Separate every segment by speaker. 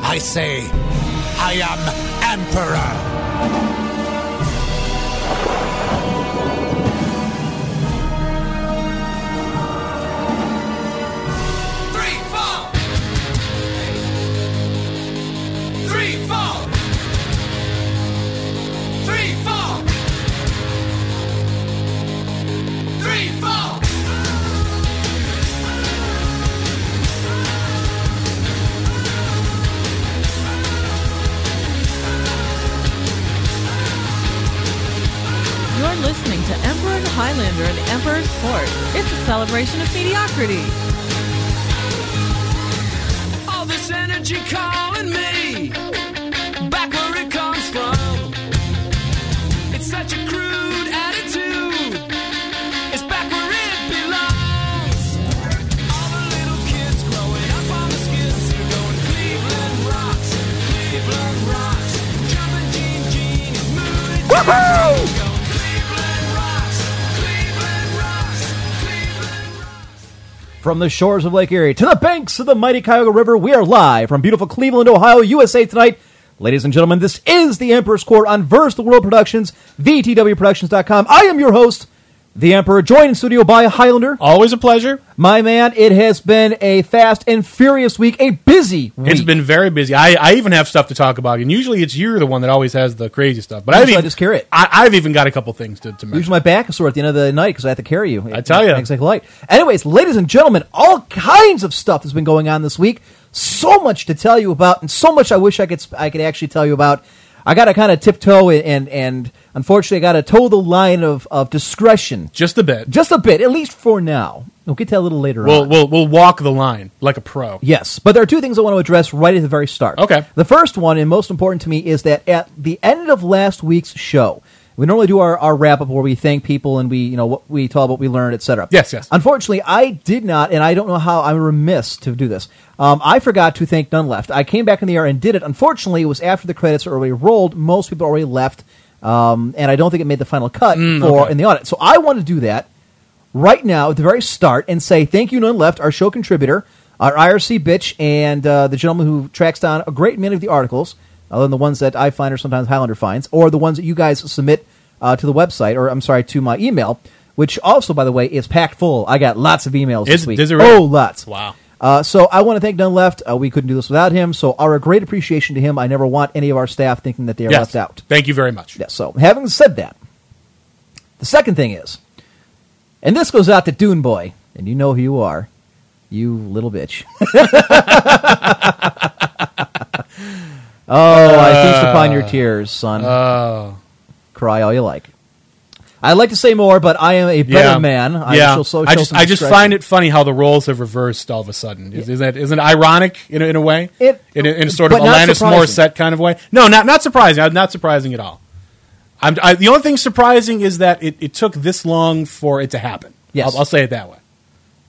Speaker 1: I say, I am Emperor. Three, four. Three, four. Three, four. Three, four.
Speaker 2: You're listening to Emperor and Highlander in the Emperor's Court. It's a celebration of mediocrity.
Speaker 3: All this energy calling me back where it comes from. It's such a crude attitude. It's back where it belongs. All the little kids growing up on the skids are going Cleveland rocks, Cleveland rocks. Jumping Gene Gene is moving.
Speaker 4: Woohoo!
Speaker 3: Going Cleveland rocks, Cleveland rocks, Cleveland rocks.
Speaker 5: From the shores of Lake Erie to the banks of the mighty Cuyahoga River, we are live from beautiful Cleveland, Ohio, USA tonight. Ladies and gentlemen, this is the Emperor's Court on Verse the World Productions, VTWProductions.com. I am your host, the Emperor, joined in studio by Highlander.
Speaker 6: Always a pleasure.
Speaker 5: My man, it has been a fast and furious week, a busy week.
Speaker 6: It's been very busy. I, I even have stuff to talk about, and usually it's you're the one that always has the crazy stuff. But I've
Speaker 5: Usually I
Speaker 6: even,
Speaker 5: just carry it.
Speaker 6: I, I've even got a couple things to, to mention.
Speaker 5: Usually my back is sore at the end of the night because I have to carry you.
Speaker 6: I tell ya.
Speaker 5: Thanks like light. Anyways, ladies and gentlemen, all kinds of stuff has been going on this week. So much to tell you about, and so much I wish I could sp- I could actually tell you about. I got to kind of tiptoe and, and and unfortunately I got to toe the line of, of discretion
Speaker 6: Just a bit.
Speaker 5: just a bit, at least for now. We'll get to that a little later
Speaker 6: we'll,
Speaker 5: on.
Speaker 6: we'll we'll walk the line like a pro.
Speaker 5: Yes, but there are two things I want to address right at the very start.
Speaker 6: Okay.
Speaker 5: The first one, and most important to me, is that at the end of last week's show, we normally do our, our wrap up where we thank people and we you know what we tell what we learned, etc.
Speaker 6: Yes, yes.
Speaker 5: Unfortunately, I did not, and I don't know how I'm remiss to do this. Um, I forgot to thank none left. I came back in the air and did it. Unfortunately, it was after the credits were already rolled. Most people already left, um, and I don't think it made the final cut
Speaker 6: Mm,
Speaker 5: for in the audit. So I want to do that right now at the very start and say thank you, none left, our show contributor, our IRC bitch, and uh, the gentleman who tracks down a great many of the articles, other than the ones that I find or sometimes Highlander finds, or the ones that you guys submit uh, to the website, or I'm sorry, to my email, which also, by the way, is packed full. I got lots of emails
Speaker 6: Is-
Speaker 5: this week.
Speaker 6: is it really?
Speaker 5: oh, lots.
Speaker 6: Wow.
Speaker 5: Uh, so I want to thank None Left. Uh, we couldn't do this without him. So our great appreciation to him. I never want any of our staff thinking that they are
Speaker 6: Yes.
Speaker 5: left out.
Speaker 6: Thank you very much.
Speaker 5: Yes. So, having said that, the second thing is, and this goes out to Dune Boy, and you know who you are, you little bitch. oh, I feast upon your tears, son.
Speaker 6: Uh,
Speaker 5: Cry all you like. I'd like to say more, but I am a better man. I
Speaker 6: yeah.
Speaker 5: shall so
Speaker 6: I
Speaker 5: show
Speaker 6: just
Speaker 5: some
Speaker 6: I just
Speaker 5: discretion.
Speaker 6: find it funny how the roles have reversed all of a sudden. Is, Isn't it isn't it ironic in a, in a way?
Speaker 5: It-
Speaker 6: in, a, in a sort of
Speaker 5: but not
Speaker 6: Alanis
Speaker 5: surprising.
Speaker 6: Morissette kind of way. No, not not surprising. I'm Not surprising at all. I'm, I, the only thing surprising is that it, it took this long for it to happen.
Speaker 5: Yes.
Speaker 6: I'll, I'll say it that way.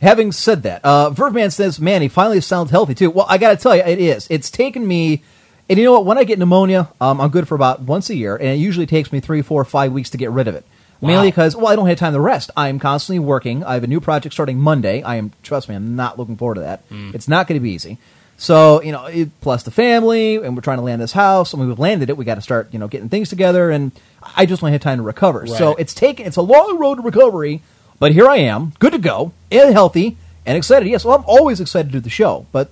Speaker 5: Having said that, uh, Verman says, "Man, he finally sounds healthy too." Well, I got to tell you, it is. It's taken me, and you know what? When I get pneumonia, um, I'm good for about once a year, and it usually takes me three, four, five weeks to get rid of it. Mainly because, well, I don't have time to rest. I'm constantly working. I have a new project starting Monday. I am, trust me, I'm not looking forward to that. It's not going to be easy. So, you know, it, plus the family, and we're trying to land this house, and we've landed it. We got to start, you know, getting things together, and I just want to have time to recover. So
Speaker 6: Right.
Speaker 5: it's taken, it's a long road to recovery, but here I am, good to go, and healthy, and excited. Yes, well, I'm always excited to do the show, but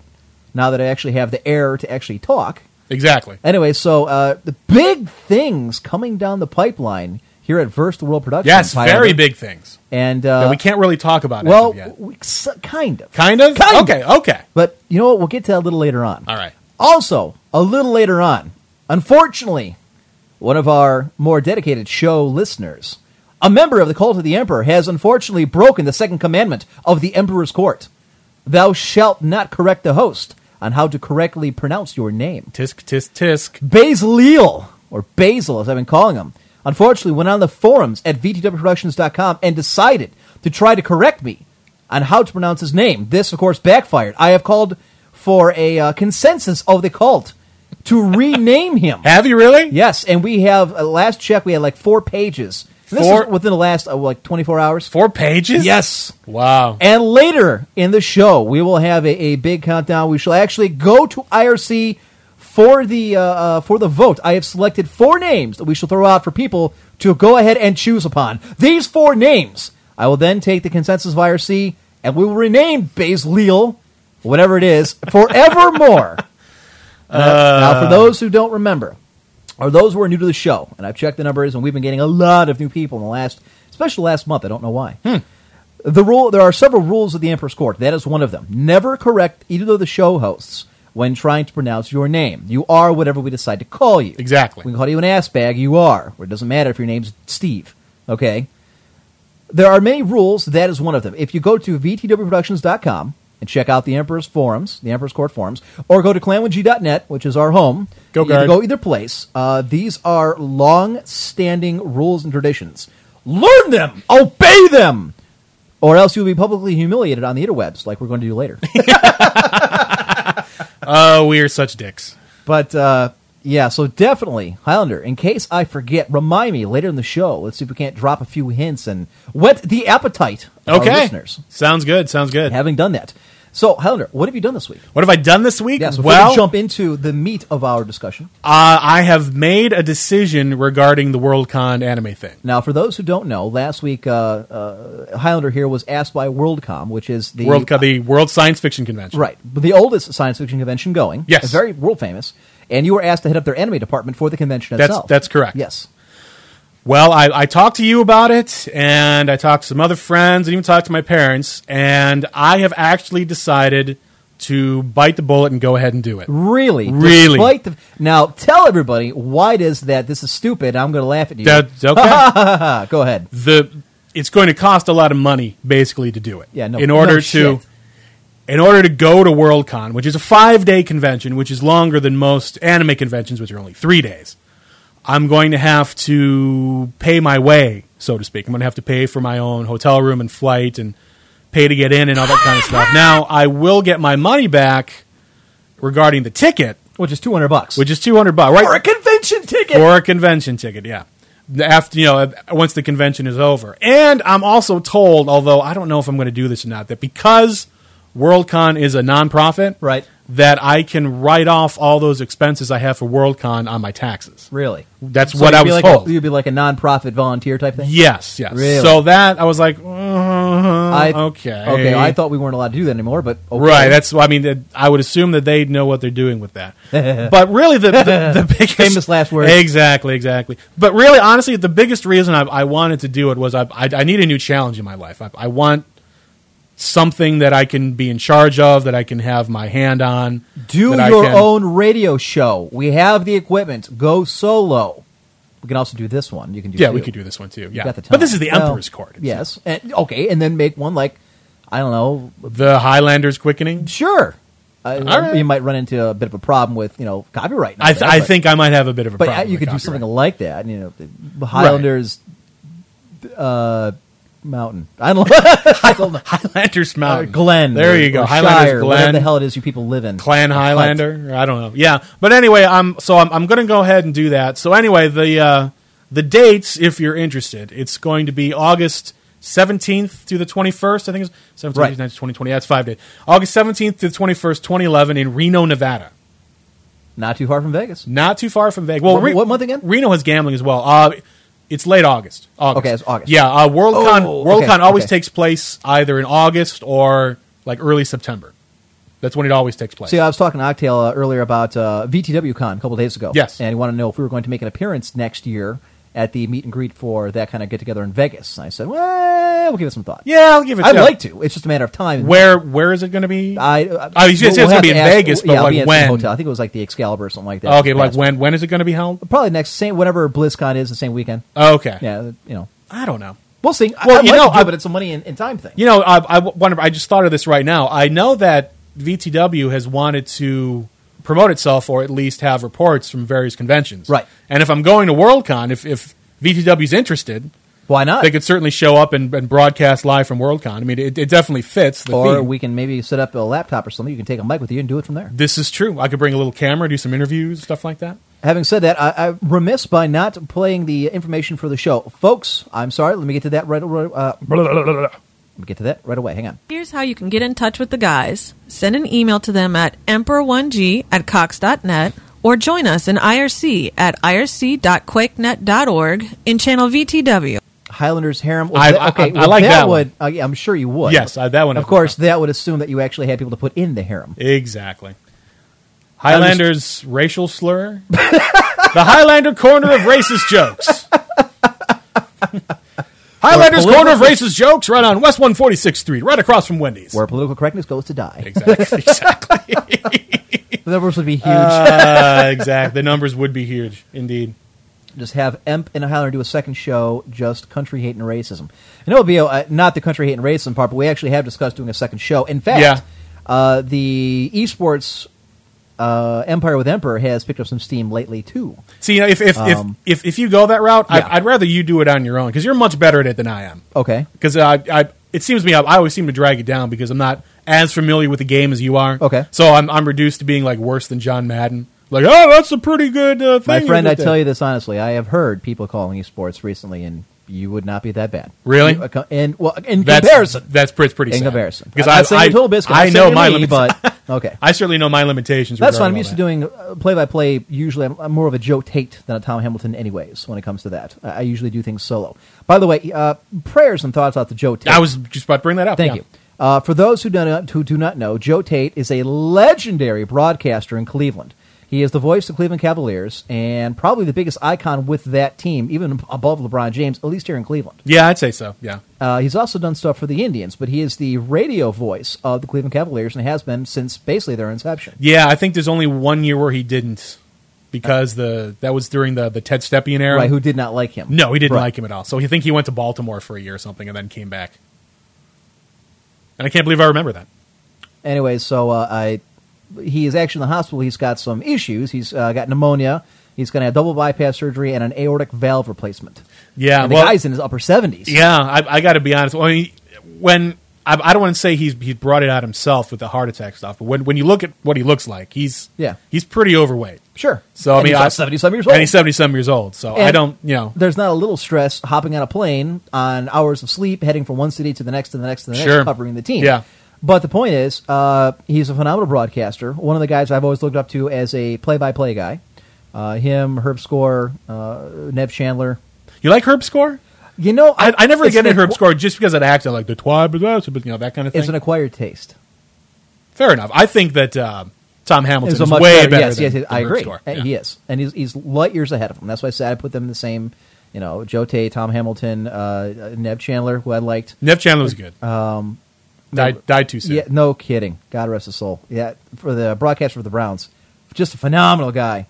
Speaker 5: now that I actually have the air to actually talk,
Speaker 6: Exactly.
Speaker 5: Anyway, so uh, the big things coming down the pipeline here at Verse the World Productions.
Speaker 6: Yes,
Speaker 5: Highlander.
Speaker 6: very big things
Speaker 5: And uh,
Speaker 6: that we can't really talk about. as
Speaker 5: Well,
Speaker 6: of yet.
Speaker 5: we, s- kind of,
Speaker 6: kind of.
Speaker 5: kind
Speaker 6: okay.
Speaker 5: of.
Speaker 6: Okay.
Speaker 5: But you know what? We'll get to that a little later on.
Speaker 6: All right.
Speaker 5: Also, a little later on, unfortunately, one of our more dedicated show listeners, a member of the cult of the emperor, has unfortunately broken the second commandment of the emperor's court: "Thou shalt not correct the host." on how to correctly pronounce your name.
Speaker 6: Tisk, tisk, tisk.
Speaker 5: Basil, or Basil as I've been calling him, unfortunately went on the forums at VTWProductions.com and decided to try to correct me on how to pronounce his name. This, of course, backfired. I have called for a uh, consensus of the cult to rename him.
Speaker 6: Have you really?
Speaker 5: Yes, and we have, uh, last check, we had like four pages. And This
Speaker 6: Four-
Speaker 5: is within the last, uh, like, 24 hours.
Speaker 6: Four pages?
Speaker 5: Yes.
Speaker 6: Wow.
Speaker 5: And later in the show, we will have a, a big countdown. We shall actually go to IRC for the uh, uh, for the vote. I have selected four names that we shall throw out for people to go ahead and choose upon. These four names, I will then take the consensus of IRC, and we will rename Baze Leal, whatever it is, forevermore. Uh, now, for those who don't remember, or those who are new to the show, and I've checked the numbers, and we've been getting a lot of new people in the last, especially last month. I don't know why. The rule there are several rules of the Emperor's Court. That is one of them. Never correct either of the show hosts when trying to pronounce your name. You are whatever we decide to call you.
Speaker 6: Exactly.
Speaker 5: We can call you an ass bag, you are. Or it doesn't matter if your name's Steve. Okay? There are many rules. That is one of them. If you go to VTWProductions.com and check out the Emperor's forums, the Emperor's Court forums, or go to clanwg.net, which is our home.
Speaker 6: Go
Speaker 5: you can
Speaker 6: Guard.
Speaker 5: go either place. Uh, these are long-standing rules and traditions. Learn them. Obey them. Or else you'll be publicly humiliated on the interwebs, like we're going to do later.
Speaker 6: Oh, we are such dicks.
Speaker 5: But uh, yeah, so definitely Highlander. In case I forget, remind me later in the show. Let's see if we can't drop a few hints and whet the appetite of our
Speaker 6: Okay.
Speaker 5: listeners.
Speaker 6: Sounds good. Sounds good.
Speaker 5: Having done that, so Highlander, what have you done this week?
Speaker 6: What have I done this week?
Speaker 5: Yes, before
Speaker 6: well,
Speaker 5: we jump into the meat of our discussion.
Speaker 6: uh, I have made a decision regarding the WorldCon anime thing.
Speaker 5: Now, for those who don't know, last week uh, uh, Highlander here was asked by WorldCom, which is the
Speaker 6: WorldCon, the World Science Fiction Convention.
Speaker 5: Right. But the oldest science fiction convention going.
Speaker 6: Yes.
Speaker 5: It's Very world famous. And you were asked to head up their anime department for the convention
Speaker 6: That's-
Speaker 5: itself.
Speaker 6: that's correct.
Speaker 5: Yes.
Speaker 6: Well, I, I talked to you about it, and I talked to some other friends, and even talked to my parents, and I have actually decided to bite the bullet and go ahead and do it.
Speaker 5: Really?
Speaker 6: Really.
Speaker 5: Despite the, now, tell everybody why it is that this is stupid. I'm going to laugh at you.
Speaker 6: That's okay.
Speaker 5: Ah, go ahead.
Speaker 6: the it's going to cost a lot of money basically to do it.
Speaker 5: Yeah, no-
Speaker 6: In
Speaker 5: no
Speaker 6: order to
Speaker 5: shit.
Speaker 6: in order to go to Worldcon, which is a 5-day convention, which is longer than most anime conventions which are only 3 days. I'm going to have to pay my way, so to speak. I'm going to have to pay for my own hotel room and flight and pay to get in and all that kind of stuff. Now, I will get my money back regarding the ticket,
Speaker 5: Which is 200 bucks.
Speaker 6: which is 200 bucks, right?
Speaker 5: for a convention ticket.
Speaker 6: or a convention ticket. Yeah, The- after you know, once the convention is over. And I'm also told, although I don't know if I'm going to do this or not, that because WorldCon is a nonprofit,
Speaker 5: Right.
Speaker 6: that I can write off all those expenses I have for WorldCon on my taxes.
Speaker 5: really?
Speaker 6: That's
Speaker 5: So
Speaker 6: what
Speaker 5: you'd
Speaker 6: I
Speaker 5: be
Speaker 6: was
Speaker 5: like
Speaker 6: told.
Speaker 5: A, you'd be like a nonprofit volunteer type thing?
Speaker 6: yes, yes.
Speaker 5: Really?
Speaker 6: So that I was like, uh,
Speaker 5: I,
Speaker 6: okay,
Speaker 5: Okay, I thought we weren't allowed to do that anymore, but okay.
Speaker 6: Right. That's. I mean, that- I would assume that they know what they're doing with that. but really, the the, the biggest
Speaker 5: Famous last words.
Speaker 6: Exactly. Exactly. But really, honestly, the biggest reason I, I wanted to do it was I, I I need a new challenge in my life. I, I want something that I can be in charge of, that I can have my hand on.
Speaker 5: Do
Speaker 6: that I
Speaker 5: your
Speaker 6: can-
Speaker 5: own radio show. We have the equipment. Go solo. We can also do this one. You can do
Speaker 6: Yeah,
Speaker 5: two.
Speaker 6: we could do this one too. Yeah.
Speaker 5: got the time.
Speaker 6: But this is the
Speaker 5: Well,
Speaker 6: Emperor's Court. It's
Speaker 5: Yes. And, okay, and then make one like I don't know.
Speaker 6: The Highlanders quickening.
Speaker 5: Sure, I,
Speaker 6: right.
Speaker 5: you might run into a bit of a problem with you know copyright. and all
Speaker 6: I, th-
Speaker 5: that,
Speaker 6: I
Speaker 5: but-
Speaker 6: think I might have a bit of a
Speaker 5: but
Speaker 6: problem.
Speaker 5: you
Speaker 6: with
Speaker 5: could do
Speaker 6: copyright.
Speaker 5: something like that. You know, the Highlanders uh, Mountain. I don't know. I don't know.
Speaker 6: Highlanders
Speaker 5: Or
Speaker 6: Mountain.
Speaker 5: Uh, Glen.
Speaker 6: Um, There
Speaker 5: or-
Speaker 6: you go.
Speaker 5: or
Speaker 6: Highlanders
Speaker 5: Shire,
Speaker 6: Glen.
Speaker 5: Whatever the hell it is you people live in.
Speaker 6: Clan
Speaker 5: Or Hutt.
Speaker 6: Highlander. I don't know. Yeah, but anyway, I'm so I'm, I'm going to go ahead and do that. So anyway, the uh, the dates, if you're interested, it's going to be August 17th to the 21st. I think it's 17th,
Speaker 5: Right.
Speaker 6: 19th, 2020. That's five days. August 17th to the 21st, 2011, in Reno, Nevada.
Speaker 5: Not too far from Vegas.
Speaker 6: Not too far from Vegas. Well,
Speaker 5: What- what month again?
Speaker 6: Reno has gambling as well. Uh, it's late August. August.
Speaker 5: Okay, it's August.
Speaker 6: Yeah, uh, WorldCon
Speaker 5: Oh,
Speaker 6: WorldCon
Speaker 5: okay,
Speaker 6: always
Speaker 5: okay.
Speaker 6: takes place either in August or like early September. That's when it always takes place.
Speaker 5: See, I was talking to Octail uh, earlier about uh, VTW Con a couple days ago.
Speaker 6: Yes.
Speaker 5: And he wanted to know if we were going to make an appearance next year at the meet and greet for that kind of get together in Vegas. And I said, well, we'll give it some thought.
Speaker 6: yeah, I'll give it.
Speaker 5: I'd
Speaker 6: yeah.
Speaker 5: like to. It's just a matter of time.
Speaker 6: Where where is it going to be?
Speaker 5: I, uh,
Speaker 6: Oh, you said it's
Speaker 5: have
Speaker 6: gonna be
Speaker 5: to
Speaker 6: in Vegas, but
Speaker 5: yeah, I'll
Speaker 6: like
Speaker 5: be at some
Speaker 6: when?
Speaker 5: Hotel. I think it was like the Excalibur or something like that.
Speaker 6: okay,
Speaker 5: Just
Speaker 6: but like
Speaker 5: past-
Speaker 6: when when is it going to be held?
Speaker 5: Probably next same whenever BlizzCon is the same weekend.
Speaker 6: Okay,
Speaker 5: Yeah, you know,
Speaker 6: I don't know.
Speaker 5: we'll see. I-
Speaker 6: Well,
Speaker 5: I'd
Speaker 6: you
Speaker 5: like
Speaker 6: know,
Speaker 5: to do it,
Speaker 6: I-
Speaker 5: but it's a money and, and time thing.
Speaker 6: You know, I I wonder. I just thought of this right now. I know that VTW has wanted to promote itself or at least have reports from various conventions.
Speaker 5: Right.
Speaker 6: And if I'm going to WorldCon, if, if VTW's interested,
Speaker 5: Why not?
Speaker 6: they could certainly show up and, and broadcast live from WorldCon. I mean, it, it definitely fits the
Speaker 5: or
Speaker 6: theme.
Speaker 5: we can maybe set up a laptop or something. You can take a mic with you and do it from there.
Speaker 6: this is true. I could bring a little camera, do some interviews, stuff like that.
Speaker 5: Having said that, I, I'm remiss by not playing the information for the show, folks. I'm sorry. Let me get to that right. right uh, let me get to that right away. Hang on.
Speaker 2: Here's how you can get in touch with the guys. Send an email to them at emperor1g at cox.net or join us in IRC at irc.quakenet.org in channel VTW.
Speaker 5: Highlander's harem.
Speaker 6: I- I- I- I like that
Speaker 5: would, one. yeah, I'm sure you would.
Speaker 6: Yes, I- that one I
Speaker 5: Of
Speaker 6: would
Speaker 5: course,
Speaker 6: like.
Speaker 5: that would assume that you actually had people to put in the harem.
Speaker 6: Exactly. Highlander's racial slur. the Highlander corner of racist jokes. Highlander's
Speaker 5: Where
Speaker 6: corner of racist jokes right on West 146th Street, right across from Wendy's.
Speaker 5: Where political correctness goes to die.
Speaker 6: Exactly. Exactly.
Speaker 5: The numbers would be huge.
Speaker 6: Uh, exactly. The numbers would be huge, indeed.
Speaker 5: just have Emp and Highlander do a second show, just country hate and racism. And it would be uh, not the country hate and racism part, but we actually have discussed doing a second show. In fact,
Speaker 6: Yeah.
Speaker 5: uh, the esports uh, Empire with Emperor has picked up some steam lately too.
Speaker 6: See, you know, if if,
Speaker 5: Um,
Speaker 6: if, if if you go that route,
Speaker 5: Yeah.
Speaker 6: I, I'd rather you do it on your own because you're much better at it than I am.
Speaker 5: Okay,
Speaker 6: because I, I, it seems to me I, I always seem to drag it down because I'm not as familiar with the game as you are.
Speaker 5: Okay.
Speaker 6: so I'm, I'm reduced to being like worse than John Madden. Like, oh, that's a pretty good uh, thing.
Speaker 5: my friend,
Speaker 6: you
Speaker 5: I
Speaker 6: did
Speaker 5: tell
Speaker 6: there."
Speaker 5: you this honestly, I have heard people calling esports recently, and you would not be that bad.
Speaker 6: Really?
Speaker 5: You- uh, and well, in
Speaker 6: that's,
Speaker 5: comparison,
Speaker 6: That's pretty pretty.
Speaker 5: in
Speaker 6: sad.
Speaker 5: comparison,
Speaker 6: because
Speaker 5: I'm
Speaker 6: I,
Speaker 5: not saying
Speaker 6: I,
Speaker 5: you're total biscuit. I'm
Speaker 6: I
Speaker 5: not
Speaker 6: know
Speaker 5: saying
Speaker 6: my
Speaker 5: me,
Speaker 6: limitations.
Speaker 5: but okay.
Speaker 6: I certainly know my limitations.
Speaker 5: That's fine. I'm
Speaker 6: regarding all
Speaker 5: used to
Speaker 6: that.
Speaker 5: doing uh, play-by-play. Usually, I'm, I'm more of a Joe Tate than a Tom Hamilton, anyways. When it comes to that, I, I usually do things solo. By the way, uh, prayers and thoughts out to Joe Tate.
Speaker 6: I was just about to bring that up.
Speaker 5: Thank
Speaker 6: yeah.
Speaker 5: you. Uh, for those who do, not, who do not know, Joe Tate is a legendary broadcaster in Cleveland. He is the voice of Cleveland Cavaliers and probably the biggest icon with that team, even above LeBron James, at least here in Cleveland.
Speaker 6: Yeah, I'd say so. Yeah,
Speaker 5: Uh, he's also done stuff for the Indians, but he is the radio voice of the Cleveland Cavaliers and has been since basically their inception.
Speaker 6: yeah. I think there's only one year where he didn't because the that was during the the Ted Stepien era.
Speaker 5: Right? Who did not like him?
Speaker 6: No, he didn't
Speaker 5: Right.
Speaker 6: like him at all. So he think he went to Baltimore for a year or something and then came back. And I can't believe I remember that.
Speaker 5: anyway, so uh, I he is actually in the hospital. He's got some issues. He's uh, got pneumonia. He's going to have double bypass surgery and an aortic valve replacement.
Speaker 6: Yeah,
Speaker 5: and the
Speaker 6: well-
Speaker 5: guy's in his upper seventies.
Speaker 6: Yeah, I, I got to be honest. I mean, when I, I don't want to say he's he's brought it out himself with the heart attack stuff, but when when you look at what he looks like, he's
Speaker 5: Yeah.
Speaker 6: he's pretty overweight.
Speaker 5: sure.
Speaker 6: So I
Speaker 5: And
Speaker 6: mean,
Speaker 5: he's
Speaker 6: I-
Speaker 5: like seventy-some years old.
Speaker 6: and he's seventy some years old. So I
Speaker 5: And
Speaker 6: don't, you know,
Speaker 5: There's not a little stress hopping on a plane on hours of sleep, heading from one city to the next, to the next, to the next,
Speaker 6: Sure.
Speaker 5: covering the team.
Speaker 6: Yeah.
Speaker 5: But the point is, uh, he's a phenomenal broadcaster. One of the guys I've always looked up to as a play-by-play guy. Uh, him, Herb Score, uh, Nev Chandler.
Speaker 6: you like Herb Score.
Speaker 5: You know,
Speaker 6: I, I never
Speaker 5: it's
Speaker 6: get
Speaker 5: an
Speaker 6: at Herb
Speaker 5: acqu-
Speaker 6: Score just because of the accent, like the twab, you know, that kind of thing.
Speaker 5: It's an acquired taste.
Speaker 6: Fair enough. I think that uh, Tom Hamilton
Speaker 5: Is
Speaker 6: is,
Speaker 5: a much
Speaker 6: way
Speaker 5: better-
Speaker 6: better.
Speaker 5: yes,
Speaker 6: than,
Speaker 5: yes, yes,
Speaker 6: than
Speaker 5: I
Speaker 6: Herb
Speaker 5: agree.
Speaker 6: Score.
Speaker 5: Uh,
Speaker 6: Yeah.
Speaker 5: He is, and he's, he's light years ahead of him. That's why I said I put them in the same. You know, Joe Tay, Tom Hamilton, uh, uh, Nev Chandler, who I liked.
Speaker 6: Nev Chandler was good. Um, died, died too soon.
Speaker 5: Yeah, no kidding. God rest his soul. Yeah, for the broadcaster for the Browns, just a phenomenal guy.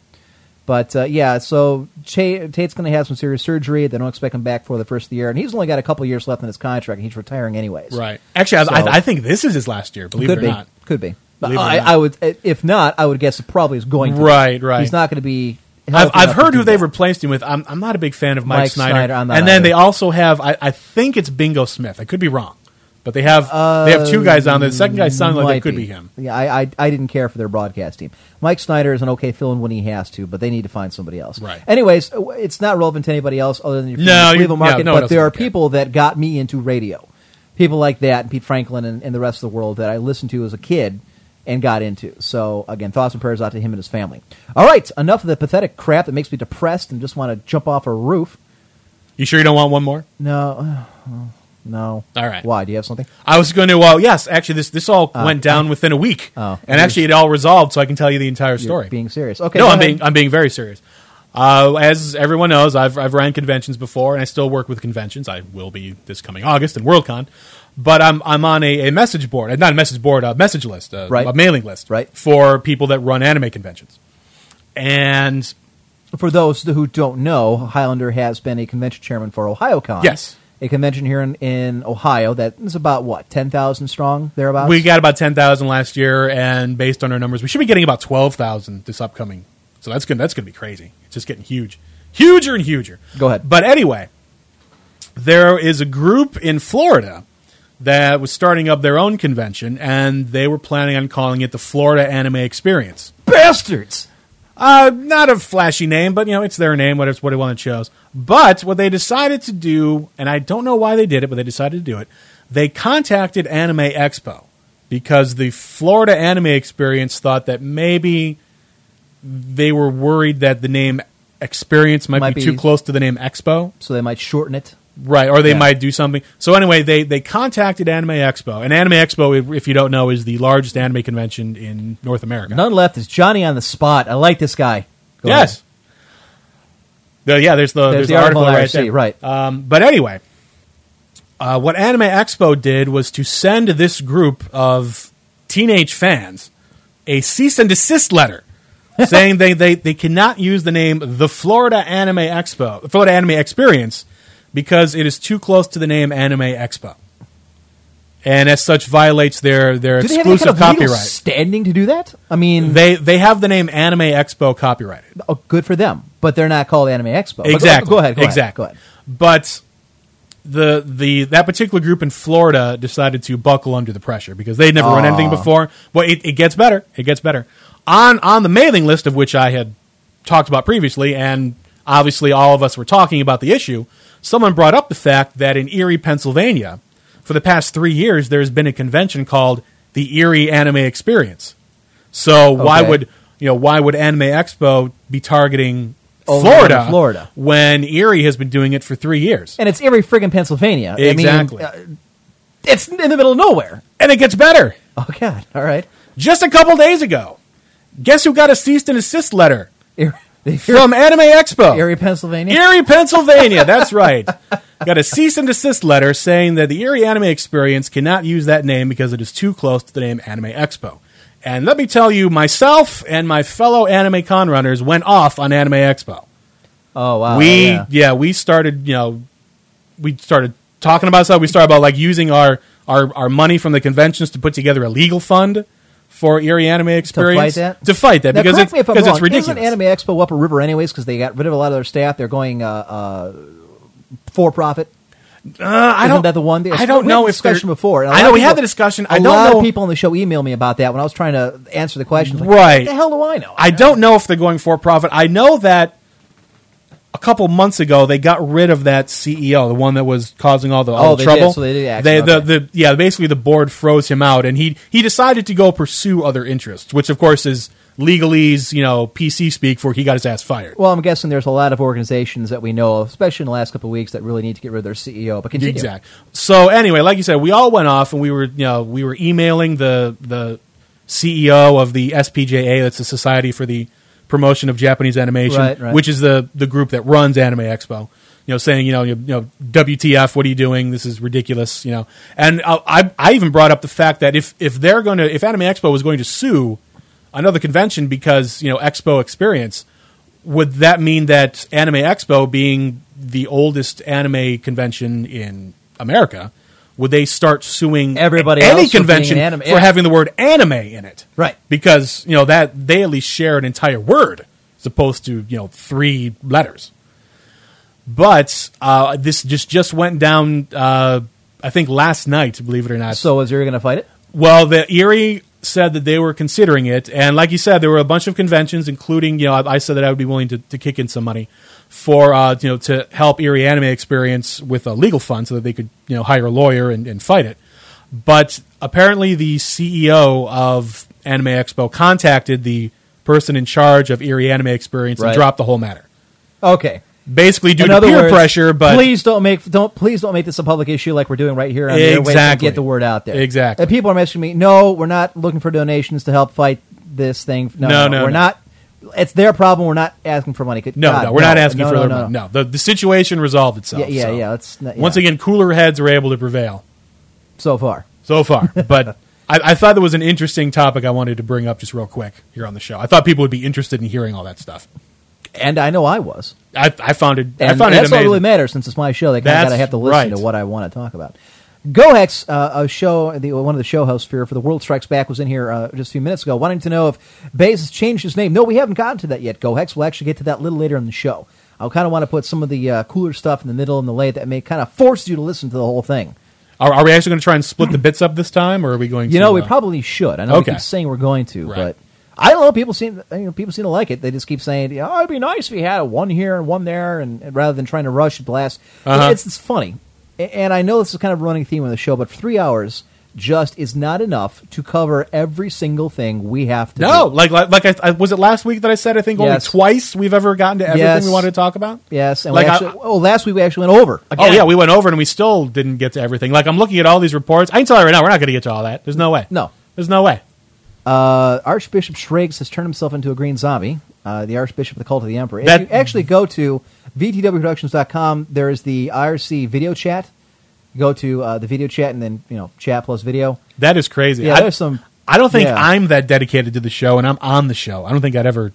Speaker 5: But uh, yeah, so Ch- Tate's going to have some serious surgery. They don't expect him back for the first of the year, and he's only got a couple years left in his contract, and he's retiring anyways.
Speaker 6: Right. Actually, I,
Speaker 5: So-
Speaker 6: I, I think this is his last year. Believe
Speaker 5: could
Speaker 6: it or
Speaker 5: be.
Speaker 6: not.
Speaker 5: Could be. But
Speaker 6: Believe it or
Speaker 5: I,
Speaker 6: not.
Speaker 5: I would, if not, I would guess it probably is going to. be.
Speaker 6: Right, right.
Speaker 5: He's not going to be.
Speaker 6: I've,
Speaker 5: healthy
Speaker 6: I've
Speaker 5: enough to
Speaker 6: heard
Speaker 5: do
Speaker 6: who they've
Speaker 5: that.
Speaker 6: replaced him with. I'm, I'm not a big fan of Mike,
Speaker 5: Mike
Speaker 6: Snyder.
Speaker 5: Snyder, I'm not
Speaker 6: and then
Speaker 5: either.
Speaker 6: they also have, I, I think it's Bingo Smith. I could be wrong, but they have they have two guys on there. The second guy sounds like
Speaker 5: Might
Speaker 6: it could be, him.
Speaker 5: Yeah, I, I I didn't care for their broadcast team. Mike Snyder is an okay fill-in when he has to, but they need to find somebody else.
Speaker 6: Right.
Speaker 5: Anyways, uh, it's not relevant to anybody else other than your
Speaker 6: No, you-
Speaker 5: Cleveland market.
Speaker 6: no, no one
Speaker 5: but
Speaker 6: else
Speaker 5: there
Speaker 6: is
Speaker 5: are
Speaker 6: okay.
Speaker 5: people that got me into radio, people like that, and Pete Franklin, and, and the rest of the world that I listened to as a kid and got into. So again, thoughts and prayers out to him and his family. All right, enough of the pathetic crap that makes me depressed and just want to jump off a roof.
Speaker 6: You sure you don't want one more?
Speaker 5: No, no.
Speaker 6: All right.
Speaker 5: Why? Do you have something?
Speaker 6: I was going to. Well, yes, actually, this this all went down within a week,
Speaker 5: Uh, Oh.
Speaker 6: and actually, it all resolved. So I can tell you the entire
Speaker 5: You're
Speaker 6: story.
Speaker 5: being serious. Okay.
Speaker 6: no,
Speaker 5: go
Speaker 6: I'm
Speaker 5: ahead.
Speaker 6: being I'm being very serious. Uh, as everyone knows, I've I've ran conventions before, and I still work with conventions. I will be this coming August in WorldCon, but I'm I'm on a, a message board, uh, not a message board, a message list, a,
Speaker 5: Right.
Speaker 6: a mailing list,
Speaker 5: Right.
Speaker 6: for people that run anime conventions. And
Speaker 5: for those who don't know, Highlander has been a convention chairman for OhioCon.
Speaker 6: Yes.
Speaker 5: a convention here in, in Ohio that is about what ten thousand strong thereabouts.
Speaker 6: We got about ten thousand last year, and based on our numbers, we should be getting about twelve thousand this upcoming. So that's gonna that's gonna be crazy. It's just getting huge, huger and huger.
Speaker 5: Go ahead.
Speaker 6: But anyway, there is a group in Florida that was starting up their own convention, and they were planning on calling it the Florida Anime Experience.
Speaker 5: bastards.
Speaker 6: Uh, not a flashy name, but you know it's their name. What it's what they want to chose. But what they decided to do, and I don't know why they did it, but they decided to do it. They contacted Anime Expo because the Florida Anime Experience thought that maybe they were worried that the name Experience might,
Speaker 5: Might
Speaker 6: be,
Speaker 5: be-
Speaker 6: too close to the name Expo,
Speaker 5: So they might shorten it.
Speaker 6: right? Or they
Speaker 5: Yeah.
Speaker 6: might do something. So anyway, they they contacted Anime Expo, and Anime Expo, if- if you don't know, is the largest anime convention in North America.
Speaker 5: None left is Johnny on the spot. I like this guy. Go
Speaker 6: yes. The- yeah, there's the,
Speaker 5: There's
Speaker 6: there's
Speaker 5: the
Speaker 6: the article,
Speaker 5: article on
Speaker 6: right
Speaker 5: IRC,
Speaker 6: there.
Speaker 5: right.
Speaker 6: Um, but anyway, uh, what Anime Expo did was to send this group of teenage fans a cease and desist letter saying they, they, they cannot use the name the Florida Anime Expo, Florida Anime Experience, because it is too close to the name Anime Expo. And as such, violates their, their
Speaker 5: Do they have any
Speaker 6: exclusive
Speaker 5: kind of legal
Speaker 6: copyright.
Speaker 5: standing to do that? I mean,
Speaker 6: they, they have the name Anime Expo copyrighted.
Speaker 5: oh, good for them, but they're not called Anime Expo. But go-
Speaker 6: Exactly.
Speaker 5: Go, ahead. Go
Speaker 6: exactly.
Speaker 5: Ahead, go ahead.
Speaker 6: But the the that particular group in Florida decided to buckle under the pressure because they'd never run
Speaker 5: Ah.
Speaker 6: anything before. Well, it, it gets better. It gets better. On on the mailing list of which I had talked about previously, and obviously all of us were talking about the issue. Someone brought up the fact that in Erie, Pennsylvania, for the past three years, there's been a convention called the Erie Anime Experience. So why
Speaker 5: Okay.
Speaker 6: would you know why would Anime Expo be targeting
Speaker 5: Only
Speaker 6: Florida,
Speaker 5: in Florida.
Speaker 6: when Erie has been doing it for three years.
Speaker 5: And it's every friggin' Pennsylvania. I mean,
Speaker 6: Exactly.
Speaker 5: uh, it's in the middle of nowhere.
Speaker 6: And it gets better.
Speaker 5: Oh God! All right.
Speaker 6: Just a couple days ago, guess who got a cease and assist letter
Speaker 5: Erie,
Speaker 6: from Anime Expo?
Speaker 5: Erie, Pennsylvania.
Speaker 6: Erie, Pennsylvania. That's right. Got a cease and desist letter saying that the Erie Anime Experience cannot use that name because it is too close to the name Anime Expo. And let me tell you, myself and my fellow anime con runners went off on Anime Expo.
Speaker 5: Oh wow.
Speaker 6: we yeah.
Speaker 5: yeah.
Speaker 6: we started you know we started talking about stuff we started about like using our our, our money from the conventions to put together a legal fund for Erie Anime Experience
Speaker 5: that?
Speaker 6: to fight that
Speaker 5: Now,
Speaker 6: because
Speaker 5: correct
Speaker 6: it's
Speaker 5: me if I'm
Speaker 6: because
Speaker 5: wrong.
Speaker 6: it's ridiculous
Speaker 5: Isn't Anime Expo up a river anyways? Because they got rid of a lot of their staff. They're going uh, uh, for profit.
Speaker 6: Uh, I
Speaker 5: Isn't that the one?
Speaker 6: I don't
Speaker 5: we had
Speaker 6: know if
Speaker 5: the discussion
Speaker 6: there-
Speaker 5: before. and a
Speaker 6: I
Speaker 5: lot
Speaker 6: know
Speaker 5: of
Speaker 6: we had
Speaker 5: people-
Speaker 6: the discussion.
Speaker 5: A
Speaker 6: I don't
Speaker 5: lot
Speaker 6: know-
Speaker 5: of people on the show emailed me about that when I was trying to answer the question. Like,
Speaker 6: Right.
Speaker 5: What the hell do I know?
Speaker 6: I don't know if they're going for profit. I know that a couple months ago they got rid of that CEO, the one that was causing all the, all
Speaker 5: Oh,
Speaker 6: the
Speaker 5: they did,
Speaker 6: trouble.
Speaker 5: so they did axe
Speaker 6: They-
Speaker 5: him,
Speaker 6: the,
Speaker 5: okay.
Speaker 6: the, yeah, basically the board froze him out, and he he decided to go pursue other interests, which of course is legalese, you know, PC speak for he got his ass fired.
Speaker 5: Well, I'm guessing there's a lot of organizations that we know of, especially in the last couple of weeks, that really need to get rid of their CEO. But continue.
Speaker 6: Exact. So anyway, like you said, we all went off and we were you know we were emailing the the CEO of the SPJA, that's the Society for the Promotion of Japanese Animation,
Speaker 5: Right, right.
Speaker 6: which is the the group that runs Anime Expo. You know, saying you know you, you know WTF, what are you doing? This is ridiculous. You know, and I I, I even brought up the fact that if if they're going to if Anime Expo was going to sue another convention because you know Expo Experience, would that mean that Anime Expo, being the oldest anime convention in America, would they start suing
Speaker 5: Everybody
Speaker 6: any
Speaker 5: else for
Speaker 6: convention
Speaker 5: being an anime-
Speaker 6: for
Speaker 5: yeah.
Speaker 6: having the word anime in it?
Speaker 5: Right.
Speaker 6: Because you know that they at least share an entire word as opposed to you know three letters. But uh, this just just went down. Uh, I think last night, believe it or not.
Speaker 5: So is Erie going to fight it?
Speaker 6: Well, the Erie said that they were considering it, and like you said, there were a bunch of conventions, including you know I, I said that I would be willing to, to kick in some money for uh, you know to help Erie Anime Experience with a legal fund so that they could you know hire a lawyer and, and fight it. But apparently, the CEO of Anime Expo contacted the person in charge of Erie Anime Experience
Speaker 5: Right.
Speaker 6: and dropped the whole matter,
Speaker 5: Okay.
Speaker 6: basically due
Speaker 5: in
Speaker 6: to
Speaker 5: other
Speaker 6: peer
Speaker 5: words,
Speaker 6: pressure. But
Speaker 5: please don't make don't please don't make this a public issue like we're doing right here. On the airwaves and
Speaker 6: Exactly.
Speaker 5: Get the word out there.
Speaker 6: Exactly.
Speaker 5: And people are messaging me. No, we're not looking for donations to help fight this thing. No,
Speaker 6: No,
Speaker 5: no,
Speaker 6: no,
Speaker 5: we're
Speaker 6: no.
Speaker 5: not. It's their problem. We're not asking for money.
Speaker 6: no,
Speaker 5: God,
Speaker 6: no, we're not asking
Speaker 5: no,
Speaker 6: for
Speaker 5: no,
Speaker 6: other
Speaker 5: no,
Speaker 6: money. No, the the situation resolved itself.
Speaker 5: Yeah, yeah,
Speaker 6: so.
Speaker 5: yeah. It's not, yeah.
Speaker 6: Once again, cooler heads were able to prevail.
Speaker 5: so far.
Speaker 6: so far. But I, I thought that was an interesting topic I wanted to bring up just real quick here on the show. I thought people would be interested in hearing all that stuff.
Speaker 5: And I know I was.
Speaker 6: I, I found it.
Speaker 5: And
Speaker 6: I found it
Speaker 5: that's all
Speaker 6: amazing.
Speaker 5: that really matters since it's my show. They kind of
Speaker 6: That's
Speaker 5: got to have to listen
Speaker 6: right.
Speaker 5: to what I want to talk about. GoHex, uh, a show, the, one of the show hosts here for The World Strikes Back was in here uh, just a few minutes ago, wanting to know if Baze has changed his name. No, we haven't gotten to that yet, GoHex. We'll actually get to that a little later in the show. I kind of want to put some of the uh, cooler stuff in the middle and the late that may kind of force you to listen to the whole thing.
Speaker 6: Are, are we actually going to try and split the bits up this time, or are we going?
Speaker 5: You
Speaker 6: to,
Speaker 5: know, we
Speaker 6: uh,
Speaker 5: probably should. I know
Speaker 6: okay.
Speaker 5: we keep saying we're going to,
Speaker 6: Right.
Speaker 5: but I don't know. People seem you know, people seem to like it. They just keep saying, "Yeah, oh, it'd be nice if we had one here and one there," and, and rather than trying to rush it to last,
Speaker 6: Uh-huh.
Speaker 5: it's, it's funny. A- And I know this is kind of a running theme of the show, but three hours just is not enough to cover every single thing we have to.
Speaker 6: No,
Speaker 5: do.
Speaker 6: like like, like I, I was it last week that I said I think only
Speaker 5: Yes.
Speaker 6: twice we've ever gotten to everything
Speaker 5: Yes.
Speaker 6: we wanted to talk about.
Speaker 5: yes, and
Speaker 6: Like,
Speaker 5: we
Speaker 6: I-
Speaker 5: actually, oh, last week we actually went over.
Speaker 6: Oh yeah, we went over and we still didn't get to everything. Like I'm looking at all these reports. I can tell you right now, we're not going to get to all that. There's no way.
Speaker 5: No.
Speaker 6: there's no way.
Speaker 5: Uh, Archbishop Schraggs has turned himself into a green zombie, uh, the Archbishop of the Cult of the Emperor.
Speaker 6: That-
Speaker 5: if you actually go to vtwproductions.com, there is the IRC video chat. Go to uh, the video chat and then, you know, chat plus video.
Speaker 6: That is crazy.
Speaker 5: Yeah,
Speaker 6: I,
Speaker 5: there's some-
Speaker 6: I don't think
Speaker 5: yeah.
Speaker 6: I'm that dedicated to the show, and I'm on the show. I don't think I'd ever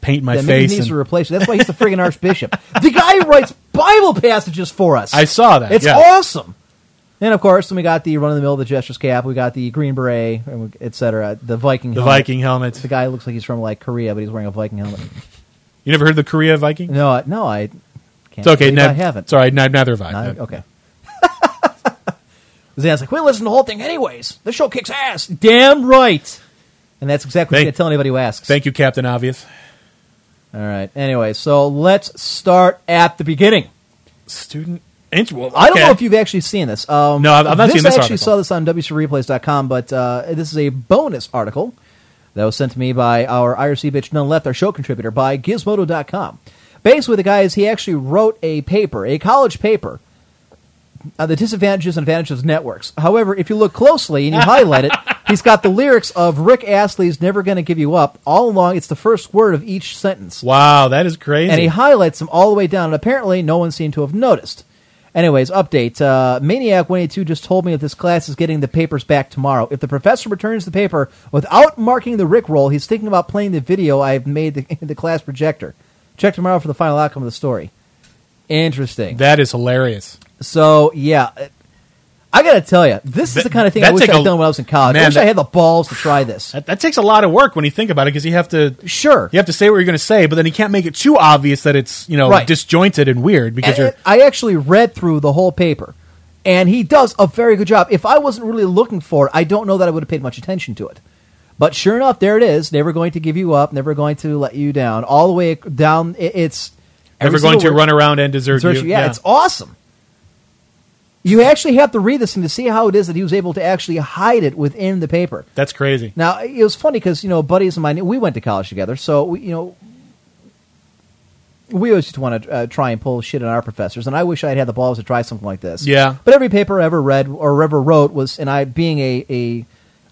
Speaker 6: paint my
Speaker 5: That maybe
Speaker 6: face.
Speaker 5: he needs
Speaker 6: and-
Speaker 5: to replace it. That's why he's the friggin' Archbishop. The guy who writes Bible passages for us.
Speaker 6: I saw that.
Speaker 5: It's
Speaker 6: yeah.
Speaker 5: awesome. And of course, then we got the run in the middle of the Jester's cap. We got the Green Beret, and we- et cetera. The Viking.
Speaker 6: The
Speaker 5: helmet.
Speaker 6: Viking helmet.
Speaker 5: The guy looks like he's from like Korea, but he's wearing a Viking helmet.
Speaker 6: You never heard of the Korea Viking?
Speaker 5: No, I, no, I. Can't
Speaker 6: It's okay.
Speaker 5: believe
Speaker 6: Ned,
Speaker 5: I haven't.
Speaker 6: It's all right. Ned, neither have I.
Speaker 5: Not-
Speaker 6: Uh,
Speaker 5: okay. Zan's like, we listen to the whole thing anyways. This show kicks ass. Damn right. And that's exactly what
Speaker 6: Thank-
Speaker 5: you tell anybody who asks.
Speaker 6: Thank you, Captain Obvious.
Speaker 5: All right. Anyway, so let's start at the beginning.
Speaker 6: Student. int- well,
Speaker 5: I don't
Speaker 6: okay.
Speaker 5: know if you've actually seen this. Um,
Speaker 6: No, I've- I've not
Speaker 5: this,
Speaker 6: seen this
Speaker 5: I actually
Speaker 6: article.
Speaker 5: saw this on WCReplays.com, but uh, this is a bonus article that was sent to me by our IRC bitch none left, our show contributor, by Gizmodo.com. Basically, the guy is he actually wrote a paper, a college paper, on the disadvantages and advantages of networks. However, if you look closely and you highlight it, he's got the lyrics of Rick Astley's "Never Gonna Give You Up" all along. It's the first word of each sentence.
Speaker 6: Wow, that is crazy.
Speaker 5: And he highlights them all the way down, and apparently no one seemed to have noticed. Anyways, update. Uh, Maniac182 just told me that this class is getting the papers back tomorrow. If the professor returns the paper without marking the Rickroll, he's thinking about playing the video I've made the, the class projector. Check tomorrow for the final outcome of the story. Interesting.
Speaker 6: that is hilarious.
Speaker 5: so, yeah. I got to tell you, this is
Speaker 6: That-
Speaker 5: the kind of thing I
Speaker 6: that
Speaker 5: wish
Speaker 6: take
Speaker 5: I'd
Speaker 6: a-
Speaker 5: done when I was in college. I
Speaker 6: Man,
Speaker 5: wish I
Speaker 6: that-
Speaker 5: had the balls to try this.
Speaker 6: That, that takes a lot of work when you think about it because you have to
Speaker 5: Sure.
Speaker 6: you have to say what you're going to say, but then you can't make it too obvious that it's you know
Speaker 5: Right. Eh,
Speaker 6: disjointed and weird because you're
Speaker 5: I actually read through the whole paper, and he does a very good job. If I wasn't really looking for it, I don't know that I would have paid much attention to it. But sure enough, there it is. Never going to give you up. Never going to let you down. All the way down. it- It's
Speaker 6: ever
Speaker 5: every
Speaker 6: going to
Speaker 5: single
Speaker 6: run
Speaker 5: word-
Speaker 6: around and desert,
Speaker 5: search-
Speaker 6: you.
Speaker 5: Yeah, it's awesome. You actually have to read this and to see how it is that he was able to actually hide it within the paper.
Speaker 6: that's crazy.
Speaker 5: Now it was funny because you know buddies of mine we went to college together, so we, you know we always just want to uh, try and pull shit on our professors, and I wish I had had the balls to try something like this.
Speaker 6: Yeah.
Speaker 5: but every paper I ever read or ever wrote was, and I being a a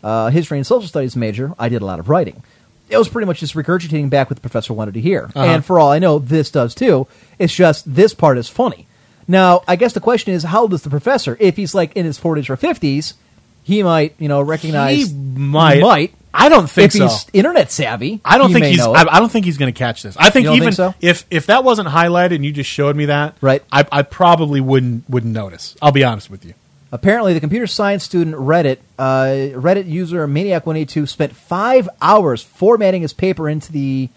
Speaker 5: uh, history and social studies major, I did a lot of writing. It was pretty much just regurgitating back what the professor wanted to hear, and for all I know, this does too. It's just this part is funny. Now, I guess the question is, how old is the professor? If he's like in his forties or fifties, he might, you know, recognize
Speaker 6: He might.
Speaker 5: might
Speaker 6: I don't think
Speaker 5: if
Speaker 6: so.
Speaker 5: he's internet savvy.
Speaker 6: I don't
Speaker 5: he
Speaker 6: think
Speaker 5: may
Speaker 6: he's.
Speaker 5: know
Speaker 6: I,
Speaker 5: it.
Speaker 6: I don't think he's going to catch this. I think
Speaker 5: You don't
Speaker 6: even
Speaker 5: think so?
Speaker 6: if if that wasn't highlighted and you just showed me that,
Speaker 5: Right.
Speaker 6: I, I probably wouldn't wouldn't notice. I'll be honest with you.
Speaker 5: Apparently, the computer science student Reddit uh, Reddit user Maniac182 spent five hours formatting his paper into the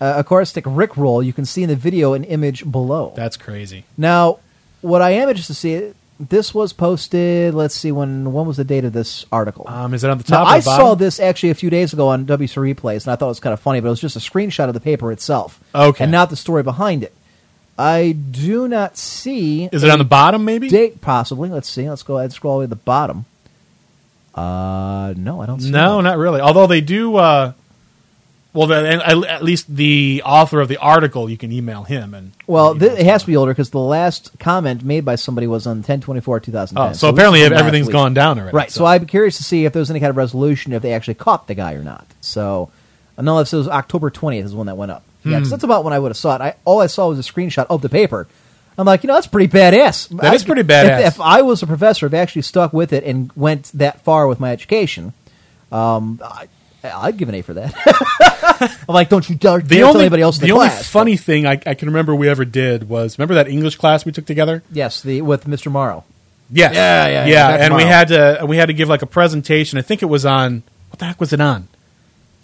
Speaker 5: uh, acoustic rickroll you can see in the video and image below.
Speaker 6: That's crazy.
Speaker 5: now, what I am interested to see this was posted. Let's see when when was the date of this article.
Speaker 6: Um, is it on the
Speaker 5: Now,
Speaker 6: top? or
Speaker 5: I
Speaker 6: the bottom?
Speaker 5: saw this actually a few days ago on WC Replays, and I thought it was kind of funny, but it was just a screenshot of the paper itself.
Speaker 6: Okay.
Speaker 5: And not the story behind it. I do not see
Speaker 6: Is it on the bottom? Maybe.
Speaker 5: date, possibly. Let's see. Let's go ahead and scroll all the way to the bottom. Uh, no, I don't see
Speaker 6: No,
Speaker 5: that.
Speaker 6: not really. Although they do. Uh, well, the, and at at least the author of the article, you can email him and.
Speaker 5: Well,
Speaker 6: and
Speaker 5: thi-
Speaker 6: email
Speaker 5: it has to be older because the last comment made by somebody was on 1024 2010.
Speaker 6: Oh, so, apparently
Speaker 5: this is from last
Speaker 6: everything's
Speaker 5: week.
Speaker 6: gone down already.
Speaker 5: Right. So. I'm curious to see if there was any kind of resolution, if they actually caught the guy or not. So, unless it was October 20th is when that went up. Yeah,
Speaker 6: Hmm.
Speaker 5: 'cause that's about when I would have saw it. I, all I saw was a screenshot of the paper. I'm like, you know, that's pretty badass.
Speaker 6: That
Speaker 5: I-
Speaker 6: is pretty
Speaker 5: if-
Speaker 6: badass.
Speaker 5: If, I was a professor, if I actually stuck with it and went that far with my education, um, I, I'd give an A for that. I'm like, don't you dare,
Speaker 6: The
Speaker 5: dare tell
Speaker 6: only,
Speaker 5: anybody else in
Speaker 6: the
Speaker 5: the,
Speaker 6: only
Speaker 5: class.
Speaker 6: funny thing I, I can remember we ever did was remember that English class we took together?
Speaker 5: yes, the with Mr. Morrow.
Speaker 6: Yes.
Speaker 5: Yeah, yeah, yeah. Back
Speaker 6: and we
Speaker 5: tomorrow.
Speaker 6: had to we had to give like a presentation. I think it was on what the heck was it on?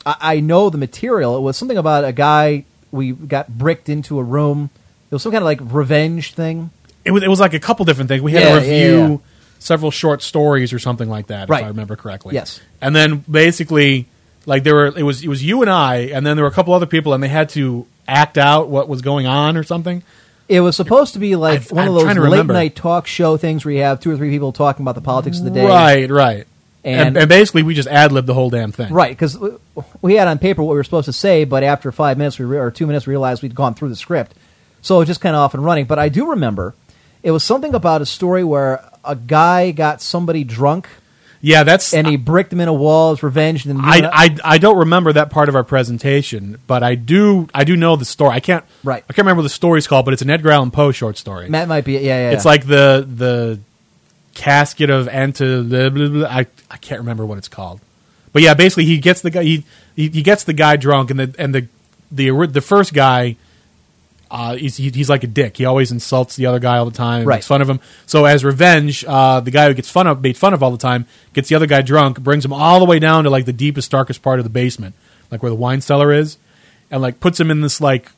Speaker 5: I, I know the material. It was something about a guy we got bricked into a room. It was some kind of like revenge thing.
Speaker 6: It was it was like a couple different things. We had to
Speaker 5: Yeah, yeah,
Speaker 6: review
Speaker 5: yeah.
Speaker 6: several short stories or something like that,
Speaker 5: Right.
Speaker 6: if I remember correctly.
Speaker 5: Yes.
Speaker 6: And then basically like there were it was it was you and I and then there were a couple other people and they had to act out what was going on or something.
Speaker 5: It was supposed to be like
Speaker 6: I've-
Speaker 5: one
Speaker 6: I'm
Speaker 5: of those
Speaker 6: trying to
Speaker 5: late
Speaker 6: remember.
Speaker 5: night talk show things where you have two or three people talking about the politics of the day.
Speaker 6: Right, right. And,
Speaker 5: And-
Speaker 6: and, basically we just ad libbed the whole damn thing.
Speaker 5: Right, because we had on paper what we were supposed to say, but after five minutes we re- or two minutes, we realized we'd gone through the script, so it was just kind of off and running. But I do remember it was something about a story where a guy got somebody drunk
Speaker 6: Yeah, that's
Speaker 5: and he bricked him in a wall as revenge. And then you
Speaker 6: I,
Speaker 5: and
Speaker 6: I, I don't remember that part of our presentation, but I do I do know the story. I can't
Speaker 5: Right.
Speaker 6: I can't remember what the story's called, but it's an Edgar Allan Poe short story.
Speaker 5: Matt might be yeah yeah.
Speaker 6: It's
Speaker 5: yeah.
Speaker 6: like the the casket of anta. Blah, blah, blah. I I can't remember what it's called, but yeah, basically he gets the guy he he, he gets the guy drunk, and the and the the ori- the first guy. Uh, he's, he, he's like a dick. He always insults the other guy all the time,
Speaker 5: Right.
Speaker 6: makes fun of him. So as revenge, uh, the guy who gets fun of, made fun of all the time gets the other guy drunk, brings him all the way down to like the deepest, darkest part of the basement, like where the wine cellar is, and like puts him in this like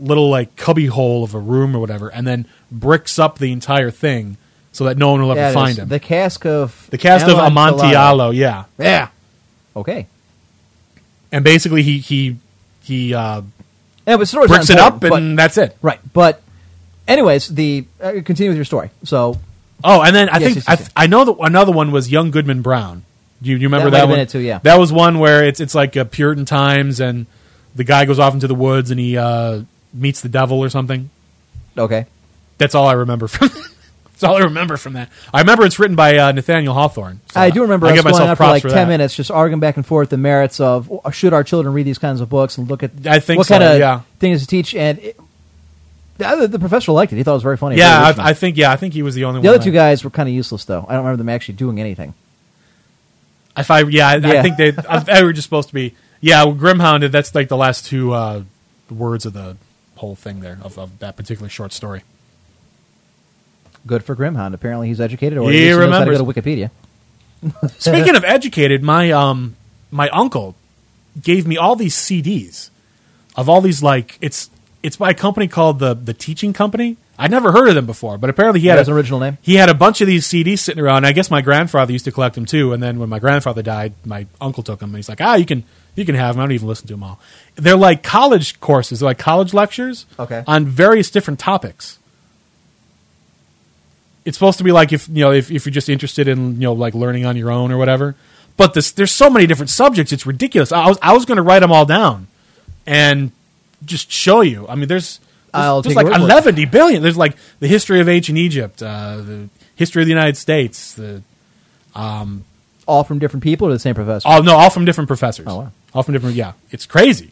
Speaker 6: little like cubby hole of a room or whatever, and then bricks up the entire thing so that no one will ever
Speaker 5: Yeah, it
Speaker 6: find
Speaker 5: is.
Speaker 6: him.
Speaker 5: The
Speaker 6: The,
Speaker 5: cask of
Speaker 6: cast of
Speaker 5: Amontillado.
Speaker 6: Amontillado, yeah,
Speaker 5: Yeah. Okay.
Speaker 6: and basically he he he uh,
Speaker 5: Yeah, but story's not
Speaker 6: bricks it up
Speaker 5: important,
Speaker 6: and that's it.
Speaker 5: but, right. But anyways, the uh, continue with your story. So
Speaker 6: Oh, and then I
Speaker 5: Yes,
Speaker 6: think
Speaker 5: yes,
Speaker 6: I,
Speaker 5: yes, yes.
Speaker 6: I know that another one was Young Goodman Brown. Do you, do you remember
Speaker 5: That might
Speaker 6: that,
Speaker 5: have been
Speaker 6: one?
Speaker 5: it too, yeah.
Speaker 6: that was one where it's it's like uh, Puritan times, and the guy goes off into the woods and he uh, meets the devil or something.
Speaker 5: okay.
Speaker 6: That's all I remember from. that's all I remember from that. I remember it's written by uh, Nathaniel Hawthorne. so
Speaker 5: I do remember
Speaker 6: I
Speaker 5: us
Speaker 6: give
Speaker 5: going
Speaker 6: myself
Speaker 5: on for
Speaker 6: props
Speaker 5: like
Speaker 6: for
Speaker 5: ten
Speaker 6: that.
Speaker 5: minutes, just arguing back and forth the merits of oh, should our children read these kinds of books and look at
Speaker 6: I think
Speaker 5: what
Speaker 6: so,
Speaker 5: kind of
Speaker 6: yeah.
Speaker 5: things to teach. And it, the, other- the professor liked it; he thought it was very funny. very
Speaker 6: Yeah,
Speaker 5: original.
Speaker 6: I, I think yeah, I think he was the only
Speaker 5: the
Speaker 6: one.
Speaker 5: other two
Speaker 6: that-
Speaker 5: guys were kind of useless, though. I don't remember them actually doing anything.
Speaker 6: If I yeah, I, I
Speaker 5: Yeah.
Speaker 6: think they I, they were just supposed to be yeah, Grimhounded. That's like the last two uh, words of the whole thing there of, of that particular short story.
Speaker 5: Good for Grimhound. Apparently, he's educated, or
Speaker 6: He
Speaker 5: he, knows how to
Speaker 6: remembers.
Speaker 5: go to Wikipedia.
Speaker 6: Speaking of educated, my um my uncle gave me all these CDs of all these like it's it's by a company called the the Teaching Company. I'd never heard of them before, but apparently he had
Speaker 5: That's
Speaker 6: a-
Speaker 5: an original name?
Speaker 6: He had a bunch of these CDs sitting around. I guess my grandfather used to collect them too. And then when my grandfather died, my uncle took them and he's like, ah, you can you can have them. I don't even listen to them all. They're like college courses, they're like college lectures,
Speaker 5: Okay.
Speaker 6: on various different topics it's supposed to be like if you know if, if you're just interested in you know like learning on your own or whatever but this, there's so many different subjects it's ridiculous i was, I was going to write them all down and just show you i mean there's there's,
Speaker 5: I'll
Speaker 6: there's
Speaker 5: take
Speaker 6: like
Speaker 5: your word for it.
Speaker 6: 11 billion there's like the history of ancient egypt uh, the history of the united states the
Speaker 5: All from different people or the same professor.
Speaker 6: all no all from different professors
Speaker 5: Oh, wow.
Speaker 6: all from different yeah it's crazy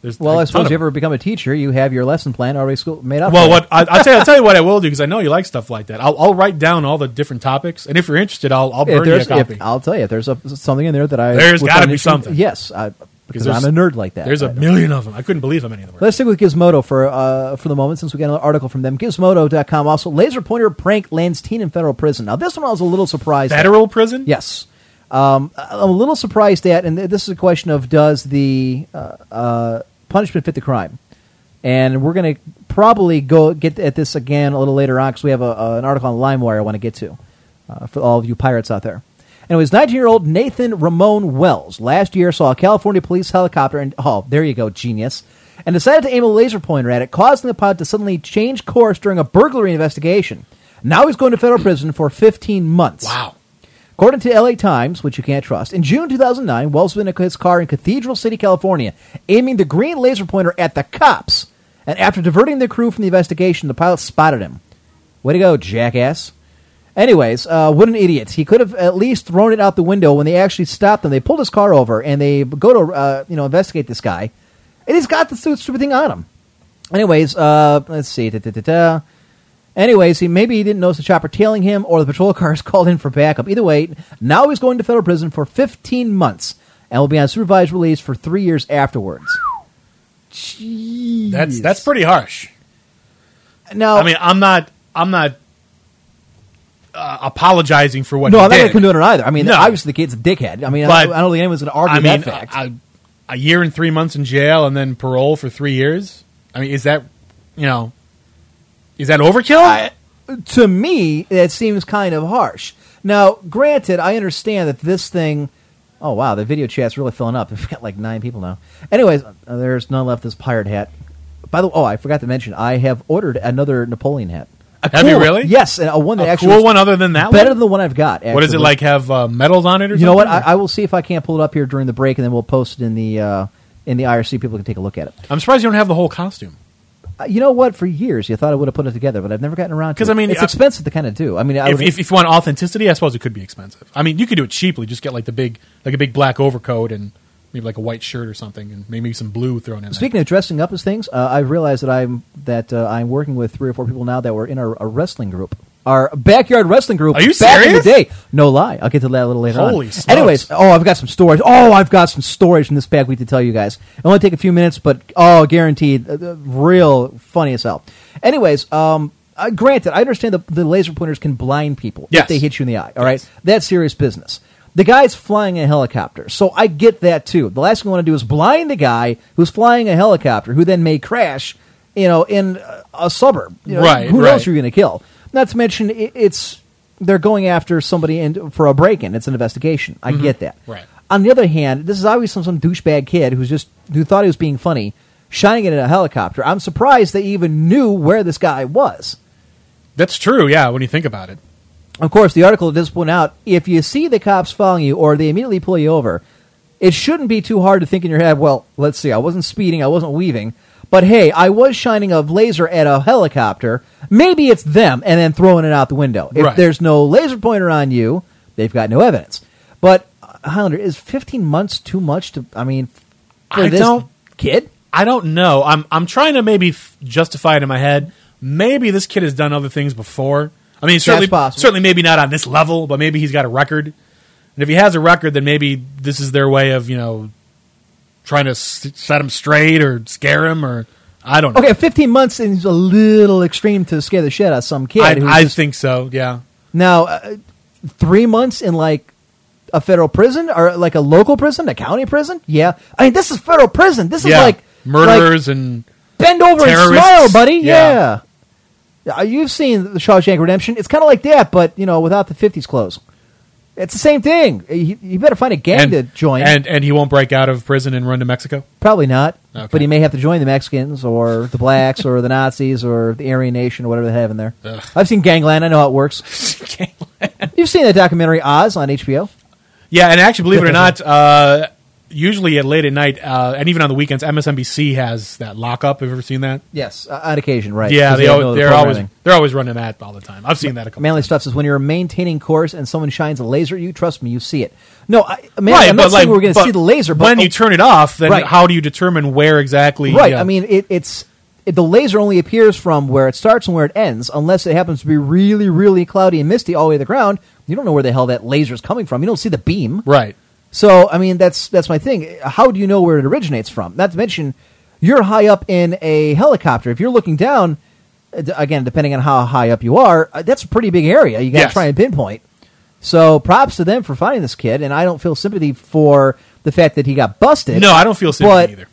Speaker 6: there's
Speaker 5: well,
Speaker 6: a
Speaker 5: I
Speaker 6: ton
Speaker 5: suppose
Speaker 6: of
Speaker 5: you
Speaker 6: them.
Speaker 5: ever become a teacher, you have your lesson plan already school made up. for
Speaker 6: Well,
Speaker 5: you.
Speaker 6: what I, I'll, tell you, I'll tell you what I will do because I know you like stuff like that. I'll, I'll write down all the different topics, and if you're interested, I'll, I'll
Speaker 5: If
Speaker 6: burn you a
Speaker 5: there's,
Speaker 6: copy.
Speaker 5: if, I'll tell you, if there's a, something in there that I
Speaker 6: There's
Speaker 5: would
Speaker 6: gotta
Speaker 5: find
Speaker 6: be
Speaker 5: interesting-
Speaker 6: something.
Speaker 5: Yes, I, because
Speaker 6: there's-
Speaker 5: I'm a nerd like that.
Speaker 6: There's
Speaker 5: I
Speaker 6: a
Speaker 5: don't-
Speaker 6: million of them. I couldn't believe how many of them were.
Speaker 5: Let's stick with Gizmodo for uh, for the moment since we got another article from them. Gizmodo.com also laser pointer prank lands teen in federal prison. Now this one I was a little surprised. at.
Speaker 6: Federal prison?
Speaker 5: Yes. Um, I- I'm a little surprised at, and th- this is a question of does the uh, uh, punishment fit the crime? And we're going to probably go get at this again a little later on because we have a, a- an article on LimeWire I want to get to uh, for all of you pirates out there. Anyways, 19 year old Nathan Ramon Wells last year saw a California police helicopter, and oh, there you go, genius, and decided to aim a laser pointer at it, causing the pod to suddenly change course during a burglary investigation. Now he's going to federal prison for 15 months.
Speaker 6: Wow.
Speaker 5: According to LA Times, which you can't trust, in June 2009, Wells was in his car in Cathedral City, California, aiming the green laser pointer at the cops. And after diverting the crew from the investigation, the pilot spotted him. Way to go, jackass. Anyways, uh, what an idiot. He could have at least thrown it out the window when they actually stopped him. They pulled his car over and they go to uh, you know investigate this guy. And he's got the stu- stupid thing on him. Anyways, uh, let's see. Da, da, da, da. Anyways, he maybe he didn't notice the chopper tailing him, or the patrol cars called in for backup. Either way, now he's going to federal prison for 15 months and will be on supervised release for three years afterwards. Jeez. Oh.
Speaker 6: That's that's pretty harsh.
Speaker 5: No,
Speaker 6: I mean, I'm not I'm not uh, apologizing for what.
Speaker 5: no,
Speaker 6: he
Speaker 5: I'm not going to
Speaker 6: did.
Speaker 5: condone it either. I mean,
Speaker 6: No.
Speaker 5: obviously the kid's a dickhead. I mean, I,
Speaker 6: But-
Speaker 5: don't, I don't think anyone's going to argue
Speaker 6: I mean,
Speaker 5: that fact.
Speaker 6: A, a, a year and three months in jail and then parole for three years. I mean, is that you know, is that overkill?
Speaker 5: to me, that seems kind of harsh. Now, granted, I understand that this thing. Oh wow, the video chat's really filling up. We've got like nine people now. Anyways, uh, there's none left. This pirate hat. By the way, oh, I forgot to mention, I have ordered another Napoleon hat.
Speaker 6: Have you
Speaker 5: Cool.
Speaker 6: really?
Speaker 5: Yes, and a one
Speaker 6: A
Speaker 5: that actually
Speaker 6: cool
Speaker 5: is
Speaker 6: one other than that.
Speaker 5: better than
Speaker 6: one?
Speaker 5: the one I've got. Actually.
Speaker 6: what is it like? Have uh, medals on it or
Speaker 5: You know what? I,
Speaker 6: something?
Speaker 5: I will see if I can't pull it up here during the break, and then we'll post it in the uh, in the IRC. People can take a look at it.
Speaker 6: I'm surprised you don't have the whole costume.
Speaker 5: Uh, you know what? For years, you thought I would have put it together, but I've never gotten around to.
Speaker 6: 'Cause,
Speaker 5: it.
Speaker 6: I mean,
Speaker 5: it's
Speaker 6: I-
Speaker 5: expensive to kind of do. I mean, I
Speaker 6: if,
Speaker 5: would,
Speaker 6: if, if you want authenticity, I suppose it could be expensive. I mean, you could do it cheaply. Just get like the big, like a big black overcoat and maybe like a white shirt or something, and maybe some blue thrown in.
Speaker 5: Speaking of dressing up as things, uh, I've realized that I'm that uh, I'm working with three or four people now that were in our, our wrestling group, our backyard wrestling group.
Speaker 6: Are you
Speaker 5: back in the
Speaker 6: serious?
Speaker 5: day? No lie. I'll get to that a little later on.
Speaker 6: Holy smokes.
Speaker 5: Anyways, oh, I've got some stories. Oh, I've got some stories from this back week to tell you guys. It'll only take a few minutes, but oh, guaranteed, uh, uh, real funny as hell. Anyways, um. Uh, granted, I understand the, the laser pointers can blind people if
Speaker 6: Yes.
Speaker 5: they hit you in the eye. All right, that's serious business. The guy's flying a helicopter, so I get that too. The last thing I want to do is blind the guy who's flying a helicopter, who then may crash, you know, in uh, a suburb. You know,
Speaker 6: Right,
Speaker 5: Who knows
Speaker 6: right.
Speaker 5: who you're going to kill? Not to mention, i it's they're going after somebody in, for a break-in. It's an investigation. I get that.
Speaker 6: Right.
Speaker 5: On the other hand, this is obviously some, some douchebag kid who's just who thought he was being funny, shining it in a helicopter. I'm surprised they even knew where this guy was.
Speaker 6: That's true. Yeah, when you think about it,
Speaker 5: Of course, the article does point out if you see the cops following you or they immediately pull you over, it shouldn't be too hard to think in your head, well, let's see, I wasn't speeding, I wasn't weaving, but hey, I was shining a laser at a helicopter. Maybe it's them and then throwing it out the window. If
Speaker 6: Right.
Speaker 5: there's no laser pointer on you, they've got no evidence. But uh, Highlander, is 15 months too much to, I mean, for
Speaker 6: I
Speaker 5: this
Speaker 6: don't-
Speaker 5: kid?
Speaker 6: I don't know. I'm I'm trying to maybe f- justify it in my head. Maybe this kid has done other things before. I mean, certainly,
Speaker 5: possible.
Speaker 6: certainly, maybe not on this level, but maybe he's got a record. And if he has a record, then maybe this is their way of you know trying to s- set him straight or scare him or I don't know.
Speaker 5: Okay, 15 months is a little extreme to scare the shit out of some kid.
Speaker 6: I,
Speaker 5: who's
Speaker 6: I
Speaker 5: just-
Speaker 6: think so. Yeah.
Speaker 5: Now, uh, three months in like a federal prison or like a local prison, a county prison. Yeah, I mean this is federal prison. This
Speaker 6: yeah.
Speaker 5: is like like,
Speaker 6: murderers and
Speaker 5: bend over and
Speaker 6: terrorists.
Speaker 5: smile, buddy. Yeah.
Speaker 6: Yeah.
Speaker 5: Uh, You've seen the Shawshank Redemption. It's kind of like that, but you know, without the '50s clothes. It's the same thing. You, you better find a gang
Speaker 6: and,
Speaker 5: to join.
Speaker 6: and and he won't break out of prison and run to Mexico.
Speaker 5: Probably not.
Speaker 6: Okay.
Speaker 5: But he may have to join the Mexicans or the blacks or the Nazis or the Aryan Nation or whatever they have in there. I've seen Gangland. I know how it works. You've seen that documentary Oz on HBO.
Speaker 6: Yeah, and actually, believe it or not, uh, usually at late at night uh, and even on the weekends, MSNBC has that lockup. Have you ever seen that?
Speaker 5: Yes, uh, on occasion, right?
Speaker 6: Yeah,
Speaker 5: 'Cause
Speaker 6: they
Speaker 5: know
Speaker 6: always,
Speaker 5: the
Speaker 6: they're always
Speaker 5: programming.
Speaker 6: they're always running that all the time. I've seen that a couple.
Speaker 5: Manly
Speaker 6: times.
Speaker 5: stuff says when you're maintaining course and someone shines a laser at you, trust me, you see it. No, I, man,
Speaker 6: right,
Speaker 5: I'm
Speaker 6: but
Speaker 5: not saying
Speaker 6: like,
Speaker 5: we're going to
Speaker 6: but
Speaker 5: see the laser, but
Speaker 6: when
Speaker 5: oh,
Speaker 6: you turn it off, then
Speaker 5: Right.
Speaker 6: how do you determine where exactly?
Speaker 5: right?
Speaker 6: yeah.
Speaker 5: I mean, it, it's it, the laser only appears from where it starts and where it ends, unless it happens to be really, really cloudy and misty all the way to the ground. You don't know where the hell that laser is coming from. You don't see the beam,
Speaker 6: right.
Speaker 5: So, I mean, that's that's my thing. How do you know where it originates from? Not to mention, you're high up in a helicopter. If you're looking down, uh, d- again, depending on how high up you are, uh, that's a pretty big area. You got to
Speaker 6: Yes.
Speaker 5: try and pinpoint. So, props to them for finding this kid. And I don't feel sympathy for the fact that he got busted.
Speaker 6: No, I don't feel sympathy
Speaker 5: But-
Speaker 6: either.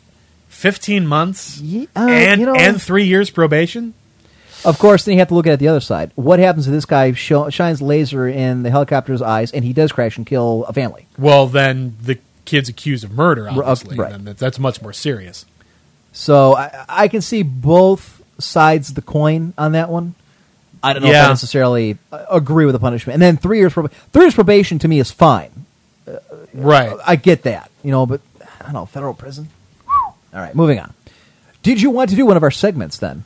Speaker 6: Fifteen months
Speaker 5: Ye- uh,
Speaker 6: and
Speaker 5: you know-
Speaker 6: and three years probation.
Speaker 5: Of course, then you have to look at it the other side. What happens if this guy sho- shines laser in the helicopter's eyes and he does crash and kill a family?
Speaker 6: Well, then the kid's accused of murder.
Speaker 5: up-
Speaker 6: Obviously,
Speaker 5: uh, right.
Speaker 6: then that- that's much more serious.
Speaker 5: So, I, I can see both sides of the coin on that one.
Speaker 6: I
Speaker 5: don't know if I necessarily uh, agree with the punishment. And then three years prob- three years probation to me is fine.
Speaker 6: right.
Speaker 5: I get that, you know, but I don't know federal prison. All right, moving on. Did you want to do one of our segments then?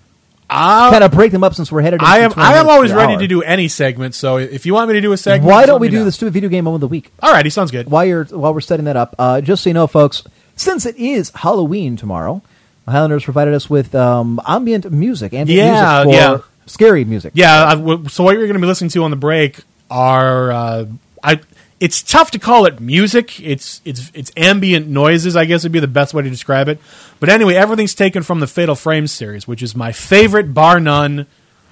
Speaker 5: kind of break them up since we're headed.
Speaker 6: Uh, I am
Speaker 5: into 20
Speaker 6: I am
Speaker 5: minutes
Speaker 6: always
Speaker 5: the
Speaker 6: ready
Speaker 5: hour.
Speaker 6: to do any segment. So if you want me to do a segment,
Speaker 5: Why
Speaker 6: just
Speaker 5: don't
Speaker 6: let
Speaker 5: we
Speaker 6: me
Speaker 5: do
Speaker 6: know.
Speaker 5: the stupid video game moment of the week?
Speaker 6: All righty, sounds good.
Speaker 5: While you're while we're setting that up, uh, just so you know, folks, since it is Halloween tomorrow, Highlanders provided us with um, ambient music, ambient
Speaker 6: Yeah,
Speaker 5: music for
Speaker 6: yeah.
Speaker 5: scary music.
Speaker 6: Yeah. I w so what you're going to be listening to on the break are uh, I it's tough to call it music. It's it's it's ambient noises, I guess would be the best way to describe it. But anyway, everything's taken from the Fatal Frames series, which is my favorite bar none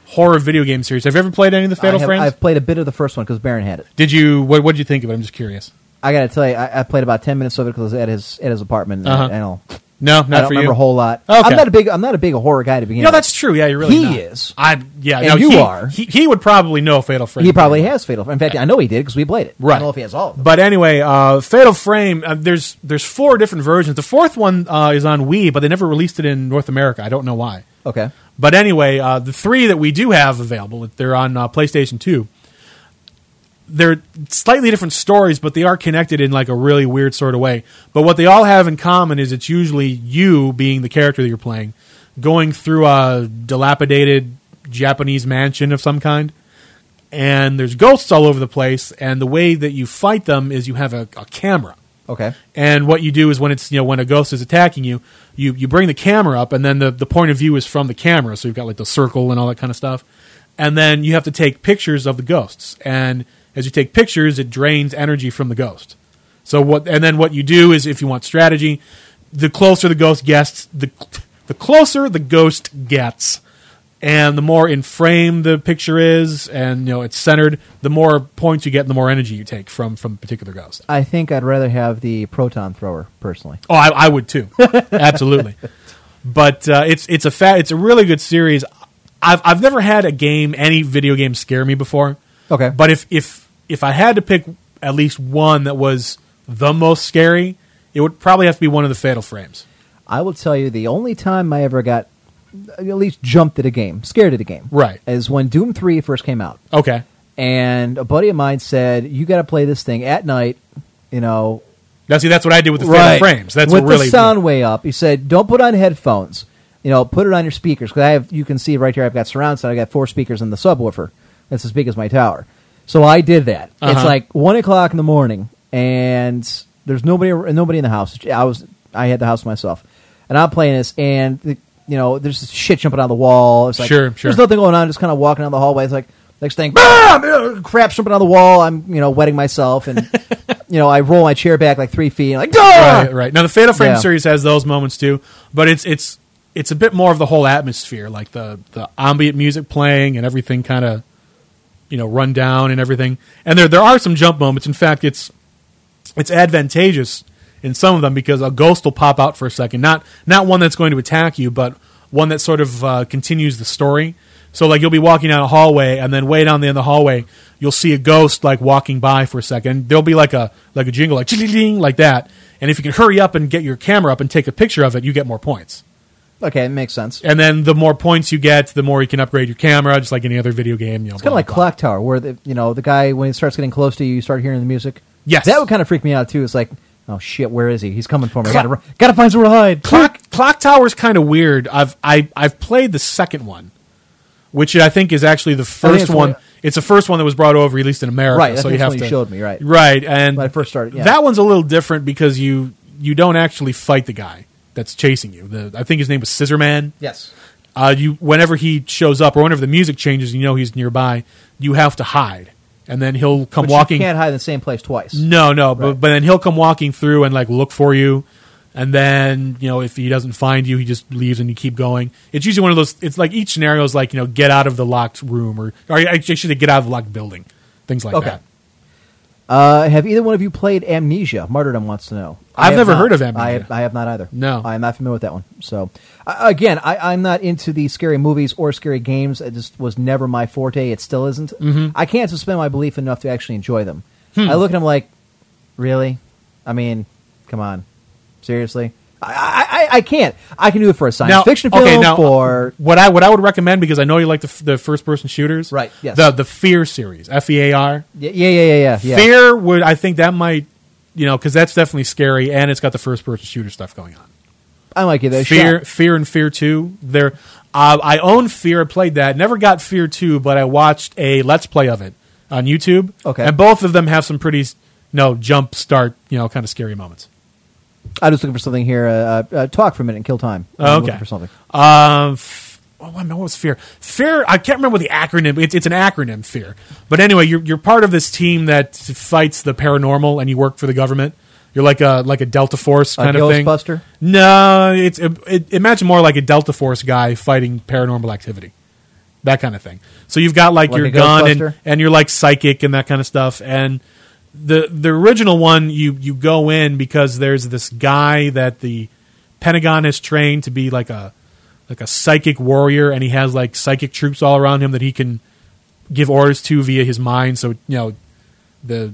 Speaker 6: horror video game series. Have you ever played any of the Fatal
Speaker 5: I have,
Speaker 6: Frames?
Speaker 5: I've played a bit of the first one because Baron had it.
Speaker 6: Did you what what did you think of it? I'm just curious.
Speaker 5: I got to tell you, I, I played about ten minutes of it because at his at his apartment, and-
Speaker 6: Uh-huh.
Speaker 5: and I'll,
Speaker 6: No, not
Speaker 5: I don't
Speaker 6: for
Speaker 5: remember a
Speaker 6: you.
Speaker 5: whole lot.
Speaker 6: Okay.
Speaker 5: I'm not a big I'm not a big horror guy to begin.
Speaker 6: No,
Speaker 5: with.
Speaker 6: that's true. Yeah, you're really
Speaker 5: He
Speaker 6: not.
Speaker 5: is.
Speaker 6: I yeah.
Speaker 5: And
Speaker 6: no,
Speaker 5: you
Speaker 6: he,
Speaker 5: are.
Speaker 6: He, he would probably know Fatal Frame.
Speaker 5: he probably has Fatal. Frame. In fact, I know he did because we played it.
Speaker 6: Right.
Speaker 5: I don't know if he has all of them.
Speaker 6: But anyway, uh, Fatal Frame. Uh, there's there's four different versions. The fourth one uh, is on Wii, but they never released it in North America. I don't know why.
Speaker 5: okay,
Speaker 6: But anyway, uh, the three that we do have available, they're on uh, PlayStation Two. They're slightly different stories, but they are connected in like a really weird sort of way. But what they all have in common is it's usually you being the character that you're playing, going through a dilapidated Japanese mansion of some kind and there's ghosts all over the place. And the way that you fight them is you have a, a camera.
Speaker 5: okay.
Speaker 6: And what you do is when it's you know when a ghost is attacking you, you you bring the camera up, and then the the point of view is from the camera. So you've got like the circle and all that kind of stuff. And then you have to take pictures of the ghosts. And as you take pictures, it drains energy from the ghost. So what? And then what you do is if you want strategy, the closer the ghost gets, the the closer the ghost gets. And the more in frame the picture is, and you know it's centered, the more points you get, and the more energy you take from from a particular ghost.
Speaker 5: I think I'd rather have the proton thrower personally.
Speaker 6: Oh, I, I would too, absolutely. But uh, it's it's a fa- it's a really good series. I've I've never had a game any video game scare me before.
Speaker 5: Okay.
Speaker 6: but if if if I had to pick at least one that was the most scary, it would probably have to be one of the Fatal Frames.
Speaker 5: I will tell you the only time I ever got at least jumped at a game, scared at a game,
Speaker 6: Right.
Speaker 5: is when Doom Three first came out.
Speaker 6: Okay,
Speaker 5: and a buddy of mine said, "You got to play this thing at night." You know,
Speaker 6: now see that's what I did with the Fatal Frames. That's
Speaker 5: with
Speaker 6: what really
Speaker 5: the sound way up. He said, "Don't put on headphones. You know, put it on your speakers because I have. You can see right here. I've got surround sound. I got four speakers in the subwoofer. That's as big as my tower. So I did that. It's
Speaker 6: Uh-huh.
Speaker 5: like one o'clock in the morning, and there's nobody nobody in the house. I was I had the house myself, and I'm playing this, and the, you know, there's this shit jumping on the wall. It's like
Speaker 6: Sure, sure.
Speaker 5: there's nothing going on. Just kind of walking down the hallway. It's like next thing, bam, uh, crap jumping on the wall. I'm you know wetting myself, and you know I roll my chair back like three feet, and like "Ah!"
Speaker 6: right, right. Now the Fatal Frame
Speaker 5: Yeah.
Speaker 6: series has those moments too, but it's it's it's a bit more of the whole atmosphere, like the the ambient music playing and everything kind of you know run down and everything. And there there are some jump moments. In fact, it's it's advantageous in some of them because a ghost will pop out for a second, not not one that's going to attack you, but one that sort of uh, continues the story. So like you'll be walking down a hallway, and then way down the end of the hallway, you'll see a ghost like walking by for a second. There'll be like a like a jingle like ding like that, and if you can hurry up and get your camera up and take a picture of it, you get more points.
Speaker 5: Okay, it makes sense.
Speaker 6: And then the more points you get, the more you can upgrade your camera, just like any other video game. You know,
Speaker 5: It's kind of like Clock Tower, where the you know the guy when he starts getting close to you, you start hearing the music.
Speaker 6: Yes.
Speaker 5: that would kind of freak me out too. It's like, oh shit, where is he? He's coming for me. Gotta, run- gotta find somewhere to hide.
Speaker 6: Clock Clock Tower's kind of weird. I've I I've played the second one, which I think is actually the first
Speaker 5: it's
Speaker 6: one.
Speaker 5: one-
Speaker 6: It's the first one that was brought over, at least in America.
Speaker 5: Right, I
Speaker 6: so
Speaker 5: think
Speaker 6: you
Speaker 5: it's
Speaker 6: have
Speaker 5: one
Speaker 6: to
Speaker 5: you showed me, right.
Speaker 6: right. And
Speaker 5: When I first started, yeah.
Speaker 6: that one's a little different because you you don't actually fight the guy that's chasing you. The, I think his name was Scissor Man.
Speaker 5: Yes.
Speaker 6: Uh, you whenever he shows up or whenever the music changes, and you know he's nearby. You have to hide, and then he'll come
Speaker 5: But
Speaker 6: walking.
Speaker 5: You can't hide in the same place twice.
Speaker 6: No, no, but
Speaker 5: Right.
Speaker 6: but then he'll come walking through and like look for you, and then you know if he doesn't find you, he just leaves and you keep going. It's usually one of those. It's like each scenario is like you know get out of the locked room or or actually actually get out of the locked building, things like
Speaker 5: Okay.
Speaker 6: that.
Speaker 5: Uh, have either one of you played Amnesia? Martyrdom wants to know. I
Speaker 6: I've
Speaker 5: have
Speaker 6: never
Speaker 5: not.
Speaker 6: heard of Amnesia.
Speaker 5: I have, I have not either.
Speaker 6: No.
Speaker 5: I am not familiar with that one. So, I, again, I, I'm not into the scary movies or scary games. It just was never my forte. It still isn't.
Speaker 6: Mm-hmm.
Speaker 5: I can't suspend my belief enough to actually enjoy them.
Speaker 6: Hmm.
Speaker 5: I look at them like, really? I mean, come on, seriously? I- I, I, I can't. I can do it for a science fiction film. for
Speaker 6: what I what I would recommend because I know you like the, f- the first person shooters,
Speaker 5: Right, yes.
Speaker 6: The the Fear series, F E A R.
Speaker 5: yeah, yeah, yeah, yeah, yeah.
Speaker 6: Fear would I think that might you know because that's definitely scary and it's got the first person shooter stuff going on.
Speaker 5: I might give that a
Speaker 6: Fear,
Speaker 5: shot.
Speaker 6: Fear, and Fear Two. There, uh, I own Fear. I played that. Never got Fear Two, but I watched a Let's Play of it on YouTube.
Speaker 5: Okay.
Speaker 6: and both of them have some pretty, s- you know, jump start, you know, kind of scary moments.
Speaker 5: I'm just looking for something here. Uh, uh, uh, talk for a minute and kill time. I'm
Speaker 6: Oh, Okay.
Speaker 5: looking for something.
Speaker 6: Um, f- oh, I remember what was fear. Fear. I can't remember the acronym. It's it's an acronym. Fear. But anyway, you're you're part of this team that fights the paranormal, and you work for the government. You're like a like a Delta Force
Speaker 5: A
Speaker 6: kind of thing.
Speaker 5: Ghostbuster?
Speaker 6: No, it's it, it, imagine more like a Delta Force guy fighting paranormal activity, that kind of thing. So you've got like,
Speaker 5: Like
Speaker 6: your
Speaker 5: a
Speaker 6: gun and
Speaker 5: Ghostbuster?
Speaker 6: and you're like psychic and that kind of stuff. And the the original one, you you go in because there's this guy that the Pentagon has trained to be like a like a psychic warrior, and he has like psychic troops all around him that he can give orders to via his mind. So you know the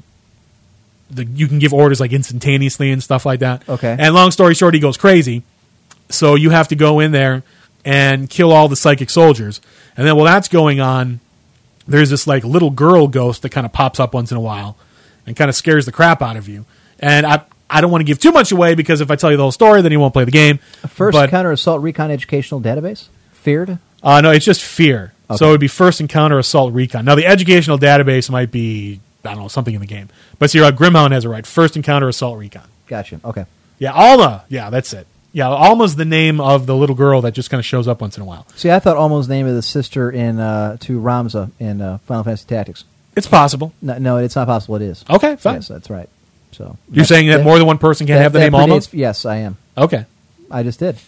Speaker 6: the you can give orders like instantaneously and stuff like that.
Speaker 5: Okay.
Speaker 6: And long story short, he goes crazy. So you have to go in there and kill all the psychic soldiers. And then while that's going on, there's this like little girl ghost that kind of pops up once in a while and kind of scares the crap out of you. And I I don't want to give too much away because if I tell you the whole story, then you won't play the game.
Speaker 5: First
Speaker 6: but,
Speaker 5: Encounter Assault Recon Educational Database? Feared?
Speaker 6: uh, no, it's just fear. So it would be first encounter assault recon. Now the educational database might be I don't know something in the game, but see, uh, Grimhound has it right. First encounter assault recon.
Speaker 5: Gotcha. Okay.
Speaker 6: Yeah, Alma. Yeah, that's it. Yeah, Alma's the name of the little girl that just kind of shows up once in a while.
Speaker 5: See, I thought Almo's name of the sister in uh, to Ramza in uh, Final Fantasy Tactics.
Speaker 6: It's possible.
Speaker 5: No, no, it's not possible. It is.
Speaker 6: Okay, fine.
Speaker 5: Yes, that's right. So
Speaker 6: You're saying that more than one person can
Speaker 5: that-
Speaker 6: have the
Speaker 5: that
Speaker 6: name
Speaker 5: predates-
Speaker 6: Alma.
Speaker 5: Yes, I am.
Speaker 6: Okay,
Speaker 5: I just did.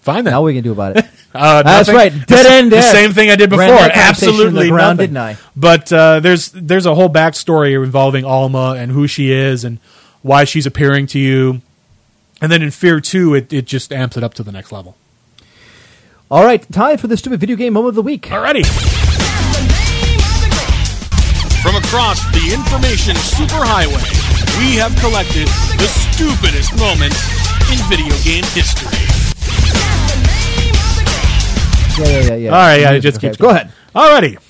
Speaker 6: fine then.
Speaker 5: now we can do about it.
Speaker 6: Uh,
Speaker 5: That's
Speaker 6: nothing.
Speaker 5: right.
Speaker 6: The
Speaker 5: Dead
Speaker 6: s-
Speaker 5: end
Speaker 6: The
Speaker 5: there.
Speaker 6: same thing I did before.
Speaker 5: Ran that conversation to the
Speaker 6: Absolutely
Speaker 5: ground,
Speaker 6: nothing.
Speaker 5: didn't I?
Speaker 6: But uh, there's there's a whole backstory involving Alma and who she is and why she's appearing to you. And then in Fear Two, it, it just amps it up to the next level.
Speaker 5: All right, time for the stupid video game moment of the week.
Speaker 6: Alrighty,
Speaker 7: From across the information superhighway, we have collected the stupidest moments in video game history.
Speaker 5: Yeah, yeah, yeah. yeah.
Speaker 6: all right, yeah,
Speaker 5: Music,
Speaker 6: it just
Speaker 5: okay.
Speaker 6: keeps
Speaker 5: Go
Speaker 6: going.
Speaker 5: ahead.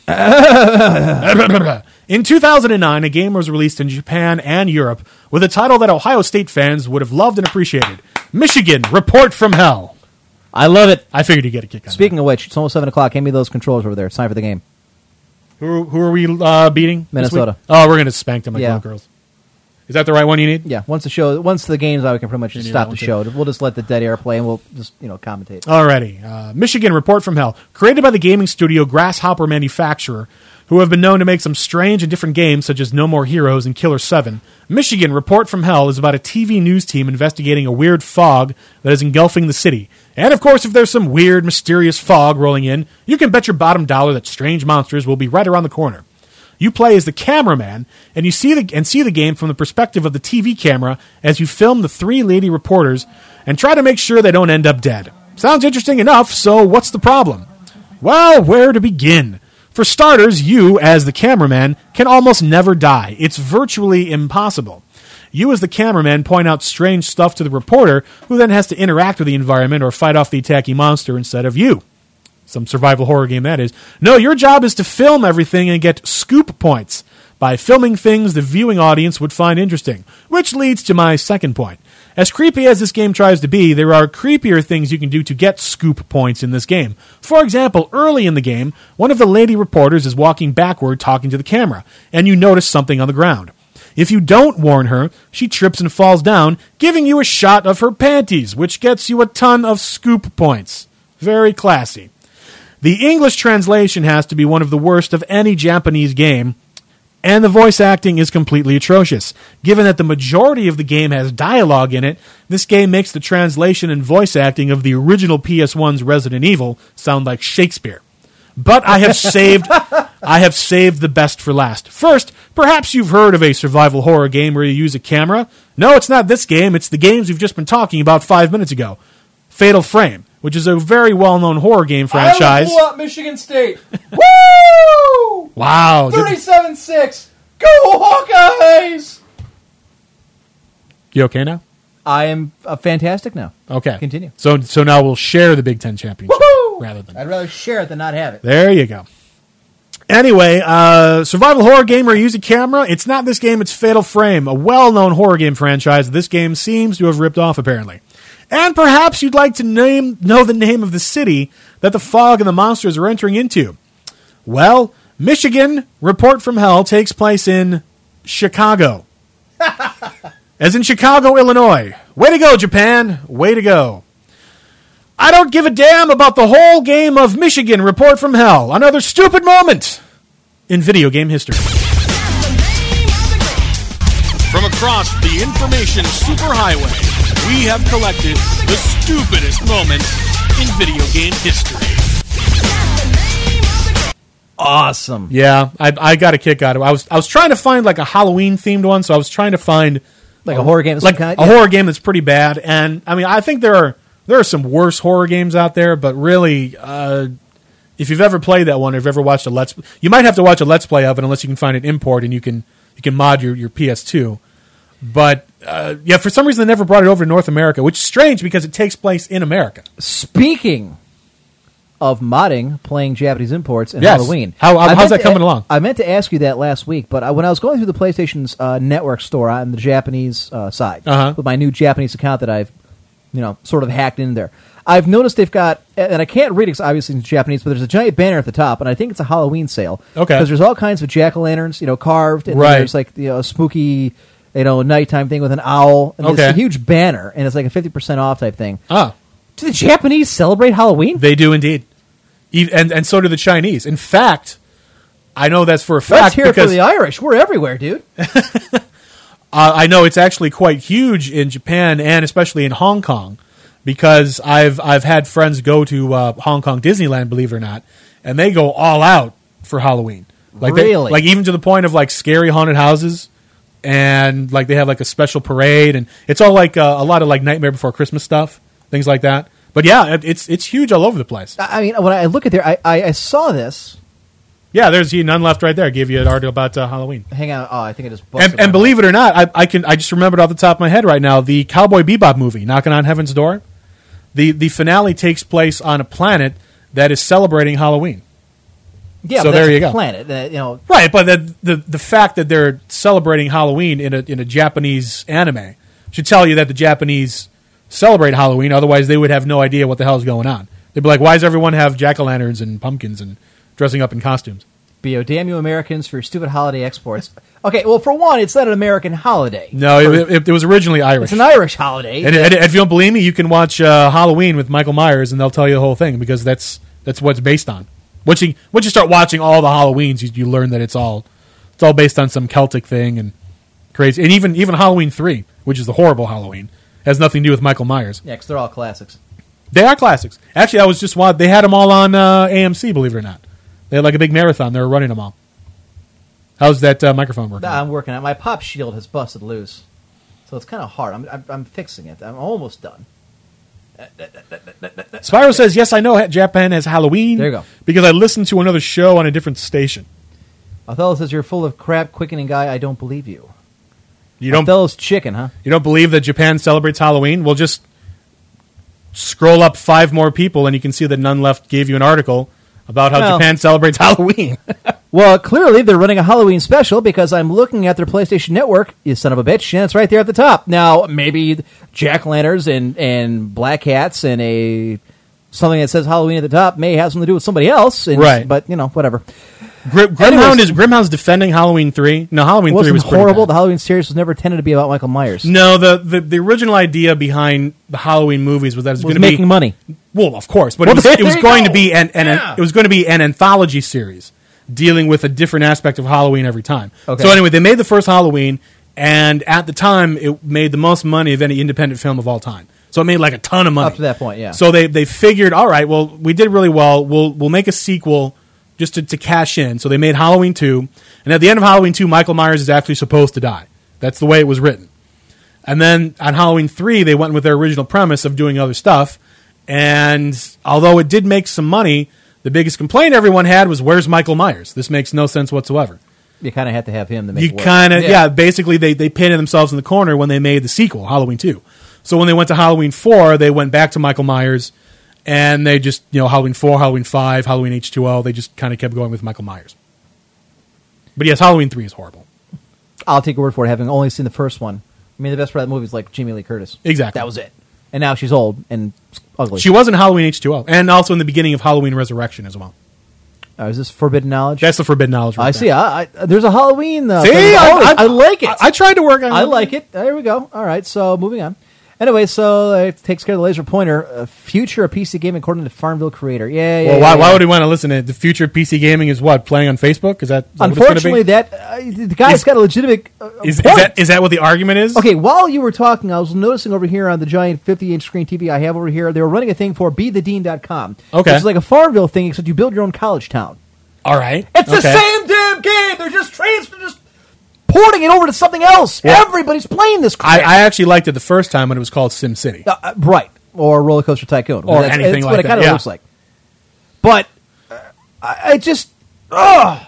Speaker 6: Alrighty. in 2009, a game was released in Japan and Europe with a title that Ohio State fans would have loved and appreciated: Michigan Report from Hell.
Speaker 5: I love it.
Speaker 6: I figured you'd get a kick out of that.
Speaker 5: Speaking of which, it's almost seven o'clock. Hand me those controllers over there. It's time for the game.
Speaker 6: Who, who are we uh, beating? this
Speaker 5: Minnesota.
Speaker 6: week? Oh, we're gonna spank them like
Speaker 5: Yeah.
Speaker 6: little girls. Is that the right one you need?
Speaker 5: Yeah, once the show, once the game's out, we can pretty much just
Speaker 6: need that
Speaker 5: stop the
Speaker 6: one,
Speaker 5: show. We'll just let the dead air play, and we'll just you know commentate.
Speaker 6: Alrighty. Uh, Michigan Report from Hell, created by the gaming studio Grasshopper Manufacturer, who have been known to make some strange and different games such as No More Heroes and Killer 7. Michigan Report from Hell is about a TV news team investigating a weird fog that is engulfing the city. And of course, if there's some weird, mysterious fog rolling in, you can bet your bottom dollar that strange monsters will be right around the corner. You play as the cameraman, and you see the and see the game from the perspective of the TV camera as you film the three lady reporters and try to make sure they don't end up dead. Sounds interesting enough. So what's the problem? Well, where to begin? For starters, you as the cameraman can almost never die. It's virtually impossible. You, as the cameraman, point out strange stuff to the reporter, who then has to interact with the environment or fight off the attacking monster instead of you some survival horror game that is. No, your job is to film everything and get scoop points by filming things the viewing audience would find interesting, which leads to my second point. As creepy as this game tries to be, there are creepier things you can do to get scoop points in this game. For example, early in the game, one of the lady reporters is walking backward talking to the camera, and you notice something on the ground. If you don't warn her, she trips and falls down, giving you a shot of her panties, which gets you a ton of scoop points. Very classy. The English translation has to be one of the worst of any Japanese game, and the voice acting is completely atrocious. Given that the majority of the game has dialogue in it, this game makes the translation and voice acting of the original PS1's Resident Evil sound like Shakespeare. But I have saved I have saved the best for last. First, perhaps you've heard of a survival horror game where you use a camera. No, it's not this game, it's the games we've just been talking about 5 minutes ago. Fatal Frame, which is a very well-known horror game franchise.
Speaker 5: up Michigan State. Woo!
Speaker 6: Wow. did-
Speaker 5: Thirty-seven six. Go Hawkeyes!
Speaker 6: you okay now?
Speaker 5: I am uh, fantastic now.
Speaker 6: Okay.
Speaker 5: Continue.
Speaker 6: So so now we'll share the Big Ten championship
Speaker 5: Woohoo!
Speaker 6: rather than
Speaker 5: I'd rather share it than not have it.
Speaker 6: there you go. Anyway, uh, survival horror game where you use a camera. It's not this game. It's Fatal Frame, a well-known horror game franchise. This game seems to have ripped off apparently. And perhaps you'd like to name know the name of the city that the fog and the monsters are entering into. Well, Michigan Report from Hell takes place in Chicago. As in Chicago, Illinois. Way to go, Japan. Way to go. I don't give a damn about the whole game of Michigan Report from Hell. Another stupid moment in video game history.
Speaker 7: From across the information superhighway, we have collected the stupidest moments in video game history.
Speaker 5: Awesome.
Speaker 6: Yeah, I, I got a kick out of it. I was I was trying to find like a Halloween themed one, so I was trying to find
Speaker 5: Like a horror game of some
Speaker 6: like
Speaker 5: kind?
Speaker 6: a
Speaker 5: Yeah.
Speaker 6: horror game that's pretty bad. And I mean, I think there are there are some worse horror games out there, but really, uh, if you've ever played that one, or if you've ever watched a let's, you might have to watch a let's play of it unless you can find an import and you can you can mod your your PS2. But uh, yeah, for some reason they never brought it over to North America, which is strange because it takes place in America.
Speaker 5: Speaking of modding, playing Japanese imports, and
Speaker 6: Yes.
Speaker 5: Halloween.
Speaker 6: How- how-
Speaker 5: I
Speaker 6: how's
Speaker 5: meant
Speaker 6: that
Speaker 5: to-
Speaker 6: coming along?
Speaker 5: I meant to ask you that last week, but I, when I was going through the PlayStation's uh, network store on the Japanese uh, side
Speaker 6: Uh-huh.
Speaker 5: with my new Japanese account that I've, you know, sort of hacked in there, I've noticed they've got, and I can't read it 'cause obviously it's Japanese, but there's a giant banner at the top, and I think it's a Halloween sale.
Speaker 6: Okay.
Speaker 5: Because there's all kinds of jack o' lanterns, you know, carved, and then
Speaker 6: Right.
Speaker 5: there's like you know, a spooky. You know, nighttime thing with an owl. And It's
Speaker 6: Okay.
Speaker 5: a huge banner, and it's like a fifty percent off type thing.
Speaker 6: Ah,
Speaker 5: Do the Japanese celebrate Halloween?
Speaker 6: They do indeed, E- and and so do the Chinese. In fact, I know that's for a fact
Speaker 5: Let's hear it for
Speaker 6: because
Speaker 5: the Irish. We're everywhere, dude.
Speaker 6: uh, I know it's actually quite huge in Japan and especially in Hong Kong, because I've I've had friends go to uh, Hong Kong Disneyland, believe it or not, and they go all out for Halloween. Like they-
Speaker 5: Really?
Speaker 6: like even to the point of like scary haunted houses, and like they have like a special parade, and it's all like uh, a lot of like Nightmare Before Christmas stuff, things like that. But yeah, it, it's it's huge all over the place.
Speaker 5: I I mean, when I look at there, I, I, I saw this.
Speaker 6: Yeah, there's you none left right there. I gave you an article about uh, Halloween.
Speaker 5: Hang on. Oh, I think I just busted
Speaker 6: And, and
Speaker 5: my-
Speaker 6: believe it or not, I, I can I just remembered off the top of my head right now the Cowboy Bebop movie, Knocking on Heaven's Door. The the finale takes place on a planet that is celebrating Halloween.
Speaker 5: Yeah,
Speaker 6: so
Speaker 5: but that's
Speaker 6: there
Speaker 5: a
Speaker 6: you go.
Speaker 5: Planet. that, you know,
Speaker 6: Right, but the the, the fact that they're celebrating Halloween in a in a Japanese anime should tell you that the Japanese celebrate Halloween. Otherwise, they would have no idea what the hell is going on. They'd be like, "Why does everyone have jack o' lanterns and pumpkins and dressing up in costumes?"
Speaker 5: bo damn you Americans for your stupid holiday exports. Okay, well, for one, it's not an American holiday.
Speaker 6: No, it, it, it was originally
Speaker 5: It's
Speaker 6: Irish.
Speaker 5: an Irish holiday.
Speaker 6: And, and- and if you don't believe me, you can watch uh, Halloween with Michael Myers, and they'll tell you the whole thing because that's that's what it's based on. Once you once you start watching all the Halloweens, you, you learn that it's all it's all based on some Celtic thing and crazy. And even even Halloween three, which is the horrible Halloween, has nothing to do with Michael Myers.
Speaker 5: yeah, 'cause they're all classics.
Speaker 6: They are classics. Actually, I was just wa- they had them all on uh, AMC. Believe it or not, they had like a big marathon. They were running them all. How's that uh, microphone working?
Speaker 5: Nah, I'm working on it. My pop shield has busted loose, so it's kind of hard. I'm, I'm, I'm fixing it. I'm almost done.
Speaker 6: Spyro says, "Yes, I know ha- Japan has Halloween.
Speaker 5: There you go.
Speaker 6: Because I listened to another show on a different station.
Speaker 5: Othello says you're full of crap, quickening guy. I don't believe you.
Speaker 6: You don't
Speaker 5: Othello's chicken, huh?
Speaker 6: You don't believe that Japan celebrates Halloween? Well, just scroll up five more people, and you can see that none left gave you an article about how
Speaker 5: Well-
Speaker 6: Japan celebrates Halloween.
Speaker 5: Well, clearly they're running a Halloween special because I'm looking at their PlayStation Network, you son of a bitch, and it's right there at the top. Now, maybe jack lanterns and, and black hats and a something that says Halloween at the top may have something to do with somebody else, and-
Speaker 6: Right.
Speaker 5: But you know, whatever.
Speaker 6: Grim, Grimhound
Speaker 5: Anyways-
Speaker 6: is Grimhound's defending Halloween three. No, Halloween
Speaker 5: It
Speaker 6: three
Speaker 5: wasn't
Speaker 6: was pretty
Speaker 5: horrible. The
Speaker 6: bad.
Speaker 5: Halloween series was never intended to be about Michael Myers.
Speaker 6: no, the, the the original idea behind the Halloween movies was that it was,
Speaker 5: It was
Speaker 6: going to
Speaker 5: making
Speaker 6: be
Speaker 5: money.
Speaker 6: Well, of course, but
Speaker 5: Well,
Speaker 6: it was,
Speaker 5: there
Speaker 6: it was
Speaker 5: you
Speaker 6: going to
Speaker 5: go.
Speaker 6: be an, an, an- it was going to be an anthology series dealing with a different aspect of Halloween every time.
Speaker 5: Okay.
Speaker 6: So anyway, they made the first Halloween, and at the time, it made the most money of any independent film of all time. So it made like a ton of money
Speaker 5: Up to that point, yeah.
Speaker 6: So they they figured, all right, well, we did really well. We'll we'll make a sequel just to, to cash in. So they made Halloween two, and at the end of Halloween two, Michael Myers is actually supposed to die. That's the way it was written. And then on Halloween 3, they went with their original premise of doing other stuff. And although it did make some money, the biggest complaint everyone had was, where's Michael Myers? This makes no sense whatsoever.
Speaker 5: You kind of had to have him to make
Speaker 6: You
Speaker 5: it work.
Speaker 6: kind of, yeah. basically they, they painted themselves in the corner when they made the sequel, Halloween 2. So when they went to Halloween 4, they went back to Michael Myers and they just, you know, Halloween 4, Halloween 5, Halloween H2O, they just kind of kept going with Michael Myers. But yes, Halloween 3 is horrible.
Speaker 5: I'll take your word for it, having only seen the first one. I mean, the best part of that movie is like Jamie Lee Curtis.
Speaker 6: Exactly.
Speaker 5: That was it. And now she's old and ugly.
Speaker 6: She was in Halloween H2O and also in the beginning of Halloween Resurrection as well.
Speaker 5: Uh, is this forbidden knowledge?
Speaker 6: That's the forbidden knowledge. right
Speaker 5: I
Speaker 6: there.
Speaker 5: see. I, I, there's a Halloween. Uh,
Speaker 6: See,
Speaker 5: thing.
Speaker 6: I-
Speaker 5: Oh,
Speaker 6: I-
Speaker 5: I like it.
Speaker 6: I, I tried to work on
Speaker 5: I like it. There we go. All right. So moving on. Anyway, so it takes care of the laser pointer. A future a PC game according to Farmville creator. Yeah, yeah.
Speaker 6: Well,
Speaker 5: yeah,
Speaker 6: why, why
Speaker 5: yeah.
Speaker 6: would he want to listen to it? The future of PC gaming is what? Playing on Facebook? Is that, is that what it's gonna be?
Speaker 5: Unfortunately, that uh, the guy's
Speaker 6: Is-
Speaker 5: got a legitimate. Uh,
Speaker 6: Is, is,
Speaker 5: point.
Speaker 6: that, is that what the argument is?
Speaker 5: Okay, while you were talking, I was noticing over here on the giant 50 inch screen TV I have over here, they were running a thing for bethedean.com.
Speaker 6: Okay.
Speaker 5: It's like a Farmville thing, except you build your own college town.
Speaker 6: All right.
Speaker 5: It's the
Speaker 6: Okay.
Speaker 5: same damn game! They're just trans- they're just porting it over to something else!
Speaker 6: Yeah.
Speaker 5: Everybody's playing this
Speaker 6: I,
Speaker 5: crap!
Speaker 6: I actually liked it the first time when it was called Sim City.
Speaker 5: Uh, uh, right. Or Roller Coaster Tycoon.
Speaker 6: Or
Speaker 5: that's,
Speaker 6: anything
Speaker 5: that's
Speaker 6: like
Speaker 5: what it
Speaker 6: that,
Speaker 5: kind of
Speaker 6: yeah.
Speaker 5: looks like. But uh, I, I just. Ugh!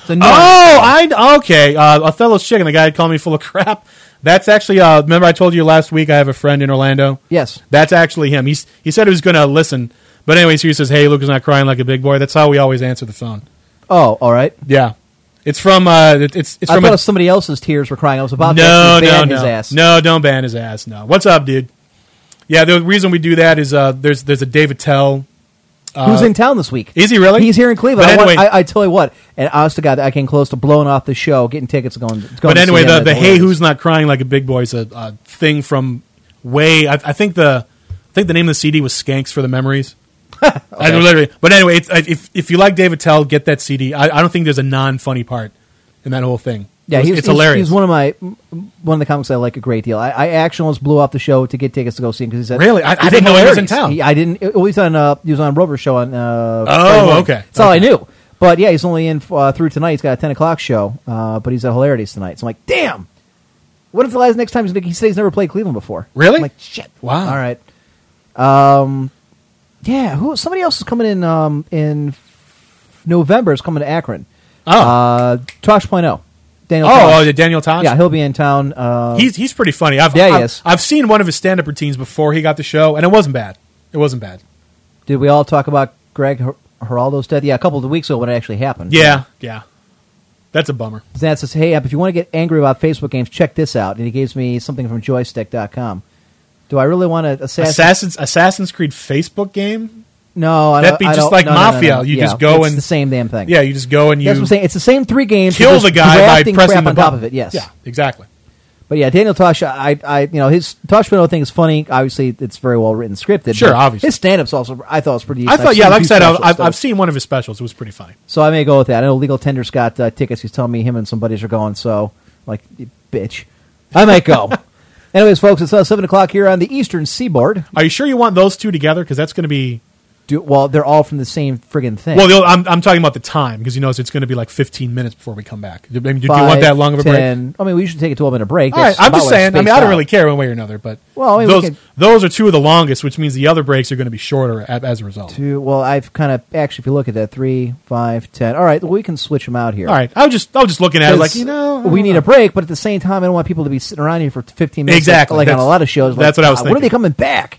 Speaker 5: It's annoying.
Speaker 6: Oh, I okay. Uh, Othello's chicken. The guy had called me full of crap. That's actually. Uh, remember, I told you last week. I have a friend in Orlando.
Speaker 5: Yes.
Speaker 6: that's actually him. He's he said he was going to listen, but anyways, he says, "Hey, Luke is not crying like a big boy." That's how we always answer the phone.
Speaker 5: Oh, all right.
Speaker 6: Yeah, it's from. Uh, it- it's it's
Speaker 5: I
Speaker 6: from.
Speaker 5: thought
Speaker 6: a-
Speaker 5: it was somebody else's tears were crying. I was about
Speaker 6: no,
Speaker 5: to
Speaker 6: no,
Speaker 5: ban
Speaker 6: no,
Speaker 5: his ass.
Speaker 6: no. Don't ban his ass. No. What's up, dude? Yeah, the reason we do that is uh, there's there's a David Tell.
Speaker 5: Who's in town this week?
Speaker 6: Is he really?
Speaker 5: He's here in Cleveland.
Speaker 6: But
Speaker 5: I, want-
Speaker 6: anyway-
Speaker 5: I, I tell you what, and honest to God, I came close to blowing off the show, getting tickets, going. going
Speaker 6: But
Speaker 5: to
Speaker 6: anyway,
Speaker 5: see him
Speaker 6: the,
Speaker 5: at
Speaker 6: the hey
Speaker 5: Orioles.
Speaker 6: who's not crying like a big boy is a, a thing from way. I, I think the I think the name of the CD was Skanks for the Memories. I literally. But anyway, it's, I- if if you like David Tell, get that CD. I, I don't think there's a non funny part in that whole thing.
Speaker 5: Yeah,
Speaker 6: It was-
Speaker 5: he's,
Speaker 6: it's
Speaker 5: he's-
Speaker 6: hilarious.
Speaker 5: He's one of my one of the comics I like a great deal. I, I actually almost blew off the show to get tickets to go see him because he said
Speaker 6: Really? I- I
Speaker 5: he's
Speaker 6: didn't know he was in
Speaker 5: hilarious.
Speaker 6: town. Oh,
Speaker 5: He- I didn't. Well, he's on. Uh, he was on Rover's show on. Uh, Friday morning.
Speaker 6: okay.
Speaker 5: That's all I knew. But yeah, he's only in uh, through tonight. He's got a ten o'clock show, uh, but he's at Hilarities tonight. So I'm like, damn. When's the last next time he's gonna, he said he's never played Cleveland before?
Speaker 6: Really?
Speaker 5: I'm like shit.
Speaker 6: Wow.
Speaker 5: All right. Um, yeah. Who? Somebody else is coming in. Um, in November is coming to Akron.
Speaker 6: oh,
Speaker 5: Uh, Tosh.0. Daniel. Tosh.
Speaker 6: oh, oh, Daniel Tosh.
Speaker 5: Yeah, he'll be in town. Uh,
Speaker 6: he's he's pretty funny. I've,
Speaker 5: Yeah, he
Speaker 6: I've,
Speaker 5: is.
Speaker 6: I've seen one of his stand up routines before he got the show, and it wasn't bad. It wasn't bad.
Speaker 5: did we all talk about Greg Her- Geraldo's death? Yeah, a couple of weeks ago when it actually happened.
Speaker 6: Yeah, yeah. That's a bummer.
Speaker 5: Zan says, hey, App, if you want to get angry about Facebook games, check this out. And he gives me something from joystick.com. Do I really want to assassin?
Speaker 6: Assassin's Assassin's Creed Facebook game.
Speaker 5: no, I
Speaker 6: That'd
Speaker 5: don't-
Speaker 6: be
Speaker 5: I
Speaker 6: just
Speaker 5: don't-
Speaker 6: like
Speaker 5: no, no, no, no,
Speaker 6: Mafia.
Speaker 5: no.
Speaker 6: You
Speaker 5: Yeah,
Speaker 6: just go
Speaker 5: it's
Speaker 6: and-
Speaker 5: the same damn thing.
Speaker 6: Yeah, you just go and you
Speaker 5: That's what I'm saying. It's the same three games.
Speaker 6: kill
Speaker 5: just
Speaker 6: the guy by
Speaker 5: grafting
Speaker 6: pressing
Speaker 5: crap
Speaker 6: the
Speaker 5: on top
Speaker 6: button.
Speaker 5: of it. Yes.
Speaker 6: Yeah, exactly.
Speaker 5: But yeah, Daniel Tosh, I, I, you know, his Tosh Pinot thing is funny. Obviously, it's very well written, scripted.
Speaker 6: Sure,
Speaker 5: but
Speaker 6: obviously.
Speaker 5: His stand-ups also, I thought was pretty.
Speaker 6: I
Speaker 5: I've
Speaker 6: thought,
Speaker 5: seen a
Speaker 6: yeah, like I
Speaker 5: few
Speaker 6: said, I've,
Speaker 5: specials,
Speaker 6: I've,
Speaker 5: so-
Speaker 6: I've seen one of his specials. It was pretty funny.
Speaker 5: So I may go with that. I know Legal Tender's got uh, tickets. He's telling me him and some buddies are going. So, like, you bitch, I might go. Anyways, folks, it's uh, seven o'clock here on the Eastern Seaboard.
Speaker 6: Are you sure you want those two together? Because that's going to be
Speaker 5: Do, well, they're all from the same friggin' thing.
Speaker 6: well. the- I'm, I'm talking about the time because you know it's going to be like 15 minutes before we come back. I mean, do, do you want
Speaker 5: Five,
Speaker 6: that long of a break?
Speaker 5: 10 I mean, we should take a twelve minute break.
Speaker 6: All right,
Speaker 5: That's
Speaker 6: I'm
Speaker 5: about
Speaker 6: just
Speaker 5: where it's
Speaker 6: saying. I mean,
Speaker 5: spaced
Speaker 6: I don't
Speaker 5: out.
Speaker 6: really care one way or another, but
Speaker 5: Well, I mean, we
Speaker 6: those
Speaker 5: could-
Speaker 6: those are two of the longest, which means the other breaks are going to be shorter a- as a result.
Speaker 5: Two, well, I've kind of actually, if you look at that, three, five, ten. All right, well, we can switch them out here.
Speaker 6: All right, I was just I was just looking at it like
Speaker 5: Because
Speaker 6: you know I
Speaker 5: we
Speaker 6: don't
Speaker 5: need
Speaker 6: know.
Speaker 5: a break, but at the same time, I don't want people to be sitting around here for 15 minutes.
Speaker 6: Exactly.
Speaker 5: like on a
Speaker 6: That's-
Speaker 5: lot of shows. like,
Speaker 6: that's what I was
Speaker 5: "Ah, When are they
Speaker 6: thinking."
Speaker 5: coming back?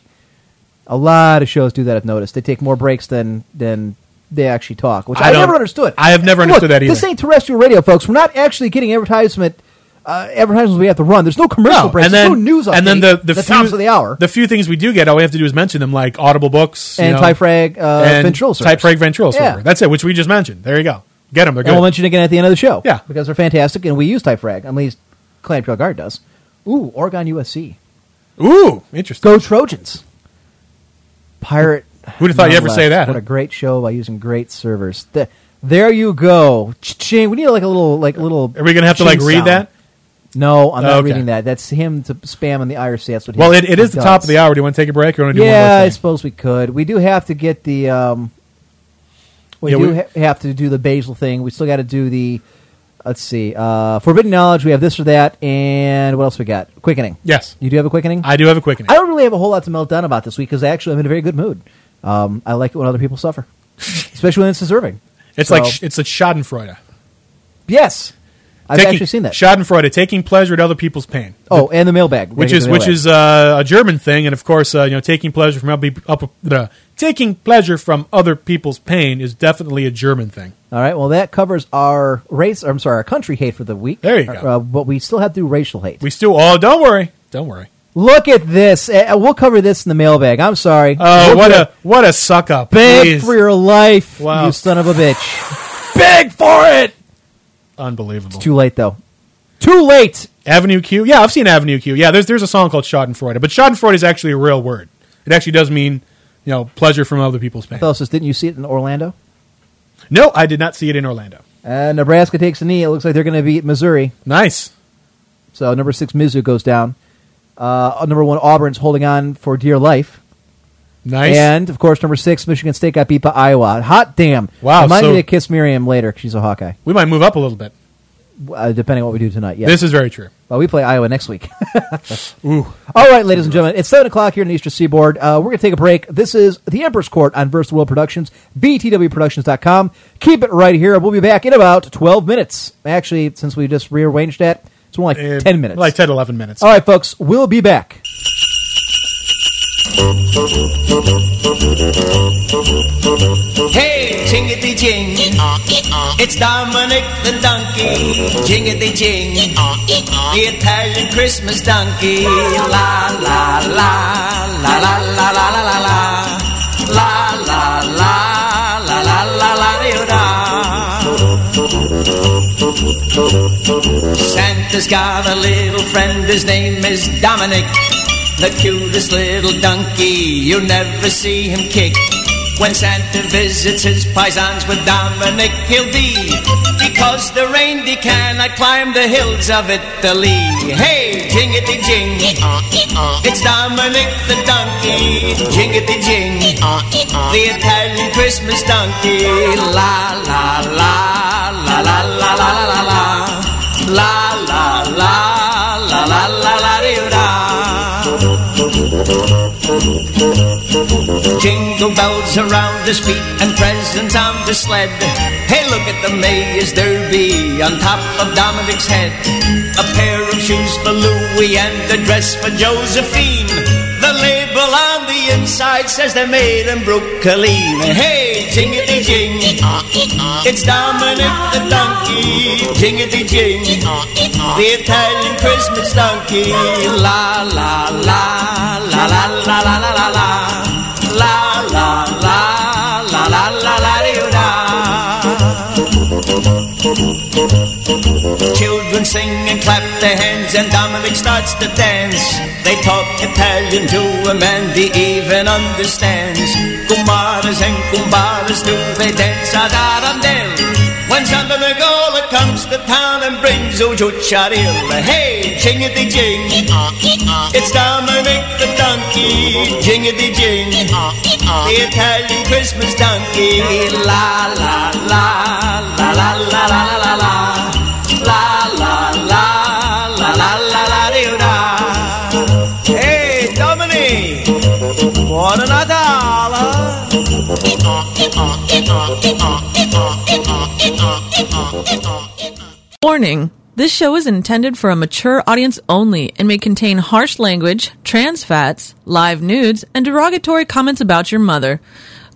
Speaker 5: A lot of shows do that. I've noticed they take more breaks than than they actually talk, which
Speaker 6: I
Speaker 5: I,
Speaker 6: don't-
Speaker 5: never understood.
Speaker 6: I have never
Speaker 5: Look,
Speaker 6: understood that
Speaker 5: This
Speaker 6: either.
Speaker 5: ain't terrestrial radio, folks. We're not actually getting advertisement. Uh, advertisements we have to run. There's no commercial
Speaker 6: No,
Speaker 5: breaks.
Speaker 6: and then
Speaker 5: There's no news.
Speaker 6: and then the
Speaker 5: update.
Speaker 6: the, few,
Speaker 5: times of the hour.
Speaker 6: The few things we do get, all we have to do is mention them, like Audible books you
Speaker 5: and
Speaker 6: know,
Speaker 5: Typefrag uh,
Speaker 6: and
Speaker 5: Ventrilo service.
Speaker 6: Typefrag Ventrilo
Speaker 5: Yeah.
Speaker 6: server. That's it, which we just mentioned. There you go. Get them. They're good.
Speaker 5: And we'll mention it again at the end of the show.
Speaker 6: Yeah.
Speaker 5: Because they're fantastic and we use Typefrag. At least Clan Imperial Guard does. Ooh, Oregon USC.
Speaker 6: Ooh, interesting.
Speaker 5: Go Trojans. Pirate.
Speaker 6: Who'd have thought you'd ever
Speaker 5: nonetheless.
Speaker 6: say that,
Speaker 5: What
Speaker 6: huh?
Speaker 5: a great show by using great servers. Th- there you go. Ching. We need like a little, like a little.
Speaker 6: Are we going to have to like
Speaker 5: ching
Speaker 6: read
Speaker 5: sound.
Speaker 6: that?
Speaker 5: No, I'm not
Speaker 6: Okay.
Speaker 5: reading that. That's him to spam on the IRC. That's what. He,
Speaker 6: Well, it, it
Speaker 5: he
Speaker 6: is the top
Speaker 5: does.
Speaker 6: of the hour. Do you want to take a break or want to do
Speaker 5: Yeah,
Speaker 6: one
Speaker 5: I
Speaker 6: more thing?
Speaker 5: suppose we could. We do have to get the. Um, we
Speaker 6: Yeah,
Speaker 5: do
Speaker 6: we-
Speaker 5: ha- have to do the basil thing. We still got to do the. Let's see. Uh, forbidden knowledge. We have this or that, and what else we got? Quickening.
Speaker 6: Yes.
Speaker 5: You do have a quickening.
Speaker 6: I do have a quickening.
Speaker 5: I don't really have a whole lot to melt down about this week because actually I'm in a very good mood. Um, I like it when other people suffer, especially when it's deserving.
Speaker 6: It's
Speaker 5: So-
Speaker 6: like sh- it's a Schadenfreude.
Speaker 5: yes, I've
Speaker 6: Taking-
Speaker 5: actually seen that.
Speaker 6: Schadenfreude, taking pleasure at other people's pain.
Speaker 5: oh, and the mailbag,
Speaker 6: which is which is uh, a German thing, and of course, uh, you know, taking pleasure from other peop- up, uh, taking pleasure from other people's pain is definitely a German thing.
Speaker 5: all right. Well, that covers our race. I'm sorry, our country hate for the week.
Speaker 6: There you go.
Speaker 5: Uh, but we still have to do racial hate.
Speaker 6: We still, oh, don't worry, don't worry.
Speaker 5: Look at this. Uh, we'll cover this in the mailbag. I'm sorry.
Speaker 6: Oh,
Speaker 5: Look
Speaker 6: what
Speaker 5: at
Speaker 6: a what a suck up!
Speaker 5: beg
Speaker 6: Please.
Speaker 5: for your life,
Speaker 6: Wow.
Speaker 5: you son of a bitch.
Speaker 6: beg for it. Unbelievable.
Speaker 5: Too late though. Too late.
Speaker 6: Avenue Q. Yeah, I've seen Avenue Q. Yeah, there's there's a song called Schadenfreude, but Schadenfreude is actually a real word. It actually does mean you know pleasure from other people's pain.
Speaker 5: Fellas, didn't you see it in Orlando?
Speaker 6: No, I did not see it in Orlando.
Speaker 5: Uh, Nebraska takes a knee. It looks like they're going to beat Missouri.
Speaker 6: Nice.
Speaker 5: So number six Mizzou goes down. Uh, number one Auburn's holding on for dear life.
Speaker 6: Nice.
Speaker 5: And of course, number six Michigan State got beat by Iowa. Hot damn!
Speaker 6: Wow,
Speaker 5: Remind
Speaker 6: so-
Speaker 5: me to kiss Miriam later. 'cause She's a Hawkeye.
Speaker 6: we might move up a little bit.
Speaker 5: Uh, depending on what we do tonight. Yeah.
Speaker 6: This is very true.
Speaker 5: Well, we play Iowa next week. All right, ladies and gentlemen, it's 7 o'clock here in the Eastern Seaboard. Uh, we're going to take a break. This is The Emperor's Court on Versus the World Productions, btwproductions.com. Keep it right here. We'll be back in about 12 minutes. Actually, since we just rearranged that, it's more like
Speaker 6: Uh,
Speaker 5: 10 minutes.
Speaker 6: Like 10, 11 minutes.
Speaker 5: All right, folks, we'll be back.
Speaker 8: Hey, jingity jing. It's Dominic the donkey. Jingity jing. The Italian Christmas donkey. La la la la la la la la la la la la la la la la la la Santa's got a little friend, his name is Dominic. The cutest little donkey, you'll never see him kick. When Santa visits his paisans with Dominic, he'll be. Because the reindeer cannot climb the hills of Italy. Hey, jingity jing. It's Dominic the donkey. Jingity jing. The Italian Christmas donkey. La la la la la la la la la la. La la la la la la la dee, da. Jingle bells around his feet and presents on the sled. Hey, look at the Mayor's Derby on top of Dominic's head. A pair of shoes for Louis and a dress for Josephine. The label on the inside says they're made in Brooklyn. Hey, jingity jing. It's Dominic the donkey. Jingity jing. The Italian Christmas donkey. La la la la la la la la la la la la la la la la la dee, da. Children sing and clap their hands, and Dominic starts to dance. They talk Italian to him, and he even understands. Kumaras and kumbaras do they dance ad arandel. When Santa Nicola comes to town and brings Ujucharil, hey, chingity jing, it's Dominic the donkey, jingity jing, the Italian Christmas donkey, la la la la la la la la la la. La la la la la la la dee, da. Hey, Dominic! Buona Natale!
Speaker 2: Warning. This show is intended for a mature audience only and may contain harsh language, trans fats, live nudes, and derogatory comments about your mother.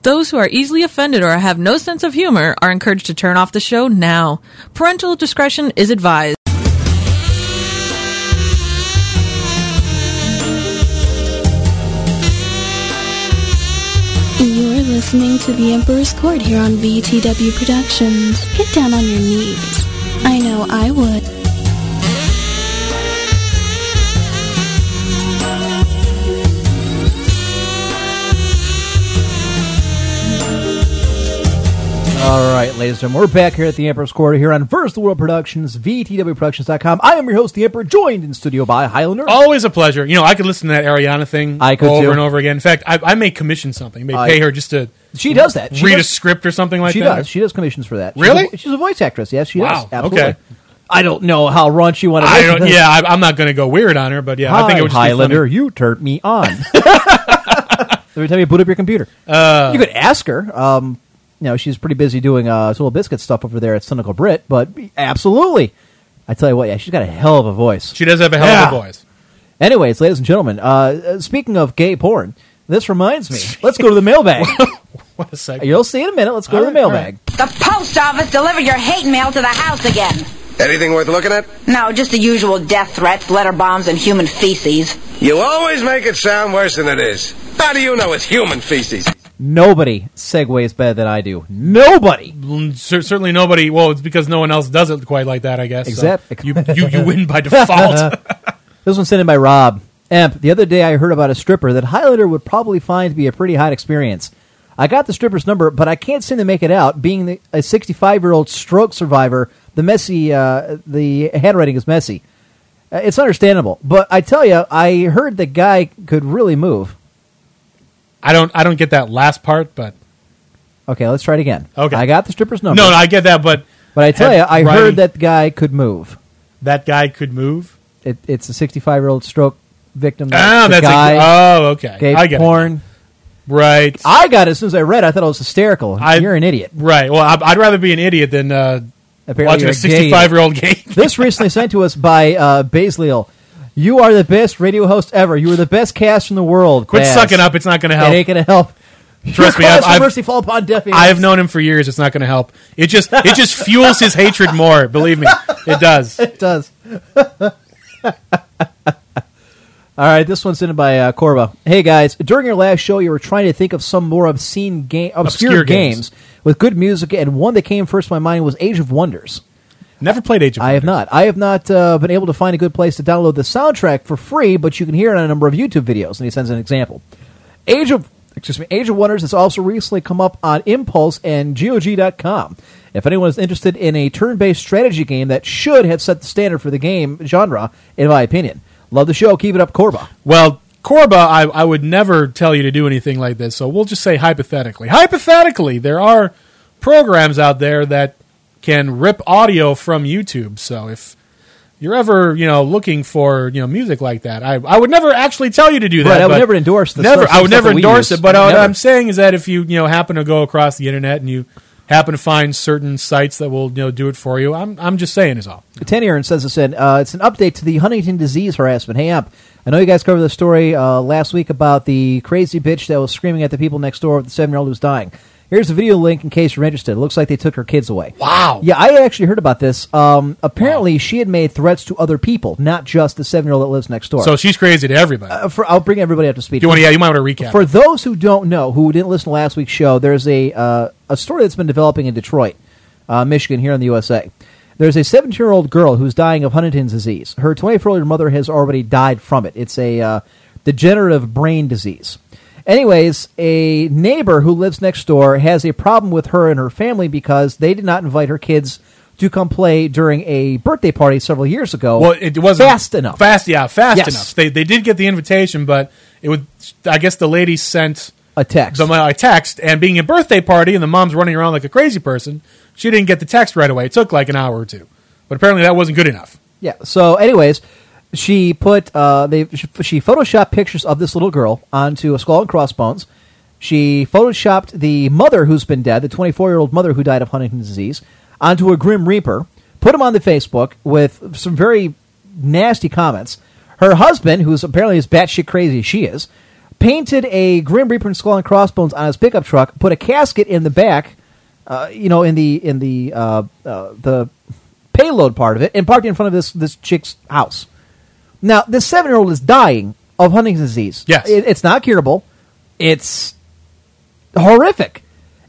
Speaker 2: Those who are easily offended or have no sense of humor are encouraged to turn off the show now. Parental discretion is advised.
Speaker 9: You're listening to The Emperor's Court here on VTW Productions. Get down on your knees. I know I would.
Speaker 5: All right, ladies and gentlemen, we're back here at the Emperor's Quarter here on Versus the World Productions, VTWProductions.com. I am your host, the Emperor, joined in studio by Highlander.
Speaker 6: Always a pleasure. You know, I could listen to that Ariana thing
Speaker 5: I could
Speaker 6: over
Speaker 5: too.
Speaker 6: and over again. In fact, I, I may commission something. May
Speaker 5: I-
Speaker 6: pay her just to
Speaker 5: she does that. She
Speaker 6: read
Speaker 5: does,
Speaker 6: a script or something like
Speaker 5: She
Speaker 6: that.
Speaker 5: does. She does commissions for that. She's
Speaker 6: Really?
Speaker 5: a- she's a voice actress. Yes, she
Speaker 6: Wow,
Speaker 5: does. Absolutely.
Speaker 6: okay.
Speaker 5: I don't know how raunchy you want to.
Speaker 6: I don't. Yeah, I, I'm not going to go weird on her, but yeah, I think it would just
Speaker 5: Highlander,
Speaker 6: Be
Speaker 5: you turned me on. Every time you boot up your computer, uh, you could ask her. Um, you know, she's pretty busy doing uh, Soul Biscuit stuff over there at Cynical Brit, but absolutely. I tell you what, yeah, she's got a hell of a voice.
Speaker 6: funny. She does have a hell of a
Speaker 5: Yeah.
Speaker 6: voice.
Speaker 5: Anyways, ladies and gentlemen, uh, uh, speaking of gay porn, this reminds me. let's go to the mailbag.
Speaker 6: What a second.
Speaker 5: You'll see in a minute. Let's go
Speaker 6: All
Speaker 5: to the
Speaker 6: right, all
Speaker 5: mailbag.
Speaker 10: The post office delivered your hate mail to the house again.
Speaker 4: Anything worth looking at?
Speaker 10: No, just the usual death threats, letter bombs, and human feces.
Speaker 4: You always make it sound worse than it is. How do you know it's human feces?
Speaker 5: Nobody segues better than I do. Nobody.
Speaker 6: L- cer- certainly nobody. Well, it's because no one else does it quite like that, I guess. so
Speaker 5: Exact-
Speaker 6: you, you you win by default.
Speaker 5: This one's sent in by Rob. Emp, the other day I heard about a stripper that Highlander would probably find to be a pretty hot experience. I got the stripper's number, but I can't seem to make it out. Being the, a 65 year old stroke survivor, the messy, uh, the handwriting is messy. Uh, It's understandable, but I tell you, I heard the guy could really move.
Speaker 6: I don't I don't get that last part, but
Speaker 5: Okay, let's try it again.
Speaker 6: Okay.
Speaker 5: I got the stripper's number.
Speaker 6: no, no, I get that. But
Speaker 5: but I tell
Speaker 6: had
Speaker 5: you, I
Speaker 6: writing-
Speaker 5: heard that guy could move.
Speaker 6: that guy could move.
Speaker 5: It, it's a 65 year old stroke victim.
Speaker 6: Ah,
Speaker 5: the
Speaker 6: that's
Speaker 5: guy.
Speaker 6: a, oh okay.
Speaker 5: gay
Speaker 6: I get it.
Speaker 5: porn.
Speaker 6: Right,
Speaker 5: I got it as soon as I read. it, I thought it was hysterical.
Speaker 6: I-
Speaker 5: You're an idiot.
Speaker 6: right. Well, I, I'd rather be an idiot than uh,
Speaker 5: Apparently
Speaker 6: watching
Speaker 5: you're
Speaker 6: a sixty-five-year-old gay.
Speaker 5: gay. this recently sent to us by uh, Basleal. You are the best radio host ever. You are the best cast in the world.
Speaker 6: Quit
Speaker 5: Baz.
Speaker 6: sucking up. It's not going to
Speaker 5: It
Speaker 6: help.
Speaker 5: ain't gonna help.
Speaker 6: Trust me,
Speaker 5: Your
Speaker 6: I've,
Speaker 5: calls for
Speaker 6: I've,
Speaker 5: mercy fall upon deaf ears.
Speaker 6: I've known him for years. It's not going to help. It just it just fuels his hatred more. Believe me, it does.
Speaker 5: It does. All right, this one's in by uh, Corba. Hey guys, during your last show, you were trying to think of some more obscene game, obscure,
Speaker 6: Obscure
Speaker 5: games.
Speaker 6: games.
Speaker 5: with good music, and one that came first to my mind was Age of Wonders.
Speaker 6: Never played Age of.
Speaker 5: I have not. I have not uh, been able to find a good place to download the soundtrack for free, but you can hear it on a number of YouTube videos. And he sends an example. Age of excuse me, Age of Wonders has also recently come up on Impulse and GOG.com. If anyone is interested in a turn-based strategy game that should have set the standard for the game genre, in my opinion, love the show. Keep it up, Corba.
Speaker 6: Well, Corba, I, I would never tell you to do anything like this, so we'll just say hypothetically. Hypothetically, there are programs out there that can rip audio from YouTube. So if you're ever, you know, looking for, you know, music like that, I, I would never actually tell you to do that.
Speaker 5: Right, I would
Speaker 6: but-
Speaker 5: never endorse the
Speaker 6: Never,
Speaker 5: stuff-
Speaker 6: I would
Speaker 5: stuff
Speaker 6: never
Speaker 5: that we
Speaker 6: endorse
Speaker 5: use.
Speaker 6: it, but what
Speaker 5: Never.
Speaker 6: I'm saying is that if you, you know, happen to go across the internet and you happen to find certain sites that will, you know, do it for you, I'm, I'm just saying is all.
Speaker 5: Ten Aaron says this in, uh, it's an update to the Huntington disease harassment. Hey, Amp, I know you guys covered the story uh, last week about the crazy bitch that was screaming at the people next door with the seven year old who's dying. Here's a video link in case you're interested. It looks like they took her kids away.
Speaker 6: Wow.
Speaker 5: Yeah, I actually heard about this. Um, apparently, she had made threats to other people, not just the seven year old that lives next door.
Speaker 6: So she's crazy to everybody.
Speaker 5: Uh, for, I'll bring everybody up to speed.
Speaker 6: do you want to, yeah, you might want to recap.
Speaker 5: For those who don't know, who didn't listen to last week's show, there's a uh, a story that's been developing in Detroit, uh, Michigan, here in the USA. There's a 17 year old girl who's dying of Huntington's disease. Her 24 year old mother has already died from it. It's a uh, degenerative brain disease. Anyways, a neighbor who lives next door has a problem with her and her family because they did not invite her kids to come play during a birthday party several years ago.
Speaker 6: Well, it wasn't
Speaker 5: fast enough.
Speaker 6: Fast, yeah, fast
Speaker 5: Yes.
Speaker 6: enough. They they did get the invitation, but it would. I guess the lady sent
Speaker 5: a text.
Speaker 6: the a text, and being a birthday party, and the mom's running around like a crazy person. She didn't get the text right away. It took like an hour or two, but apparently that wasn't good enough.
Speaker 5: Yeah. So, anyways, she put uh, they she, she photoshopped pictures of this little girl onto a skull and crossbones. She photoshopped the mother who's been dead, the 24 year old mother who died of Huntington's disease, onto a grim reaper. Put him on the Facebook with some very nasty comments. Her husband, who's apparently as batshit crazy as she is, painted a grim reaper and skull and crossbones on his pickup truck. Put a casket in the back, uh, you know, in the in the uh, uh, the payload part of it and parked in front of this this chick's house. Now, this seven year old is dying of Huntington's disease.
Speaker 6: Yes.
Speaker 5: It- it's not curable. It's horrific.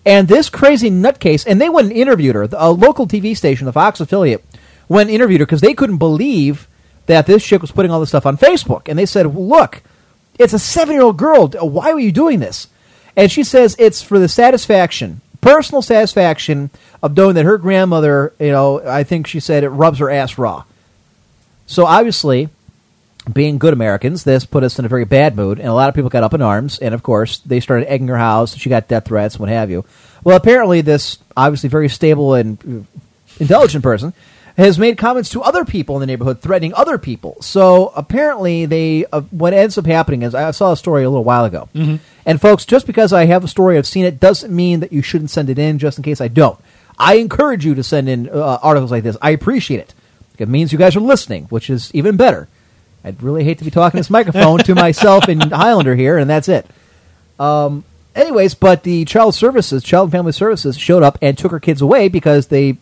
Speaker 5: And this crazy nutcase, and they went and interviewed her. A local TV station, the Fox affiliate, went and interviewed her because they couldn't believe that this chick was putting all this stuff on Facebook. And they said, "Look, it's a seven-year-old girl. Why were you doing this?" And she says it's for the satisfaction, personal satisfaction of knowing that her grandmother, you know, I think she said it rubs her ass raw. So obviously, being good Americans, this put us in a very bad mood, and a lot of people got up in arms. And of course, they started egging her house. She got death threats, what have you. Well, apparently, this obviously very stable and uh, intelligent person has made comments to other people in the neighborhood, threatening other people. So apparently, they uh, what ends up happening is I saw a story a little while ago. And folks, just because I have a story, I've seen it, doesn't mean that you shouldn't send it in. Just in case I don't, I encourage you to send in uh, articles like this. I appreciate it. It means you guys are listening, which is even better. I'd really hate to be talking this microphone to myself and Highlander here, and that's it. Um, anyways, but the child services, child and family services, showed up and took her kids away because they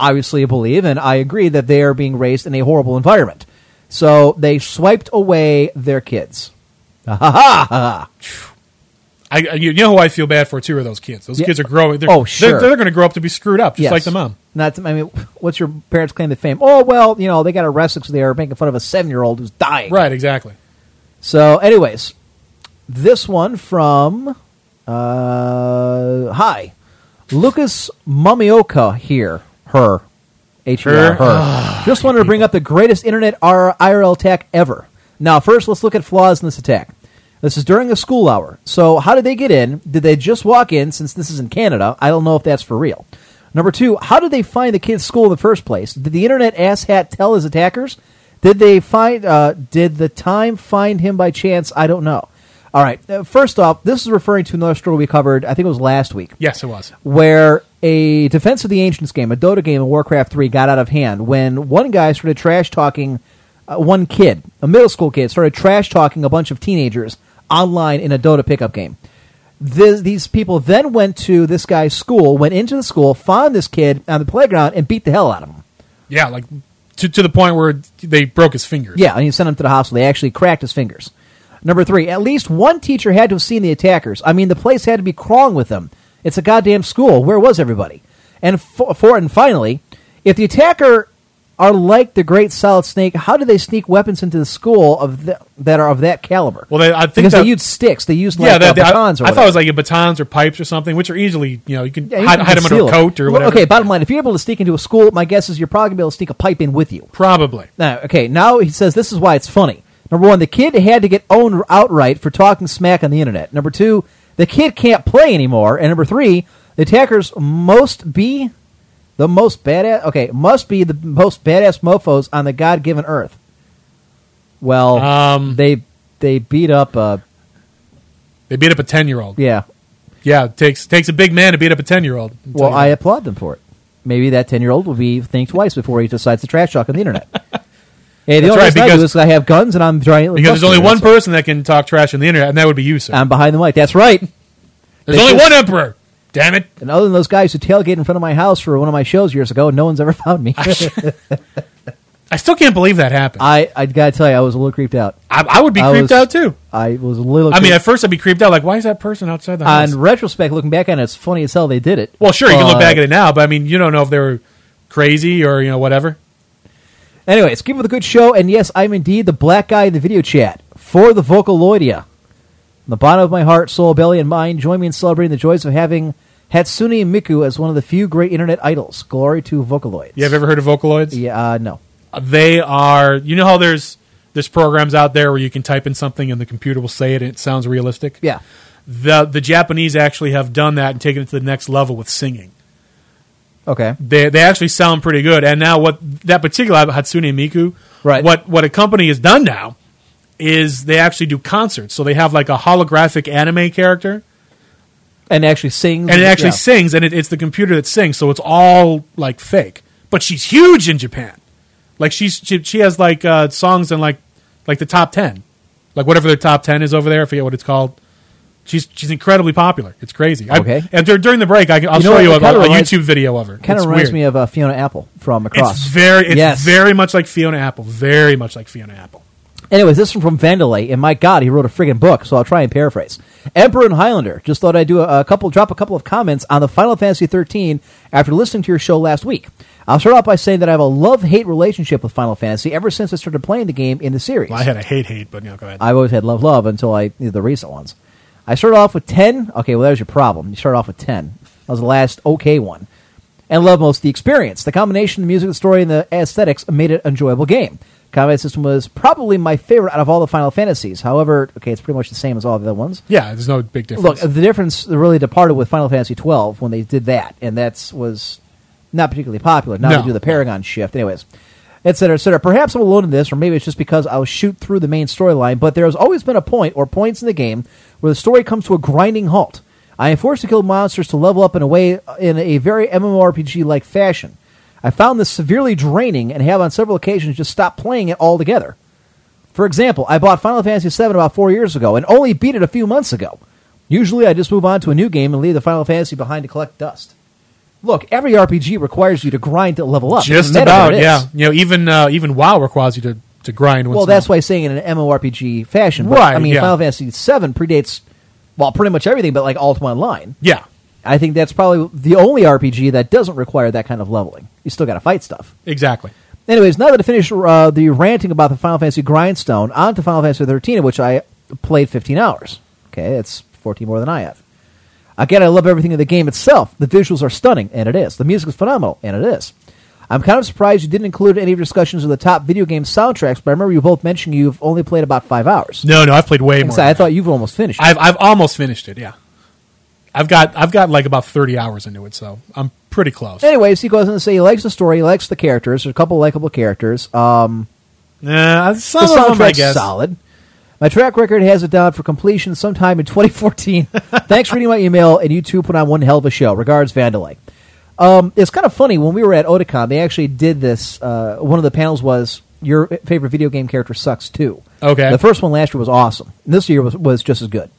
Speaker 5: obviously believe, and I agree, that they are being raised in a horrible environment. So they swiped away their kids.
Speaker 6: I I, you know who I feel bad for too are those kids. Those
Speaker 5: Yeah.
Speaker 6: kids are growing. They're,
Speaker 5: Oh,
Speaker 6: they're-
Speaker 5: sure.
Speaker 6: They're, going to grow up to be screwed up, just
Speaker 5: Yes.
Speaker 6: like the mom.
Speaker 5: Not, I mean, what's your parents' claim to fame? Oh, well, you know, they got arrested because they were making fun of a seven-year-old who's dying.
Speaker 6: Right, exactly.
Speaker 5: So, anyways, this one from uh, hi Lucas Mumioka here, her, H E R,
Speaker 6: Her.
Speaker 5: her. Just wanted to bring up the greatest internet R- IRL attack ever. Now, first, let's look at flaws in this attack. This is during a school hour. So, how did they get in? Did they just walk in? Since this is in Canada, I don't know if that's for real. Number two, how did they find the kid's school in the first place? Did the internet asshat tell his attackers? Did they find? Uh, did the time find him by chance? I don't know. All right. Uh, first off, this is referring to another story we covered. I think it was last week
Speaker 6: Yes, it was.
Speaker 5: where a Defense of the Ancients game, a Dota game in Warcraft 3 got out of hand when one guy started trash talking uh, one kid, a middle school kid started trash talking a bunch of teenagers online in a Dota pickup game. This, these people then went to this guy's school, went into the school, found this kid on the playground and beat the hell out of him.
Speaker 6: Yeah, like to to the point where they broke his fingers.
Speaker 5: Yeah, and he sent him to the hospital. They actually cracked his fingers. Number three, at least one teacher had to have seen the attackers. I mean, the place had to be crawling with them. It's a goddamn school. Where was everybody? And fo- four, and finally, if the attacker are like the great solid snake, how do they sneak weapons into the school of th- that are of that caliber?
Speaker 6: Well, they, I think
Speaker 5: because
Speaker 6: that,
Speaker 5: they used sticks. They used like
Speaker 6: yeah, that,
Speaker 5: uh,
Speaker 6: that-
Speaker 5: batons
Speaker 6: I,
Speaker 5: or
Speaker 6: I thought it was
Speaker 5: whatever.
Speaker 6: like batons or pipes or something, which are easily you know you can
Speaker 5: Yeah, you
Speaker 6: hide,
Speaker 5: can
Speaker 6: hide them under
Speaker 5: conceal
Speaker 6: a
Speaker 5: it.
Speaker 6: coat or
Speaker 5: Well,
Speaker 6: whatever.
Speaker 5: Okay, bottom line, if you're able to sneak into a school, my guess is you're probably going to be able to sneak a pipe in with you.
Speaker 6: probably.
Speaker 5: Now, okay, now he says this is why it's funny. Number one, the kid had to get owned outright for talking smack on the internet. Number two, the kid can't play anymore. And number three, the attackers must be the most badass. Okay, must be the most badass mofo's on the god given earth. Well,
Speaker 6: Um.
Speaker 5: they they beat up. Uh,
Speaker 6: They beat up a ten year old. Yeah,
Speaker 5: yeah.
Speaker 6: it takes takes a big man to beat up a ten year old.
Speaker 5: Well, I applaud them for it. Maybe that ten year old will be think twice before he decides to trash talk on the internet. hey, the
Speaker 6: That's
Speaker 5: only
Speaker 6: right,
Speaker 5: reason I do
Speaker 6: because-
Speaker 5: is 'cause I have guns and I'm trying.
Speaker 6: because there's only one person that can talk trash on the internet, and that would be you, sir.
Speaker 5: I'm behind the mic. That's right.
Speaker 6: there's
Speaker 5: they
Speaker 6: only
Speaker 5: just-
Speaker 6: one emperor. Damn it!
Speaker 5: And other than those guys who tailgate in front of my house for one of my shows years ago, no one's ever found me.
Speaker 6: I still can't believe that happened. I,
Speaker 5: I I gotta tell you, I was a little creeped out.
Speaker 6: I, would be
Speaker 5: I
Speaker 6: creeped
Speaker 5: was-
Speaker 6: out too.
Speaker 5: I was a little.
Speaker 6: I mean, at
Speaker 5: creeped-
Speaker 6: first I'd be creeped out. Like, why is that person outside the house?
Speaker 5: on retrospect, looking back on it, it's funny as hell they did it.
Speaker 6: well, sure, you can look
Speaker 5: But-
Speaker 6: back at it now, but I mean, you don't know if they were crazy or you know whatever.
Speaker 5: Anyways, keep up with a good show, and yes, I'm indeed the black guy in the video chat for the Vocaloidia. From the bottom of my heart, soul, belly, and mind, join me in celebrating the joys of having Hatsune Miku as one of the few great internet idols. Glory to Vocaloids.
Speaker 6: You have ever heard of Vocaloids?
Speaker 5: Yeah, uh, no.
Speaker 6: they are you know how there's there's programs out there where you can type in something and the computer will say it and it sounds realistic
Speaker 5: Yeah.
Speaker 6: the the japanese actually have done that and taken it to the next level with singing
Speaker 5: Okay.
Speaker 6: they they actually sound pretty good and now what that particular album, hatsune miku
Speaker 5: Right.
Speaker 6: what what a company has done now is they actually do concerts so they have like a holographic anime character
Speaker 5: And actually sings.
Speaker 6: and it actually
Speaker 5: yeah.
Speaker 6: sings and it, it's the computer that sings so it's all like fake but she's huge in japan like she's she, she has like uh, songs in like like the top 10 like whatever their top 10 is over there i forget what it's called she's she's incredibly popular it's crazy I-
Speaker 5: Okay.
Speaker 6: and dur- during the break I, can- i'll
Speaker 5: You know
Speaker 6: show
Speaker 5: what,
Speaker 6: you a,
Speaker 5: it kinda
Speaker 6: a
Speaker 5: reminds-
Speaker 6: youtube video of her
Speaker 5: Kind of
Speaker 6: It's
Speaker 5: reminds
Speaker 6: weird.
Speaker 5: me of uh, Fiona Apple from Across.
Speaker 6: it's very it's
Speaker 5: Yes.
Speaker 6: very much like fiona apple very much like fiona apple
Speaker 5: Anyways, this one from Vandalay, and my God, he wrote a friggin' book, so I'll try and paraphrase. Emperor and Highlander, just thought I'd do a, a couple, drop a couple of comments on the Final Fantasy XIII after listening to your show last week. I'll start off by saying that I have a love-hate relationship with Final Fantasy ever since I started playing the game in the series.
Speaker 6: well, i had a hate hate but you know go ahead
Speaker 5: I've always had love, love until I you know, the recent ones. I started off with ten. Okay, well that was your problem. You started off with ten. That was the last okay one. And love most the experience. The combination of the music, the story, and the aesthetics made it an enjoyable game. Combat system was probably my favorite out of all the Final Fantasies. However, okay, it's pretty much the same as all the other ones.
Speaker 6: yeah there's no big
Speaker 5: Look,
Speaker 6: difference
Speaker 5: the difference really departed with Final Fantasy twelve when they did that, and that's was not particularly popular. Now
Speaker 6: No.
Speaker 5: they do the Paragon shift, anyways, et cetera, et cetera. Perhaps I'm alone in this, or maybe it's just because I'll shoot through the main storyline. But there has always been a point or points in the game where the story comes to a grinding halt. I am forced to kill monsters to level up in a way in a very MMORPG like fashion. I found this severely draining and have on several occasions just stopped playing it altogether. For example, I bought Final Fantasy VII about four years ago and only beat it a few months ago. Usually, I just move on to a new game and leave the Final Fantasy behind to collect dust. Look, every RPG requires you to grind to level up.
Speaker 6: just
Speaker 5: Doesn't matter
Speaker 6: about
Speaker 5: what it is.
Speaker 6: yeah you know even uh, even wow requires you to to grind once
Speaker 5: Well,
Speaker 6: in a while.
Speaker 5: that's why I'm saying in an MMORPG fashion. But,
Speaker 6: Right,
Speaker 5: I mean,
Speaker 6: yeah.
Speaker 5: Final Fantasy VII predates well, pretty much everything, but like all to one line.
Speaker 6: Yeah.
Speaker 5: I think that's probably the only RPG that doesn't require that kind of leveling. You still got to fight stuff.
Speaker 6: Exactly.
Speaker 5: Anyways, now that I finished uh, the ranting about the Final Fantasy Grindstone, on to Final Fantasy 13, which I played 15 hours. Okay, that's 14 more than I have. Again, I love everything in the game itself. The visuals are stunning, and it is. The music is phenomenal, and it is. I'm kind of surprised you didn't include any of your discussions of the top video game soundtracks, but I remember you both mentioning you've only played about five hours.
Speaker 6: No, no, I've played way more.
Speaker 5: So I thought you've almost finished.
Speaker 6: I've I've almost finished it. Yeah, I've got I've got like about thirty hours into it, so I'm pretty close.
Speaker 5: Anyways, he goes on to say he likes the story, he likes the characters. There's a couple likable characters. Um,
Speaker 6: Yeah,
Speaker 5: the
Speaker 6: some of them, I
Speaker 5: soundtrack's
Speaker 6: guess.
Speaker 5: solid. My track record has it down for completion sometime in 2014. Thanks for reading my email, and you two put on one hell of a show. Regards, Vandalay. Um, it's kind of funny when we were at Oticon, they actually did this. Uh, one of the panels was your favorite video game character sucks too.
Speaker 6: Okay.
Speaker 5: the first one last year was awesome. This year was, was just as good.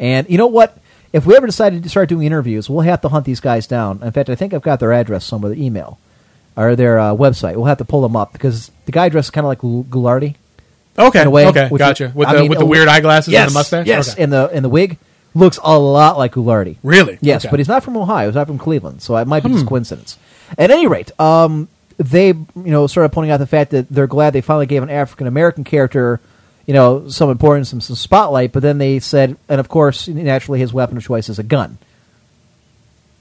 Speaker 5: And you know what? If we ever decide to start doing interviews, we'll have to hunt these guys down. In fact, I think I've got their address somewhere, their email or their uh, website. We'll have to pull them up because the guy dressed kind of like Gu- Goulardi
Speaker 6: Okay.
Speaker 5: in a way.
Speaker 6: okay.
Speaker 5: which
Speaker 6: Gotcha.
Speaker 5: is-
Speaker 6: With
Speaker 5: I
Speaker 6: the
Speaker 5: mean, a
Speaker 6: with the
Speaker 5: wi-
Speaker 6: weird eyeglasses
Speaker 5: yes,
Speaker 6: and the mustache.
Speaker 5: Yes,
Speaker 6: Okay.
Speaker 5: and the and the wig looks a lot like Goulardi.
Speaker 6: Really?
Speaker 5: Yes,
Speaker 6: Okay. Hmm.
Speaker 5: but he's not from Ohio. He's not from Cleveland, so it might be just coincidence. At any rate, um, they you know started pointing out the fact that they're glad they finally gave an African American character you know some importance and some spotlight. But then they said, and of course, naturally, his weapon of choice is a gun,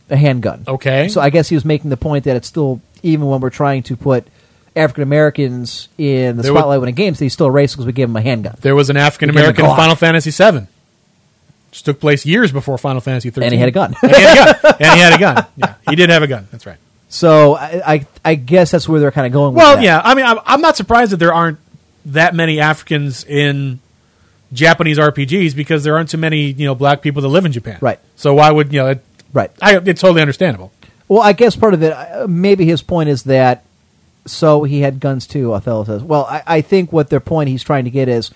Speaker 5: a handgun.
Speaker 6: Okay.
Speaker 5: So I guess he was making the point that it's still even when we're trying to put. African Americans in the
Speaker 6: There were-
Speaker 5: spotlight when it games, they still racist because we give them a handgun.
Speaker 6: there was an African American
Speaker 5: Again,
Speaker 6: in
Speaker 5: a Glock.
Speaker 6: Final Fantasy VII. Which took place years before Final Fantasy thirteen.
Speaker 5: And he had a gun.
Speaker 6: and he had a gun. And he had a gun. Yeah, he did have a gun. That's right.
Speaker 5: So I, I, I guess that's where they're kind of going.
Speaker 6: Well,
Speaker 5: with that.
Speaker 6: yeah. I mean, I'm, I'm not surprised that there aren't that many Africans in Japanese RPGs because there aren't too many, you know, black people that live in Japan.
Speaker 5: Right.
Speaker 6: So why would you know? It,
Speaker 5: right.
Speaker 6: I, it's totally understandable.
Speaker 5: Well, I guess part of it, uh, maybe his point is that. So he had guns too. Othello says. Well, I, I think what their point he's trying to get is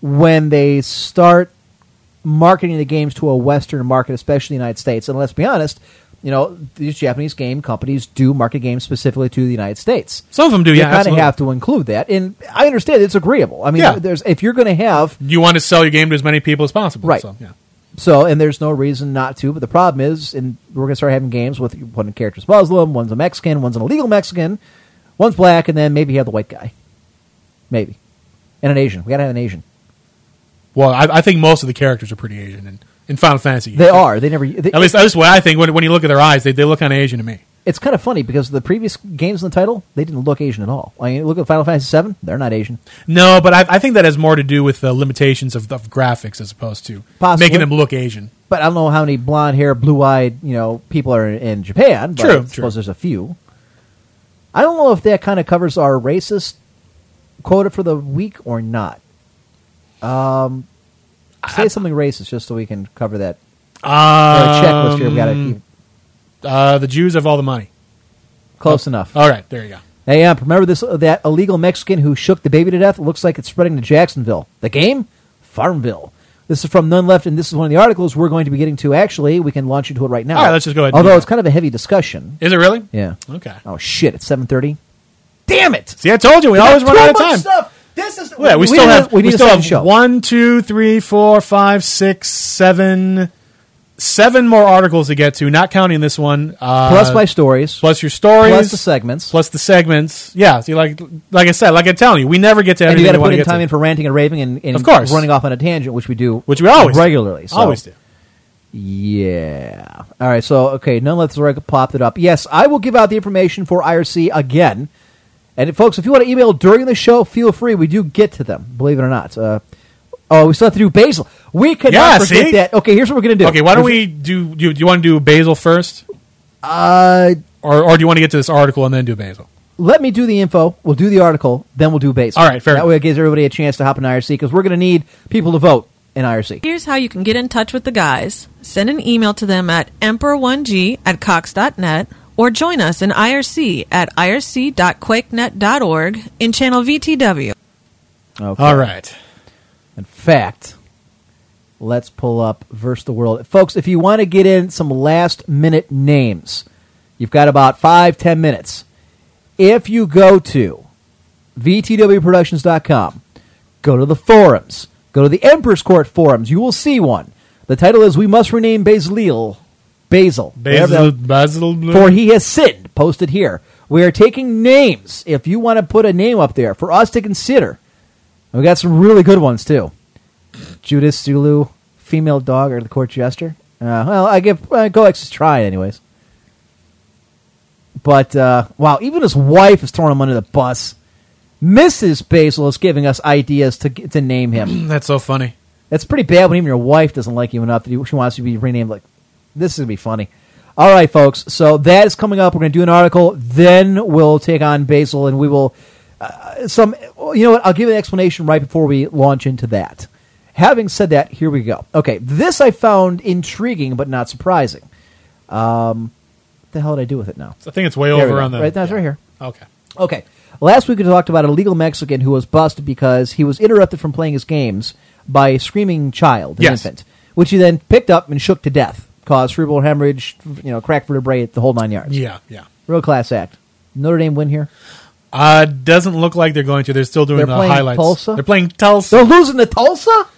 Speaker 5: when they start marketing the games to a Western market, especially the United States. And let's be honest, you know these Japanese game companies do market games specifically to the United States.
Speaker 6: Some of them do.
Speaker 5: you
Speaker 6: yeah,
Speaker 5: kind of
Speaker 6: absolutely.
Speaker 5: have to include that, and I understand it's agreeable. I mean,
Speaker 6: Yeah.
Speaker 5: there's if you're going to have
Speaker 6: You want to sell your game to as many people as possible.
Speaker 5: Right.
Speaker 6: So, yeah.
Speaker 5: So, and there's no reason not to. But the problem is, and we're going to start having games with one character's Muslim, one's a Mexican, one's an illegal Mexican, one's black, and then maybe you have the white guy. Maybe. And an Asian. We got to have an Asian.
Speaker 6: Well, I, I think most of the characters are pretty Asian in, in Final Fantasy.
Speaker 5: They are. They never. They,
Speaker 6: At least that's what I think. When, when you look at their eyes, they, they look kind of Asian to me.
Speaker 5: it's kind of funny because the previous games in the title, they didn't look Asian at all. I mean, look at Final Fantasy VII; they're not Asian.
Speaker 6: No, but I, I think that has more to do with the limitations of, of graphics as opposed to
Speaker 5: Possibly.
Speaker 6: making them look Asian.
Speaker 5: But I don't know how many blonde hair, blue eyed, you know, people are in, in Japan. But
Speaker 6: True,
Speaker 5: I
Speaker 6: true.
Speaker 5: suppose there's a few. I don't know if that kind of covers our racist quota for the week or not. Um, say something racist just so we can cover that. Or a
Speaker 6: Um,
Speaker 5: checklist here. We got to keep
Speaker 6: Uh, the Jews have all the money.
Speaker 5: close enough.
Speaker 6: All right, there you go.
Speaker 5: Hey, Amp, remember this that illegal Mexican who shook the baby to death? Looks like it's spreading to Jacksonville. The game? Farmville. This is from None Left, and this is one of the articles we're going to be getting to. Actually, we can launch into it right now.
Speaker 6: All right, let's just go ahead and do
Speaker 5: Although
Speaker 6: that.
Speaker 5: it's kind of a heavy discussion.
Speaker 6: Is it really?
Speaker 5: Yeah.
Speaker 6: Okay.
Speaker 5: Oh shit! It's seven thirty. Damn it!
Speaker 6: See, I told you we always run out of time.
Speaker 5: Stuff. This is
Speaker 6: Yeah, we,
Speaker 5: need
Speaker 6: still
Speaker 5: a-
Speaker 6: have
Speaker 5: we
Speaker 6: we,
Speaker 5: need a
Speaker 6: still
Speaker 5: second
Speaker 6: have
Speaker 5: show.
Speaker 6: one, two, three, four, five, six, seven, seven more articles to get to, not counting this one. Uh,
Speaker 5: plus my stories
Speaker 6: plus your stories,
Speaker 5: plus the segments.
Speaker 6: plus the segments. Yeah, see, like like I said, like I'm telling you, we never get to
Speaker 5: and you
Speaker 6: everything
Speaker 5: got to
Speaker 6: we want
Speaker 5: put
Speaker 6: to
Speaker 5: in
Speaker 6: get
Speaker 5: time
Speaker 6: to,
Speaker 5: in for ranting and raving and, and
Speaker 6: Of course.
Speaker 5: running off on a tangent, which we do,
Speaker 6: which we always do.
Speaker 5: regularly. So.
Speaker 6: always do.
Speaker 5: Yeah. All right. So okay, none left. Right, popped it up. Yes, I will give out the information for IRC again. And folks, if you want to email during the show, feel free. We do get to them, believe it or not. Uh, oh, we still have to do Basil. We could
Speaker 6: Yeah,
Speaker 5: not forget
Speaker 6: see?
Speaker 5: that. Okay, here's what we're gonna do.
Speaker 6: Okay, why don't
Speaker 5: Here's-
Speaker 6: we do? Do you, do you want to do Basil first,
Speaker 5: Uh,
Speaker 6: or or do you want to get to this article and then do Basil?
Speaker 5: let me do the info. We'll do the article, then we'll do base.
Speaker 6: All right, fair
Speaker 5: That
Speaker 6: enough.
Speaker 5: way it gives everybody a chance to hop in IRC because we're going to need people to vote in IRC.
Speaker 2: Here's how you can get in touch with the guys. Send an email to them at emperor1g at cox.net or join us in IRC at irc.quakenet.org in channel VTW.
Speaker 5: Okay.
Speaker 6: All right.
Speaker 5: In fact, let's pull up verse the world, folks. If you want to get in some last minute names, you've got about five ten minutes. If you go to VTWProductions.com, go to the forums, go to the Emperor's Court forums. You will see one. The title is We Must Rename Basileel. Basil. Whatever
Speaker 6: Basil,
Speaker 5: that-
Speaker 6: Basil Blue.
Speaker 5: For he has sinned. Posted here. We are taking names. If you want to put a name up there for us to consider, and we got some really good ones too. Judas Zulu, female dog, or the court jester. Uh, well, I give uh, Goex a try, anyways. But uh, wow, even his wife is throwing him under the bus. Mrs. Basil is giving us ideas to to name him.
Speaker 6: That's so funny.
Speaker 5: That's pretty bad when even your wife doesn't like you enough that you- she wants you to be renamed. Like, this is going to be funny. All right, folks. So that is coming up. We're going to do an article. Then we'll take on Basil and we will. Uh, some, you know what? I'll give an explanation right before we launch into that. Having said that, here we go. Okay, this I found intriguing but not surprising. Um, what the hell did I do with it now?
Speaker 6: I think it's way
Speaker 5: There we
Speaker 6: over
Speaker 5: go.
Speaker 6: on the
Speaker 5: Right, that's right here.
Speaker 6: Okay.
Speaker 5: Okay. Last week we talked about a legal Mexican who was busted because he was interrupted from playing his games by a screaming child, an
Speaker 6: Yes.
Speaker 5: infant, which he then picked up and shook to death, caused cerebral hemorrhage, you know, cracked vertebrae, the whole nine yards.
Speaker 6: Yeah, yeah.
Speaker 5: Real class act. Notre Dame win here.
Speaker 6: Uh, doesn't look like they're going to. They're still doing
Speaker 5: They're
Speaker 6: the
Speaker 5: playing
Speaker 6: highlights.
Speaker 5: Tulsa?
Speaker 6: They're playing Tulsa.
Speaker 5: They're losing to Tulsa.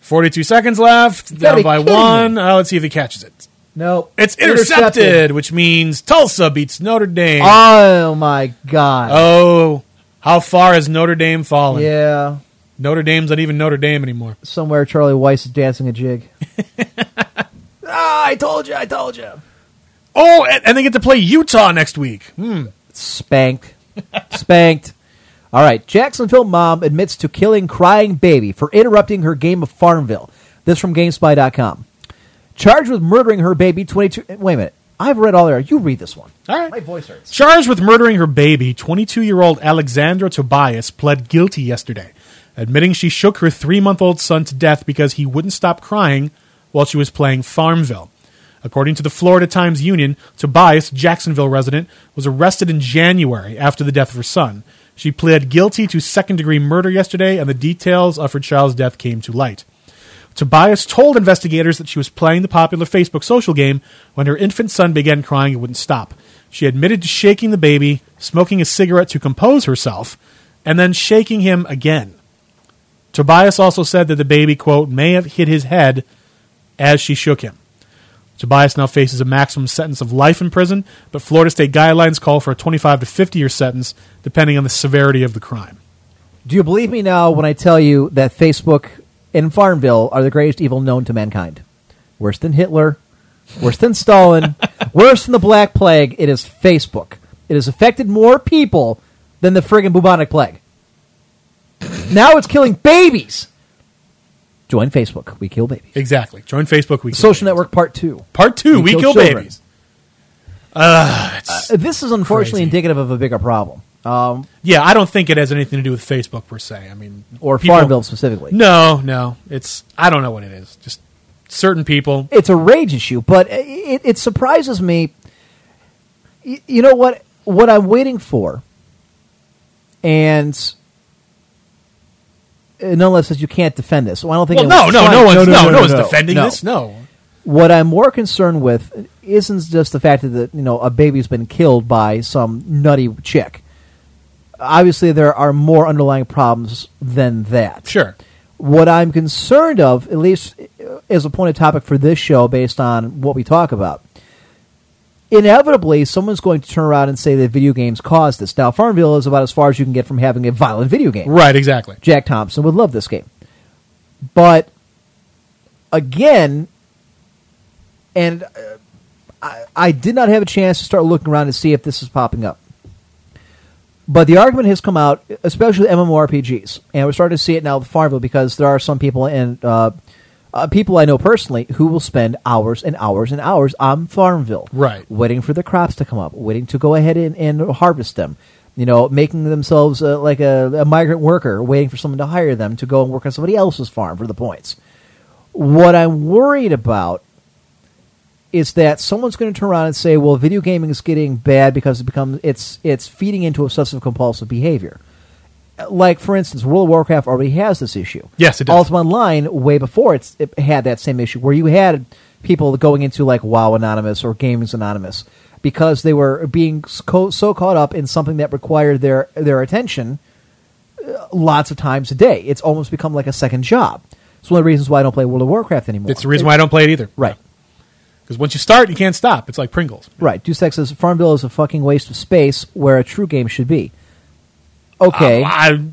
Speaker 6: 42 seconds left.
Speaker 5: gotta
Speaker 6: Down
Speaker 5: be
Speaker 6: by
Speaker 5: kidding me.
Speaker 6: one. Uh, let's see if he catches it.
Speaker 5: No,
Speaker 6: It's intercepted, which means Tulsa beats Notre Dame.
Speaker 5: Oh my god.
Speaker 6: oh, how far has Notre Dame fallen?
Speaker 5: yeah,
Speaker 6: Notre Dame's not even Notre Dame anymore.
Speaker 5: somewhere Charlie Weiss is dancing a jig. ah, I told you. I told you.
Speaker 6: Oh, and, and they get to play Utah next week. Hmm.
Speaker 5: spanked. spanked. All right. Jacksonville mom admits to killing crying baby for interrupting her game of Farmville. This from GameSpy.com. Charged with murdering her baby 22. Wait a minute. I've read all there. You read this one.
Speaker 6: All right.
Speaker 5: My voice hurts.
Speaker 6: Charged with murdering her baby, 22 year old Alexandra Tobias pled guilty yesterday, admitting she shook her three month old son to death because he wouldn't stop crying while she was playing Farmville. According to the Florida Times Union, Tobias, Jacksonville resident, was arrested in January after the death of her son. She pled guilty to second degree murder yesterday, and the details of her child's death came to light. Tobias told investigators that she was playing the popular Facebook social game when her infant son began crying and wouldn't stop. She admitted to shaking the baby, smoking a cigarette to compose herself, and then shaking him again. Tobias also said that the baby, quote, may have hit his head as she shook him. Tobias now faces a maximum sentence of life in prison, but Florida state guidelines call for a 25 to 50 year sentence, depending on the severity of the crime.
Speaker 5: Do you believe me now when I tell you that Facebook and Farmville are the greatest evil known to mankind? Worse than Hitler, worse than Stalin, worse than the Black Plague. It is Facebook. It has affected more people than the friggin' bubonic plague. Now it's killing babies. Join Facebook. We kill babies.
Speaker 6: Exactly. Join Facebook. We Kill
Speaker 5: Social
Speaker 6: Babies.
Speaker 5: Network Part 2.
Speaker 6: Part two.
Speaker 5: We
Speaker 6: We,
Speaker 5: Kill
Speaker 6: kill,
Speaker 5: Children.
Speaker 6: babies.
Speaker 5: Uh, This is unfortunately
Speaker 6: Crazy.
Speaker 5: indicative of a bigger problem. Um,
Speaker 6: Yeah, I don't think it has anything to do with Facebook per se. I mean,
Speaker 5: or
Speaker 6: people-
Speaker 5: Farmville specifically.
Speaker 6: No, no, it's I don't know what it is. Just certain people.
Speaker 5: it's a rage issue, but it, it surprises me. Y- You know what? What I'm waiting for, and uh, nonetheless, says you can't defend this. So I don't think.
Speaker 6: Well,
Speaker 5: anyone's
Speaker 6: no, no,
Speaker 5: trying-
Speaker 6: no one's no, no, one's defending this. No,
Speaker 5: What I'm more concerned with isn't just the fact that you know a baby's been killed by some nutty chick. Obviously, there are more underlying problems than that.
Speaker 6: sure.
Speaker 5: What I'm concerned of, at least uh, as a point of topic for this show, based on what we talk about, inevitably someone's going to turn around and say that video games caused this. Now, Farmville is about as far as you can get from having a violent video game.
Speaker 6: Right, exactly.
Speaker 5: Jack Thompson would love this game. But again, and uh, I, I did not have a chance to start looking around to see if this is popping up. But the argument has come out, especially with MMORPGs, and we're starting to see it now with Farmville because there are some people and uh, uh, people I know personally who will spend hours and hours and hours on Farmville,
Speaker 6: Right.
Speaker 5: Waiting for the crops to come up, waiting to go ahead and, and harvest them. You know, making themselves uh, like a, a migrant worker, waiting for someone to hire them to go and work on somebody else's farm for the points. What I'm worried about is that someone's going to turn around and say, "Well, video gaming is getting bad because it becomes it's it's feeding into obsessive compulsive behavior." Like for instance, World of Warcraft already has this issue.
Speaker 6: Yes, it does.
Speaker 5: Ultima Online way before it's, it had that same issue where you had people going into like WoW Anonymous or Gaming's Anonymous because they were being so, so caught up in something that required their uh, their attention lots of times a day. It's almost become like a second job. It's one of the reasons why I don't play World of Warcraft anymore.
Speaker 6: It's the reason why I don't play it either.
Speaker 5: Right.
Speaker 6: Because once you start, you can't stop. It's like Pringles.
Speaker 5: Right. Deus Ex says Farmville is a fucking waste of space where a true game should be. Okay.
Speaker 6: Um,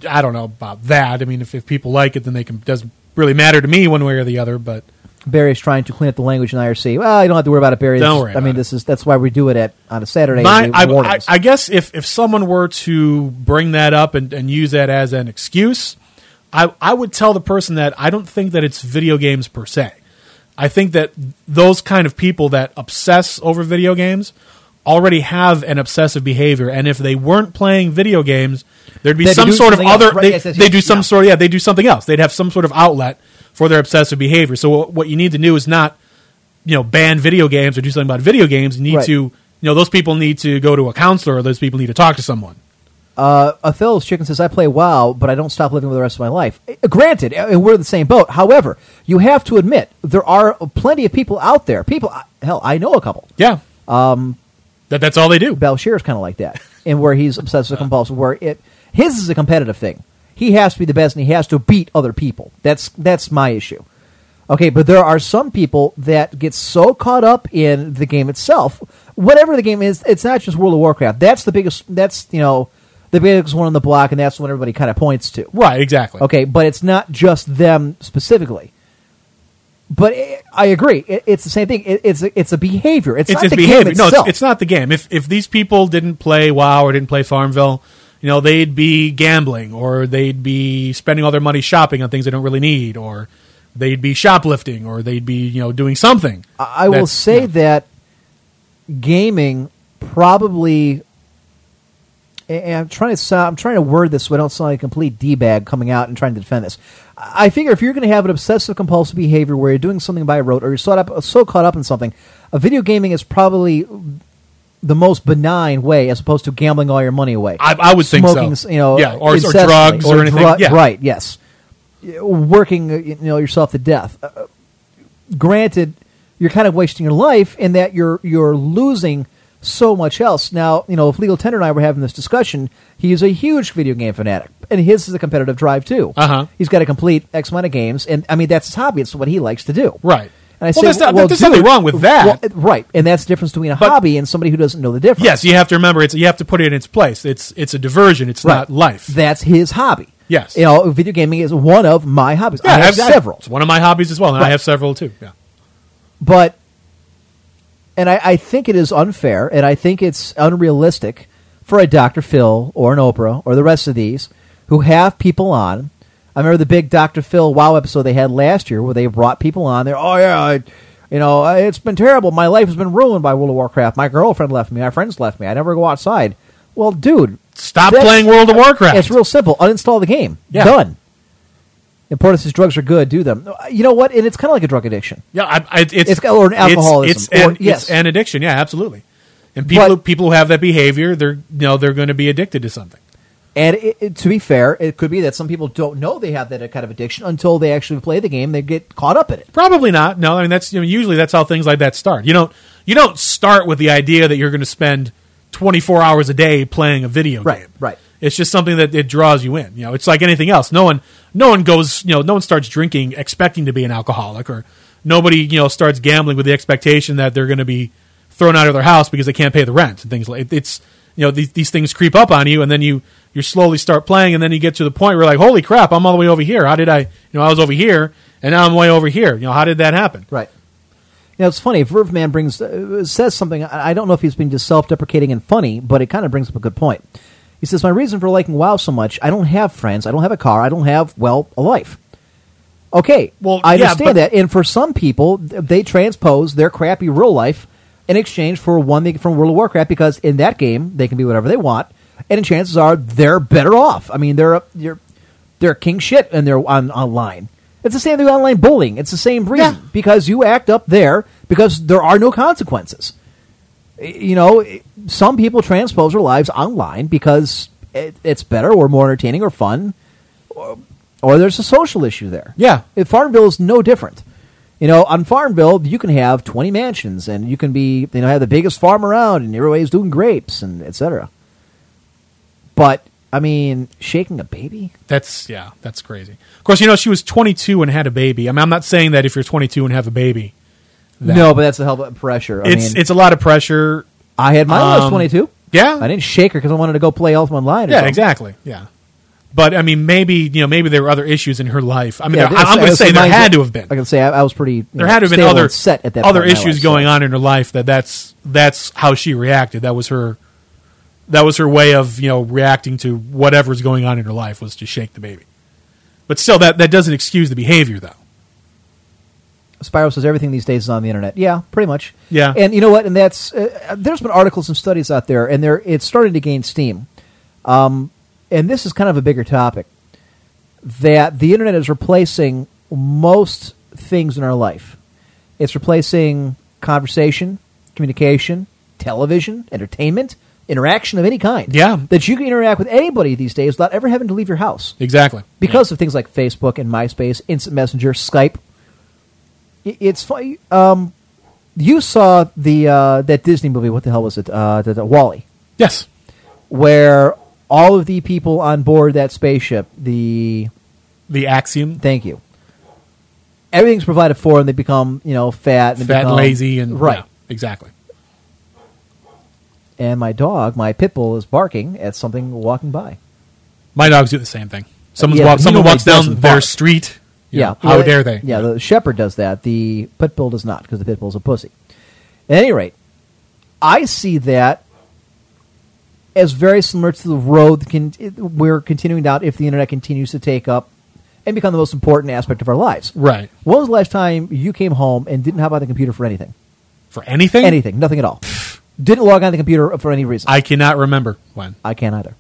Speaker 6: I, I don't know about that. I mean, if, if people like it, then they can. Doesn't really matter to me one way or the other. But
Speaker 5: Barry's trying to clean up the language in IRC. Well, you don't have to worry about it, Barry. This
Speaker 6: Don't
Speaker 5: is-
Speaker 6: worry
Speaker 5: I
Speaker 6: about
Speaker 5: mean,
Speaker 6: it.
Speaker 5: this is that's why we do it at on a Saturday.
Speaker 6: my,
Speaker 5: we
Speaker 6: I,
Speaker 5: warn
Speaker 6: I,
Speaker 5: us.
Speaker 6: I guess if, if someone were to bring that up and, and use that as an excuse, I, I would tell the person that I don't think that it's video games per se. I think that those kind of people that obsess over video games already have an obsessive behavior, and if they weren't playing video games, there'd be
Speaker 5: They'd be
Speaker 6: some
Speaker 5: doing
Speaker 6: sort of
Speaker 5: something else.
Speaker 6: other.
Speaker 5: Right,
Speaker 6: they,
Speaker 5: yes, yes,
Speaker 6: they
Speaker 5: yes,
Speaker 6: do some
Speaker 5: yeah.
Speaker 6: sort. Yeah, they do something else. They'd have some sort of outlet for their obsessive behavior. So what- what you need to do is not you know ban video games or do something about video games you need
Speaker 5: Right.
Speaker 6: to you know those people need to go to a counselor or those people need to talk to someone
Speaker 5: Othello's Uh, chicken says, "I play WoW, but I don't stop living with the rest of my life." Uh, Granted, uh, and we're in the same boat. However, you have to admit there are plenty of people out there. People, I- hell, I know a couple.
Speaker 6: yeah um that that's all they do
Speaker 5: Balshir is kind of like that, and where he's obsessed with compulsive, where it his is a competitive thing. He has to be the best, and he has to beat other people. That's that's my issue. Okay, but there are some people that get so caught up in the game itself, whatever the game is. It's not just World of Warcraft. That's the biggest. That's you know the biggest one on the block, and that's what everybody kind of points to.
Speaker 6: right exactly
Speaker 5: Okay, but it's not just them specifically. But i I agree. It, it's the same thing. It, it's a, it's a behavior. It's,
Speaker 6: it's,
Speaker 5: not
Speaker 6: it's
Speaker 5: the
Speaker 6: behavior
Speaker 5: Game
Speaker 6: no
Speaker 5: itself.
Speaker 6: it's, it's not the game if if these people didn't play wow or didn't play farmville you know they'd be gambling or they'd be spending all their money shopping on things they don't really need or they'd be shoplifting or they'd be you know doing something
Speaker 5: I will
Speaker 6: that's-
Speaker 5: say
Speaker 6: yeah.
Speaker 5: that gaming probably. and I'm trying to sound, I'm trying to word this so I don't sound like a complete d bag coming out and trying to defend this. I I figure if you're going to have an obsessive compulsive behavior where you're doing something by rote or you're so, up, so caught up in something, uh, video gaming is probably the most benign way as opposed to gambling all your money away.
Speaker 6: I, I would think
Speaker 5: smoking,
Speaker 6: so.
Speaker 5: you know,
Speaker 6: yeah, or, or
Speaker 5: incessantly,
Speaker 6: drugs or, anything.
Speaker 5: drug-
Speaker 6: yeah.
Speaker 5: Right. Yes. Working, uh, you know, yourself to death. Uh, uh, granted, you're kind of wasting your life in that you're you're losing so much else. Now, you know, if Legal Tender and I were having this discussion, he is a huge video game fanatic, and his is a competitive drive too.
Speaker 6: Uh-huh.
Speaker 5: He's got a complete X amount of games, and I mean that's his hobby. It's what he likes to do.
Speaker 6: Right.
Speaker 5: And I
Speaker 6: Well,
Speaker 5: say,
Speaker 6: there's not-
Speaker 5: well,
Speaker 6: there's nothing
Speaker 5: dude,
Speaker 6: wrong with that.
Speaker 5: well, right? And that's the difference between a
Speaker 6: But-
Speaker 5: hobby and somebody who doesn't know the difference.
Speaker 6: Yes, you have to remember it's you have to put it in its place. It's it's a diversion. It's not life.
Speaker 5: That's his hobby.
Speaker 6: Yes.
Speaker 5: You know, video gaming is one of my hobbies.
Speaker 6: Yeah,
Speaker 5: I have
Speaker 6: I've-
Speaker 5: several.
Speaker 6: It's one of my hobbies as well, and I
Speaker 5: Right.
Speaker 6: have several too. Yeah.
Speaker 5: But, and I, I think it is unfair and I think it's unrealistic for a Dr. Phil or an Oprah or the rest of these who have people on. I remember the big Dr. Phil wow episode they had last year where they brought people on there. Oh, yeah. I, you know, I- it's been terrible. My life has been ruined by World of Warcraft. My girlfriend left me. My friends left me. I never go outside. Well, dude,
Speaker 6: Stop
Speaker 5: That's-
Speaker 6: playing World of Warcraft.
Speaker 5: It's real simple. Uninstall the game.
Speaker 6: Yeah.
Speaker 5: Done. And Portis says drugs are good. Do them. uh, You know what? And it's kind of like a drug addiction.
Speaker 6: Yeah, I, I, it's
Speaker 5: It's- or an alcoholism,
Speaker 6: It's, it's,
Speaker 5: or-
Speaker 6: an,
Speaker 5: yes.
Speaker 6: it's an addiction. Yeah, absolutely. And people
Speaker 5: But-
Speaker 6: people who have that behavior, they're you know they're going to be addicted to something.
Speaker 5: And it, it- to be fair, it could be that some people don't know they have that kind of addiction until they actually play the game. They get caught up in it.
Speaker 6: Probably not. No, I mean that's you know, usually that's how things like that start. You don't you don't start with the idea that you're going to spend 24 hours a day playing a video
Speaker 5: Right,
Speaker 6: game.
Speaker 5: right.
Speaker 6: It's just something that it draws you in. You know, it's like anything else. No one no one goes, you know, no one starts drinking expecting to be an alcoholic or nobody, you know, starts gambling with the expectation that they're going to be thrown out of their house because they can't pay the rent and things like it's you know these these things creep up on you and then you you slowly start playing and then you get to the point where you're like holy crap I'm all the way over here how did I you know I was over here and now I'm way over here you know how did that happen
Speaker 5: Right. You know, it's funny. Verve Man brings uh, says something. I I don't know if he's being just self deprecating and funny, but it kind of brings up a good point. He says, "My reason for liking WoW so much, I don't have friends, I don't have a car, I don't have well a life." Okay,
Speaker 6: Well,
Speaker 5: I
Speaker 6: yeah,
Speaker 5: understand
Speaker 6: but-
Speaker 5: that, and for some people, th- they transpose their crappy real life in exchange for one thing from World of Warcraft because in that game they can be whatever they want, and chances are they're better off. I mean, they're they're they're king shit, and they're on online. It's the same thing with online bullying. It's the same reason because you act up there because there are no consequences. Y- You know, some people transpose their lives online because it, it's better or more entertaining or fun, or, or there's a social issue there.
Speaker 6: Yeah.
Speaker 5: If Farmville is no different. You know, on Farmville, you can have 20 mansions and you can be, you know, have the biggest farm around and everybody's doing grapes and et cetera. But I mean, shaking a baby.
Speaker 6: That's yeah, that's crazy. Of course, you know she was 22 and had a baby. I mean, I'm not saying that if you're 22 and have a baby, that-
Speaker 5: No, but that's the hell of pressure. I
Speaker 6: it's
Speaker 5: mean,
Speaker 6: it's a lot of pressure.
Speaker 5: I had my when I was
Speaker 6: um,
Speaker 5: twenty two.
Speaker 6: Yeah,
Speaker 5: I didn't shake her because I wanted to go play Ultimate Online. or
Speaker 6: yeah,
Speaker 5: something.
Speaker 6: exactly. Yeah, but I mean, maybe you know, maybe there were other issues in her life. I mean,
Speaker 5: Yeah,
Speaker 6: there-
Speaker 5: this-
Speaker 6: I'm going to
Speaker 5: this
Speaker 6: say there
Speaker 5: reminds
Speaker 6: had
Speaker 5: me-
Speaker 6: to have been.
Speaker 5: I can say I, I was pretty. you
Speaker 6: There
Speaker 5: know,
Speaker 6: had to have been
Speaker 5: stable
Speaker 6: other
Speaker 5: and set at that
Speaker 6: other
Speaker 5: point in my
Speaker 6: issues
Speaker 5: life, so.
Speaker 6: going on in her life that that's that's how she reacted. That was her that was her way of you know reacting to whatever's going on in her life was to shake the baby. But still, that that doesn't excuse the behavior though.
Speaker 5: Spyro says everything these days is on the internet. Yeah, pretty much.
Speaker 6: Yeah.
Speaker 5: and you know what? And that's uh, there's been articles and studies out there, and they're it's starting to gain steam. Um, and this is kind of a bigger topic that the internet is replacing most things in our life. It's replacing conversation, communication, television, entertainment, interaction of any kind.
Speaker 6: Yeah.
Speaker 5: that you can interact with anybody these days without ever having to leave your house
Speaker 6: Exactly
Speaker 5: because of things like Facebook and MySpace, Instant Messenger, Skype. I- It's funny. Um, you saw the uh, that Disney movie. What the hell was it? Uh, the, the Wally,
Speaker 6: Yes.
Speaker 5: where all of the people on board that spaceship, the
Speaker 6: The axiom.
Speaker 5: thank you, everything's provided for, and they become you know fat, and they
Speaker 6: fat and
Speaker 5: become-
Speaker 6: lazy and
Speaker 5: right.
Speaker 6: yeah, exactly.
Speaker 5: And my dog, my pit bull, is barking at something walking by.
Speaker 6: My dogs do the same thing. Someone's
Speaker 5: Yeah,
Speaker 6: walk,
Speaker 5: but he
Speaker 6: someone
Speaker 5: normally
Speaker 6: walks down
Speaker 5: doesn't
Speaker 6: their
Speaker 5: bark.
Speaker 6: street. you
Speaker 5: Yeah.
Speaker 6: know, how
Speaker 5: Well,
Speaker 6: dare they?
Speaker 5: Yeah, the shepherd does that. The pit bull does not because the pit bull's a pussy. At any rate, I see that as very similar to the road that can, it- we're continuing down if the internet continues to take up and become the most important aspect of our lives.
Speaker 6: Right.
Speaker 5: When was the last time you came home and didn't hop on the computer for anything?
Speaker 6: For anything?
Speaker 5: Anything, nothing at all. didn't log on the computer for any reason.
Speaker 6: I cannot remember when.
Speaker 5: I can't either.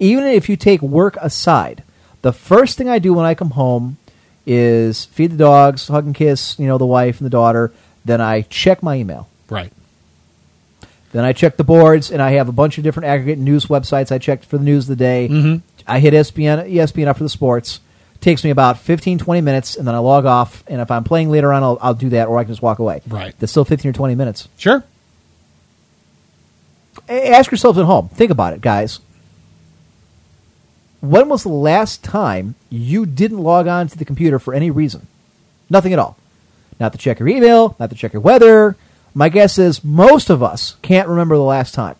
Speaker 5: Even if you take work aside, the first thing I do when I come home is feed the dogs, hug and kiss, you know, the wife and the daughter. Then I check my email.
Speaker 6: Right.
Speaker 5: Then I check the boards, and I have a bunch of different aggregate news websites I checked for the news of the day. I hit E ESPN, ESPN up for the sports. Takes me about 15, 20 minutes, and then I log off. And if I'm playing later on, I'll, I'll do that, or I can just walk away.
Speaker 6: Right.
Speaker 5: That's still 15 or 20 minutes.
Speaker 6: Sure.
Speaker 5: A- ask yourselves at home. Think about it, guys. When was the last time you didn't log on to the computer for any reason? Nothing at all. Not to check your email, not to check your weather. My guess is most of us can't remember the last time.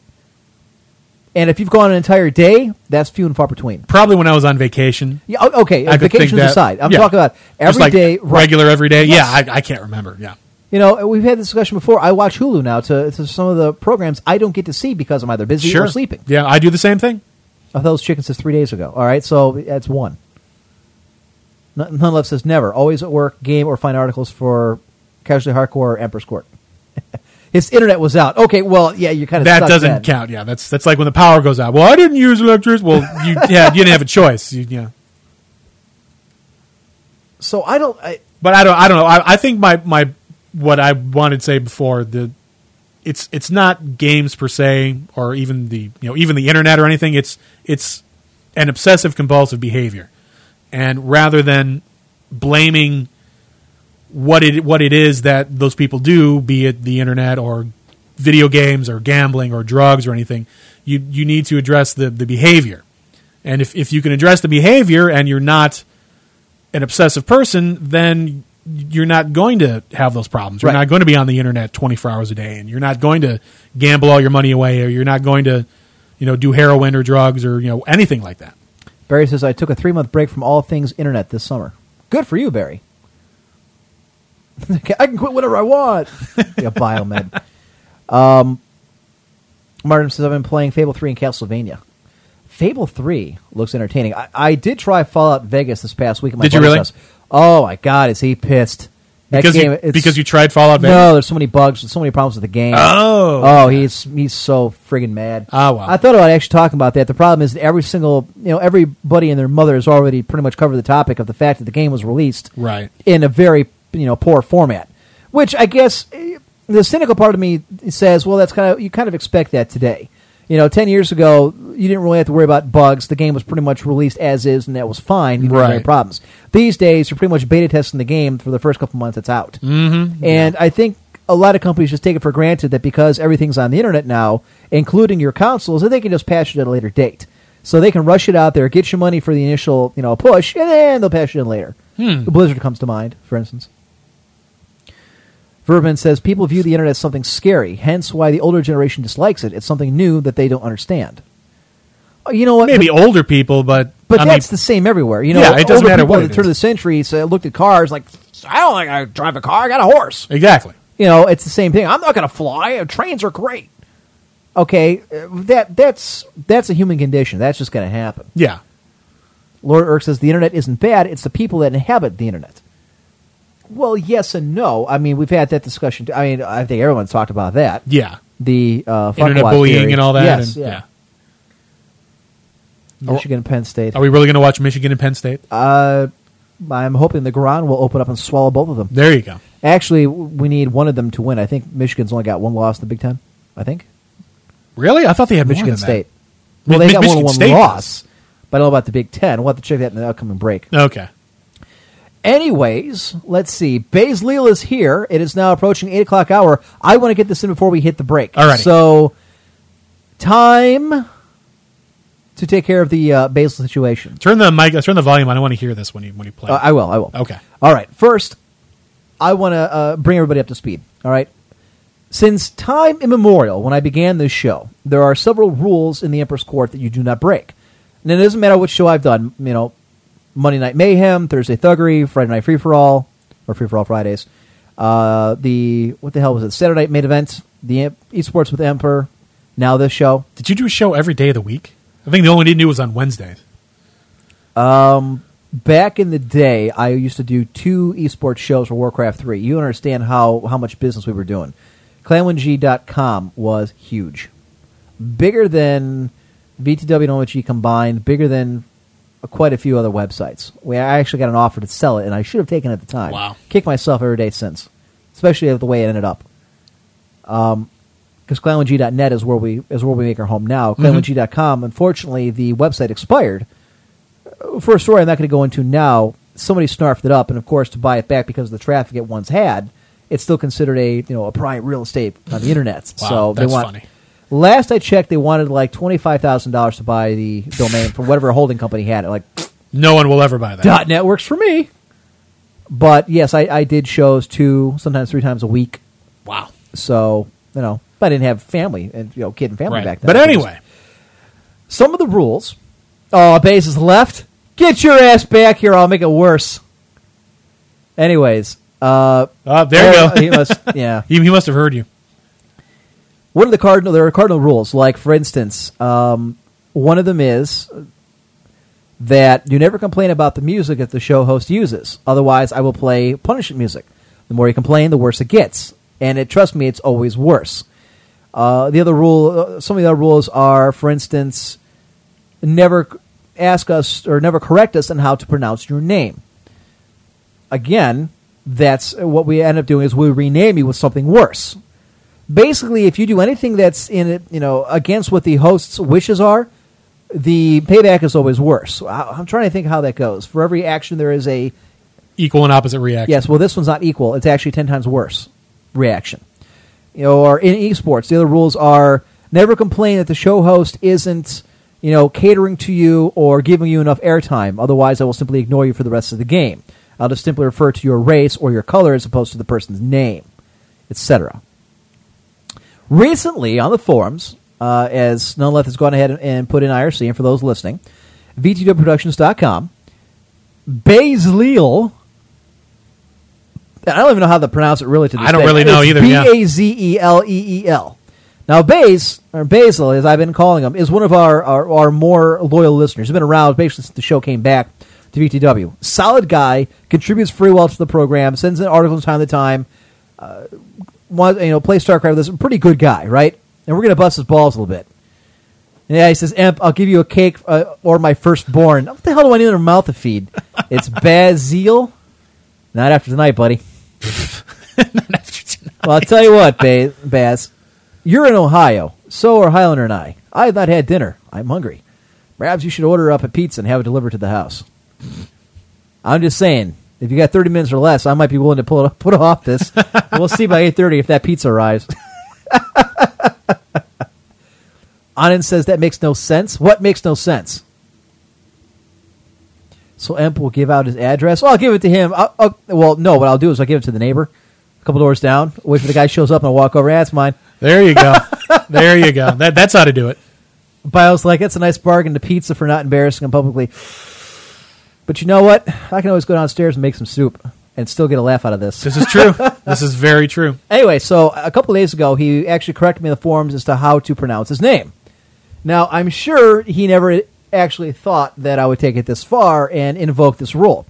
Speaker 5: And if you've gone an entire day, that's few and far between.
Speaker 6: Probably when I was on vacation.
Speaker 5: Yeah, o- okay,
Speaker 6: I could think
Speaker 5: vacations
Speaker 6: that-
Speaker 5: aside. I'm
Speaker 6: yeah.
Speaker 5: talking about
Speaker 6: Just
Speaker 5: every
Speaker 6: like
Speaker 5: day, right?
Speaker 6: regular every day. Yeah, I, I can't remember. Yeah.
Speaker 5: You know, we've had this discussion before. I watch Hulu now to, to some of the programs I don't get to see because I'm either busy
Speaker 6: Sure.
Speaker 5: or sleeping.
Speaker 6: Yeah, I do the same thing.
Speaker 5: I thought those chicken says three days ago. All right, so that's one. None None left says never. Always at work, game, or find articles for casually hardcore or Emperor's Court. His internet was out. Okay, well, yeah, you're kind of
Speaker 6: That doesn't count. Yeah, that's that's like when the power goes out. Well, I didn't use electricity. Well, you yeah, you didn't have a choice. You, yeah.
Speaker 5: So I don't. I,
Speaker 6: but I don't. I don't know. I, I think my my what I wanted to say before the it's it's not games per se or even the you know even the internet or anything. It's it's an obsessive compulsive behavior, and rather than blaming what it what it is that those people do, be it the internet or video games or gambling or drugs or anything, you you need to address the the behavior. And if if you can address the behavior and you're not an obsessive person, then you're not going to have those problems. You're
Speaker 5: Right.
Speaker 6: not going to be on the internet 24 hours a day, and you're not going to gamble all your money away, or you're not going to, you know, do heroin or drugs or you know anything like that.
Speaker 5: Barry says I took a three month break from all things internet this summer. Good for you, Barry. I can quit whenever I want. yeah, biomed. Um, Martin says I've been playing Fable three in Castlevania. Fable three looks entertaining. I, I did try Fallout Vegas this past week. At my
Speaker 6: Did you
Speaker 5: buddy's
Speaker 6: really?
Speaker 5: House. Oh my god, is he pissed? That
Speaker 6: Because
Speaker 5: game,
Speaker 6: you,
Speaker 5: it's-
Speaker 6: because you tried Fallout Vegas.
Speaker 5: no, there's so many bugs, there's so many problems with the game.
Speaker 6: Oh.
Speaker 5: oh, he's he's so friggin' mad.
Speaker 6: Ah, well.
Speaker 5: I thought about actually talking about that. The problem is that every single, you know, everybody and their mother has already pretty much covered the topic of the fact that the game was released
Speaker 6: Right.
Speaker 5: in a very you know poor format, which I guess eh, the cynical part of me says, well, that's kind of you kind of expect that today. You know, ten years ago, you didn't really have to worry about bugs. The game was pretty much released as is, and that was fine. You didn't have any
Speaker 6: Right.
Speaker 5: problems. These days, you're pretty much beta testing the game for the first couple months it's out. Mm-hmm. And I think a lot of companies just take it for granted that because everything's on the internet now, including your consoles, that they can just patch it at a later date. So they can rush it out there, get your money for the initial, you know, push, and then they'll pass it in later.
Speaker 6: Hmm.
Speaker 5: Blizzard comes to mind, for instance. Verban says people view the internet as something scary, hence why the older generation dislikes it. It's something new that they don't understand. Oh, You know what?
Speaker 6: Maybe older people, but
Speaker 5: But
Speaker 6: I mean,
Speaker 5: that's the same everywhere. You know,
Speaker 6: Yeah, it doesn't
Speaker 5: older
Speaker 6: matter
Speaker 5: people
Speaker 6: what
Speaker 5: at the
Speaker 6: it
Speaker 5: turn of the
Speaker 6: is.
Speaker 5: century so looked at cars like, I don't think I drive a car. I got a horse.
Speaker 6: exactly.
Speaker 5: You know, it's the same thing. I'm not going to fly. Uh, Trains are great. Okay, uh, that that's that's a human condition. That's just going to happen.
Speaker 6: Yeah,
Speaker 5: Lord Irk says the internet isn't bad. It's the people that inhabit the internet. Well, yes and no. I mean, we've had that discussion. I mean, I think everyone's talked about that.
Speaker 6: yeah.
Speaker 5: The uh,
Speaker 6: Internet
Speaker 5: fuckwad
Speaker 6: bullying
Speaker 5: theory.
Speaker 6: and all that.
Speaker 5: Yes,
Speaker 6: and-
Speaker 5: yeah. Michigan and Penn State.
Speaker 6: Are we really going to watch Michigan and Penn State?
Speaker 5: Uh, I'm hoping the ground will open up and swallow both of them.
Speaker 6: there you go.
Speaker 5: Actually, w- we need one of them to win. I think Michigan's only got one loss in the Big Ten. I think
Speaker 6: Really? I thought they had more
Speaker 5: Michigan
Speaker 6: than that.
Speaker 5: State.
Speaker 6: Mi-
Speaker 5: Well, they
Speaker 6: Mi-
Speaker 5: got
Speaker 6: Michigan
Speaker 5: one, one
Speaker 6: State
Speaker 5: loss, but I don't know about the Big Ten. We'll have to check that in the upcoming break.
Speaker 6: Okay.
Speaker 5: Anyways, let's see. Bays Leal is here. It is now approaching eight o'clock hour. I want to get this in before we hit the break.
Speaker 6: Alrighty.
Speaker 5: So, time to take care of the uh, Basil situation.
Speaker 6: Turn the mic. Turn the volume. on. I want to hear this when you when you play.
Speaker 5: Uh, I will. I will.
Speaker 6: Okay.
Speaker 5: All right. First, I want to uh, bring everybody up to speed. All right. Since time immemorial, when I began this show, there are several rules in the Emperor's Court that you do not break. And it doesn't matter what show I've done. You know, Monday Night Mayhem, Thursday Thuggery, Friday Night Free for All, or Free for All Fridays. Uh, the what the hell was it? Saturday Night Main Event, the Em- Esports with Emperor. Now this show.
Speaker 6: Did you do a show every day of the week? I think the only one you do was on Wednesdays.
Speaker 5: back in the day, I used to do two esports shows for Warcraft 3. You understand how, how much business we were doing. Clan1G.com was huge. Bigger than VTW and OMG combined, bigger than quite a few other websites. We, I actually got an offer to sell it, and I should have taken it at the time.
Speaker 6: Wow.
Speaker 5: Kick myself every day since, especially at the way it ended up. Because clan1g.net is where we is where we make our home now.
Speaker 6: Mm-hmm.
Speaker 5: Clan1g.com, unfortunately, the website expired Uh, for a story I'm not going to go into now, somebody snarfed it up, and of course, to buy it back because of the traffic it once had, it's still considered a you know a prime real estate on the internet.
Speaker 6: Wow,
Speaker 5: so they
Speaker 6: that's
Speaker 5: want.
Speaker 6: funny.
Speaker 5: Last I checked, they wanted like twenty five thousand dollars to buy the domain from whatever holding company had it. Like
Speaker 6: No one will ever buy that.
Speaker 5: dot net works for me. But yes, I, I did shows two, sometimes three times a week.
Speaker 6: Wow.
Speaker 5: So you know, but I didn't have family and you know kid and family
Speaker 6: Right.
Speaker 5: back then.
Speaker 6: But anyway,
Speaker 5: some of the rules. Oh, base is left. Get your ass back here. I'll make it worse. Anyways, uh,
Speaker 6: uh, there
Speaker 5: uh,
Speaker 6: you
Speaker 5: he
Speaker 6: go.
Speaker 5: must- yeah.
Speaker 6: He, he must have heard you.
Speaker 5: What are the cardinal? There are cardinal rules. Like for instance, um, one of them is that you never complain about the music that the show host uses. Otherwise, I will play punishment music. The more you complain, the worse it gets. And it, trust me, it's always worse. Uh, the other rule, uh, some of the other rules are, for instance, never c- ask us or never correct us on how to pronounce your name. Again, that's what we end up doing is we rename you with something worse. Basically, if you do anything that's in it, you know, against what the host's wishes are, the payback is always worse. I- I'm trying to think how that goes. For every action, there is a
Speaker 6: Equal and opposite reaction.
Speaker 5: Yes, well, this one's not equal. It's actually 10 times worse reaction. You know, or in esports, the other rules are never complain that the show host isn't, you know, catering to you or giving you enough airtime. Otherwise, I will simply ignore you for the rest of the game. I'll just simply refer to your race or your color as opposed to the person's name, etc. Recently on the forums, uh, as None Left has gone ahead and, and put in IRC, and for those listening, VTWProductions.com, Baze Leal I don't even know how to pronounce it really to this
Speaker 6: I don't really know either, yeah.
Speaker 5: B A Z E L E E L. Now, Baze, or Basil, as I've been calling him, is one of our, our, our more loyal listeners. He's been around basically since the show came back to VTW. Solid guy, contributes free will to the program, sends in articles from time to time, uh, wants, you know, play StarCraft with us. Pretty good guy, right? And we're going to bust his balls a little bit. And yeah, he says, Imp, I'll give you a cake uh, or my firstborn. What the hell do I need in her mouth to feed? It's Basil? Not after tonight, buddy. Well, I'll tell you what, Ba- Baz. You're in Ohio. So are Highlander and I. I have not had dinner. I'm hungry. Perhaps you should order up a pizza and have it delivered to the house. I'm just saying, if you got 30 minutes or less, I might be willing to pull it, put off this. we'll see by 8.30 if that pizza arrives. Anand says that makes no sense. What makes no sense? So Emp will give out his address. Well, I'll give it to him. I'll, I'll- well, no, what I'll do is I'll give it to the neighbor, a couple doors down. Wait for the guy shows up and I'll walk over. That's mine.
Speaker 6: There you go. there you go. That, that's how to do it.
Speaker 5: Bio's like, that's a nice bargain to pizza for not embarrassing him publicly. But you know what? I can always go downstairs and make some soup and still get a laugh out of this.
Speaker 6: This is true. this is very true.
Speaker 5: Anyway, so a couple days ago, he actually corrected me in the forums as to how to pronounce his name. Now, I'm sure he never actually thought that I would take it this far and invoke this rule.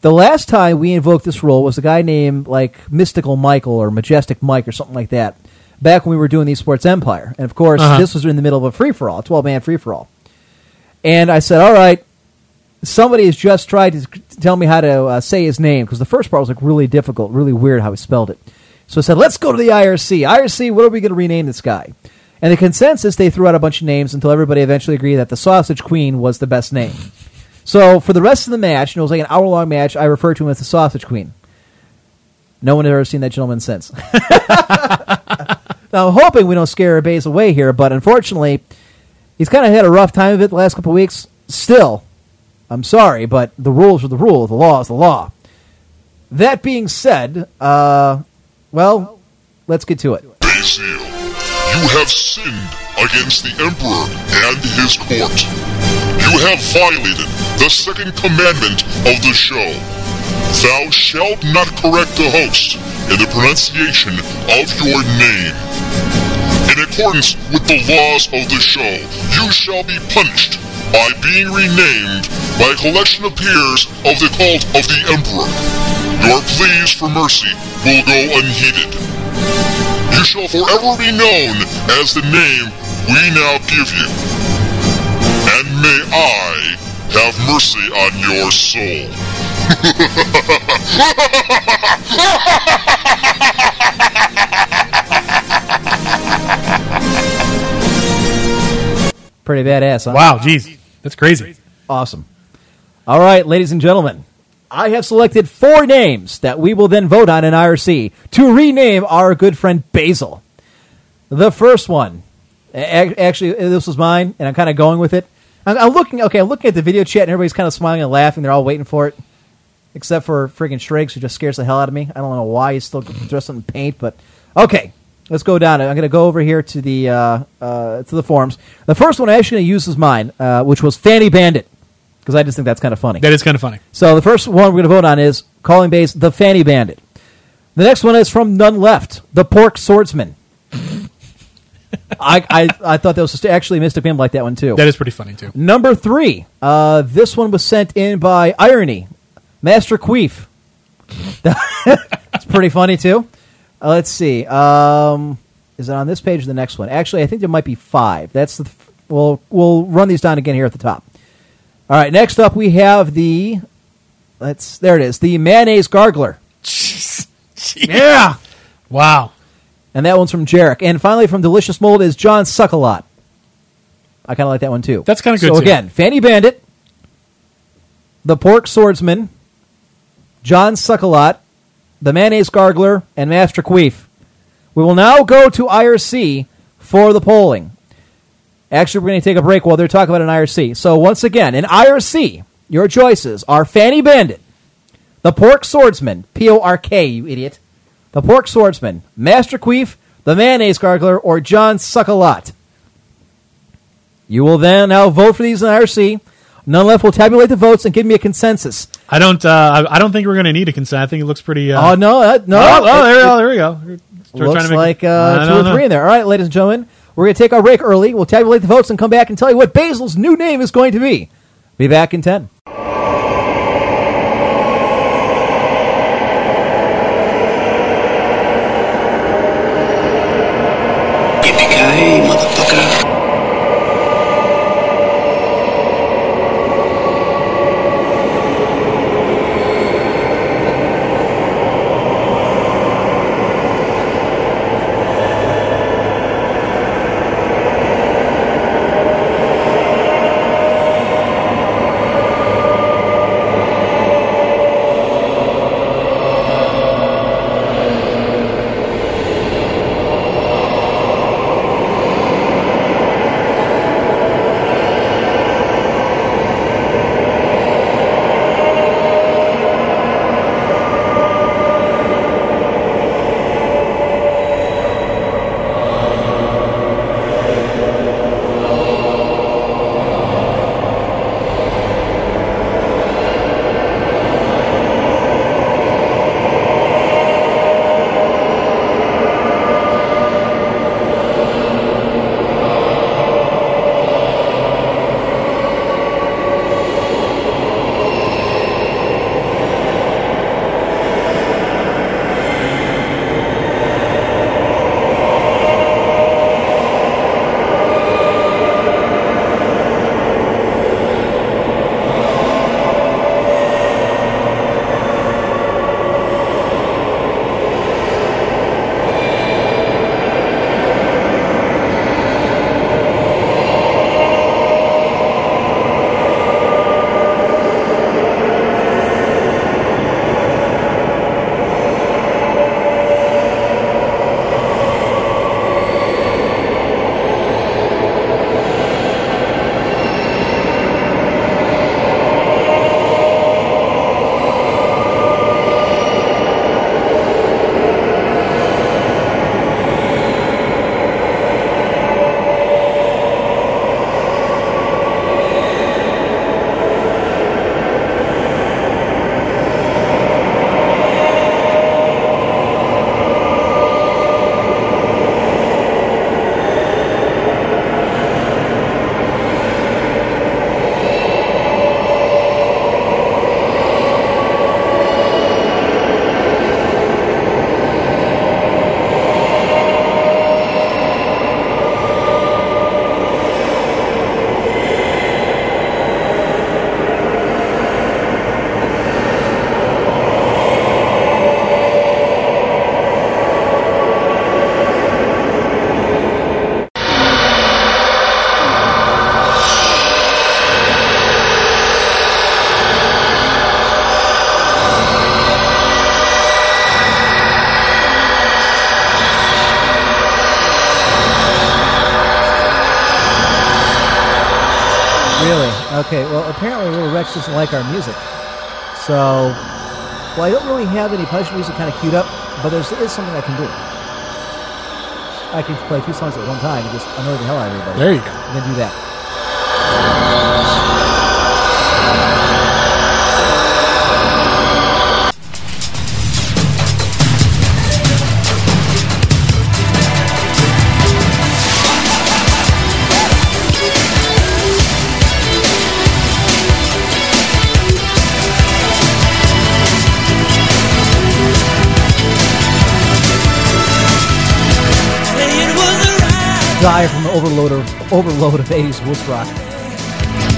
Speaker 5: The last time we invoked this rule was a guy named like Mystical Michael or Majestic Mike or something like that. Back when we were doing the Esports Empire, and of course,
Speaker 6: Uh-huh.
Speaker 5: this was in the middle of a free for all, twelve man free for all. And I said, "All right, somebody has just tried to tell me how to uh, say his name because the first part was like really difficult, really weird how he spelled it. So I said, let's go to the IRC. IRC, what are we going to rename this guy? And the consensus, they threw out a bunch of names until everybody eventually agreed that the Sausage Queen was the best name. So for the rest of the match, and it was like an hour long match, I referred to him as the Sausage Queen. No one has ever seen that gentleman since. now, I'm hoping we don't scare Bays away here, but unfortunately, he's kind of had a rough time of it the last couple of weeks. Still, I'm sorry, but the rules are the rule. The law is the law. That being said, uh, well, let's get to it.
Speaker 11: Basil, you have sinned against the Emperor and his court. You have violated the second commandment of the show. Thou shalt not correct the host in the pronunciation of your name. In accordance with the laws of the show, you shall be punished by being renamed by a collection of peers of the cult of the Emperor. Your pleas for mercy will go unheeded. You shall forever be known as the name we now give you. And may I have mercy on your soul.
Speaker 5: Pretty badass, huh?
Speaker 6: Wow, jeez. That's crazy.
Speaker 5: Awesome. All right, ladies and gentlemen, I have selected four names that we will then vote on in IRC to rename our good friend Basil. The first one, a- actually, uh, this was mine, and I'm kind of going with it. I'm, I'm looking, okay, I'm looking at the video chat, and everybody's kind of smiling and laughing. They're all waiting for it, except for friggin' Shrakes, who just scares the hell out of me. I don't know why he's still dressed in paint, but okay, let's go down. I'm going to go over here to the uh, uh, to the forums. The first one I'm actually going to use is mine, uh, which was Fanny Bandit, because I just think that's kind of funny.
Speaker 6: That is kind of funny.
Speaker 5: So the first one we're going to vote on is calling base the Fanny Bandit. The next one is from None Left, the Pork Swordsman. I, I I thought that was just actually Mystic Pim like that one too.
Speaker 6: That is pretty funny too.
Speaker 5: Number three. Uh, this one was sent in by Irony, Master Queef. That's pretty funny too. Uh, let's see. Um, is it on this page or the next one? Actually, I think there might be five. That's the. F- we'll we'll run these down again here at the top. All right. Next up, we have the. Let's. There it is. The mayonnaise gargler,
Speaker 6: Yeah. Wow.
Speaker 5: and that one's from Jarek. And finally, from Delicious Mold is John Suckalot. I kind of like that one too.
Speaker 6: That's kinda good,
Speaker 5: So
Speaker 6: too.
Speaker 5: again, Fanny Bandit, the Pork Swordsman, John Suckalot, the Mayonnaise Gargler, and Master Queef. We will now go to IRC for the polling. Actually, we're going to take a break while they're talking about an IRC. So once again, in IRC, your choices are Fanny Bandit, the Pork Swordsman, P O R K, you idiot, the Pork Swordsman, Master Queef, the Mayonnaise Gargler, or John Suckalot. You will then now vote for these in IRC. None left will tabulate the votes and give me a consensus.
Speaker 6: I don't. Uh, I I don't think we're going to need a consent. I think it looks pretty. Uh,
Speaker 5: oh no, uh, no!
Speaker 6: Oh, oh,
Speaker 5: it-
Speaker 6: there, we
Speaker 5: it
Speaker 6: go, there we go. We're trying
Speaker 5: looks
Speaker 6: to make-
Speaker 5: like
Speaker 6: I
Speaker 5: uh, two
Speaker 6: don't
Speaker 5: or
Speaker 6: know.
Speaker 5: three in there. All right, ladies and gentlemen, we're going to take our break early. We'll tabulate the votes and come back and tell you what Basil's new name is going to be. Be back in ten. Really? Okay. Well, apparently Little Rex doesn't like our music. So, well, I don't really have any punch music kind of queued up, but there's, there is something I can do. I can play two songs at one time and just annoy the hell out of everybody.
Speaker 6: There you go.
Speaker 5: And then do that. Die from an overload of, overload of 80s wolf rock.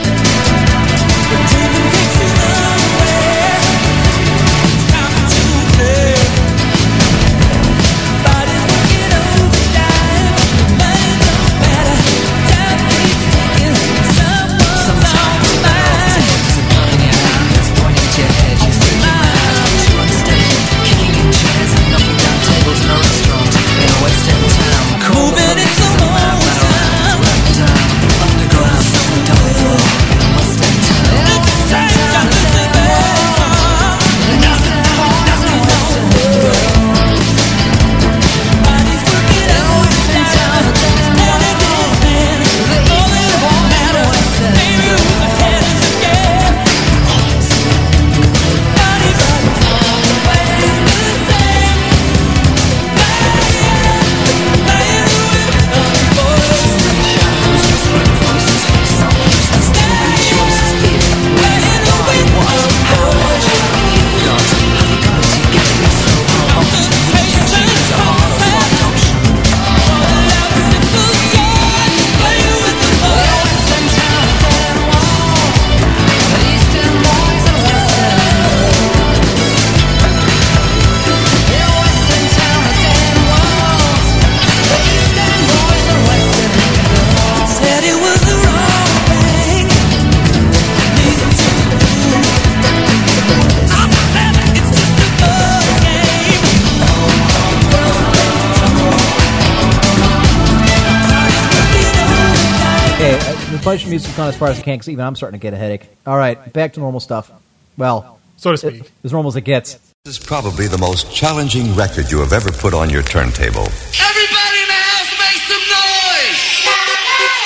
Speaker 8: Said it was the wrong thing. Needed to do. I'm seven, it's just a bug game.
Speaker 5: Okay, uh, the punch music's gone as far as I can because even I'm starting to get a headache. All right, back to normal stuff. Well,
Speaker 6: so to speak.
Speaker 5: as normal as it gets.
Speaker 12: This is probably the most challenging record you have ever put on your turntable.
Speaker 8: Everybody in the house make some noise.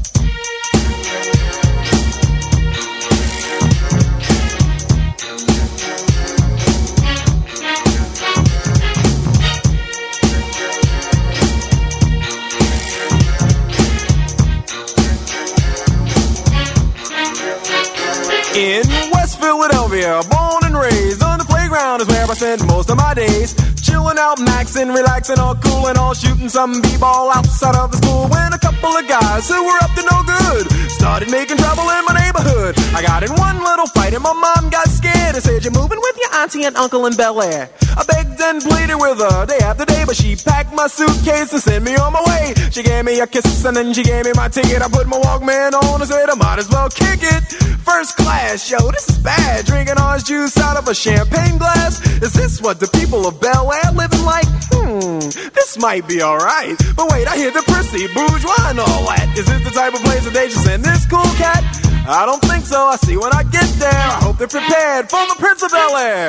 Speaker 12: In West Philadelphia, born and raised on the playground is where I spent most of my days. Chilling out, maxing, relaxing, all cool and all shooting some b-ball outside of the school. When a couple of guys who were up to no good started making trouble in my neighborhood. I got in one little fight and my mom got scared and said, "You're moving with your auntie and uncle in Bel Air." I begged and pleaded with her day after day, but she packed my suitcase and sent me on my way. She gave me a kiss and then she gave me my ticket. I put my Walkman on and said, "I might as well kick it." First class, yo, this is bad. Drinking orange juice out of a champagne glass. Is this what the people of Bel Air living like? Hmm, this might be alright. But wait, I hear the prissy bourgeois and all that. Is this the type of place that they just send this cool cat? I don't think so. I see when I get there. I hope they're prepared for the Prince of Bel Air.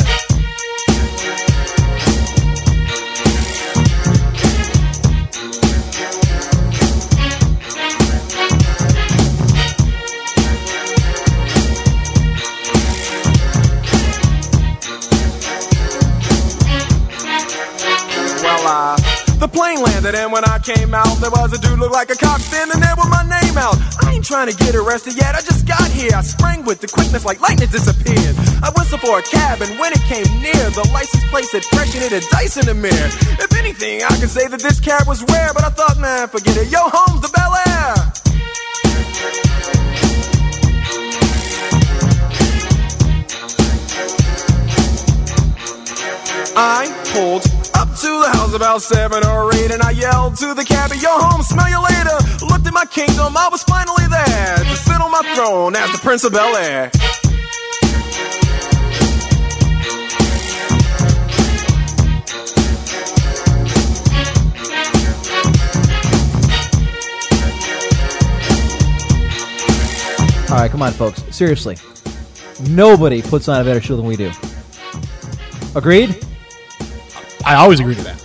Speaker 12: Well, uh, the plane landed, and when I came out, there was a dude looked like a cop standing there with my name out. I ain't trying to get arrested yet, I just got here. I sprang with the quickness like lightning disappeared. I whistled for a cab, and when it came near, the license plate said fresh and it had dice in the mirror. If anything, I could say that this cab was rare, but I thought, man, forget it. Yo, home's the Bel Air. I pulled up to the house about seven or eight, and I yelled to the cabbie, "Yo, home, smell you later." Looked at my kingdom, I was finally there to sit on my throne as the Prince of Bel Air.
Speaker 5: All right, come on, folks. Seriously, nobody puts on a better show than we do. Agreed?
Speaker 6: I always agree to that.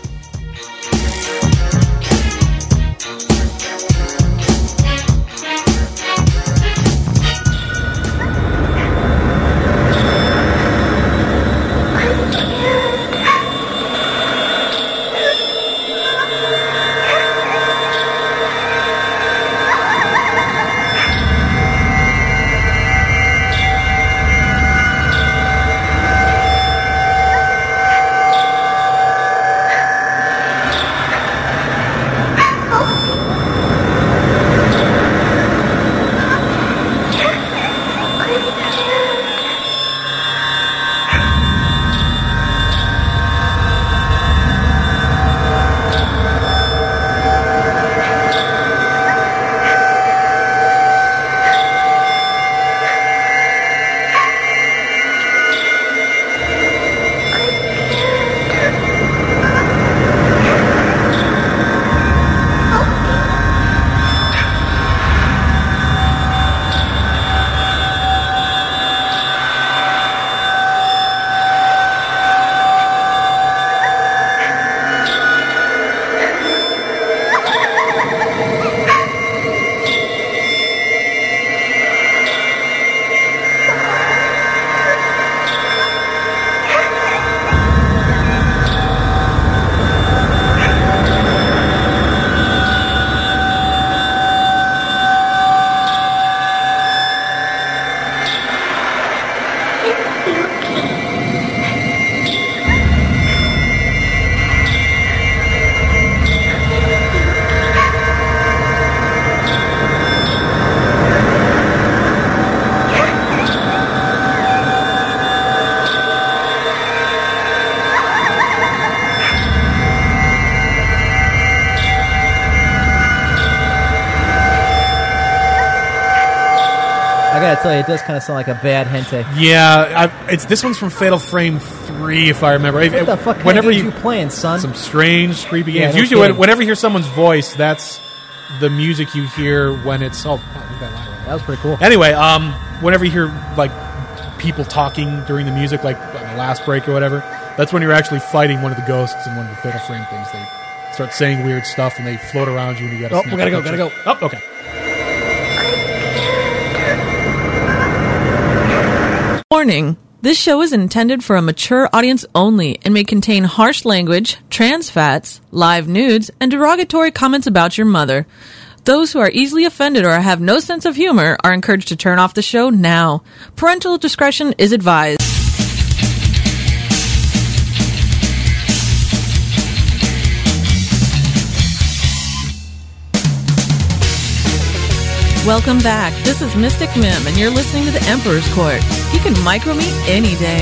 Speaker 5: I gotta tell you, it does kind of sound like a bad hente.
Speaker 6: Yeah, I, it's this one's from Fatal Frame Three, if I remember. If-
Speaker 5: What the fuck kind
Speaker 6: whenever
Speaker 5: of games
Speaker 6: you,
Speaker 5: you playing, son?
Speaker 6: some strange, creepy
Speaker 5: Yeah,
Speaker 6: games.
Speaker 5: no
Speaker 6: Usually, when,
Speaker 5: kidding.
Speaker 6: whenever you hear someone's voice, that's the music you hear when it's. Oh, wow, look at that line right
Speaker 5: That was pretty cool.
Speaker 6: there. Anyway, um, whenever you hear like people talking during the music, like I don't know, last break or whatever, that's when you're actually fighting one of the ghosts and one of the fatal frame things. They start saying weird stuff and they float around you and you gotta.
Speaker 5: Oh,
Speaker 6: snap
Speaker 5: we gotta
Speaker 6: the
Speaker 5: go, gotta
Speaker 6: picture. Oh, okay.
Speaker 2: Warning. This show is intended for a mature audience only and may contain harsh language, trans fats, live nudes, and derogatory comments about your mother. Those who are easily offended or have no sense of humor are encouraged to turn off the show now. Parental discretion is advised. Welcome back. This is Mystic Mim, and you're listening to The Emperor's Court. You can micro me any day.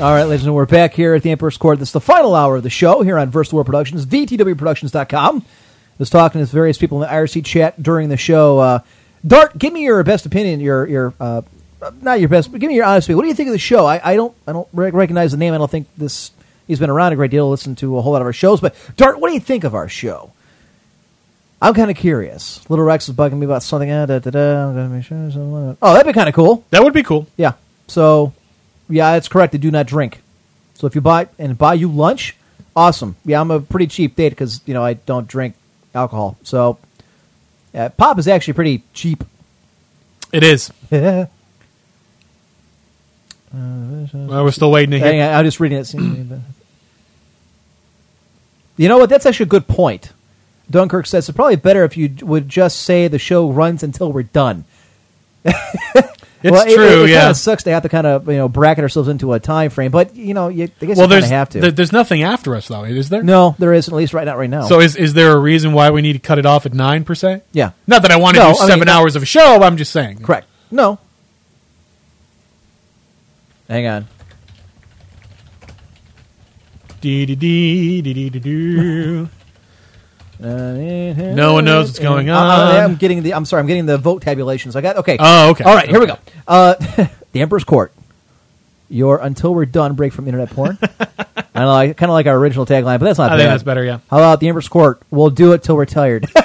Speaker 5: All right, ladies and gentlemen, we're back here at the Emperor's Court. This is the final hour of the show here on Versatile World Productions, VTWProductions.com. I was talking to various people in the IRC chat during the show. Uh, Dart, give me your best opinion, your, your uh, not your best, but give me your honest opinion. What do you think of the show? I, I don't I don't rec- recognize the name. I don't think this, he's been around a great deal, listened to a whole lot of our shows. But Dart, what do you think of our show? I'm kind of curious. Little Rex is bugging me about something. Ah, da, da, da. I'm gonna make sure someone- Oh, that'd be kind of cool.
Speaker 6: That would be cool.
Speaker 5: Yeah. So, yeah, it's correct. They do not drink. So if you buy and buy you lunch, awesome. Yeah, I'm a pretty cheap date because you know I don't drink alcohol. So, yeah, pop is actually pretty cheap.
Speaker 6: It is.
Speaker 5: Yeah.
Speaker 6: Well, we're still waiting to hear.
Speaker 5: Hang on, I'm just reading it. you know what? That's actually a good point. Dunkirk says it's probably better if you d- would just say the show runs until we're done.
Speaker 6: It's
Speaker 5: Well, it-
Speaker 6: true,
Speaker 5: It, it
Speaker 6: yeah.
Speaker 5: kind of sucks to have to kind of you know bracket ourselves into a time frame, but you know, you, I guess
Speaker 6: well,
Speaker 5: you kind
Speaker 6: there's
Speaker 5: of have to.
Speaker 6: there- there's nothing after us though, is there?
Speaker 5: no, there isn't. At least right, not right now.
Speaker 6: So is is there a reason why we need to cut it off at nine per se?
Speaker 5: Yeah.
Speaker 6: Not that I want to
Speaker 5: No,
Speaker 6: do
Speaker 5: I mean,
Speaker 6: seven
Speaker 5: no.
Speaker 6: hours of a show. I'm just saying.
Speaker 5: Correct. No. Hang on.
Speaker 6: Dee dee dee dee dee dee doo.
Speaker 5: No
Speaker 6: one knows what's going
Speaker 5: Uh,
Speaker 6: on.
Speaker 5: I'm getting the. I'm sorry. I'm getting the vote tabulations. I got. Okay.
Speaker 6: Oh, okay.
Speaker 5: All right. Here we go.
Speaker 6: Okay.
Speaker 5: Uh, the Emperor's Court. Your until we're done break from internet porn. I know, I kind of like our original tagline, but that's not.
Speaker 6: I
Speaker 5: bad.
Speaker 6: think that's better, yeah.
Speaker 5: How about the Emperor's Court? We'll do it till we're tired.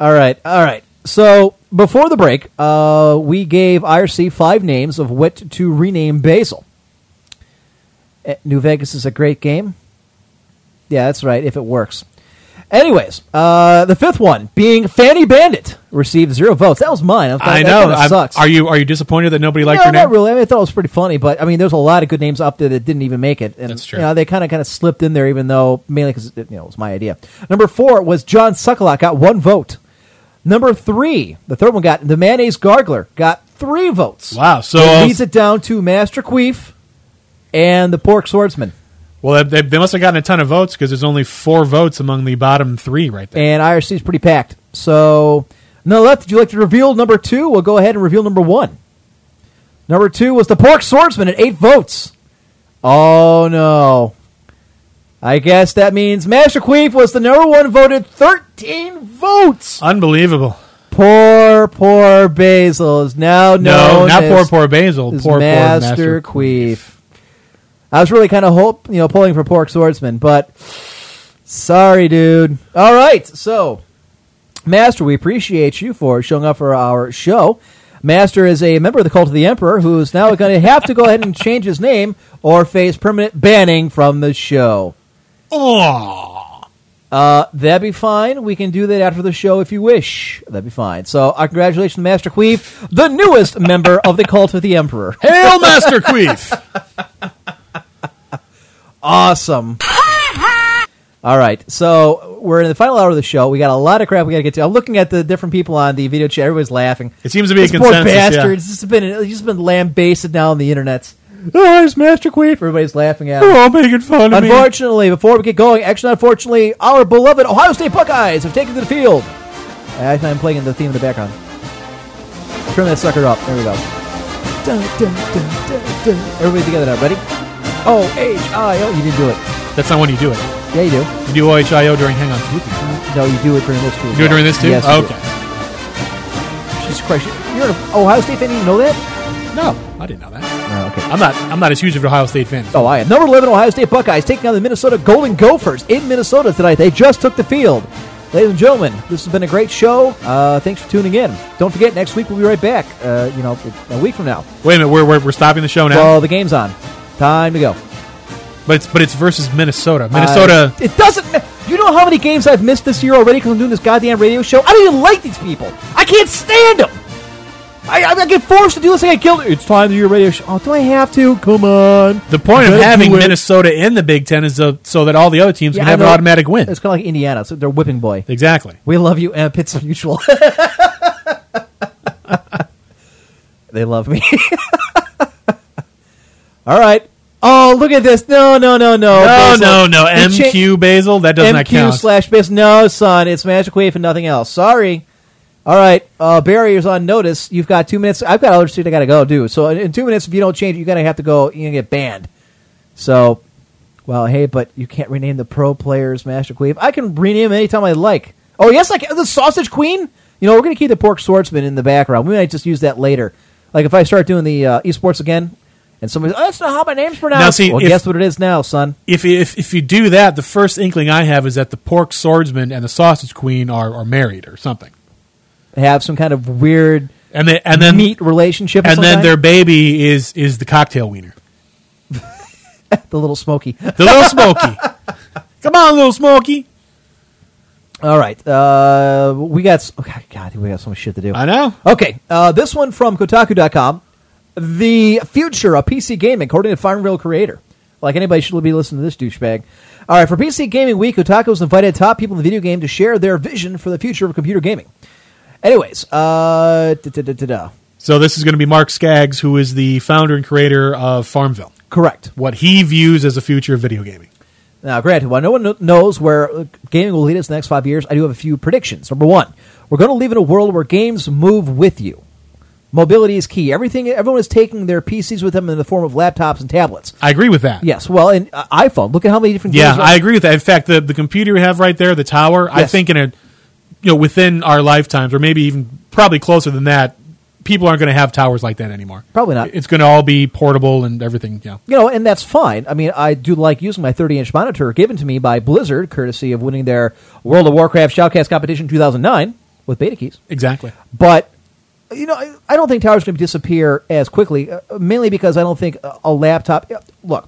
Speaker 5: all right. All right. So before the break, uh, we gave IRC five names of what to rename Basil. Eh, New Vegas is a great game. Yeah, that's right. If it works. Anyways, uh, the fifth one being Fanny Bandit received zero votes. That was mine. I'm
Speaker 6: I
Speaker 5: that
Speaker 6: know.
Speaker 5: kinda
Speaker 6: I'm-
Speaker 5: sucks.
Speaker 6: Are you are you disappointed that nobody liked
Speaker 5: no,
Speaker 6: your name?
Speaker 5: not really. I, mean, I thought it was pretty funny, but I mean, there's a lot of good names up there that didn't even make it. And, That's true. You know, they kind of kind of slipped in there, even though mainly because you know it was my idea. Number four was John Suckalot got one vote. Number three, the third one got the mayonnaise gargler got three votes.
Speaker 6: Wow, so- uh,
Speaker 5: It leads it down to Master Queef and the Pork Swordsman.
Speaker 6: Well, they, they must have gotten a ton of votes because there's only four votes among the bottom three right there.
Speaker 5: and IRC is pretty packed. So, no left. Did you like to reveal number two? We'll go ahead and reveal number one. Number two was the Pork Swordsman at eight votes. Oh no! I guess that means Master Queef was the number one voted thirteen votes.
Speaker 6: Unbelievable.
Speaker 5: Poor, poor Basil is now
Speaker 6: No,
Speaker 5: known
Speaker 6: not
Speaker 5: as-
Speaker 6: poor, poor Basil.
Speaker 5: as
Speaker 6: Oh, Poor, poor
Speaker 5: Master,
Speaker 6: Master
Speaker 5: Queef. I was really kind of hope you know pulling for Pork Swordsman, but sorry, dude. All right, so Master, we appreciate you for showing up for our show. Master is a member of the Cult of the Emperor who is now going to have to go ahead and change his name or face permanent banning from the show. Uh, that'd be fine. We can do that after the show if you wish. That'd be fine. So, our congratulations, Master Queef, the newest member of the Cult of the Emperor.
Speaker 6: Hail, Master Queef!
Speaker 5: Awesome. All right, so we're in the final hour of the show. We got a lot of crap we got to get to. I'm looking at the different people on the video chat. Everybody's laughing.
Speaker 6: It seems to be a
Speaker 5: This Poor
Speaker 6: consensus, yeah.
Speaker 5: bastards. This has been he's just been lambasted now on the internet. Oh, there's Master Queef. Everybody's laughing at. him.
Speaker 6: They're all making fun of me.
Speaker 5: Unfortunately, before we get going, actually, unfortunately, our beloved Ohio State Buckeyes have taken to the field. I- I'm playing the theme in the background. Trim that sucker up. There we go. Dun, dun, dun, dun, dun. Everybody together now. Ready? O H I O. You didn't do it.
Speaker 6: That's not when you do it.
Speaker 5: Yeah, you do.
Speaker 6: You do OHIO during Hang On Spooky.
Speaker 5: No, you do it during this too.
Speaker 6: You do it during this too?
Speaker 5: Yes. you do.
Speaker 6: okay.
Speaker 5: Jesus Christ. You're an Ohio State fan. You know that?
Speaker 6: No, I didn't know that.
Speaker 5: okay.
Speaker 6: I'm not. I'm not as huge of an Ohio State fan.
Speaker 5: Oh, I am. Number 11, Ohio State Buckeyes taking on the Minnesota Golden Gophers in Minnesota tonight. They just took the field. Ladies and gentlemen, this has been a great show. Uh, thanks for tuning in. Don't forget, next week we'll be right back, uh, you know, a week from now.
Speaker 6: Wait a minute. We're, we're, we're stopping the show now.
Speaker 5: Well, the game's on. Time to go.
Speaker 6: but it's but it's versus Minnesota. Minnesota.
Speaker 5: I- Uh, it doesn't. ma- You know how many games I've missed this year already because I'm doing this goddamn radio show. I don't even like these people. I can't stand them. I, I, I get forced to do this. I get killed. It's time to do your radio show. Oh, do I have to? Come on.
Speaker 6: the point of
Speaker 5: Gotta
Speaker 6: having
Speaker 5: do it.
Speaker 6: Minnesota in the Big Ten is so, so that all the other teams
Speaker 5: Yeah,
Speaker 6: can
Speaker 5: I
Speaker 6: have an
Speaker 5: know.
Speaker 6: automatic win.
Speaker 5: It's kind of like Indiana. So they're whipping boy.
Speaker 6: Exactly.
Speaker 5: We love you, and Pitts Mutual. they love me. All right. Oh, look at this. No, no, no, no.
Speaker 6: No,
Speaker 5: Basil.
Speaker 6: no, no.
Speaker 5: You cha-
Speaker 6: MQ Basil. That does
Speaker 5: MQ
Speaker 6: not count.
Speaker 5: slash Basil. No, son. It's Magic Wave and nothing else. Sorry. All right. Uh, barriers on notice. You've got two minutes. I've got other shit I got to go do. So in- in two minutes, if you don't change it, you're going to have to go. You're going to get banned. So, well, hey, but you can't rename the pro players Master Queen. I can rename them anytime I like. Oh, yes, I can. The Sausage Queen? You know, we're going to keep the Pork Swordsman in the background. We might just use that later. Like if I start doing the uh, esports again and somebody's, oh, that's not how my name's pronounced.
Speaker 6: see,
Speaker 5: well,
Speaker 6: if-
Speaker 5: guess what it is now, son?
Speaker 6: If, if if you do that, the first inkling I have is that the pork swordsman and the sausage queen are, are married or something,
Speaker 5: Have some kind of weird
Speaker 6: and they, and then
Speaker 5: meat relationship. of
Speaker 6: and
Speaker 5: some
Speaker 6: then
Speaker 5: kind?
Speaker 6: their baby is is the cocktail wiener,
Speaker 5: the little smoky.
Speaker 6: the little smoky. Come on, little smoky.
Speaker 5: All right, uh, we got. s- Oh God, God, we got so much shit to do.
Speaker 6: I know.
Speaker 5: Okay, uh, this one from Kotaku.com. The future of PC gaming, according to Farmville Creator. Like anybody should be listening to this douchebag. All right, for PC Gaming Week, Kotaku has invited top people in the video game to share their vision for the future of computer gaming. Anyways, uh, da, da, da, da, da.
Speaker 6: So this is going to be Mark Skaggs, who is the founder and creator of Farmville.
Speaker 5: correct.
Speaker 6: What he views as a future of video gaming.
Speaker 5: Now, granted, while no one kno- knows where uh, gaming will lead us in the next five years, I do have a few predictions. Number one, we're going to live in a world where games move with you. Mobility is key. Everything, everyone is taking their PCs with them in the form of laptops and tablets.
Speaker 6: I agree with that.
Speaker 5: Yes, well, and uh, iPhone. Look at how many different
Speaker 6: Yeah,
Speaker 5: games. are-
Speaker 6: I agree with that. In fact, the, the computer we have right there, the tower, I
Speaker 5: Yes.
Speaker 6: think in a you know within our lifetimes, or maybe even probably closer than that, people aren't going to have towers like that anymore.
Speaker 5: Probably not.
Speaker 6: It's going to all be portable and everything. You know.
Speaker 5: you know, and that's fine. I mean, I do like using my 30 inch monitor given to me by Blizzard, courtesy of winning their World of Warcraft Shoutcast competition 2009 with beta keys.
Speaker 6: Exactly.
Speaker 5: But you know, I, I don't think towers going to disappear as quickly, uh, mainly because I don't think a, a laptop. yeah, Look,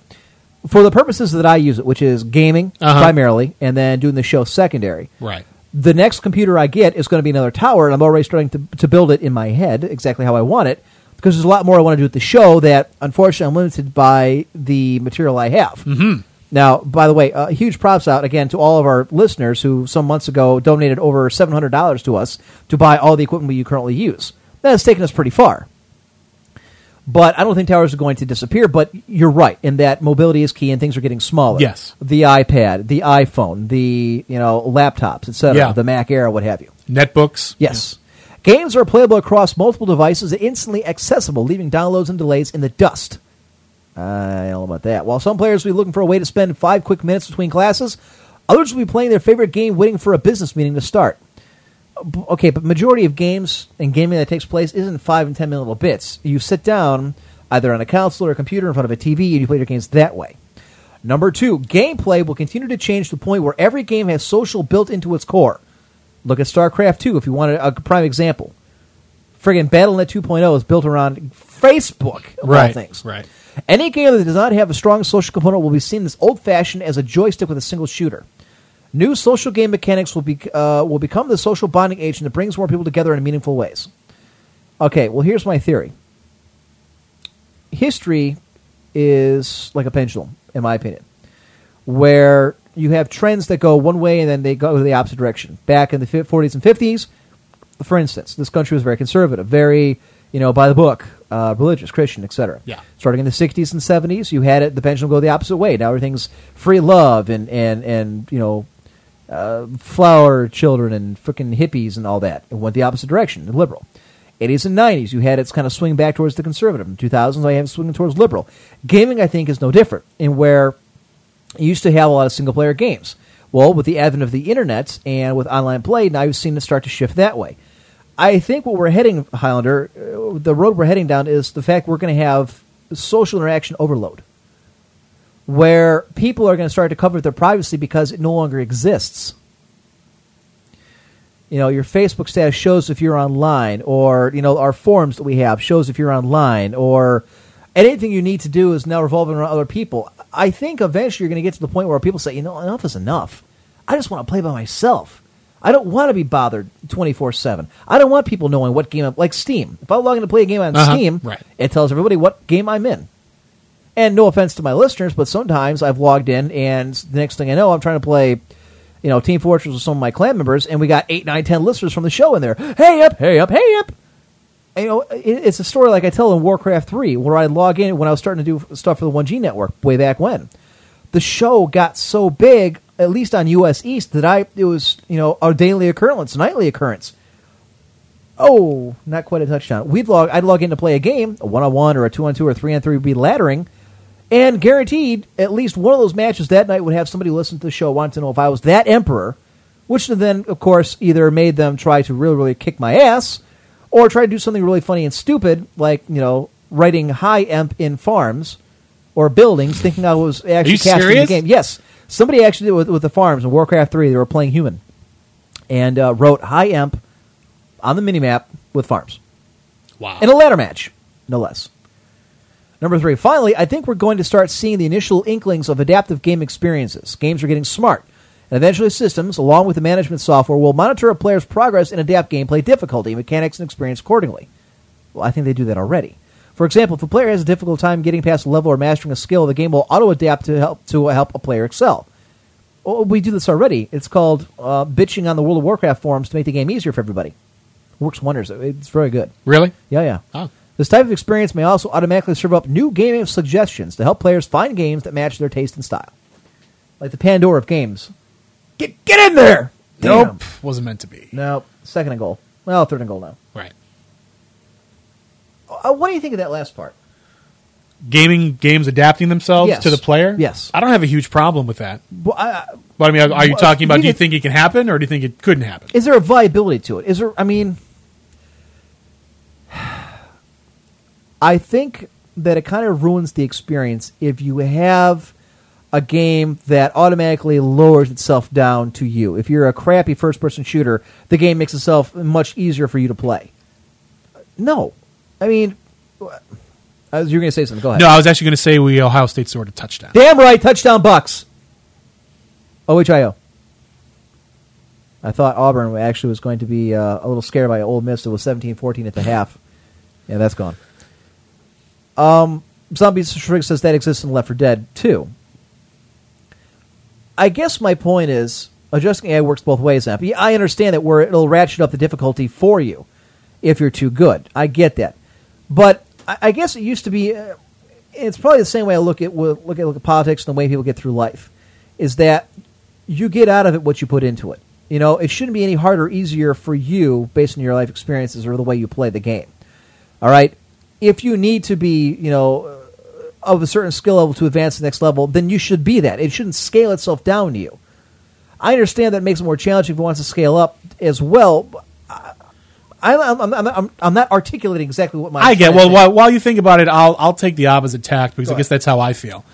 Speaker 5: for the purposes that I use it, which is gaming
Speaker 6: Uh-huh.
Speaker 5: primarily, and then doing the show secondary.
Speaker 6: Right.
Speaker 5: The next computer I get is going to be another tower, and I'm already starting to, to build it in my head exactly how I want it because there's a lot more I want to do with the show that unfortunately I'm limited by the material I have. Mm-hmm. Now, by the way, uh, huge props out again to all of our listeners who some months ago donated over $700 to us to buy all the equipment we currently use. That has taken us pretty far. But I don't think towers are going to disappear, but you're right in that mobility is key and things are getting smaller.
Speaker 6: Yes.
Speaker 5: The iPad, the iPhone, the, you know, laptops, etc.,
Speaker 6: Yeah.
Speaker 5: the Mac Air, what have you.
Speaker 6: Netbooks.
Speaker 5: Yes. Games are playable across multiple devices and instantly accessible, leaving downloads and delays in the dust. I don't know about that. While some players will be looking for a way to spend five quick minutes between classes, others will be playing their favorite game waiting for a business meeting to start. B- Okay, but majority of games and gaming that takes place isn't five and ten minute little bits. You sit down either on a console or a computer in front of a TV and you play your games that way. Number two, gameplay will continue to change to the point where every game has social built into its core. Look at StarCraft 2 if you want a, a prime example. Friggin' BattleNet 2.0 is built around Facebook, of all
Speaker 6: Right.
Speaker 5: things.
Speaker 6: Right.
Speaker 5: Any game that does not have a strong social component will be seen as old fashioned as a joystick with a single shooter. New social game mechanics will, be, uh, will become the social bonding agent that brings more people together in meaningful ways. Okay, well, here's my theory history is like a pendulum, in my opinion, where you have trends that go one way and then they go the opposite direction. Back in the fif- 40s and 50s, for instance, this country was very conservative, very you know by the book, uh, religious, Christian, etc.
Speaker 6: Yeah.
Speaker 5: Starting in the 60s and 70s, you had it the pendulum go the opposite way. Now everything's free love and and and you know. Uh, flower children and freaking hippies and all that. It went the opposite direction, the liberal. 80s and 90s, you had its kind of swing back towards the conservative. In 2000s, I have it swinging towards liberal. Gaming, I think, is no different in where you used to have a lot of single player games. Well, with the advent of the internet and with online play, now you've seen it start to shift that way. I think what we're heading, Highlander, uh, the road we're heading down is the fact we're going to have social interaction overload, where people are going to start to cover their privacy because it no longer exists. You know, your Facebook status shows if you're online, or you know, our forums that we have shows if you're online, or anything you need to do is now revolving around other people. I think eventually you're going to get to the point where people say, you know, enough is enough. I just want to play by myself. I don't want to be bothered 24 7. I don't want people knowing what game I'm like Steam. If I log in to play a game on
Speaker 6: Uh-huh,
Speaker 5: Steam,
Speaker 6: right.
Speaker 5: it tells everybody what game I'm in. And no offense to my listeners, but sometimes I've logged in and the next thing I know, I'm trying to play, you know, Team Fortress with some of my clan members, and we got 8, 9, 10 listeners from the show in there. Hey up, hey up, hey up. You know, it, it's a story like I tell in Warcraft 3 where I log in when I was starting to do stuff for the 1G network way back when. The show got so big, at least on US East, that I it was, you know, a daily occurrence, nightly occurrence. Oh, not quite a touchdown. We'd log. I'd log in to play a game, a one on one or a two on two or three on three would be laddering, and guaranteed at least one of those matches that night would have somebody listen to the show want to know if I was that emperor, which then of course either made them try to really really kick my ass, or try to do something really funny and stupid like you know writing high emp in farms or buildings, thinking I was actually
Speaker 6: you
Speaker 5: casting
Speaker 6: serious?
Speaker 5: the game. Yes, somebody actually did it with, with the farms in Warcraft Three. They were playing human, and uh, wrote high emp on the minimap with farms.
Speaker 6: Wow.
Speaker 5: In a ladder match, no less. Number three, finally, I think we're going to start seeing the initial inklings of adaptive game experiences. Games are getting smart, and eventually systems, along with the management software, will monitor a player's progress and adapt gameplay difficulty, mechanics, and experience accordingly. Well, I think they do that already. For example, if a player has a difficult time getting past a level or mastering a skill, the game will auto adapt to help to help a player excel. Well, we do this already. It's called uh, bitching on the World of Warcraft forums to make the game easier for everybody. Works wonders. It's very good.
Speaker 6: Really?
Speaker 5: Yeah, yeah. This type of experience may also automatically serve up new gaming suggestions to help players find games that match their taste and style. Like the Pandora of games. Get get in there! Damn.
Speaker 6: Nope. Wasn't meant to be.
Speaker 5: No. Second and goal. Well, third and goal now.
Speaker 6: Right.
Speaker 5: Uh, what do you think of that last part?
Speaker 6: Gaming games adapting themselves
Speaker 5: Yes.
Speaker 6: to the player.
Speaker 5: Yes.
Speaker 6: I don't have a huge problem with that.
Speaker 5: Well, I,
Speaker 6: But I mean, are, are you
Speaker 5: Well,
Speaker 6: talking about?
Speaker 5: we
Speaker 6: Do you
Speaker 5: did-
Speaker 6: think it can happen, or do you think it couldn't happen?
Speaker 5: Is there a viability to it? Is there? I mean, I think that it kind of ruins the experience if you have a game that automatically lowers itself down to you. If you're a crappy first-person shooter, the game makes itself much easier for you to play. No, I mean, as you're going to say something. Go ahead.
Speaker 6: No, I was actually going to say we Ohio State scored a touchdown.
Speaker 5: Damn right, touchdown Bucks. OHIO. I thought Auburn actually was going to be uh, a little scared by Ole Miss. It was 17-14 at the half. Yeah, that's gone. Um, Zombie Shrink says that exists in Left 4 Dead too. I guess my point is adjusting AI works both ways. Now, I understand that where it'll ratchet up the difficulty for you if you're too good. I get that, but I, I guess it used to be. Uh, it's probably the same way I look at look at look at politics and the way people get through life is that you get out of it what you put into it. You know, it shouldn't be any harder or easier for you based on your life experiences or the way you play the game. All right, if you need to be, you know, uh, of a certain skill level to advance to the next level, then you should be that. It shouldn't scale itself down to you. I understand that makes it more challenging if it wants to scale up as well. but I, I'm, I'm, I'm, I'm not articulating exactly what my
Speaker 6: I get.
Speaker 5: plan
Speaker 6: Well,
Speaker 5: is.
Speaker 6: while, while you think about it, I'll I'll take the opposite tact because
Speaker 5: Go
Speaker 6: I guess that's how I feel.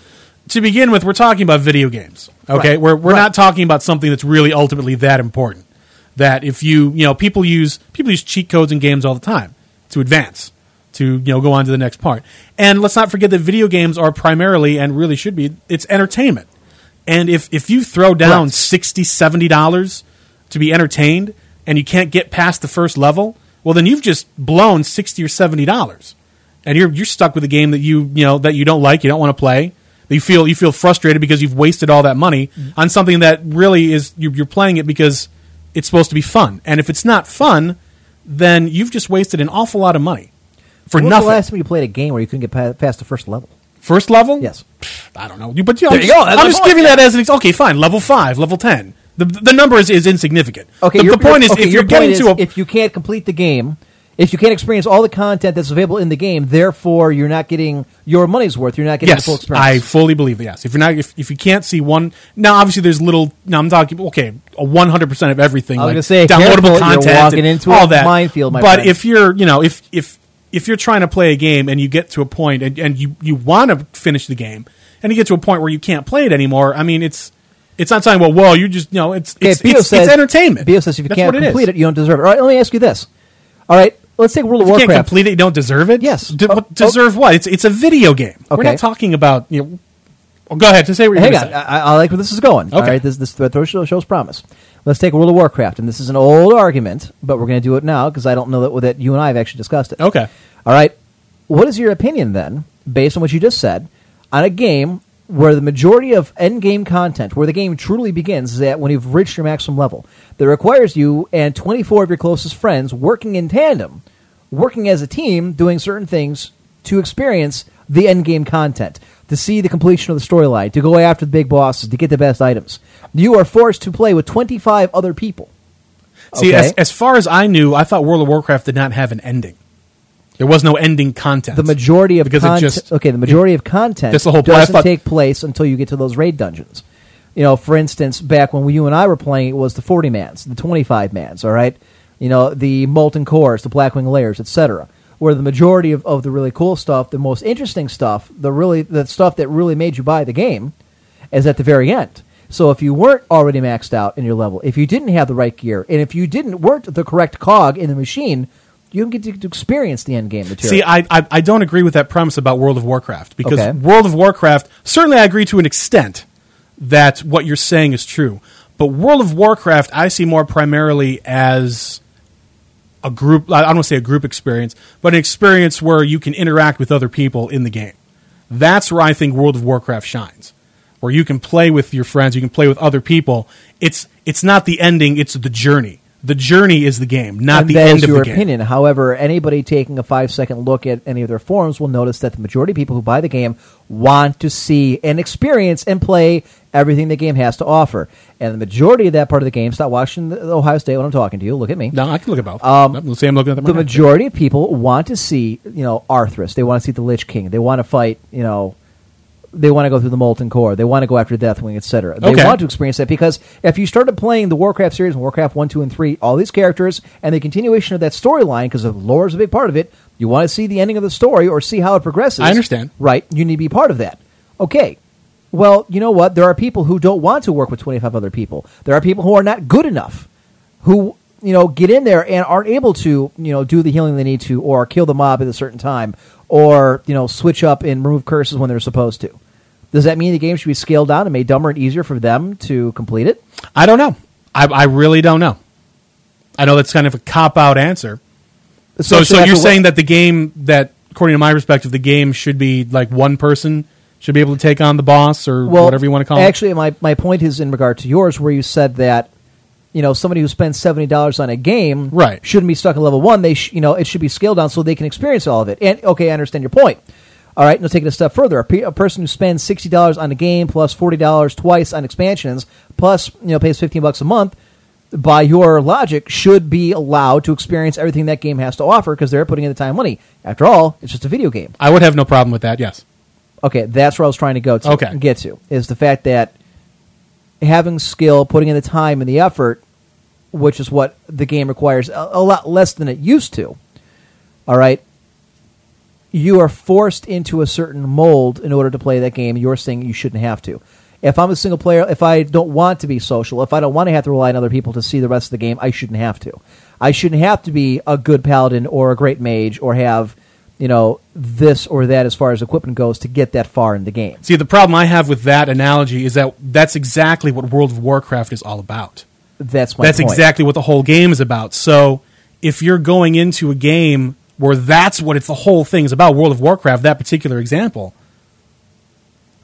Speaker 6: To begin with, we're talking about video games. Okay,
Speaker 5: Right.
Speaker 6: we're we're not talking about something that's really ultimately that important. That if you you know people use people use cheat codes in games all the time to advance to you know go on to the next part. And let's not forget that video games are primarily and really should be it's entertainment. And if if you throw down
Speaker 5: Correct.
Speaker 6: sixty seventy dollars to be entertained and you can't get past the first level, well then you've just blown sixty or seventy dollars, and you're you're stuck with a game that you you know that you don't like, you don't want to play. that You feel you feel frustrated because you've wasted all that money
Speaker 5: Mm-hmm.
Speaker 6: on something that really is you're, you're playing it because it's supposed to be fun, and if it's not fun, then you've just wasted an awful lot of money for
Speaker 5: When was
Speaker 6: nothing.
Speaker 5: the last time you played a game where you couldn't get pa- past the first level?
Speaker 6: First level?
Speaker 5: Yes.
Speaker 6: I don't know. You- But you know,
Speaker 5: There
Speaker 6: I'm
Speaker 5: you
Speaker 6: just,
Speaker 5: go. That's
Speaker 6: I'm
Speaker 5: my
Speaker 6: just
Speaker 5: point.
Speaker 6: giving that as an example. Okay, fine. Level five, level ten. The, the number is, is insignificant.
Speaker 5: Okay,
Speaker 6: The,
Speaker 5: your-
Speaker 6: the point
Speaker 5: your-
Speaker 6: is,
Speaker 5: okay,
Speaker 6: if
Speaker 5: your
Speaker 6: you're getting
Speaker 5: point
Speaker 6: to
Speaker 5: is
Speaker 6: a
Speaker 5: if you can't complete the game, If you can't experience all the content that's available in the game, therefore you're not getting your money's worth. You're not getting
Speaker 6: yes,
Speaker 5: the full experience.
Speaker 6: I fully believe that. Yes, if you're not, if, if you can't see one, now obviously there's little. Now I'm talking okay, a 100 percent of everything.
Speaker 5: I was
Speaker 6: like
Speaker 5: gonna say, careful,
Speaker 6: downloadable
Speaker 5: you're
Speaker 6: content,
Speaker 5: walking
Speaker 6: and
Speaker 5: into a
Speaker 6: all that
Speaker 5: minefield, my
Speaker 6: but
Speaker 5: friend.
Speaker 6: if you're, you know, if if if you're trying to play a game and you get to a point and, and you you want to finish the game and you get to a point where you can't play it anymore, I mean it's. It's not saying, well, well, you just, you know, it's,
Speaker 5: Okay,
Speaker 6: it's,
Speaker 5: Pio
Speaker 6: it's,
Speaker 5: says,
Speaker 6: it's entertainment.
Speaker 5: Pio says if you
Speaker 6: That's
Speaker 5: can't
Speaker 6: what it is.
Speaker 5: complete it, you don't deserve it. All right, let me ask you this. All right, let's take World
Speaker 6: If
Speaker 5: of
Speaker 6: you can't
Speaker 5: Warcraft. Oh,
Speaker 6: complete it, you don't deserve it. Yes, deserve what? It's it's a video game. We're
Speaker 5: Okay.
Speaker 6: not talking about you. Know, well, go ahead. To say what you're
Speaker 5: Hang
Speaker 6: gonna
Speaker 5: on,
Speaker 6: say.
Speaker 5: I, I like where this is going. All
Speaker 6: Okay.
Speaker 5: right, this this that throws- shows, promise. Let's take World of Warcraft, and this is an old argument, but we're going to do it now because I don't know that that you and I have actually discussed it.
Speaker 6: Okay.
Speaker 5: All right. What is your opinion then, based on what you just said, on a game where the majority of end game content, where the game truly begins, is that when you've reached your maximum level that requires you and 24 of your closest friends working in tandem, working as a team, doing certain things to experience the end game content, to see the completion of the storyline, to go after the big bosses, to get the best items. You are forced to play with 25 other people.
Speaker 6: See,
Speaker 5: Okay.
Speaker 6: as, as far as I knew, I thought World of Warcraft did not have an ending. There was no ending content.
Speaker 5: the majority of
Speaker 6: because
Speaker 5: content,
Speaker 6: it just
Speaker 5: okay, the majority of content
Speaker 6: That's the whole point. I
Speaker 5: doesn't
Speaker 6: thought-
Speaker 5: take place until you get to those raid dungeons. You know, for instance, back when you and I were playing, it was the forty mans, the twenty five mans. All right, you know, the molten cores, the blackwing layers, etc. Where the majority of, of the really cool stuff, the most interesting stuff, the really the stuff that really made you buy the game, is at the very end. So if you weren't already maxed out in your level, if you didn't have the right gear, and if you didn't weren't the correct cog in the machine, you don't get to, to experience the end game material.
Speaker 6: See, I, I I don't agree with that premise about World of Warcraft because
Speaker 5: Okay.
Speaker 6: World of Warcraft certainly I agree to an extent that what you're saying is true, but World of Warcraft I see more primarily as a group. I don't want to say a group experience, but an experience where you can interact with other people in the game. That's where I think World of Warcraft shines, where you can play with your friends, you can play with other people. It's it's not the ending; it's the journey. The journey is the game, not
Speaker 5: and
Speaker 6: the
Speaker 5: that
Speaker 6: end
Speaker 5: is
Speaker 6: of
Speaker 5: your
Speaker 6: the game.
Speaker 5: opinion. However, anybody taking a five second look at any of their forums will notice that the majority of people who buy the game want to see and experience and play everything the game has to offer. And the majority of that part of the game, stop watching the- the Ohio State when I'm talking to you. Look at me.
Speaker 6: No, I can look at both. Um, See, I'm looking at them
Speaker 5: The
Speaker 6: right now.
Speaker 5: majority of people want to see, you know, Arthurus. They want to see the Lich King. They want to fight, you know, they want to go through the molten core. They want to go after Deathwing, etc. They
Speaker 6: Okay.
Speaker 5: want to experience that because if you started playing the Warcraft series, Warcraft one, two, and three, all these characters and the continuation of that storyline, because the lore is a big part of it, you want to see the ending of the story or see how it progresses.
Speaker 6: I understand.
Speaker 5: right? You need to be part of that. Okay. Well, you know what? There are people who don't want to work with twenty five other people. There are people who are not good enough, who you know get in there and aren't able to you know do the healing they need to, or kill the mob at a certain time, or you know switch up and remove curses when they're supposed to. Does that mean the game should be scaled down and made dumber and easier for them to complete it?
Speaker 6: I don't know. I, I really don't know. I know that's kind of a cop out answer. So,
Speaker 5: Especially
Speaker 6: so
Speaker 5: after
Speaker 6: you're
Speaker 5: what-
Speaker 6: saying that the game that, according to my perspective, the game should be like one person should be able to take on the boss or
Speaker 5: well,
Speaker 6: whatever you want to call
Speaker 5: Actually, my, my point is in regard to yours, where you said that you know somebody who spends seventy dollars on a game right. shouldn't be stuck at level one. They sh- you know it should be scaled down so they can experience all of it. And okay, I understand your point. All right, now take it a step further. A, pe- a person who spends sixty dollars on a game plus forty dollars twice on expansions plus you know pays fifteen bucks a month. By your logic, should be allowed to experience everything that game has to offer because they're putting in the time, and money. After all, it's just a video game.
Speaker 6: it. I would have no problem with that. Yes.
Speaker 5: Okay, that's where I was trying to go to.
Speaker 6: Okay.
Speaker 5: get to is the fact that having skill, putting in the time and the effort, which is what the game requires, a, a lot less than it used to. All right, you are forced into a certain mold in order to play that game. You're saying you shouldn't have to. If I'm a single player, if I don't want to be social, if I don't want to have to rely on other people to see the rest of the game, I shouldn't have to. I shouldn't have to be a good paladin or a great mage or have, you know, this or that as far as equipment goes to get that far in the game.
Speaker 6: See, the problem I have with that analogy is that that's exactly what World of Warcraft is all about.
Speaker 5: That's my
Speaker 6: that's
Speaker 5: point.
Speaker 6: exactly what the whole game is about. So if you're going into a game where that's what it's the whole thing is about, World of Warcraft, that particular example,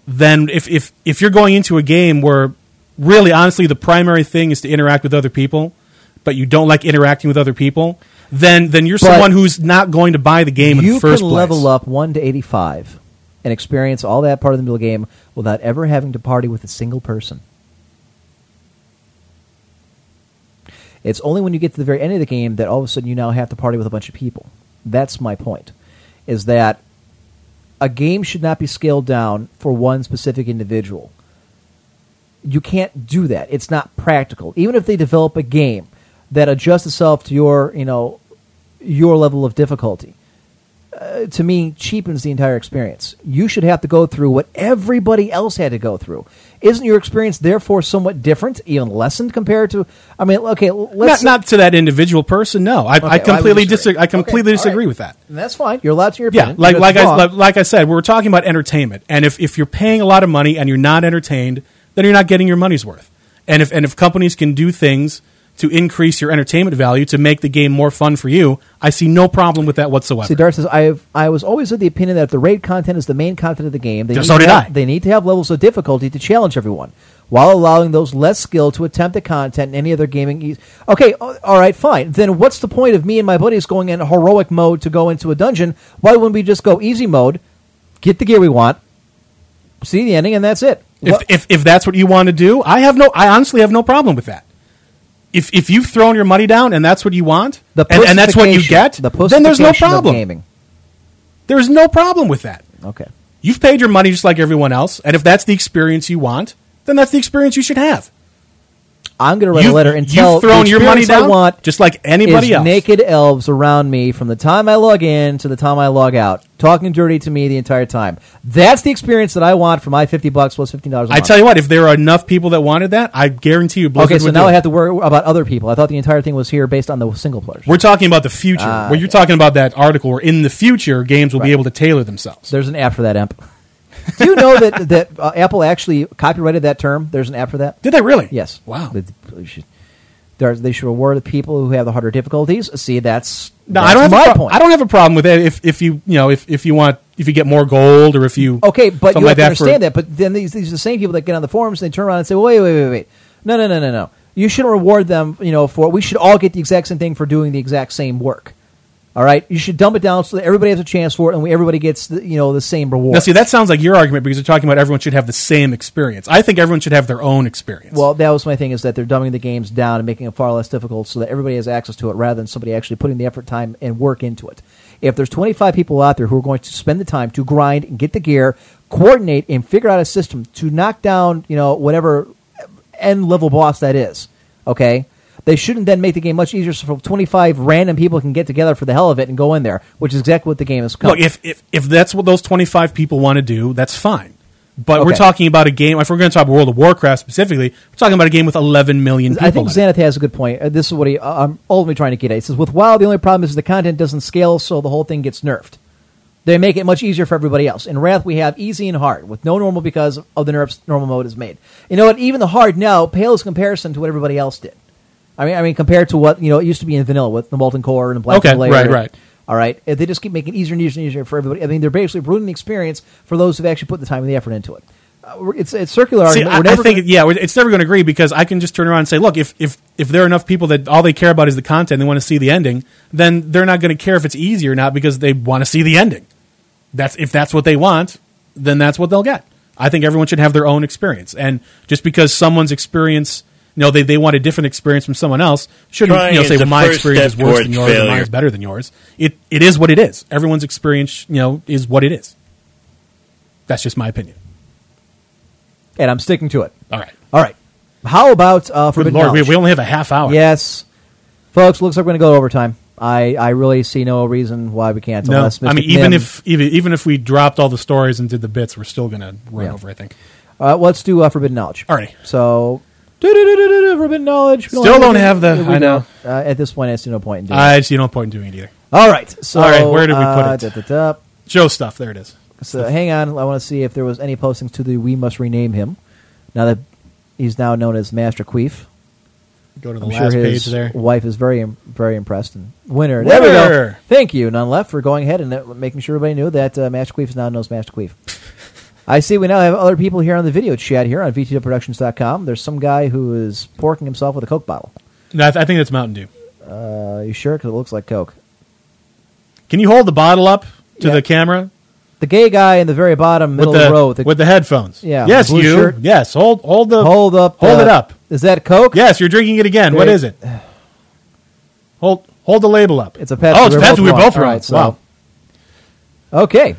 Speaker 6: then if if if you're going into a game where really honestly the primary thing is to interact with other people, but you don't like interacting with other people, then then you're
Speaker 5: But
Speaker 6: someone who's not going to buy the game in
Speaker 5: you
Speaker 6: the first
Speaker 5: can
Speaker 6: place.
Speaker 5: level up 1 to 85 and experience all that part of the middle game without ever having to party with a single person It's only when you get to the very end of the game that all of a sudden you now have to party with a bunch of people. That's my point. Is that a game should not be scaled down for one specific individual. You can't do that. It's not practical. Even if they develop a game that adjusts itself to your, you know, your level of difficulty, uh, to me cheapens the entire experience. You should have to go through what everybody else had to go through. Isn't your experience therefore somewhat different, even lessened compared to? I mean, okay, l-
Speaker 6: Not,
Speaker 5: let's
Speaker 6: not to that individual person. No, I,
Speaker 5: Okay,
Speaker 6: I
Speaker 5: well,
Speaker 6: completely
Speaker 5: would
Speaker 6: disagree. I
Speaker 5: Okay,
Speaker 6: completely
Speaker 5: all
Speaker 6: disagree
Speaker 5: right.
Speaker 6: with that.
Speaker 5: And that's fine. You're allowed to your opinion.
Speaker 6: Yeah, like
Speaker 5: That's
Speaker 6: like I
Speaker 5: wrong.
Speaker 6: like, like I said, we were talking about entertainment, and if if you're paying a lot of money and you're not entertained, then you're not getting your money's worth. And if and if companies can do things to increase your entertainment value to make the game more fun for you, I see no problem with that whatsoever.
Speaker 5: See, Dart says I have, I was always of the opinion that if the raid content is the main content of the game, they
Speaker 6: Just
Speaker 5: need
Speaker 6: so
Speaker 5: to
Speaker 6: did
Speaker 5: have,
Speaker 6: I.
Speaker 5: they need to have levels of difficulty to challenge everyone, while allowing those less skilled to attempt the content and any other gaming. E- okay, a- all right, fine. Then what's the point of me and my buddies going in heroic mode to go into a dungeon? Why wouldn't we just go easy mode, get the gear we want, see the ending, and that's it?
Speaker 6: If, if if that's what you want to do, I have no. I honestly have no problem with that. If if you've thrown your money down and that's what you want,
Speaker 5: The
Speaker 6: and, and that's what you
Speaker 5: pussification-
Speaker 6: get,
Speaker 5: the
Speaker 6: then there's
Speaker 5: pussification
Speaker 6: no
Speaker 5: of
Speaker 6: problem.
Speaker 5: gaming.
Speaker 6: There's no problem with that.
Speaker 5: Okay.
Speaker 6: You've paid your money just like everyone else, and if that's the experience you want, then that's the experience you should have.
Speaker 5: I'm going to write
Speaker 6: You've-
Speaker 5: a letter and tell
Speaker 6: you've thrown
Speaker 5: the
Speaker 6: your money
Speaker 5: experience I
Speaker 6: down
Speaker 5: want
Speaker 6: just like anybody
Speaker 5: is
Speaker 6: else.
Speaker 5: naked elves around me from the time I log in to the time I log out, talking dirty to me the entire time. That's the experience that I want for my fifty bucks plus fifteen dollars.
Speaker 6: I tell you what, if there are enough people that wanted that, I guarantee you Blizzard
Speaker 5: okay, so
Speaker 6: would
Speaker 5: now
Speaker 6: do
Speaker 5: I
Speaker 6: it.
Speaker 5: have to worry about other people. I thought the entire thing was here based on the single players.
Speaker 6: We're talking about the future.
Speaker 5: Ah,
Speaker 6: where you're talking about that article where in the future games will
Speaker 5: Right.
Speaker 6: be able to tailor themselves.
Speaker 5: There's an app for that, Emp. Do you know that that uh, Apple actually copyrighted that term? There's an app for that.
Speaker 6: Did they really?
Speaker 5: Yes.
Speaker 6: Wow.
Speaker 5: They, they should, there- they should reward the people who have the harder difficulties. See, that's
Speaker 6: No,
Speaker 5: that's
Speaker 6: I don't have
Speaker 5: my
Speaker 6: a pro-
Speaker 5: point.
Speaker 6: I don't have a problem with that if if you you know if, if you want if you get more gold or if you
Speaker 5: Okay, but
Speaker 6: something
Speaker 5: you
Speaker 6: like
Speaker 5: have to
Speaker 6: that for-
Speaker 5: understand that. But then these, these are the same people that get on the forums and they turn around and say, wait, wait, wait, wait. No, no, no, no, no. You shouldn't reward them, you know, for we should all get the exact same thing for doing the exact same work. All right? You should dump it down so that everybody has a chance for it and we, everybody gets, the, you know, the same reward.
Speaker 6: Now, see, that sounds like your argument because you're talking about everyone should have the same experience. I think everyone should have their own experience.
Speaker 5: well, that was my thing is that they're dumbing the games down and making it far less difficult so that everybody has access to it rather than somebody actually putting the effort, time, and work into it. If there's 25 people out there who are going to spend the time to grind and get the gear, coordinate and figure out a system to knock down, you know, whatever end level boss that is, okay? They shouldn't then make the game much easier so 25 random people can get together for the hell of it and go in there, which is exactly what the game is.
Speaker 6: Look, if, if if that's what those 25 people want to do, that's fine. But we're
Speaker 5: Okay.
Speaker 6: talking about a game. If we're going to talk about World of Warcraft specifically, we're talking about a game with 11 million people.
Speaker 5: I think
Speaker 6: in it.
Speaker 5: Xanath has a good point. Uh, This is what he, uh, I'm ultimately trying to get at. He says, with WoW, the only problem is the content doesn't scale, so the whole thing gets nerfed. They make it much easier for everybody else. In Wrath, we have easy and hard, with no normal because of the nerfs normal mode is made. You know what? Even the hard now pales comparison to what everybody else did. I mean, I mean, compared to what you know, it used to be in vanilla with the molten core and the black
Speaker 6: Okay,
Speaker 5: layer.
Speaker 6: right,
Speaker 5: and-
Speaker 6: right.
Speaker 5: All right, Uh, they just keep making it easier and easier and easier for everybody. I mean, they're basically ruining the experience for those who've actually put the time and the effort into it. Uh, we're- it's it's circular
Speaker 6: See,
Speaker 5: argument.
Speaker 6: I,
Speaker 5: We're
Speaker 6: I
Speaker 5: never
Speaker 6: think
Speaker 5: gonna-
Speaker 6: yeah, it's never going to agree because I can just turn around and say, look, if if if there are enough people that all they care about is the content, they want to see the ending, then they're not going to care if it's easy or not because they want to see the ending. That's if that's what they want, then that's what they'll get. I think everyone should have their own experience, and just because someone's experience. You know, they, they want a different experience from someone else. Shouldn't
Speaker 13: Trying
Speaker 6: you know,
Speaker 13: is
Speaker 6: say,
Speaker 13: the
Speaker 6: well, my
Speaker 13: first
Speaker 6: experience is
Speaker 13: step
Speaker 6: worse
Speaker 13: towards
Speaker 6: than yours, and
Speaker 13: failure.
Speaker 6: mine is better than yours. It, it is what it is. Everyone's experience, you know, is what it is. That's just my opinion.
Speaker 5: and I'm sticking to it.
Speaker 6: All right.
Speaker 5: All right. How about uh,
Speaker 6: Good
Speaker 5: Forbidden
Speaker 6: Lord, we,
Speaker 5: Knowledge?
Speaker 6: we only have a half hour.
Speaker 5: Yes. Folks, looks like we're going to go overtime. I, I really see no reason why we can't.
Speaker 6: No,
Speaker 5: unless Mr.
Speaker 6: I mean even
Speaker 5: Mim-
Speaker 6: if even, even if we dropped all the stories and did the bits, we're still gonna run
Speaker 5: Yeah.
Speaker 6: over. I think.
Speaker 5: Uh, let's do uh, Forbidden Knowledge. All
Speaker 6: right.
Speaker 5: So. do-do-do-do-do, Forbidden knowledge. We
Speaker 6: Still don't
Speaker 5: anything.
Speaker 6: have the-
Speaker 5: We
Speaker 6: I know.
Speaker 5: don't. Uh, at this point, I see no point in doing.
Speaker 6: I
Speaker 5: it.
Speaker 6: see no point in doing it either.
Speaker 5: All right. So,
Speaker 6: all right, where did we put
Speaker 5: uh,
Speaker 6: it?
Speaker 5: da- da- da.
Speaker 6: Joe stuff. There it is.
Speaker 5: So hang on. I want to see if there was any postings to the "We Must Rename Him." Now that he's now known as Master Queef.
Speaker 6: Go to the
Speaker 5: I'm
Speaker 6: last
Speaker 5: sure his
Speaker 6: page there.
Speaker 5: wife is very im- very impressed and winner. There we go.
Speaker 6: Winner!
Speaker 5: Thank you, none left, for going ahead and uh, making sure everybody knew that uh, Master Queef is now knows Master Queef. I see we now have other people here on the video chat here on VTWProductions.com. There's some guy who is porking himself with a Coke bottle.
Speaker 6: No, I, th- I think that's Mountain Dew.
Speaker 5: Uh, you sure? Because it looks like Coke.
Speaker 6: Can you hold the bottle up to the camera
Speaker 5: The gay guy in the very bottom middle
Speaker 6: with the,
Speaker 5: of the row.
Speaker 6: with the headphones?
Speaker 5: Yeah,
Speaker 6: Yes,
Speaker 5: blue
Speaker 6: you.
Speaker 5: shirt.
Speaker 6: Yes, hold hold the
Speaker 5: Hold up.
Speaker 6: hold
Speaker 5: the-
Speaker 6: it up.
Speaker 5: Is that Coke?
Speaker 6: Yes, you're drinking it again. What
Speaker 5: Great.
Speaker 6: is it? Hold hold the label up.
Speaker 5: It's a Patsy.
Speaker 6: Oh, it's Patsy. We were both
Speaker 5: All
Speaker 6: wrong.
Speaker 5: right, so-
Speaker 6: Wow.
Speaker 5: Okay.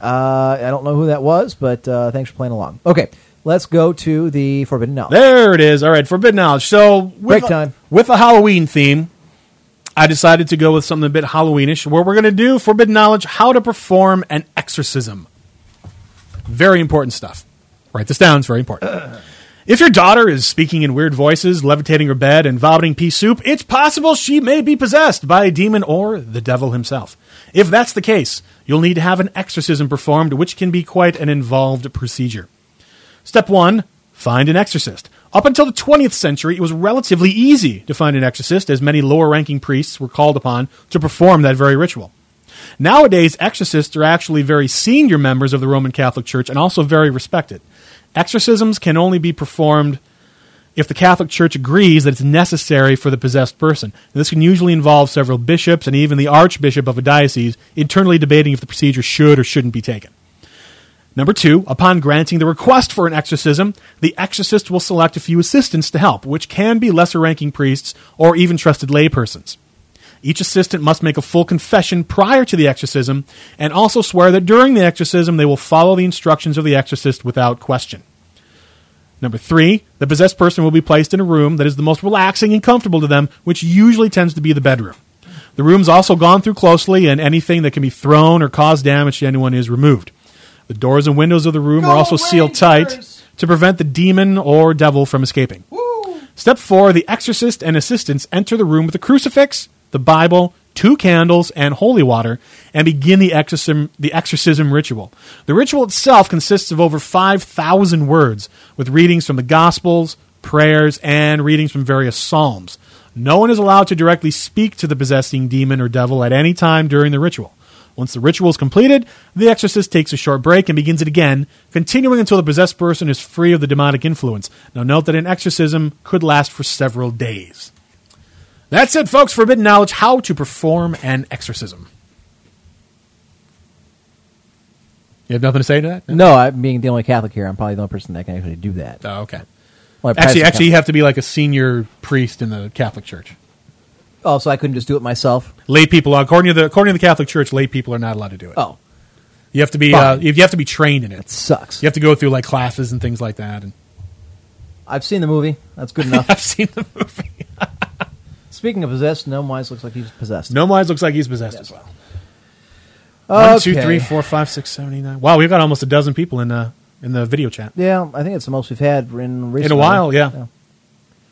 Speaker 5: Uh, I don't know who that was, but uh, thanks for playing along. Okay, let's go to the Forbidden Knowledge.
Speaker 6: There it is. All right, forbidden knowledge. So with
Speaker 5: Break
Speaker 6: a-
Speaker 5: time.
Speaker 6: with a Halloween theme, I decided to go with something a bit Halloweenish. Where we're going to do forbidden knowledge, how to perform an exorcism. Very important stuff. Write this down. It's very important. If your daughter is speaking in weird voices, levitating her bed, and vomiting pea soup, it's possible she may be possessed by a demon or the devil himself. If that's the case, you'll need to have an exorcism performed, which can be quite an involved procedure. Step one find an exorcist. Up until the 20th century, it was relatively easy to find an exorcist, as many lower ranking priests were called upon to perform that very ritual. Nowadays, exorcists are actually very senior members of the Roman Catholic Church and also very respected. Exorcisms can only be performed if the Catholic Church agrees that it's necessary for the possessed person. And this can usually involve several bishops and even the archbishop of a diocese internally debating if the procedure should or shouldn't be taken. Number two, upon granting the request for an exorcism, the exorcist will select a few assistants to help, which can be lesser ranking priests or even trusted laypersons. Each assistant must make a full confession prior to the exorcism and also swear that during the exorcism they will follow the instructions of the exorcist without question. Number three, the possessed person will be placed in a room that is the most relaxing and comfortable to them, which usually tends to be the bedroom. The room's also gone through closely, and anything that can be thrown or cause damage to anyone is removed. The doors and windows of the room are also sealed tight to prevent the demon or devil from escaping. Step four the exorcist and assistants enter the room with a crucifix, the Bible, two candles, and holy water, and begin the exorcism, the exorcism ritual. The ritual itself consists of over 5,000 words, with readings from the Gospels, prayers, and readings from various Psalms. No one is allowed to directly speak to the possessing demon or devil at any time during the ritual. Once the ritual is completed, the exorcist takes a short break and begins it again, continuing until the possessed person is free of the demonic influence. Now, note that an exorcism could last for several days. That's it, folks. Forbidden knowledge how to perform an exorcism. You have nothing to say to that?
Speaker 5: No, I, being the only Catholic here, I'm probably the only person that can actually do that.
Speaker 6: Oh, okay.
Speaker 5: Well, I practice
Speaker 6: actually, actually, you
Speaker 5: Catholic-
Speaker 6: have to be like a senior priest in the Catholic Church.
Speaker 5: Oh, so I couldn't just do it myself.
Speaker 6: Lay people, according to the according to the Catholic Church, lay people are not allowed to do it.
Speaker 5: Oh,
Speaker 6: you have to be uh, you have to be trained in it. It
Speaker 5: sucks.
Speaker 6: You have to go through like classes and things like that. And
Speaker 5: I've seen the movie. That's good enough.
Speaker 6: I've seen the movie.
Speaker 5: Speaking of possessed, no Wise looks like he's possessed.
Speaker 6: No Wise looks like he's possessed as well.
Speaker 5: Okay.
Speaker 6: One, two, three, four, five, six, seven, eight, nine. Wow, we've got almost a dozen people in uh, in the video chat.
Speaker 5: Yeah, I think it's the most we've had in recently.
Speaker 6: In a while, yeah.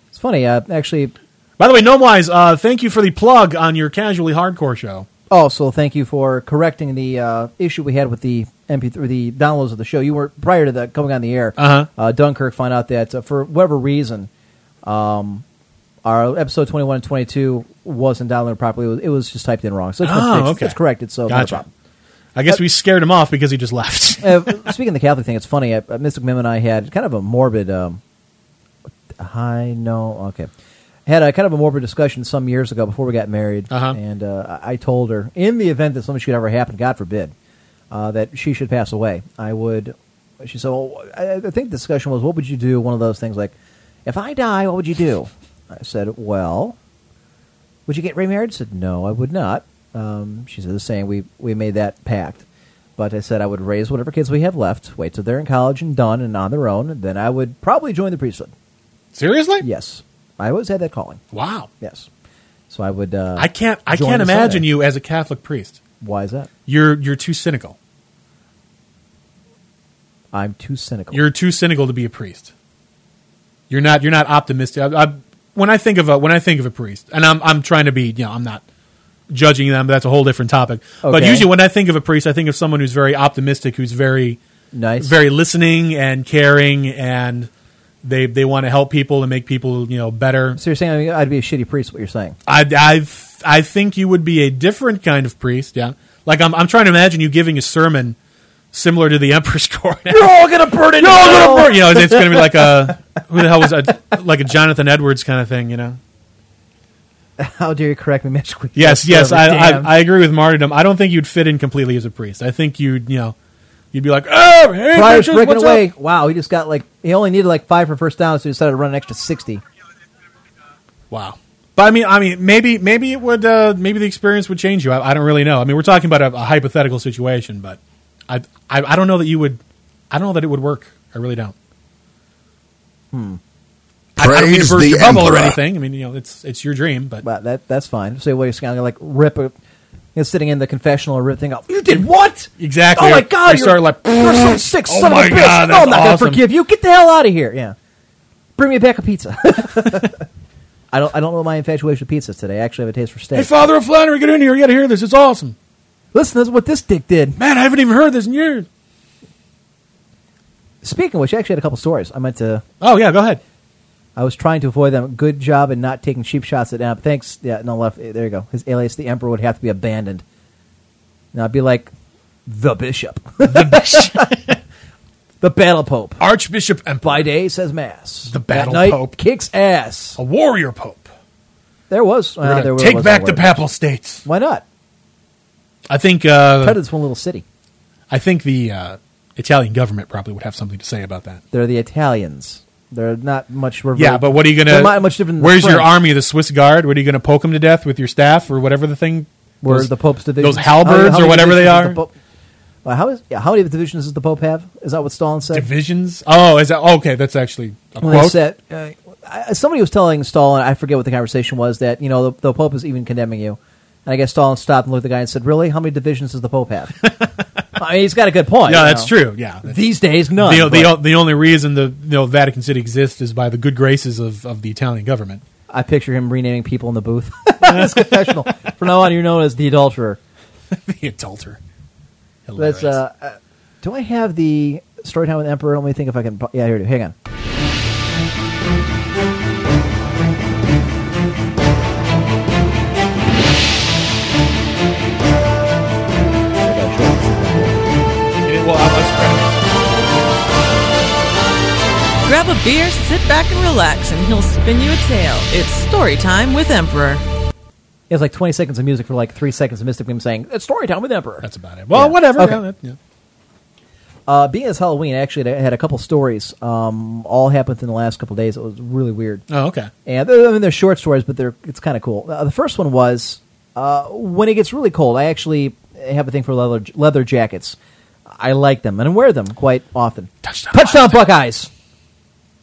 Speaker 5: It's funny. Uh, actually,
Speaker 6: By the way, Gnomewise, uh, thank you for the plug on your casually hardcore show.
Speaker 5: Oh, so thank you for correcting the uh, issue we had with the MP3, the downloads of the show. You were prior to that coming on the air.
Speaker 6: Uh-huh.
Speaker 5: Uh, Dunkirk found out that uh, for whatever reason, um, our episode twenty one and twenty two wasn't downloaded properly. It was, it was just typed in wrong. So it's, been
Speaker 6: Oh,
Speaker 5: fixed.
Speaker 6: okay.
Speaker 5: it's corrected. So not a
Speaker 6: Gotcha.
Speaker 5: problem.
Speaker 6: I guess
Speaker 5: Uh,
Speaker 6: we scared him off because he just left.
Speaker 5: uh, speaking of the Catholic thing, it's funny. Uh, Mystic Mim and I had kind of a morbid. Um, I know. Okay. Had a kind of a morbid discussion some years ago before we got married,
Speaker 6: Uh-huh.
Speaker 5: and uh, I I told her in the event that something should ever happen, God forbid, uh, that she should pass away. I would. She said, "Well, I, I think the discussion was, what would you do? One of those things like, if I die, what would you do?" I said, "Well, would you get remarried?" I said, "No, I would not." Um, she said the same. We we made that pact, but I said I would raise whatever kids we have left, wait till they're in college and done and on their own, and then I would probably join the priesthood.
Speaker 6: Seriously?
Speaker 5: Yes, I always had that calling.
Speaker 6: Wow.
Speaker 5: Yes, so I would. Uh,
Speaker 6: I can't. I
Speaker 5: join
Speaker 6: can't
Speaker 5: the
Speaker 6: imagine
Speaker 5: Synod.
Speaker 6: you as a Catholic priest.
Speaker 5: Why is that?
Speaker 6: You're you're too cynical.
Speaker 5: I'm too cynical.
Speaker 6: You're too cynical to be a priest. You're not. You're not optimistic. I, I, when I think of a when I think of a priest, and I'm I'm trying to be. You know, I'm not judging them. That's a whole different topic. But
Speaker 5: Okay.
Speaker 6: usually, when I think of a priest, I think of someone who's very optimistic, who's very
Speaker 5: Nice.
Speaker 6: very listening and caring, and they they want to help people and make people you know better.
Speaker 5: So you're saying I mean, I'd be a shitty priest? What you're saying?
Speaker 6: I, I, I think you would be a different kind of priest. Yeah, like I'm, I'm trying to imagine you giving a sermon similar to the Emperor's Court. You're
Speaker 5: all gonna burn in
Speaker 6: You're all
Speaker 5: hell.
Speaker 6: gonna burn. You know, it's, it's gonna be like a who the hell was that? Like a Jonathan Edwards kind of thing. You know.
Speaker 5: How dare you correct me magically?
Speaker 6: Yes, yes, I, I, I agree with martyrdom. I don't think you'd fit in completely as a priest. I think you'd, you know, you'd be like, oh, hey,
Speaker 5: Friars
Speaker 6: bitches,
Speaker 5: breaking
Speaker 6: what's
Speaker 5: away.
Speaker 6: up?"
Speaker 5: Wow, he just got like he only needed like five for first down, so he decided to run an extra sixty.
Speaker 6: Wow, But I mean, I mean, maybe maybe it would uh, maybe the experience would change you. I, I don't really know. I mean, we're talking about a, a hypothetical situation, but I, I I don't know that you would. I don't know that it would work. I really don't.
Speaker 5: Hmm.
Speaker 6: I, I don't mean to
Speaker 5: Praise
Speaker 6: burst
Speaker 5: the
Speaker 6: your bubble or
Speaker 5: Emperor.
Speaker 6: anything. I mean, you know, it's it's your dream, but
Speaker 5: But that that's fine. Say, well, you're just gonna like rip a, you know, sitting in the confessional, rip thing off. You did what?
Speaker 6: Exactly.
Speaker 5: Oh my
Speaker 6: Or- or
Speaker 5: god! You're,
Speaker 6: start like,
Speaker 5: you're so sick,
Speaker 6: "Oh
Speaker 5: son of
Speaker 6: my
Speaker 5: a bitch!
Speaker 6: God,
Speaker 5: no, I'm
Speaker 6: that's
Speaker 5: not
Speaker 6: awesome."
Speaker 5: gonna forgive you. Get the hell out of here! Yeah. Bring me a pack of pizza. I don't. I don't know my infatuation with pizzas today. I actually have a taste for steak.
Speaker 6: hey, Father O'Flannery, get in here. You got to hear this. It's awesome.
Speaker 5: Listen, this is what this dick did.
Speaker 6: Man, I haven't even heard this in years.
Speaker 5: Speaking of which, I actually had a couple stories. I meant to.
Speaker 6: Oh yeah, go ahead.
Speaker 5: I was trying to avoid them. Good job in not taking cheap shots at Emp. Thanks. Yeah, no left. eh, There you go. His alias, the Emperor, would have to be abandoned. Now I'd be like, the Bishop, the Bishop, the Battle Pope,
Speaker 6: Archbishop Emperor.
Speaker 5: By day says mass. The
Speaker 6: Battle
Speaker 5: night,
Speaker 6: Pope.
Speaker 5: kicks ass.
Speaker 6: A warrior pope.
Speaker 5: There was.
Speaker 6: We're
Speaker 5: well,
Speaker 6: gonna
Speaker 5: there was-
Speaker 6: take
Speaker 5: was
Speaker 6: back
Speaker 5: no
Speaker 6: the
Speaker 5: word.
Speaker 6: Papal States.
Speaker 5: Why not?
Speaker 6: I think uh,
Speaker 5: Try to this one little city.
Speaker 6: I think the uh, Italian government probably would have something to say about that.
Speaker 5: They're the Italians. They're not much. Rever-
Speaker 6: Yeah, but what are you going
Speaker 5: They're
Speaker 6: to?
Speaker 5: not much different. Than the
Speaker 6: Where's your
Speaker 5: French.
Speaker 6: army, the Swiss Guard? What are you going to poke them to death with your staff or whatever the thing?
Speaker 5: Where
Speaker 6: those-
Speaker 5: the Pope's divisions?
Speaker 6: Those halberds
Speaker 5: How- how
Speaker 6: or
Speaker 5: many
Speaker 6: whatever they
Speaker 5: divisions does
Speaker 6: are.
Speaker 5: the Pope- Well, how is yeah, how many divisions does the Pope have? Is that what Stalin said?
Speaker 6: Divisions. Oh, is that okay? That's actually a
Speaker 5: When they
Speaker 6: quote.
Speaker 5: said, uh, I- somebody was telling Stalin, I forget what the conversation was, that you know the, the Pope is even condemning you, and I guess Stalin stopped and looked at the guy and said, "Really? How many divisions does the Pope have?" I mean, he's got a good point.
Speaker 6: yeah,
Speaker 5: you
Speaker 6: that's
Speaker 5: know.
Speaker 6: true. Yeah,
Speaker 5: These days, none.
Speaker 6: the, the,
Speaker 5: but
Speaker 6: the only reason the you know, Vatican City exists is by the good graces of, of the Italian government.
Speaker 5: I picture him renaming people in the booth. it's confessional. From now on, you're known as the adulterer.
Speaker 6: the adulterer.
Speaker 5: That's, uh, uh, do I have the story time with Emperor? Let me think if I can. bu- Yeah, here it is. Hang on.
Speaker 6: well,
Speaker 2: Grab a beer, sit back and relax, and he'll spin you a tale. It's story time with Emperor.
Speaker 5: It was like 20 seconds of music for like three seconds of Mystic Beam saying, It's story time with Emperor.
Speaker 6: That's about it. Well, whatever. Yeah, that- yeah.
Speaker 5: Uh, being as Halloween, actually, I had a couple stories. Um, all happened in the last couple days. It was really weird.
Speaker 6: Oh, okay.
Speaker 5: And they're, I mean, they're short stories, but they're it's kind of cool. Uh, the first one was uh, when it gets really cold. I actually have a thing for leather leather jackets. I like them and I wear them quite often. Touchdown, Buckeyes.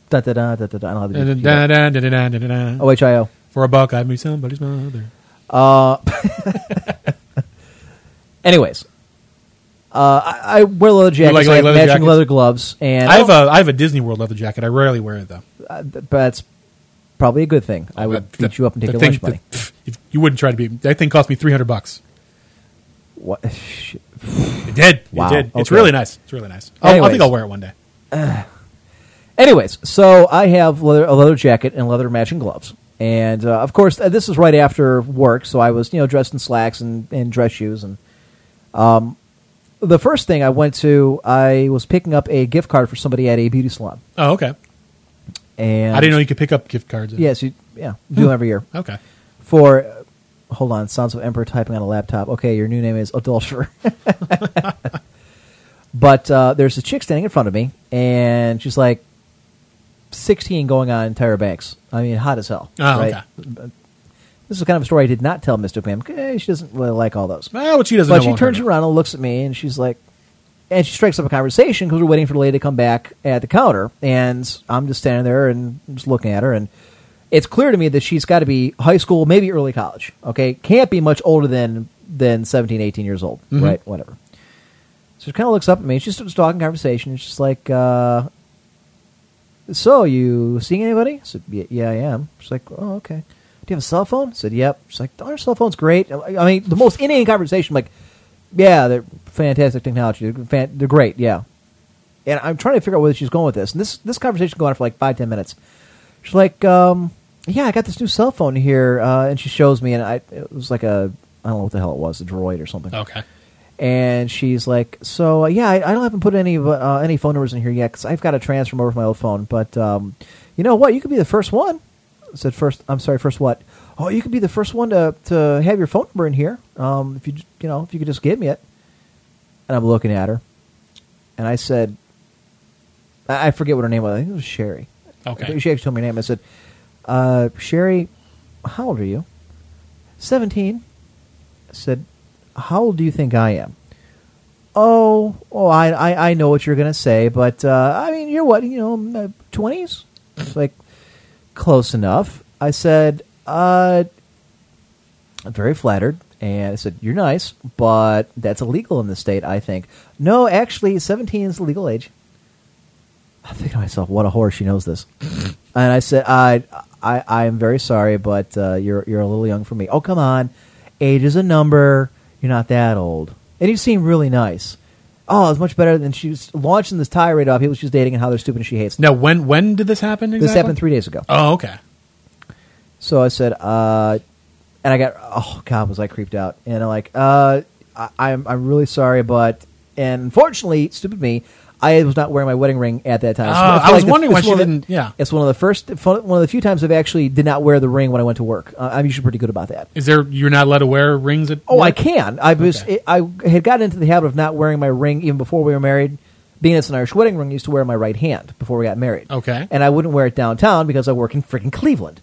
Speaker 5: Da da da da da. da. I don't have to do- do that. Oh,
Speaker 6: Da-da-da-da-da-da-da-da.
Speaker 5: OHIO.
Speaker 6: For a buck, I'd be somebody's mother.
Speaker 5: Uh, anyways, uh, I, I wear leather
Speaker 6: You
Speaker 5: jackets. I have matching
Speaker 6: jackets?
Speaker 5: leather gloves, and
Speaker 6: I have a I have a Disney World leather jacket. I rarely wear it though.
Speaker 5: Uh, th- but that's probably a good thing.
Speaker 6: Uh,
Speaker 5: I would beat you up and take your lunch money.
Speaker 6: that- if you wouldn't try to be that thing cost me three hundred bucks.
Speaker 5: What?
Speaker 6: It did.
Speaker 5: Wow.
Speaker 6: It did. It's
Speaker 5: Okay.
Speaker 6: really nice. It's really nice. I'll- I
Speaker 5: Anyways.
Speaker 6: think I'll wear it one day.
Speaker 5: Anyways, so I have leather, a leather jacket and leather matching gloves, and uh, of course uh, this is right after work, so I was you know dressed in slacks and, and dress shoes, and um, the first thing I went to, I was picking up a gift card for somebody at a beauty salon,
Speaker 6: Oh, okay.
Speaker 5: and
Speaker 6: I didn't know Hmm. you could pick up gift cards.
Speaker 5: Yes, you, yeah, do them every year.
Speaker 6: Okay.
Speaker 5: For uh, hold on, sounds of emperor typing on a laptop. Okay, your new name is adulterer. but uh, there's a chick standing in front of me, and she's like sixteen, going on Tyra Banks. I mean, hot as hell.
Speaker 6: Oh,
Speaker 5: right? This is kind of a story I did not tell Mister Pam. Eh, She doesn't really like all those.
Speaker 6: Well, what she doesn't
Speaker 5: But
Speaker 6: know
Speaker 5: she
Speaker 6: won't
Speaker 5: turns
Speaker 6: hurt
Speaker 5: around and looks at me, and she's like, and she strikes up a conversation because we're waiting for the lady to come back at the counter, and I'm just standing there and just looking at her, and it's clear to me that she's got to be high school, maybe early college. Okay, can't be much older than than 17, 18 years old,
Speaker 6: Mm-hmm.
Speaker 13: Mhm.
Speaker 5: right? Whatever. So she kind of looks up at me. and She's just talking conversation. And she's like, uh, "So you seeing anybody?" I said, "Yeah, yeah, I am." She's like, "Oh, okay." Do you have a cell phone? I said, "Yep." She's like, "Our cell phone's great." I mean, the most inane conversation. Like, yeah, they're fantastic technology. They're, fan- they're great. Yeah. And I'm trying to figure out where she's going with this. And this this conversation going on for like five ten minutes. She's like, um, "Yeah, I got this new cell phone here," uh, and she shows me, and I it was like a I don't know what the hell it was, a droid or something.
Speaker 6: Okay.
Speaker 5: And she's like, "So uh, yeah, I, I don't haven't put any of, uh, any phone numbers in here yet because I've got to transfer 'em over from my old phone. But um, you know what? You could be the first one." I said first. I'm sorry. First what? Oh, you could be the first one to to have your phone number in here. Um, if you j- you know if you could just give me it. And I'm looking at her, and I said, I I forget what her name was. I think it was Sherry.
Speaker 6: Okay.
Speaker 5: I think She actually told me her name. I said, uh, Sherry, How old are you? 17. I said, How old do you think I am? Oh, oh, I, I, I know what you're going to say, but uh, I mean, you're what, you know, 20s? It's like, close enough. I said, uh, I'm very flattered. And I said, You're nice, but that's illegal in the state, I think. No, actually, 17 is the legal age. I think to myself, What a whore, she knows this. and I said, I, I, I am very sorry, but uh, you're, you're a little young for me. Oh, come on. Age is a number. You're not that old. And he seemed really nice. Oh, it's much better than she was launching this tirade off people she's dating and how they're stupid and she hates them.
Speaker 6: Now, when when did this happen? Exactly?
Speaker 5: This happened three days ago.
Speaker 6: Oh, okay.
Speaker 5: So I said, uh, and I got, oh God, was I creeped out? And I'm like, uh, I, I'm, I'm really sorry, but, and unfortunately, stupid me, I was not wearing my wedding ring at that time.
Speaker 6: Oh,
Speaker 5: feel
Speaker 6: I was
Speaker 5: the-
Speaker 6: wondering why
Speaker 5: it's
Speaker 6: she
Speaker 5: one of the-
Speaker 6: didn't- yeah.
Speaker 5: It's one of the first, fun- one of the few times I've actually did not wear the ring when I went to work. Uh, I'm usually pretty good about that.
Speaker 6: Is there you're not allowed to wear rings at?
Speaker 5: Oh, I
Speaker 6: work?
Speaker 5: can. I was I had gotten into the habit of not wearing my ring even before we were married. Being it's an Irish wedding ring, I used to wear it on my right hand before we got married.
Speaker 6: Okay.
Speaker 5: and I wouldn't wear it downtown because I work in freaking Cleveland,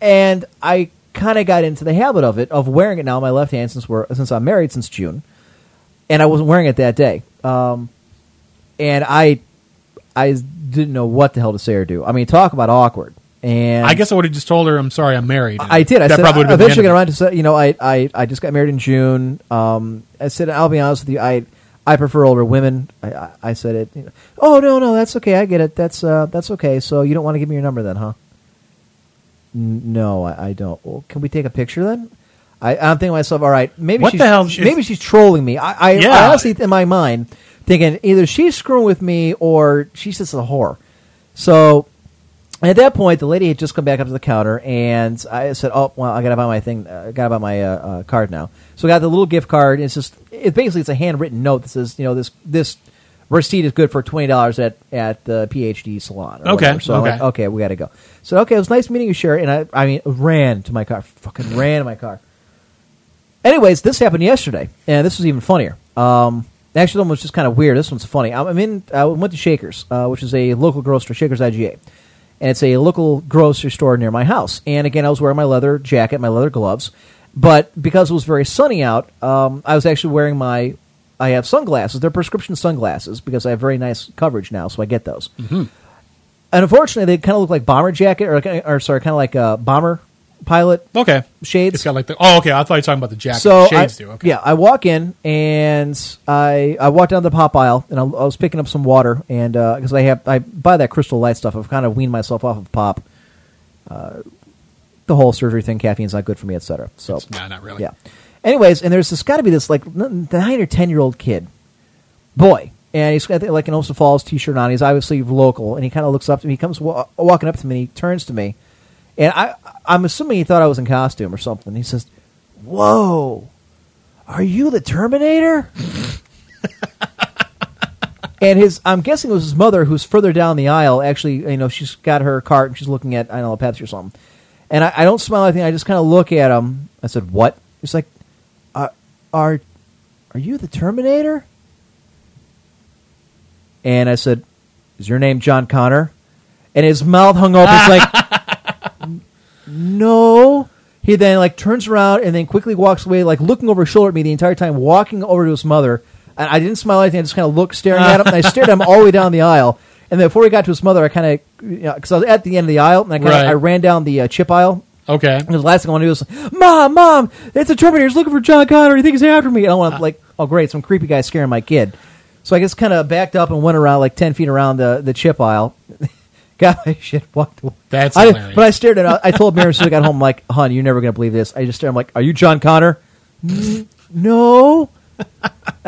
Speaker 5: and I kind of got into the habit of it of wearing it now on my left hand since we're since I'm married since June, and I wasn't wearing it that day. Um, and I I didn't know what the hell to say or do. I mean, talk about awkward. And
Speaker 6: I guess I would have just told her I'm sorry, I'm married.
Speaker 5: I did. I
Speaker 6: that
Speaker 5: said,
Speaker 6: probably would
Speaker 5: I
Speaker 6: have
Speaker 5: eventually
Speaker 6: been
Speaker 5: got
Speaker 6: the end
Speaker 5: around to say, you know, I, I, I just got married in June. Um, I said, I'll be honest with you, I I prefer older women. I, I, I said it. You know, oh no, no, that's okay. I get it. That's uh, that's okay. So you don't want to give me your number then, huh? N- no, I, I don't. Well, can we take a picture then? I, I'm thinking to myself, all right, maybe
Speaker 6: What
Speaker 5: she's
Speaker 6: the hell
Speaker 5: she-
Speaker 6: is-
Speaker 5: maybe she's trolling me. I, I, I
Speaker 6: Yeah.
Speaker 5: honestly in my mind thinking either she's screwing with me or she's just a whore. So at that point, the lady had just come back up to the counter, and I said, "Oh, well, I gotta buy my thing. Uh, I gotta buy my uh, uh, card now." So I got the little gift card. And it's just it basically it's a handwritten note that says, "You know, this this receipt is good for twenty dollars at at the PhD salon." or
Speaker 6: Okay,
Speaker 5: whatever. So I'm
Speaker 6: okay.
Speaker 5: like, okay, we gotta go. So okay, it was nice meeting you, Sherry. And I, I mean, ran to my car, fucking ran to my car. Anyways, this happened yesterday, and this was even funnier. Um, actually, this one was just kind of weird. This one's funny. I'm I'm in. I went to Shakers, uh, which is a local grocery, Shakers IGA, and it's a local grocery store near my house. And again, I was wearing my leather jacket, my leather gloves, but because it was very sunny out, um, I was actually wearing my. I have sunglasses. They're prescription sunglasses because I have very nice coverage now, so I get those and unfortunately, they kind of look like bomber jacket, or, kinda- or sorry, kind of like uh, bomber pilot.
Speaker 6: Okay,
Speaker 5: shades.
Speaker 6: It's got like the. Oh, okay. I thought you were talking about the jacket.
Speaker 5: So
Speaker 6: Shades
Speaker 5: I,
Speaker 6: do. Okay.
Speaker 5: yeah, I walk in and I I walk down the pop aisle and I, I was picking up some water and because I have I buy that Crystal Light stuff. I've kind of weaned myself off of pop. Uh, the whole surgery thing, caffeine's not good for me, etc. So
Speaker 6: Nah, not really.
Speaker 5: yeah. Anyways, and there's this got to be this like n- nine or ten year old kid, boy, and he's got like an Osa Falls t-shirt on. He's obviously local, and he kind of looks up to me. He comes wa- walking up to me, and he turns to me, and I I'm assuming he thought I was in costume or something. He says, "Whoa, are you the Terminator?" and his I'm guessing it was his mother who's further down the aisle. Actually, you know, she's got her cart and she's looking at I don't know a Pepsi or something. And I, I don't smile or anything. I just kind of look at him. I said, "What?" He's like, "Are are are you the Terminator?" And I said, "Is your name John Connor?" And his mouth hung open. It's like, "N- "No." He then like turns around and then quickly walks away, like looking over his shoulder at me the entire time, walking over to his mother. And I didn't smile or anything. I just kind of looked, staring at him. And I stared at him all the way down the aisle. And then before he got to his mother, I kind of because I was at the end of the aisle and I kind of
Speaker 6: Right.
Speaker 5: I ran down the uh, chip aisle.
Speaker 6: Okay.
Speaker 5: And the last thing I want to do is, Mom, Mom, it's the Terminator. He's looking for John Connor. He thinks he's after me. And I
Speaker 6: Ah.
Speaker 5: want to, like, oh, great, some creepy guy scaring my kid. So I just kind of backed up and went around, like, 10 feet around the, the chip aisle. Got my shit walked away.
Speaker 6: That's
Speaker 5: I,
Speaker 6: hilarious.
Speaker 5: didn't- But I stared at it. I told Mary as soon as I got home, I'm like, hon, you're never going to believe this. I just stared. I'm like, are you John Connor? "N- no.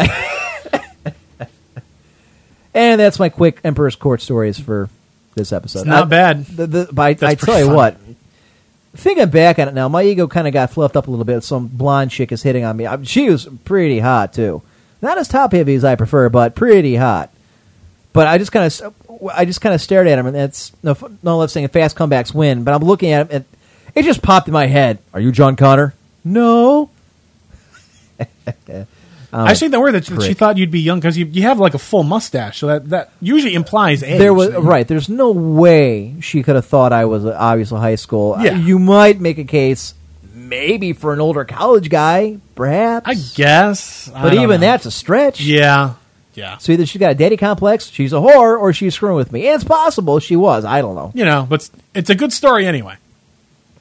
Speaker 5: and that's my quick Emperor's Court stories for this episode.
Speaker 6: It's not
Speaker 5: I-
Speaker 6: bad.
Speaker 5: The, the, but I,
Speaker 6: That's
Speaker 5: I tell
Speaker 6: pretty
Speaker 5: you
Speaker 6: funny.
Speaker 5: what, thinking back on it now, my ego kind of got fluffed up a little bit. Some blonde chick is hitting on me. I, she was pretty hot too. Not as top heavy as I prefer, but pretty hot. But I just kind of, I just kind of stared at him, and that's no, no left saying fast comebacks win. But I'm looking at him, and it just popped in my head. Are you John Connor? No. I'm
Speaker 6: I
Speaker 5: a
Speaker 6: say that word that she- she
Speaker 5: prick.
Speaker 6: thought you'd be young because you, you have like a full mustache, so that, that usually implies age.
Speaker 5: There was right. There's no way she could have thought I was uh, obviously high school.
Speaker 6: Yeah.
Speaker 5: you might make a case, maybe for an older college guy, perhaps. I
Speaker 6: guess, I
Speaker 5: but
Speaker 6: don't
Speaker 5: even
Speaker 6: know.
Speaker 5: that's a stretch.
Speaker 6: Yeah, yeah.
Speaker 5: So either she's got a daddy complex, she's a whore, or she's screwing with me. And it's possible she was. I don't know.
Speaker 6: You know, but it's- it's a good story anyway.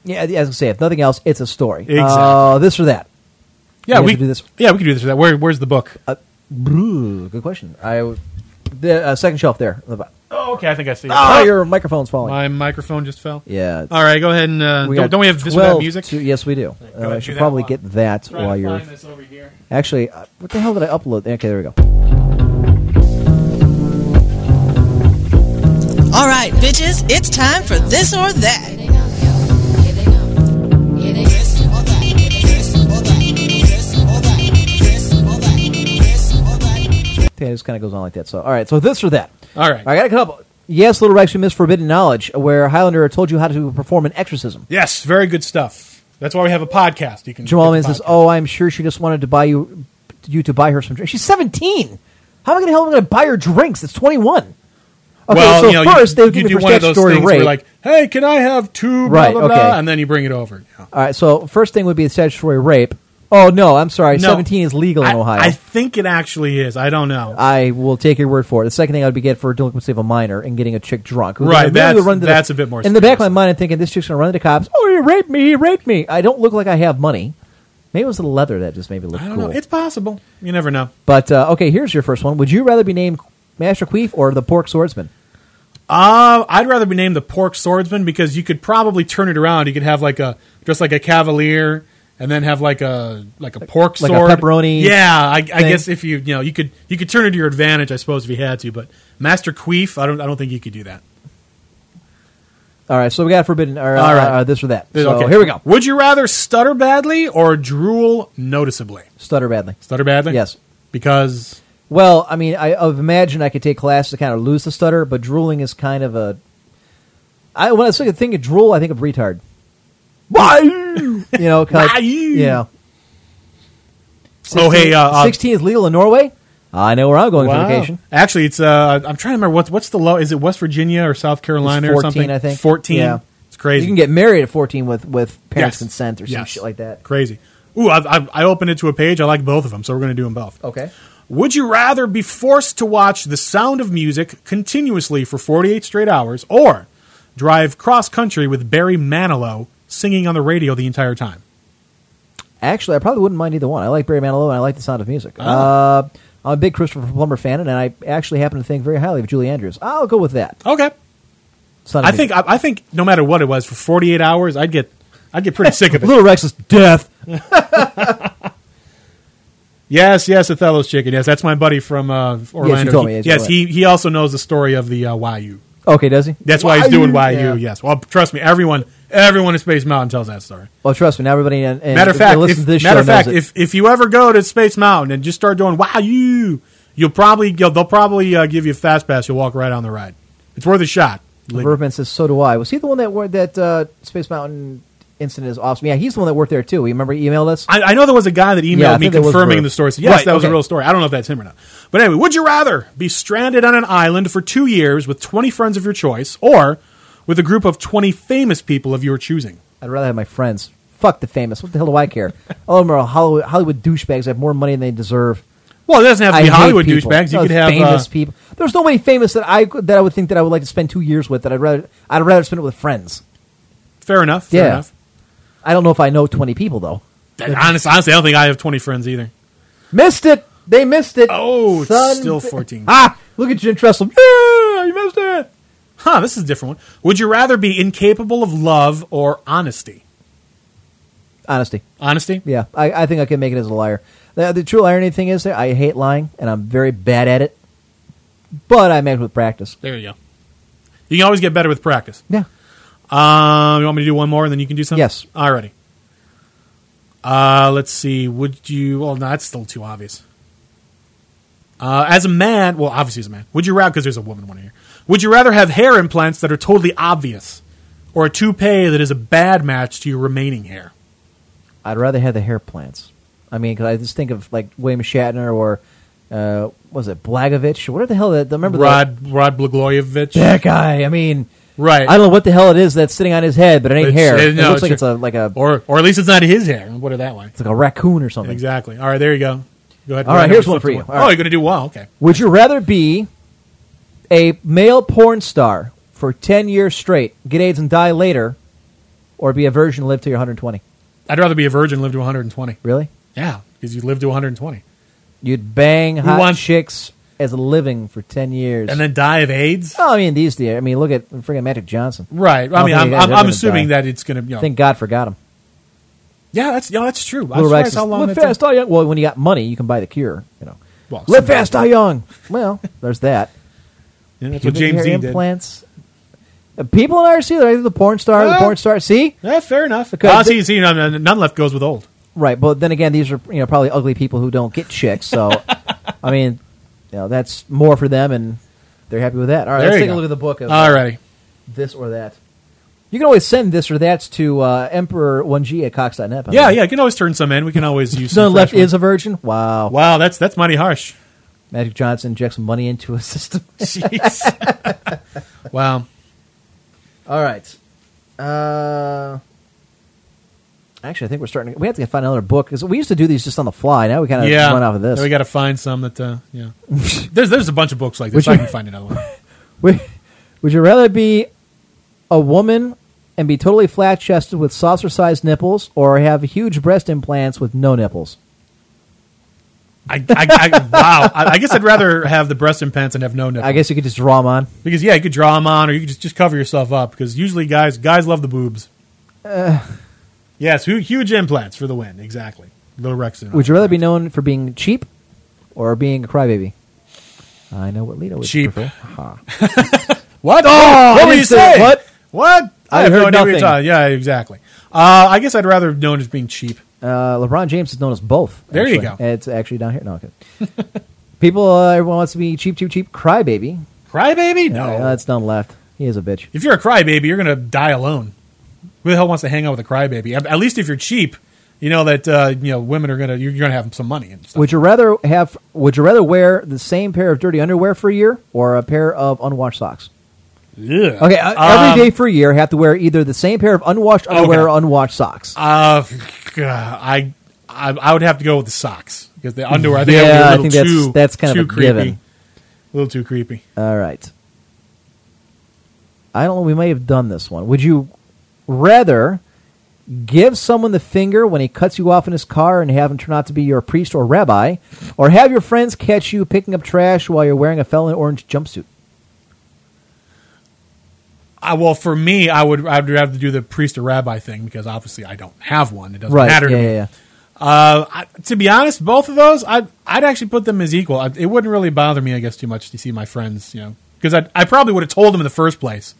Speaker 5: Yeah, as I say, if nothing else, it's a story.
Speaker 6: Exactly.
Speaker 5: Uh, this or that.
Speaker 6: Yeah,
Speaker 5: we
Speaker 6: we
Speaker 5: have to do this.
Speaker 6: Yeah, we can do this. Or that. Where, where's the book?
Speaker 5: Uh, brr, good question. I w- the uh, second shelf there.
Speaker 6: Oh, okay. I think I see. it.
Speaker 5: Ah, your microphone's falling.
Speaker 6: My microphone just fell.
Speaker 5: Yeah.
Speaker 6: All right, go ahead and uh,
Speaker 5: We
Speaker 6: don't,
Speaker 5: got
Speaker 6: don't we have this
Speaker 5: 12
Speaker 6: without music?
Speaker 5: to- yes, we do. Uh,
Speaker 6: ahead,
Speaker 5: I
Speaker 6: do
Speaker 5: should
Speaker 6: that
Speaker 5: probably
Speaker 6: while-
Speaker 5: get that
Speaker 6: try to
Speaker 5: while you're.
Speaker 6: find this over here.
Speaker 5: Actually, uh, what the hell did I upload? Okay, there we go.
Speaker 13: All right, bitches, it's time for this or that.
Speaker 5: Yeah, it just kind of goes on like that. So, all right. So this or that.
Speaker 6: All right.
Speaker 5: I got a couple. Yes, Little Rex, we missed Forbidden Knowledge, where Highlander told you how to perform an exorcism.
Speaker 6: Yes, very good stuff. That's why we have a podcast. You can
Speaker 5: Jamal
Speaker 6: get
Speaker 5: Man
Speaker 6: the
Speaker 5: says,
Speaker 6: podcast.
Speaker 5: "Oh, I'm sure she just wanted to buy you, you to buy her some drinks. She's 17. How am I going to hell am I going to buy her drinks? It's 21." Okay,
Speaker 6: well,
Speaker 5: so
Speaker 6: you know, you-
Speaker 5: first they would
Speaker 6: you
Speaker 5: give me
Speaker 6: do
Speaker 5: for
Speaker 6: one of those
Speaker 5: statutory
Speaker 6: things where
Speaker 5: rape.
Speaker 6: you're like, hey, can I have two? Blah,
Speaker 5: Right,
Speaker 6: blah, blah,
Speaker 5: okay.
Speaker 6: and then you bring it over.
Speaker 5: All right, so first thing would be the statutory rape. Oh no, I'm sorry.
Speaker 6: No.
Speaker 5: 17 is legal in
Speaker 6: I-
Speaker 5: Ohio. Ah,
Speaker 6: I think it actually is. I don't know.
Speaker 5: I will take your word for it. The second thing I'd be get for delinquency of a minor and getting a chick drunk. Who's
Speaker 6: Right,
Speaker 5: gonna-
Speaker 6: that's-
Speaker 5: who's gonna to the-
Speaker 6: that's a bit more
Speaker 5: In the back of my mind, I'm thinking this chick's gonna run to the cops. Oh, he raped me! He raped me! I don't look like I have money. Maybe it was the leather that just made me look
Speaker 6: I don't
Speaker 5: cool.
Speaker 6: know. It's possible. You never know.
Speaker 5: but uh, okay, here's your first one. Would you rather be named Master Queef or the Pork Swordsman?
Speaker 6: Uh, I'd rather be named the Pork Swordsman because you could probably turn it around. You could have like a dress like a cavalier, and then have like a like a pork
Speaker 5: like a
Speaker 6: sword,
Speaker 5: pepperoni
Speaker 6: Yeah, I, I
Speaker 5: thing?
Speaker 6: guess if you you know you could you could turn it to your advantage, I suppose, if you had to. But Master Queef, I don't I don't think you could do that.
Speaker 5: All right, so we got forbidden. Or,
Speaker 6: All
Speaker 5: uh,
Speaker 6: right.
Speaker 5: uh, this or that.
Speaker 6: Th-
Speaker 5: So
Speaker 6: okay.
Speaker 5: here we go.
Speaker 6: Would you rather stutter badly or drool noticeably?
Speaker 5: Stutter badly.
Speaker 6: Stutter badly.
Speaker 5: Yes.
Speaker 6: because
Speaker 5: Well, I mean, I, I've imagined I could take classes to kind of lose the stutter, but drooling is kind of a. I when I think of, think of drool, I think of retard. Why? you know, cut.
Speaker 6: Why you?
Speaker 5: Yeah.
Speaker 6: Oh, hey, uh, uh,
Speaker 5: sixteen is legal in Norway. I know where I'm going
Speaker 6: Wow.
Speaker 5: for vacation.
Speaker 6: Actually, it's uh, I'm trying to remember what's what's the low? Is it West Virginia or South Carolina
Speaker 5: It's
Speaker 6: or something?
Speaker 5: I think
Speaker 6: fourteen.
Speaker 5: Yeah.
Speaker 6: It's crazy.
Speaker 5: You can get married at fourteen with with parents'
Speaker 6: Yes.
Speaker 5: consent or some
Speaker 6: Yes.
Speaker 5: shit like that.
Speaker 6: Crazy. Ooh, I, I, I opened it to a page. I like both of them, so we're going to do them both.
Speaker 5: Okay.
Speaker 6: Would you rather be forced to watch The Sound of Music continuously for 48 straight hours or drive cross country with Barry Manilow singing on the radio the entire time?
Speaker 5: Actually, I probably wouldn't mind either one. I like Barry Manilow and I like the sound of music.
Speaker 6: Ah.
Speaker 5: Uh, I'm a big Christopher Plummer fan, and I actually happen to think very highly of Julie Andrews. I'll go with that.
Speaker 6: Okay.
Speaker 5: Sound of
Speaker 6: I
Speaker 5: Music.
Speaker 6: think I, I think no matter what it was for 48 hours, I'd get I'd get pretty sick of it.
Speaker 5: Little Rex's death.
Speaker 6: Yes, yes, Othello's chicken. Yes, that's my buddy from uh, Orlando.
Speaker 5: told
Speaker 6: He-
Speaker 5: me. Yes,
Speaker 6: yes,
Speaker 5: you told
Speaker 6: he he also knows the story of the uh, YU.
Speaker 5: Okay, does he?
Speaker 6: That's why he's doing YU.
Speaker 5: Yeah.
Speaker 6: Yes. Well, trust me, everyone everyone in Space Mountain tells that story.
Speaker 5: Well, trust me, now everybody and, and
Speaker 6: matter of fact,
Speaker 5: listen
Speaker 6: if,
Speaker 5: to this
Speaker 6: matter
Speaker 5: show
Speaker 6: of fact,
Speaker 5: knows it.
Speaker 6: if if you ever go to Space Mountain and just start doing wow you, you'll probably you'll, they'll probably uh, give you a fast pass. You'll walk right on the ride. It's worth a shot. Believe me.
Speaker 5: Bergman says, "So do I." Was he the one that wor- that uh, Space Mountain incident is awesome? Yeah, he's the one that worked there too. You remember he emailed us?
Speaker 6: I, I know there was a guy that emailed
Speaker 5: Yeah, I
Speaker 6: me
Speaker 5: think that was
Speaker 6: confirming
Speaker 5: Verve.
Speaker 6: the story. So yes,
Speaker 5: Right,
Speaker 6: that was
Speaker 5: okay.
Speaker 6: a real story. I don't know if that's him or not. But anyway, would you rather be stranded on an island for two years with 20 friends of your choice or with a group of 20 famous people of your choosing?
Speaker 5: I'd rather have my friends. Fuck the famous. What the hell do I care? All of them are Hollywood, Hollywood douchebags. that have more money than they deserve.
Speaker 6: Well, it doesn't have to
Speaker 5: I
Speaker 6: be
Speaker 5: hate
Speaker 6: Hollywood
Speaker 5: people.
Speaker 6: douchebags. You
Speaker 5: No,
Speaker 6: could have
Speaker 5: famous
Speaker 6: uh,
Speaker 5: people. There's nobody famous that I that I would think that I would like to spend two years with. That I'd rather I'd rather spend it with friends.
Speaker 6: Fair enough. Fair
Speaker 5: Yeah.
Speaker 6: enough.
Speaker 5: I don't know if I know 20 people though.
Speaker 6: That- honest- honestly, I don't think I have 20 friends either.
Speaker 5: Missed it. They missed it.
Speaker 6: Oh, it's
Speaker 5: Son-
Speaker 6: still 14.
Speaker 5: Ah, look at Jim Trestle. Yeah, you missed it.
Speaker 6: Huh, this is a different one. Would you rather be incapable of love or honesty?
Speaker 5: Honesty.
Speaker 6: Honesty?
Speaker 5: Yeah, I, I think I can make it as a liar. The, the true irony thing is that I hate lying, and I'm very bad at it. But I make it with practice.
Speaker 6: There you go. You can always get better with practice.
Speaker 5: Yeah.
Speaker 6: Um, you want me to do one more and then you can do something?
Speaker 5: Yes.
Speaker 6: Alrighty. Uh, let's see. Would you. Well, no, that's still too obvious. Uh, as a man, well, obviously as a man, would you rather, because there's a woman one here, would you rather have hair implants that are totally obvious or a toupee that is a bad match to your remaining hair?
Speaker 5: I'd rather have the hair plants. I mean, because I just think of like William Shatner or uh, was it Blagovich or what the hell? That remember the-
Speaker 6: Rod Rod Blagojevich.
Speaker 5: that guy. I mean,
Speaker 6: Right.
Speaker 5: I don't know what the hell it is that's sitting on his head, but it ain't
Speaker 6: It's-
Speaker 5: hair.
Speaker 6: uh,
Speaker 5: It,
Speaker 6: no,
Speaker 5: looks like it's a
Speaker 6: your-
Speaker 5: like a
Speaker 6: or or at least it's not his hair. Put it that way.
Speaker 5: it's like a raccoon or something.
Speaker 6: Exactly. All right, there you go. Go ahead.
Speaker 5: All right,
Speaker 6: Number
Speaker 5: here's one for
Speaker 6: 51.
Speaker 5: you. All right.
Speaker 6: Oh, you're gonna do well. Okay.
Speaker 5: Would you rather be a male porn star for ten years straight, get AIDS and die later, or be a virgin and live till you're 120?
Speaker 6: I'd rather be a virgin and live to 120.
Speaker 5: Really?
Speaker 6: Yeah, because you live to 120
Speaker 5: You'd bang
Speaker 6: Who
Speaker 5: hot
Speaker 6: wants-
Speaker 5: chicks as a living for ten years,
Speaker 6: and then die of AIDS.
Speaker 5: Oh, I mean these days. I mean, look at freaking Magic Johnson.
Speaker 6: Right. I
Speaker 5: don't
Speaker 6: mean,
Speaker 5: think
Speaker 6: I'm-
Speaker 5: the guy's ever
Speaker 6: I'm- I'm
Speaker 5: gonna
Speaker 6: assuming
Speaker 5: die.
Speaker 6: that it's gonna, you know-
Speaker 5: Thank God forgot him.
Speaker 6: Yeah, that's yeah, that's true.
Speaker 5: Little
Speaker 6: I
Speaker 5: Rex
Speaker 6: surprised
Speaker 5: is,
Speaker 6: how long
Speaker 5: live
Speaker 6: that
Speaker 5: fast, die young. Well, when you got money, you can buy the cure. You know,
Speaker 6: Well,
Speaker 5: live
Speaker 6: somebody-
Speaker 5: fast, die young. Well, there's that.
Speaker 6: Yeah, that's what
Speaker 5: Pubic
Speaker 6: James
Speaker 5: hair
Speaker 6: Dean did.
Speaker 5: implants. Uh, People in IRC, they're either the porn star, or the
Speaker 6: Well,
Speaker 5: porn star. See,
Speaker 6: yeah, fair enough.
Speaker 5: Because
Speaker 6: Well,
Speaker 5: they-
Speaker 6: see, see, none, none left goes with old.
Speaker 5: right? But then again, these are you know probably ugly people who don't get chicks. So, I mean, you know that's more for them, and they're happy with that. All right,
Speaker 6: There
Speaker 5: let's
Speaker 6: you
Speaker 5: take
Speaker 6: go.
Speaker 5: a
Speaker 6: Uh,
Speaker 5: look at the book. Of,
Speaker 6: Alrighty.
Speaker 5: this or that. You can always send this or that to uh, Emperor1G at Cox.net. by the
Speaker 6: Yeah,
Speaker 5: way.
Speaker 6: yeah. You can always turn some in. We can always use
Speaker 5: None
Speaker 6: some
Speaker 5: left
Speaker 6: fresh ones.
Speaker 5: is a virgin. Wow.
Speaker 6: Wow, that's that's mighty harsh.
Speaker 5: Magic Johnson injects some money into a system.
Speaker 6: Jeez. wow.
Speaker 5: All right. Uh, actually, I think we're starting. To, we have to find another book because we used to do these just on the fly. Now we kind of
Speaker 6: yeah.
Speaker 5: run uh, off of this.
Speaker 6: Now we got to find some that. Uh, yeah. there's there's a bunch of books like this.
Speaker 5: Would
Speaker 6: I
Speaker 5: you-
Speaker 6: can find another one.
Speaker 5: Would, would you rather be a woman and be totally flat chested with saucer sized nipples or have huge breast implants with no nipples?
Speaker 6: I, I, I wow. I, I guess I'd rather have the breast implants and have no nipples.
Speaker 5: I guess you could just draw them on.
Speaker 6: because yeah, you could draw them on, or you could just, just cover yourself up. Because usually guys guys love the boobs.
Speaker 5: Uh,
Speaker 6: Yes, hu- huge implants for the win. Exactly. Little Rex.
Speaker 5: would you rather be known for being cheap or being a crybaby? I know what Lita would
Speaker 6: Cheap.
Speaker 5: prefer. Ha.
Speaker 6: What?
Speaker 5: Oh,
Speaker 6: what were
Speaker 5: I
Speaker 6: you
Speaker 5: said-
Speaker 6: saying?
Speaker 5: what?
Speaker 6: What? I,
Speaker 5: I
Speaker 6: have no
Speaker 5: heard
Speaker 6: idea what you're
Speaker 5: nothing.
Speaker 6: talking. Yeah, exactly. Uh, I guess I'd rather known as being cheap.
Speaker 5: Uh, LeBron James is known as both.
Speaker 6: There you
Speaker 5: actually. It's actually down here. No, okay. People, uh, everyone wants to be cheap, cheap, cheap. Crybaby.
Speaker 6: Crybaby? No.
Speaker 5: Yeah, that's none left. He is a bitch.
Speaker 6: If you're a crybaby, you're gonna die alone. Who the hell wants to hang out with a crybaby? At- At least if you're cheap, you know that uh, you know women are gonna you're gonna have some money. And stuff.
Speaker 5: Would you rather have? Would you rather wear the same pair of dirty underwear for a year or a pair of unwashed socks?
Speaker 6: Ugh.
Speaker 5: Okay, uh,
Speaker 6: Um,
Speaker 5: every day for a year, have to wear either the same pair of unwashed underwear
Speaker 6: Okay.
Speaker 5: or unwashed socks.
Speaker 6: Uh, God, I, I I would have to go with the socks because the underwear. I think
Speaker 5: Yeah,
Speaker 6: that
Speaker 5: I
Speaker 6: would
Speaker 5: think
Speaker 6: be a little
Speaker 5: that's-
Speaker 6: too
Speaker 5: that's kind of
Speaker 6: too
Speaker 5: a
Speaker 6: creepy.
Speaker 5: given.
Speaker 6: A little too creepy.
Speaker 5: All right. I don't know. We may have done this one. Would you rather give someone the finger when he cuts you off in his car and have him turn out to be your priest or rabbi, or have your friends catch you picking up trash while you're wearing a felon orange jumpsuit?
Speaker 6: I, well, for me, I would I would have to do the priest or rabbi thing because obviously I don't have one. It doesn't
Speaker 5: Right,
Speaker 6: matter to
Speaker 5: yeah,
Speaker 6: me.
Speaker 5: yeah, yeah.
Speaker 6: Uh, I, to be honest, both of those, I'd, I'd actually put them as equal. I, it wouldn't really bother me, I guess, too much to see my friends, you know, because I, I probably would have told them in the first place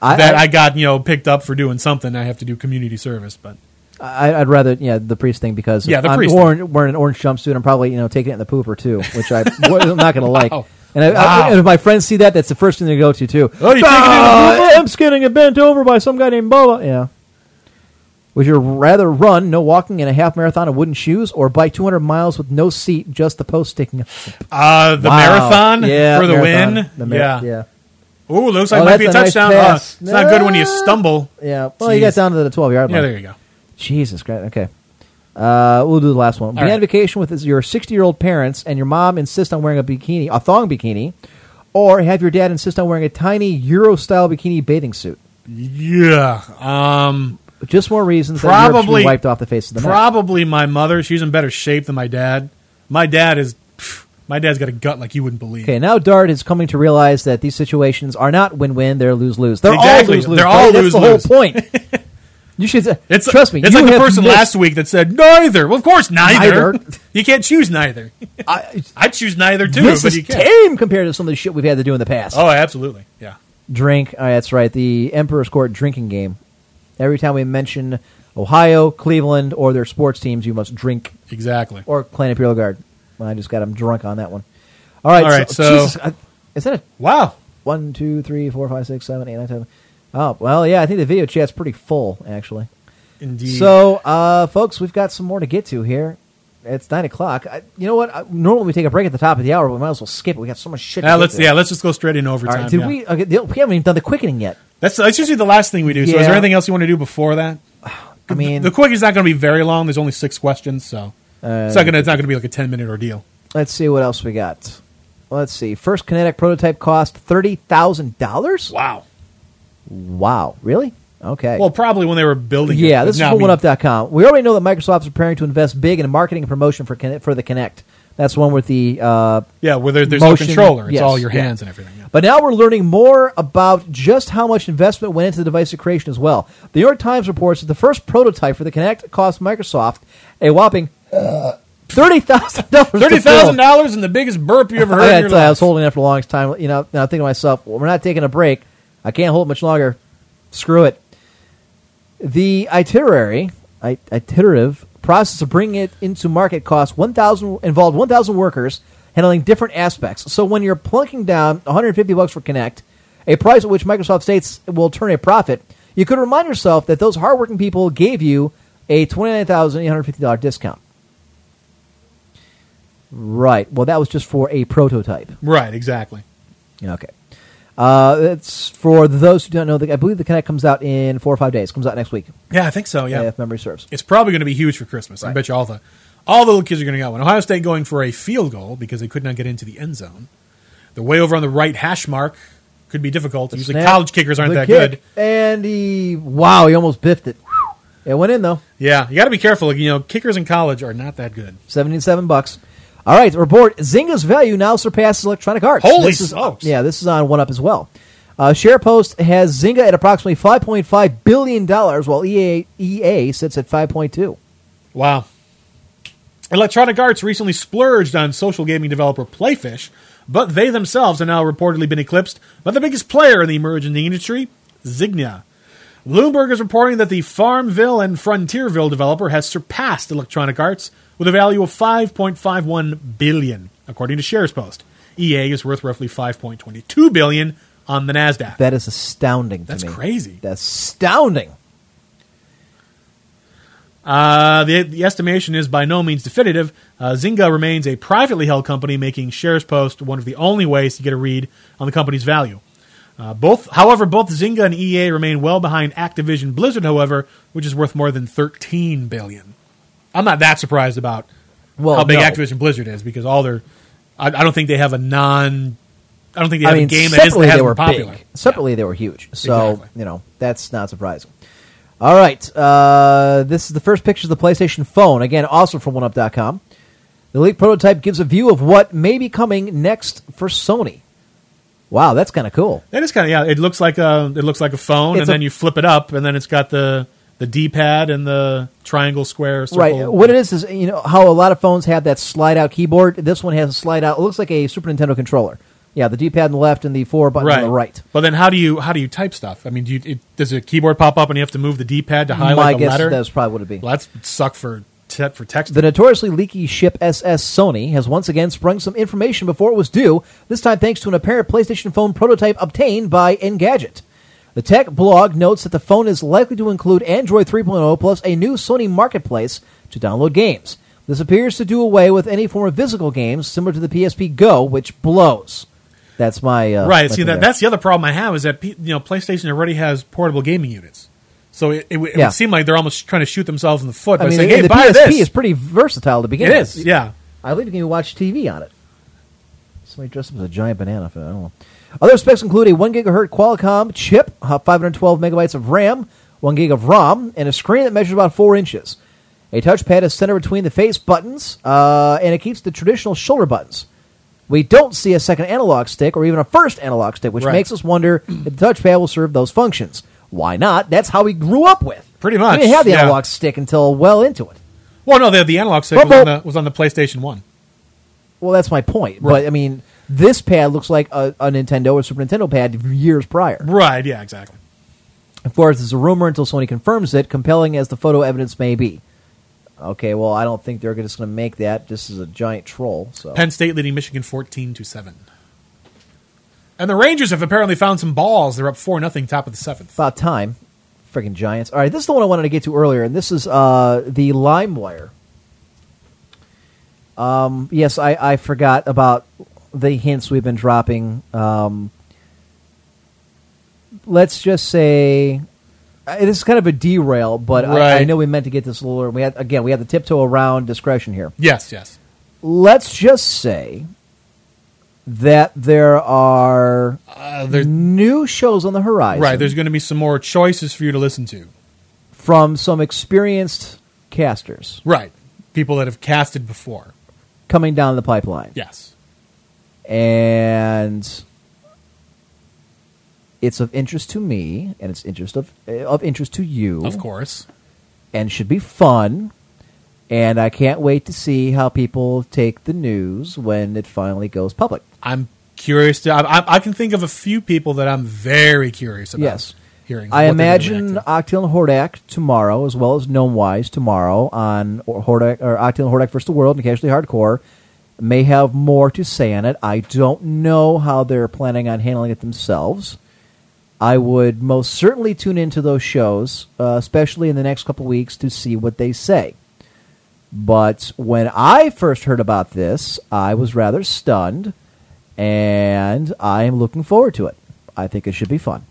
Speaker 5: I-
Speaker 6: that I,
Speaker 5: I-
Speaker 6: got, you know, picked up for doing something. I have to do community service, but
Speaker 5: I, I'd rather yeah the priest thing because
Speaker 6: Yeah, the
Speaker 5: I'm
Speaker 6: priest
Speaker 5: wearing, wearing an orange jumpsuit. I'm probably you know taking it in the pooper too, which I, am not going to like.
Speaker 6: Wow.
Speaker 5: And, I,
Speaker 6: Wow.
Speaker 5: I, and if my friends see that, that's the first thing they go to too.
Speaker 6: Oh, you're taking it in the
Speaker 5: it I'm just getting bent over by some guy named Boba. Yeah. Would you rather run, no walking, in a half marathon in wooden shoes, or bike 200 miles with no seat, just the post sticking? up?
Speaker 6: uh, the
Speaker 5: Wow.
Speaker 6: marathon
Speaker 5: Yeah,
Speaker 6: for the
Speaker 5: marathon.
Speaker 6: win.
Speaker 5: The mar-
Speaker 6: yeah.
Speaker 5: yeah.
Speaker 6: Ooh, looks like
Speaker 5: Oh,
Speaker 6: it might be a
Speaker 5: that's a nice
Speaker 6: touchdown. Uh,
Speaker 5: pass.
Speaker 6: it's not good when you stumble.
Speaker 5: Yeah. Well, you got
Speaker 6: Jeez.
Speaker 5: down to the 12 yard
Speaker 6: Yeah,
Speaker 5: line.
Speaker 6: there you go.
Speaker 5: Jesus Christ. Okay. Uh, we'll do the last one.
Speaker 6: All
Speaker 5: Be
Speaker 6: right.
Speaker 5: on vacation with your 60 year old parents, and your mom insists on wearing a bikini, a thong bikini, or have your dad insist on wearing a tiny Euro style bikini bathing suit.
Speaker 6: Yeah. Um,
Speaker 5: Just more reasons that Europe should
Speaker 6: probably
Speaker 5: be wiped off the face of the map.
Speaker 6: Probably my mother. She's in better shape than my dad. My dad is. pff, my dad's got a gut like you wouldn't believe.
Speaker 5: Okay, now Dart is coming to realize that these situations are not win win; they're lose lose. They're
Speaker 6: Exactly.
Speaker 5: all lose lose.
Speaker 6: They're all
Speaker 5: That's the whole
Speaker 6: lose-lose.
Speaker 5: point. you should say,
Speaker 6: It's
Speaker 5: trust me.
Speaker 6: It's
Speaker 5: you
Speaker 6: like the
Speaker 5: have
Speaker 6: person
Speaker 5: missed-
Speaker 6: last week that said neither. Well, of course neither.
Speaker 5: Neither.
Speaker 6: you can't choose neither. I, choose neither too,
Speaker 5: This
Speaker 6: but
Speaker 5: is
Speaker 6: you can't.
Speaker 5: tame compared to some of the shit we've had to do in the past.
Speaker 6: Oh, absolutely. Yeah.
Speaker 5: drink. Uh, that's right, the Emperor's Court drinking game. Every time we mention Ohio, Cleveland, or their sports teams, you must drink.
Speaker 6: Exactly.
Speaker 5: Or Planet Imperial Guard. Well, I just got them drunk on that one. All right.
Speaker 6: All right, so-
Speaker 5: Jesus, I- is that a
Speaker 6: wow?
Speaker 5: One, two, three, four, five, six, seven, eight, nine, ten. Oh well, yeah. I think the video chat's pretty full, actually.
Speaker 6: Indeed.
Speaker 5: So, uh, folks, we've got some more to get to here. It's nine o'clock. I, you know what? I, normally we take a break at the top of the hour, but we might as well skip it. We got so much shit. to
Speaker 6: Yeah,
Speaker 5: get
Speaker 6: Ah, let's
Speaker 5: to.
Speaker 6: yeah, let's just go straight into
Speaker 5: All right,
Speaker 6: overtime.
Speaker 5: did
Speaker 6: yeah.
Speaker 5: we? Okay, the- we haven't even done the quickening yet.
Speaker 6: That's that's usually the last thing we do. So is
Speaker 5: Yeah.
Speaker 6: there anything else you want to do before that?
Speaker 5: I mean-
Speaker 6: the quick is not going to be very long. There's only six questions, so it's not going to it's not going to be like a ten minute ordeal.
Speaker 5: Let's see what else we got. Let's see. First kinetic prototype cost thirty thousand dollars.
Speaker 6: Wow.
Speaker 5: Wow. Really? Okay.
Speaker 6: Well, probably when they were building. it,
Speaker 5: yeah,
Speaker 6: but
Speaker 5: this is
Speaker 6: now, I
Speaker 5: from
Speaker 6: mean,
Speaker 5: OneUp.com. We already know that Microsoft's preparing to invest big in marketing and promotion for Kinect, for the Kinect. That's the one with the uh,
Speaker 6: Yeah, where there- there's no
Speaker 5: motion-
Speaker 6: controller. It's
Speaker 5: yes,
Speaker 6: all your
Speaker 5: yeah.
Speaker 6: hands and everything.
Speaker 5: But now we're learning more about just how much investment went into the device creation as well. The New York Times reports that the first prototype for the Kinect cost Microsoft a whopping uh, thirty thousand dollars.
Speaker 6: Thirty thousand dollars and the biggest burp you ever heard.
Speaker 5: I,
Speaker 6: in
Speaker 5: gotta
Speaker 6: your
Speaker 5: tell you, I was
Speaker 6: life.
Speaker 5: holding it for the longest time. You know, and I'm thinking to myself, well, we're not taking a break. I can't hold it much longer. Screw it. The itinerary, i- iterative process of bringing it into market cost 1,000 involved 1,000 workers handling different aspects. So when you're plunking down 150 bucks for Connect, a price at which Microsoft states will turn a profit, you could remind yourself that those hardworking people gave you a $29,850 discount. Right. Well, that was just for a prototype.
Speaker 6: Right, exactly.
Speaker 5: Okay. Uh, it's for those who don't know. The, I believe the Connect comes out in four or five days. Comes out next week.
Speaker 6: Yeah, I think so. Yeah,
Speaker 5: if memory serves.
Speaker 6: It's probably going to be huge for Christmas. I bet you all the all the little kids are going to get one. Ohio State going for a field goal because they could not get into the end zone. They're way over on the right hash mark. Could be difficult. Usually,
Speaker 5: Snap.
Speaker 6: college kickers aren't
Speaker 5: The
Speaker 6: that
Speaker 5: kick.
Speaker 6: good.
Speaker 5: And he, wow, he almost biffed it. It went in though.
Speaker 6: Yeah, you got to be careful. You know, kickers in college are not that good.
Speaker 5: Seventy-seven bucks. All right. Report. Zynga's value now surpasses Electronic Arts.
Speaker 6: Holy
Speaker 5: this is,
Speaker 6: smokes.
Speaker 5: Yeah, this is on One Up as well. Uh, SharePost has Zynga at approximately five point five billion dollars, while E EA EA sits at five point two.
Speaker 6: Wow. Electronic Arts recently splurged on social gaming developer Playfish, but they themselves have now reportedly been eclipsed by the biggest player in the emerging industry, Zynga. Bloomberg is reporting that the Farmville and Frontierville developer has surpassed Electronic Arts with a value of 5.51 billion, according to SharesPost. EA is worth roughly 5.22 billion on the Nasdaq.
Speaker 5: That is astounding.
Speaker 6: That's
Speaker 5: to me.
Speaker 6: crazy.
Speaker 5: That's astounding.
Speaker 6: Uh, the, the estimation is by no means definitive. Uh, Zynga remains a privately held company, making shares post one of the only ways to get a read on the company's value. Uh, both, however, both Zynga and EA remain well behind Activision Blizzard, however, which is worth more than thirteen billion. I'm not that surprised about
Speaker 5: Well,
Speaker 6: how big
Speaker 5: Oh, no.
Speaker 6: Activision Blizzard is because all their, I, I don't think they have a non, I don't think they
Speaker 5: I
Speaker 6: have
Speaker 5: mean,
Speaker 6: a game that is
Speaker 5: separately they
Speaker 6: that hasn't
Speaker 5: were
Speaker 6: been popular.
Speaker 5: big. Separately they were huge. So you know that's not surprising. All right, uh, this is the first pictures of the PlayStation phone. Again, also from OneUp.com. The leaked prototype gives a view of what may be coming next for Sony. Wow, that's kind of cool.
Speaker 6: That is kind of yeah. It looks like a it looks like a phone,
Speaker 5: It's
Speaker 6: and
Speaker 5: a-
Speaker 6: then you flip it up, and then it's got the the D pad and the triangle, square, circle.
Speaker 5: Right. What it is is you know how a lot of phones have that slide out keyboard. This one has a slide out. It looks like a Super Nintendo controller. Yeah, the D pad on the left and the four button
Speaker 6: right.
Speaker 5: on the right.
Speaker 6: But then how do you how do you type stuff? I mean, do you, it, does a keyboard pop up and you have to move the D pad to highlight
Speaker 5: My
Speaker 6: the
Speaker 5: guess
Speaker 6: letter?
Speaker 5: is that's probably what it'd be.
Speaker 6: Well, that's would suck for te- for text.
Speaker 5: The notoriously leaky ship SS Sony has once again sprung some information before it was due, this time thanks to an apparent PlayStation phone prototype obtained by Engadget. The tech blog notes that the phone is likely to include Android 3.0 plus a new Sony marketplace to download games. This appears to do away with any form of physical games similar to the PSP Go, which blows. That's my uh, my
Speaker 6: right. See
Speaker 5: thing
Speaker 6: that
Speaker 5: there.
Speaker 6: that's the other problem I have is that pe- you know PlayStation already has portable gaming units, so it, it, would- it
Speaker 5: Yeah.
Speaker 6: would seem like they're almost trying to shoot themselves in the foot
Speaker 5: I
Speaker 6: by
Speaker 5: mean,
Speaker 6: saying,
Speaker 5: and
Speaker 6: "Hey,
Speaker 5: the
Speaker 6: buy
Speaker 5: PSP
Speaker 6: this."
Speaker 5: is pretty versatile to begin
Speaker 6: It
Speaker 5: with.
Speaker 6: is, yeah.
Speaker 5: I believe you can even watch TV on it. Somebody dressed up as a giant banana. For, I don't know. Other specs include a 1 gigahertz Qualcomm chip, uh, 512 megabytes of RAM, 1 gig of ROM, and a screen that measures about 4 inches. A touchpad is centered between the face buttons, uh, and it keeps the traditional shoulder buttons. We don't see a second analog stick or even a first analog stick, which
Speaker 6: Right.
Speaker 5: makes us wonder if the touchpad will serve those functions. Why not? That's how we grew up with.
Speaker 6: Pretty much,
Speaker 5: We didn't have the
Speaker 6: yeah.
Speaker 5: analog stick until well into it.
Speaker 6: Well, no, the, the analog stick
Speaker 5: Boop,
Speaker 6: was on
Speaker 5: boop.
Speaker 6: the, was on the PlayStation One.
Speaker 5: Well, that's my point. But
Speaker 6: Right.
Speaker 5: I mean, this pad looks like a, a Nintendo or Super Nintendo pad years prior.
Speaker 6: Right. Yeah. Exactly.
Speaker 5: Of course, it's a rumor until Sony confirms it, compelling as the photo evidence may be. Okay, well, I don't think they're just going to make that. This is a giant troll. So
Speaker 6: Penn State leading Michigan 14 to 7. And the Rangers have apparently found some balls. They're up 4 nothing, top of the 7th.
Speaker 5: about time, freaking Giants. All right, this is the one I wanted to get to earlier, and this is uh, the LimeWire. Um, yes, I, I forgot about the hints we've been dropping. Um, let's just say uh, it is kind of a derail, but I, I
Speaker 6: Right.
Speaker 5: know we meant to get this a little. earlier. We had again, we had the tiptoe around discretion here.
Speaker 6: Yes, yes.
Speaker 5: Let's just say that there are new shows on the horizon.
Speaker 6: Right, there's going to be some more choices for you to listen to.
Speaker 5: from some experienced casters
Speaker 6: Right, people that have casted before.
Speaker 5: coming down the pipeline.
Speaker 6: Yes,
Speaker 5: and it's of interest to me, and it's interest of eh, of interest to you,
Speaker 6: of course.
Speaker 5: and should be fun. And I can't wait to see how people take the news when it finally goes public.
Speaker 6: I'm curious to. I, I, I can think of a few people that I'm very curious about.
Speaker 5: Yes.
Speaker 6: hearing.
Speaker 5: I
Speaker 6: what they're gonna react
Speaker 5: imagine Octil and Hordak tomorrow, as well as Gnome Wise tomorrow on or- Hordak or Octil and Hordak versus the World and Casually Hardcore, may have more to say on it. I don't know how they're planning on handling it themselves. I would most certainly tune into those shows, uh, especially in the next couple weeks, to see what they say. But when I first heard about this, I was rather stunned, and I am looking forward to it. I think it should be fun.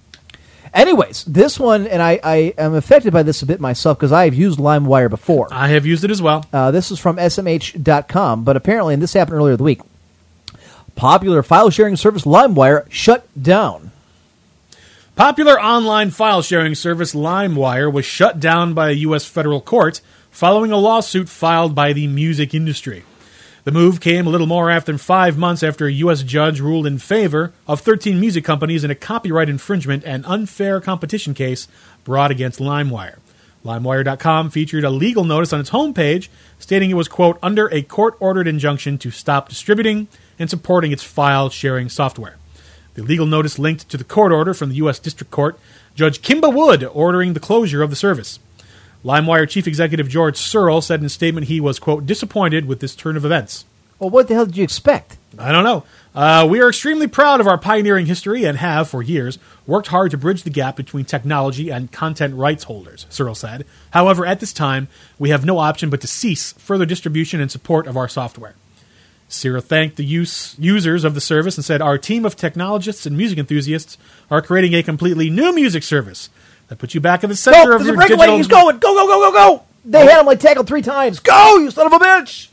Speaker 5: Anyways, this one, and I, I am affected by this a bit myself because I have used LimeWire before.
Speaker 6: I have used it as well.
Speaker 5: Uh, this is from SMH.com, but apparently, and this happened earlier in the week, popular file sharing service LimeWire shut down.
Speaker 6: Popular online file sharing service LimeWire was shut down by a U.S. federal court following a lawsuit filed by the music industry. The move came a little more after five months after a U.S. judge ruled in favor of 13 music companies in a copyright infringement and unfair competition case brought against LimeWire. LimeWire.com featured a legal notice on its homepage stating it was, quote, under a court ordered injunction to stop distributing and supporting its file sharing software. The legal notice linked to the court order from the U.S. District Court, Judge Kimba Wood ordering the closure of the service. LimeWire Chief Executive George Searle said in a statement he was, quote, disappointed with this turn of events.
Speaker 5: Well, what the hell did you expect?
Speaker 6: I don't know. Uh, we are extremely proud of our pioneering history and have, for years, worked hard to bridge the gap between technology and content rights holders, Searle said. However, at this time, we have no option but to cease further distribution and support of our software. Cira thanked the use, users of the service and said, Our team of technologists and music enthusiasts are creating a completely new music service that puts you back in the center
Speaker 5: Go,
Speaker 6: of
Speaker 5: there's
Speaker 6: your
Speaker 5: a breakaway.
Speaker 6: digital...
Speaker 5: He's going. Go, go, go, go, go. They had him like tackled three times. Go, you son of a bitch.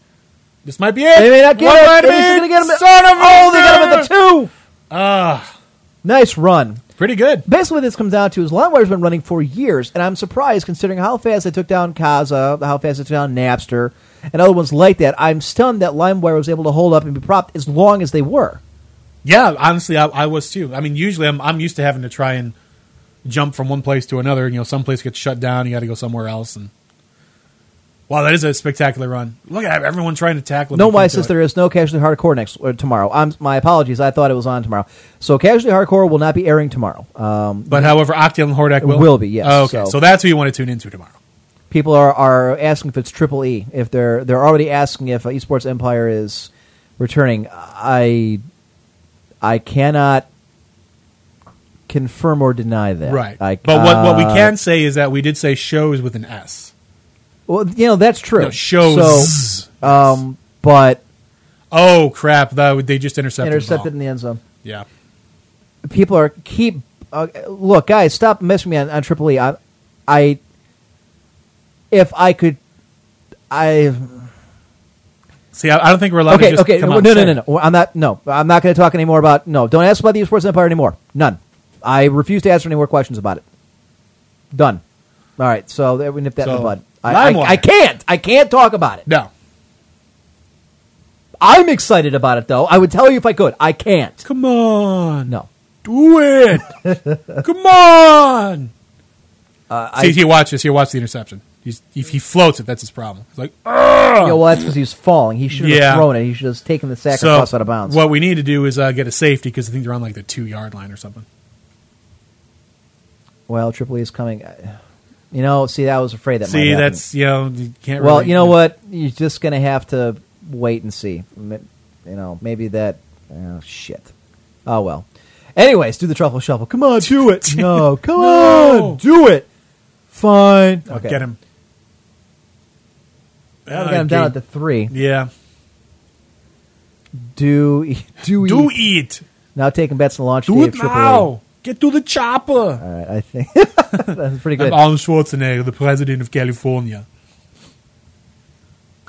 Speaker 6: This might be it.
Speaker 5: They may not get
Speaker 6: One
Speaker 5: it.
Speaker 6: might
Speaker 5: They're just gonna
Speaker 6: be-
Speaker 5: get him at-
Speaker 6: Son of a
Speaker 5: Oh, they got him at the two.
Speaker 6: Ah,
Speaker 5: Nice run.
Speaker 6: Pretty good.
Speaker 5: Basically, what this comes down to is LimeWire's been running for years, and I'm surprised considering how fast they took down Kaza, how fast they took down Napster, and other ones like that. I'm stunned that LimeWire was able to hold up and be propped as long as they were.
Speaker 6: Yeah, honestly, I, I was too. I mean, usually I'm, I'm used to having to try and jump from one place to another. You know, some place gets shut down, you got to go somewhere else. And wow, that is a spectacular run. Look at everyone trying to tackle. it.
Speaker 5: No,
Speaker 6: They
Speaker 5: why
Speaker 6: can't do
Speaker 5: says
Speaker 6: it.
Speaker 5: there is no Casually Hardcore next uh, tomorrow. I'm, my apologies. I thought it was on tomorrow. So Casually Hardcore will not be airing tomorrow. Um,
Speaker 6: But however, Octane and Hordak will
Speaker 5: Will be, yes.
Speaker 6: Oh, okay,
Speaker 5: So-
Speaker 6: so that's who you want to tune into tomorrow.
Speaker 5: people are, are asking if it's triple E. If they're they're already asking if uh, Esports Empire is returning. I I cannot confirm or deny that.
Speaker 6: Right.
Speaker 5: I,
Speaker 6: but what, what we
Speaker 5: uh,
Speaker 6: can say is that we did say shows with an S.
Speaker 5: Well, you know that's true.
Speaker 6: No, shows.
Speaker 5: So, um, but
Speaker 6: Oh crap! That, they just intercepted. the
Speaker 5: intercepted
Speaker 6: ball.
Speaker 5: in the end zone.
Speaker 6: Yeah.
Speaker 5: People are keep uh, look, guys. Stop messing me on, on triple E. I, I if I could, I.
Speaker 6: See, I, I don't think we're allowed
Speaker 5: okay,
Speaker 6: to just
Speaker 5: okay.
Speaker 6: come
Speaker 5: no,
Speaker 6: out and
Speaker 5: no,
Speaker 6: say
Speaker 5: no,
Speaker 6: it.
Speaker 5: no, no. I'm not. No, I'm not going to talk anymore about. No, don't ask about the Esports Empire anymore. None. I refuse to answer any more questions about it. Done. All right. So there we nip that in the
Speaker 6: So,
Speaker 5: bud. I, I,
Speaker 6: LimeWire.
Speaker 5: I can't. I can't talk about it.
Speaker 6: No.
Speaker 5: I'm excited about it though. I would tell you if I could. I can't.
Speaker 6: Come on.
Speaker 5: No.
Speaker 6: Do it. Come on.
Speaker 5: Uh,
Speaker 6: See,
Speaker 5: I,
Speaker 6: he watches. He watches the interception. He's, if he floats it, that's his problem. It's like,
Speaker 5: you know, well, that's because he was falling. He should have
Speaker 6: Yeah.
Speaker 5: thrown it. He should have taken the sack
Speaker 6: so
Speaker 5: and tossed out of bounds.
Speaker 6: what we need to do is uh, get a safety because I think they're on like the two yard line or something.
Speaker 5: well, Triple E is coming. You know, see, I was afraid that. might
Speaker 6: See,
Speaker 5: happen.
Speaker 6: that's you know you can't.
Speaker 5: well,
Speaker 6: really-
Speaker 5: you know what? You're just going to have to wait and see. M- You know, maybe that. Oh shit. Oh well. Anyways, do the truffle shuffle. Come on, do it. No, come
Speaker 6: No.
Speaker 5: on, do it. Fine.
Speaker 6: Oh, Get him. Uh,
Speaker 5: Now we got him down at the three.
Speaker 6: Yeah.
Speaker 5: Do e- do eat.
Speaker 6: Do eat.
Speaker 5: Now taking bets to launch
Speaker 6: Do
Speaker 5: day
Speaker 6: it
Speaker 5: of AAA.
Speaker 6: now. Get to the chopper. All
Speaker 5: right, I think that's pretty good.
Speaker 6: I'm Arnold Schwarzenegger, the president of California.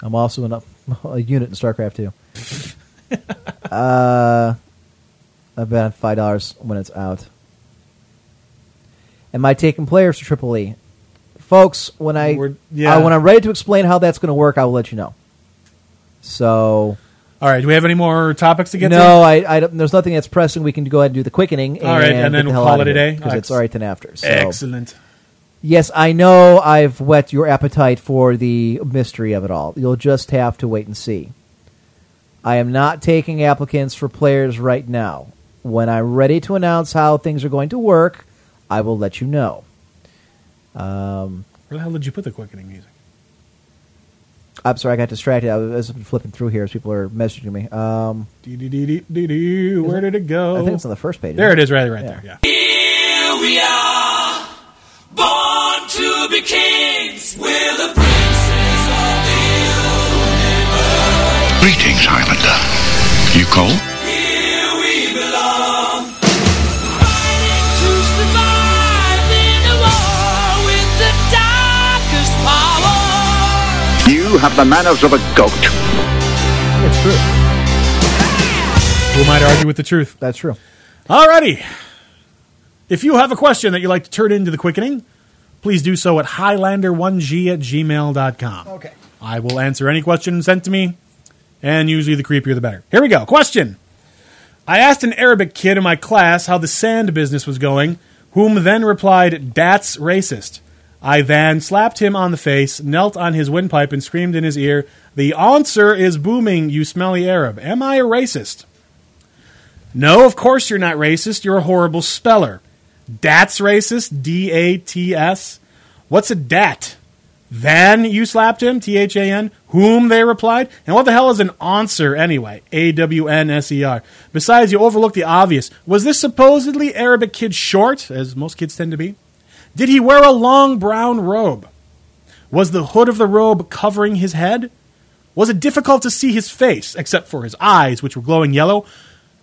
Speaker 5: I'm also in a, a unit in StarCraft 2. uh, I bet on five dollars when it's out. Am I taking players to Triple E, folks? When I,
Speaker 6: We're- yeah.
Speaker 5: I- when I'm ready to explain how that's going to work, I will let you know. So,
Speaker 6: All right. Do we have any more topics to get
Speaker 5: no,
Speaker 6: to?
Speaker 5: I, I don't- there's nothing that's pressing. We can go ahead and do the quickening.
Speaker 6: All right, and
Speaker 5: get
Speaker 6: then
Speaker 5: the
Speaker 6: we'll
Speaker 5: hell
Speaker 6: call
Speaker 5: out
Speaker 6: it
Speaker 5: of
Speaker 6: a
Speaker 5: here,
Speaker 6: day.
Speaker 5: 'cause it's all right then after. So.
Speaker 6: Excellent.
Speaker 5: Yes, I know I've whet your appetite for the mystery of it all. You'll just have to wait and see. I am not taking applicants for players right now. When I'm ready to announce how things are going to work, I will let you know. Um,
Speaker 6: Where the hell did you put the quickening music?
Speaker 5: I'm sorry, I got distracted. I was flipping through here as people are messaging me. Um,
Speaker 6: Dee-dee-dee-dee-dee. Where did it go?
Speaker 5: I think it's on the first page.
Speaker 6: There
Speaker 5: isn't
Speaker 6: it is, right, right there. Yeah.
Speaker 3: Here we are, born to be kings. We're the princes of the universe.
Speaker 14: Greetings, Highlander. You cold?
Speaker 3: Here we belong. Fighting to survive in a war with the darkest power.
Speaker 14: You have the manners of a goat.
Speaker 5: It's true.
Speaker 6: Who might argue with the truth?
Speaker 5: That's true.
Speaker 6: Alrighty. If you have a question that you'd like to turn into the quickening, please do so at highlander1g at gmail.com. Okay. I will answer any question sent to me, and usually the creepier the better. Here we go. Question. I asked an Arabic kid in my class how the sand business was going, whom then replied, That's racist. I then slapped him on the face, knelt on his windpipe, and screamed in his ear, The answer is booming, you smelly Arab. Am I a racist? No, of course you're not racist. You're a horrible speller. Dat's racist. D A T S. What's a dat? Then you slapped him. T H A N. Whom they replied. And what the hell is an answer anyway? A W N S E R. Besides, you overlooked the obvious. Was this supposedly Arabic kid short, as most kids tend to be? Did he wear a long brown robe? Was the hood of the robe covering his head? Was it difficult to see his face, except for his eyes, which were glowing yellow?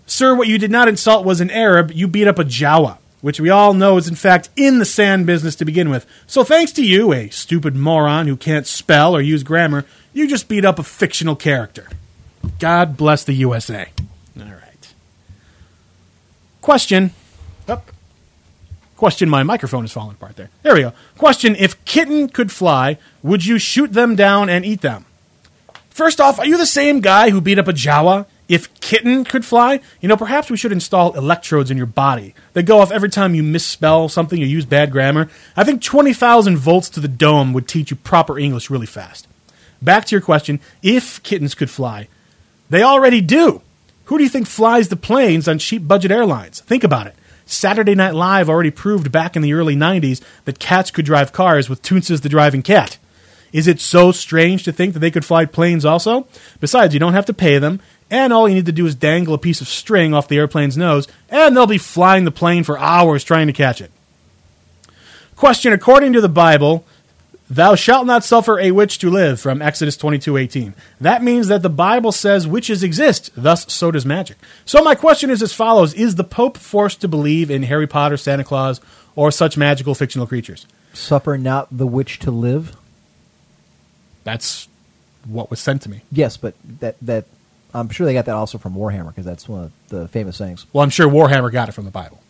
Speaker 6: Sir, what you did not insult was an Arab. You beat up a Jawa, which we all know is in fact in the sand business to begin with. So thanks to you, a stupid moron who can't spell or use grammar, you just beat up a fictional character. God bless the USA. All right. Question. Up. Question. My microphone is falling apart there. There we go. Question. If kitten could fly, would you shoot them down and eat them? First off, are you the same guy who beat up a Jawa? If kitten could fly, you know, perhaps we should install electrodes in your body that go off every time you misspell something or use bad grammar. I think 20,000 volts to the dome would teach you proper English really fast. Back to your question if kittens could fly, they already do. Who do you think flies the planes on cheap budget airlines? Think about it. Saturday Night Live already proved back in the early 90s that cats could drive cars with Toons as the driving cat. Is it so strange to think that they could fly planes also? Besides, you don't have to pay them, and all you need to do is dangle a piece of string off the airplane's nose, and they'll be flying the plane for hours trying to catch it. Question According to the Bible, Thou shalt not suffer a witch to live from Exodus 22:18. That means that the Bible says witches exist, thus so does magic. So my question is as follows: Is the Pope forced to believe in Harry Potter, Santa Claus, or such magical fictional creatures?
Speaker 5: Suffer not the witch to live.
Speaker 6: That's what was sent to me.
Speaker 5: Yes, but that that I'm sure they got that also from Warhammer because that's one of the famous sayings.
Speaker 6: Well, I'm sure Warhammer got it from the Bible.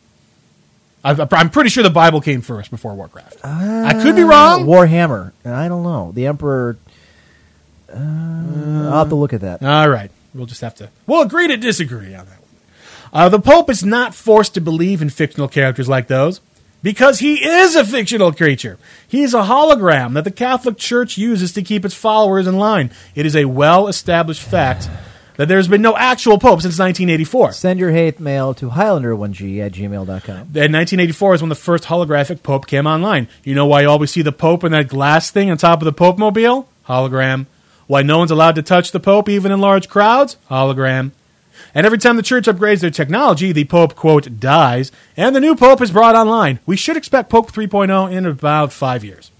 Speaker 6: I- I'm pretty sure the Bible came first before Warcraft. I could be wrong.
Speaker 5: Warhammer, and I don't know. The Emperor. Uh, I'll have to look at that.
Speaker 6: All right. We'll just have to. We'll agree to disagree on that one. Uh, the Pope is not forced to believe in fictional characters like those because he is a fictional creature. He is a hologram that the Catholic Church uses to keep its followers in line. It is a well established fact that there's been no actual Pope since 1984.
Speaker 5: Send your hate mail to Highlander1g at gmail.com.
Speaker 6: In 1984 is when the first holographic Pope came online. You know why you always see the Pope in that glass thing on top of the Pope mobile? Hologram. Why no one's allowed to touch the Pope even in large crowds? Hologram. And every time the church upgrades their technology, the Pope, quote, dies, and the new Pope is brought online. We should expect Pope 3.0 in about five years.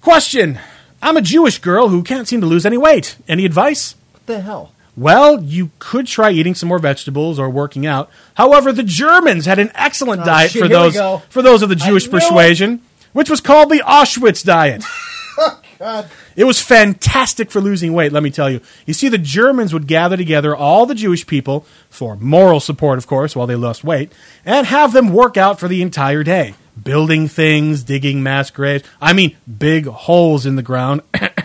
Speaker 6: Question I'm a Jewish girl who can't seem to lose any weight. Any advice?
Speaker 5: What the hell?
Speaker 6: Well, you could try eating some more vegetables or working out. However, the Germans had an excellent
Speaker 5: Oh,
Speaker 6: diet
Speaker 5: shit,
Speaker 6: for
Speaker 5: here we
Speaker 6: those
Speaker 5: go.
Speaker 6: for those of the
Speaker 5: I
Speaker 6: Jewish
Speaker 5: knew it.
Speaker 6: persuasion, which was called the Auschwitz diet.
Speaker 5: God.
Speaker 6: It was fantastic for losing weight, let me tell you. You see, the Germans would gather together all the Jewish people, for moral support, of course, while they lost weight, and have them work out for the entire day, building things, digging mass graves. I mean, big holes in the ground.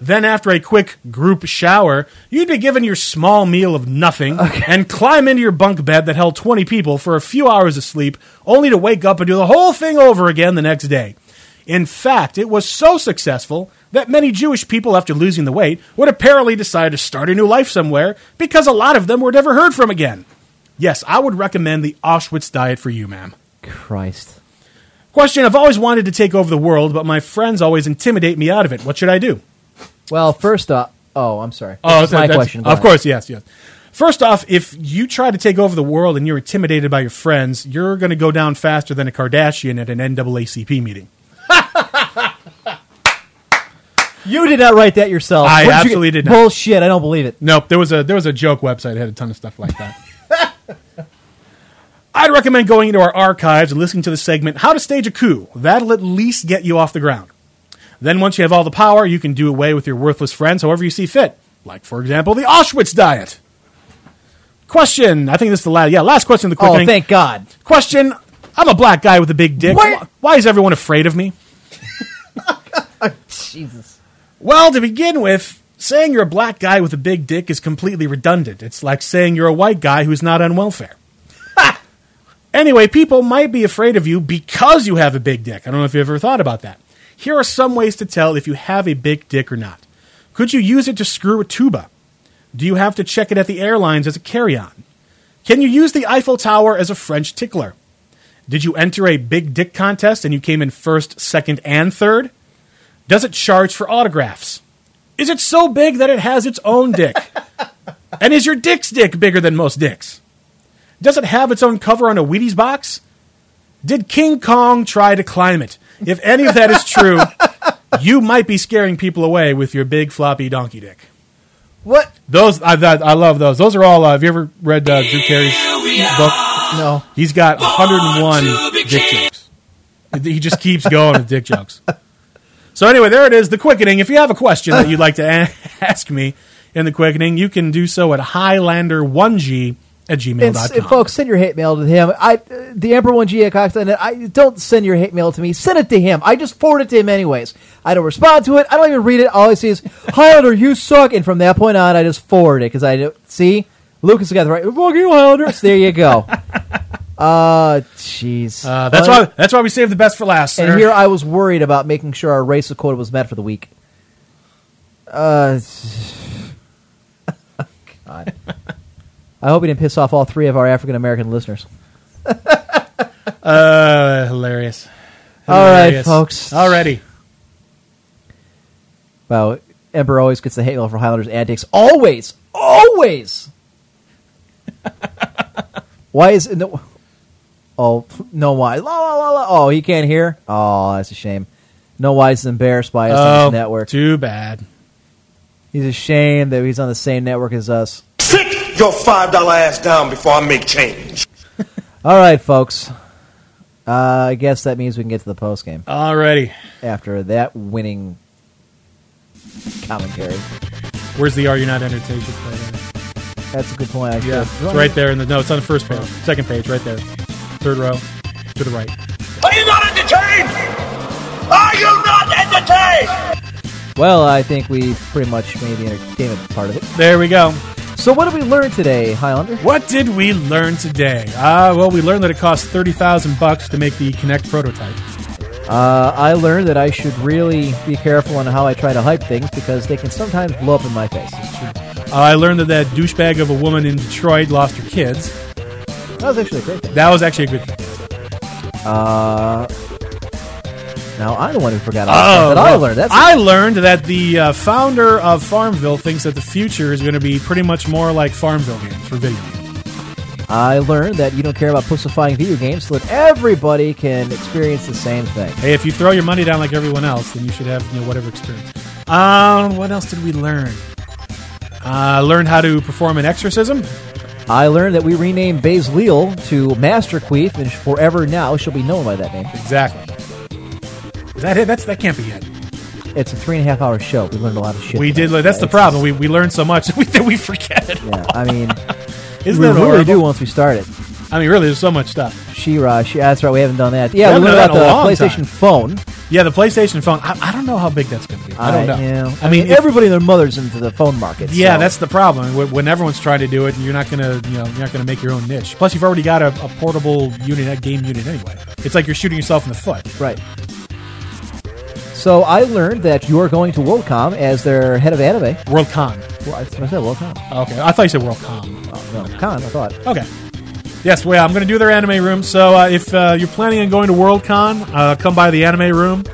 Speaker 6: then, after a quick group shower, you'd be given your small meal of nothing and climb into your bunk bed that held 20 people for a few hours of sleep, only to wake up and do the whole thing over again the next day. In fact, it was so successful that many Jewish people, after losing the weight, would apparently decide to start a new life somewhere because a lot of them were never heard from again. Yes, I would recommend the Auschwitz diet for you, ma'am.
Speaker 5: Christ.
Speaker 6: Question I've always wanted to take over the world, but my friends always intimidate me out of it. What should I do?
Speaker 5: Well, first up. Oh, I'm sorry.
Speaker 6: Oh,
Speaker 5: This is
Speaker 6: that-
Speaker 5: my
Speaker 6: that's-
Speaker 5: question. Go
Speaker 6: Of
Speaker 5: on.
Speaker 6: course, yes, yes. First off, if you try to take over the world and you're intimidated by your friends, you're going to go down faster than a Kardashian at an NAACP meeting.
Speaker 5: You did not write that yourself.
Speaker 6: I
Speaker 5: Where you
Speaker 6: absolutely
Speaker 5: get-
Speaker 6: did not.
Speaker 5: Bullshit. I don't believe it.
Speaker 6: Nope. There was a there was a joke website that had a ton of stuff like that. I'd recommend going into our archives and listening to the segment "How to Stage a Coup." That'll at least get you off the ground. Then, once you have all the power, you can do away with your worthless friends however you see fit. Like, for example, the Auschwitz diet. Question. I think this is the last. Yeah, last question. Of the quick
Speaker 5: Oh,
Speaker 6: inning.
Speaker 5: thank God.
Speaker 6: Question. I'm a black guy with a big dick.
Speaker 5: What?
Speaker 6: Why, why is everyone afraid of me?
Speaker 5: Jesus.
Speaker 6: Well, to begin with, saying you're a black guy with a big dick is completely redundant. It's like saying you're a white guy who's not on welfare. anyway, people might be afraid of you because you have a big dick. I don't know if you ever thought about that. Here are some ways to tell if you have a big dick or not. Could you use it to screw a tuba? Do you have to check it at the airlines as a carry on? Can you use the Eiffel Tower as a French tickler? Did you enter a big dick contest and you came in first, second, and third? Does it charge for autographs? Is it so big that it has its own dick? and is your dick's dick bigger than most dicks? Does it have its own cover on a Wheaties box? Did King Kong try to climb it? If any of that is true, you might be scaring people away with your big floppy donkey dick.
Speaker 5: What?
Speaker 6: Those I, that, I love those. Those are all. Uh, have you ever read uh, Drew Carey's book?
Speaker 5: No.
Speaker 6: He's got 101 dick jokes. He just keeps going with dick jokes. So anyway, there it is, the quickening. If you have a question that you'd like to a- ask me in the quickening, you can do so at Highlander1g
Speaker 5: And s-
Speaker 6: at gmail.com.
Speaker 5: folks, send your hate mail to him. I, uh, the Emperor One G at Cox. And I don't send your hate mail to me. Send it to him. I just forward it to him anyways. I don't respond to it. I don't even read it. All I see is Highlander, you suck. And from that point on, I just forward it because I don't see Lucas got the right. Fuck you, Highlander. So there you go. Uh, jeez.
Speaker 6: Uh, that's why that's why we saved the best for last. Sir.
Speaker 5: And here I was worried about making sure our racial quota was met for the week. Uh, God. I hope we didn't piss off all three of our African American listeners.
Speaker 6: uh, hilarious.
Speaker 5: All right,
Speaker 6: Hilarious.
Speaker 5: folks.
Speaker 6: Already.
Speaker 5: Wow, Ember always gets the hate mail for Highlanders antics. Always, always. why is no? Oh no, why? La, la, la, la. Oh, he can't hear. Oh, that's a shame. No, why is embarrassed by us on
Speaker 6: Oh,
Speaker 5: this network?
Speaker 6: too bad.
Speaker 5: He's ashamed that he's on the same network as us.
Speaker 4: Sit your five dollar ass down before I make change.
Speaker 5: All right, folks. Uh, I guess that means we can get to the post game
Speaker 6: Already.
Speaker 5: after that winning commentary.
Speaker 6: Where's the Are You Not Entertained? Play there?
Speaker 5: That's a good point. I
Speaker 6: Yeah,
Speaker 5: guess.
Speaker 6: it's right there in the no, it's on the first page, second page, right there, third row, to the right.
Speaker 4: Are you not entertained? Are you not entertained?
Speaker 5: Well, I think we pretty much made the entertainment part of it.
Speaker 6: There we go.
Speaker 5: So, what did we learn today, Highlander?
Speaker 6: What did we learn today? Ah, well, we learned that it costs thirty thousand bucks to make the Kinect prototype.
Speaker 5: Uh, I learned that I should really be careful on how I try to hype things because they can sometimes blow up in my face.
Speaker 6: Uh, I learned that that douchebag of a woman in Detroit lost her kids.
Speaker 5: That was actually a great thing.
Speaker 6: That was actually a good thing.
Speaker 5: Uh, now I'm the one who forgot all the stuff
Speaker 6: Oh,
Speaker 5: that I
Speaker 6: well,
Speaker 5: learned. That's
Speaker 6: I learned that the uh, founder of Farmville thinks that the future is going to be pretty much more like Farmville games for video. games.
Speaker 5: I learned that you don't care about pussifying video games so that everybody can experience the same thing.
Speaker 6: Hey, if you throw your money down like everyone else, then you should have you know whatever experience. Um, what else did we learn? I learned how to perform an exorcism.
Speaker 5: I learned that we renamed Baze Leal to Master Queef, and forever now she'll be known by that name.
Speaker 6: Exactly. Is that it? That's, that can't be it.
Speaker 5: It's a three and a half hour show. We learned a lot of shit.
Speaker 6: we did.
Speaker 5: tonight.
Speaker 6: That's the problem. We, we learned so much that we, that we forget it.
Speaker 5: Yeah, I mean,
Speaker 6: Isn't
Speaker 5: we
Speaker 6: that
Speaker 5: really
Speaker 6: horrible?
Speaker 5: do once we start it.
Speaker 6: I mean, really, there's so much stuff.
Speaker 5: She-Ra, she that's right. We haven't done that.
Speaker 6: We
Speaker 5: Yeah, we
Speaker 6: haven't
Speaker 5: learned
Speaker 6: done
Speaker 5: about
Speaker 6: that in a long
Speaker 5: the
Speaker 6: time.
Speaker 5: PlayStation phone.
Speaker 6: Yeah, the PlayStation phone. I, I don't know how big that's going to be. I, don't know.
Speaker 5: yeah.
Speaker 6: I mean, if-
Speaker 5: everybody and their mother's into the phone market.
Speaker 6: yeah,
Speaker 5: so-
Speaker 6: that's the problem. When- When everyone's trying to do it, you're not going to, you know, you're not going to make your own niche. Plus, you've already got a, a portable unit, a game unit anyway. It's like you're shooting yourself in the foot.
Speaker 5: Right. So I learned that you are going to WorldCom as their head of anime.
Speaker 6: WorldCon.
Speaker 5: Well, that's what I said. WorldCom.
Speaker 6: Okay, I thought you said WorldCom.
Speaker 5: Oh, no, con. I thought.
Speaker 6: Okay. Yes, well, I'm going to do their anime room. So uh, if uh, you're planning on going to Worldcon, uh, come by the anime room.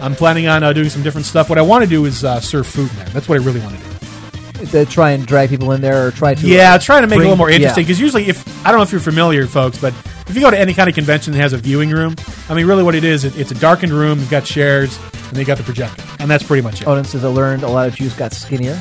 Speaker 6: I'm planning on uh, doing some different stuff. What I want to do is uh, serve food, man. That's what I really want to do.
Speaker 5: They try and drag people in there or try to.
Speaker 6: Yeah, trying to make it a
Speaker 5: bring-
Speaker 6: little more interesting
Speaker 5: yeah.
Speaker 6: because usually, if I don't know if you're familiar, folks, but if you go to any kind of convention that has a viewing room, I mean, really, what it is, it, it's a darkened room. You've got chairs and they got the projector, and that's pretty much it.
Speaker 5: Odin says I learned a lot of Jews got skinnier.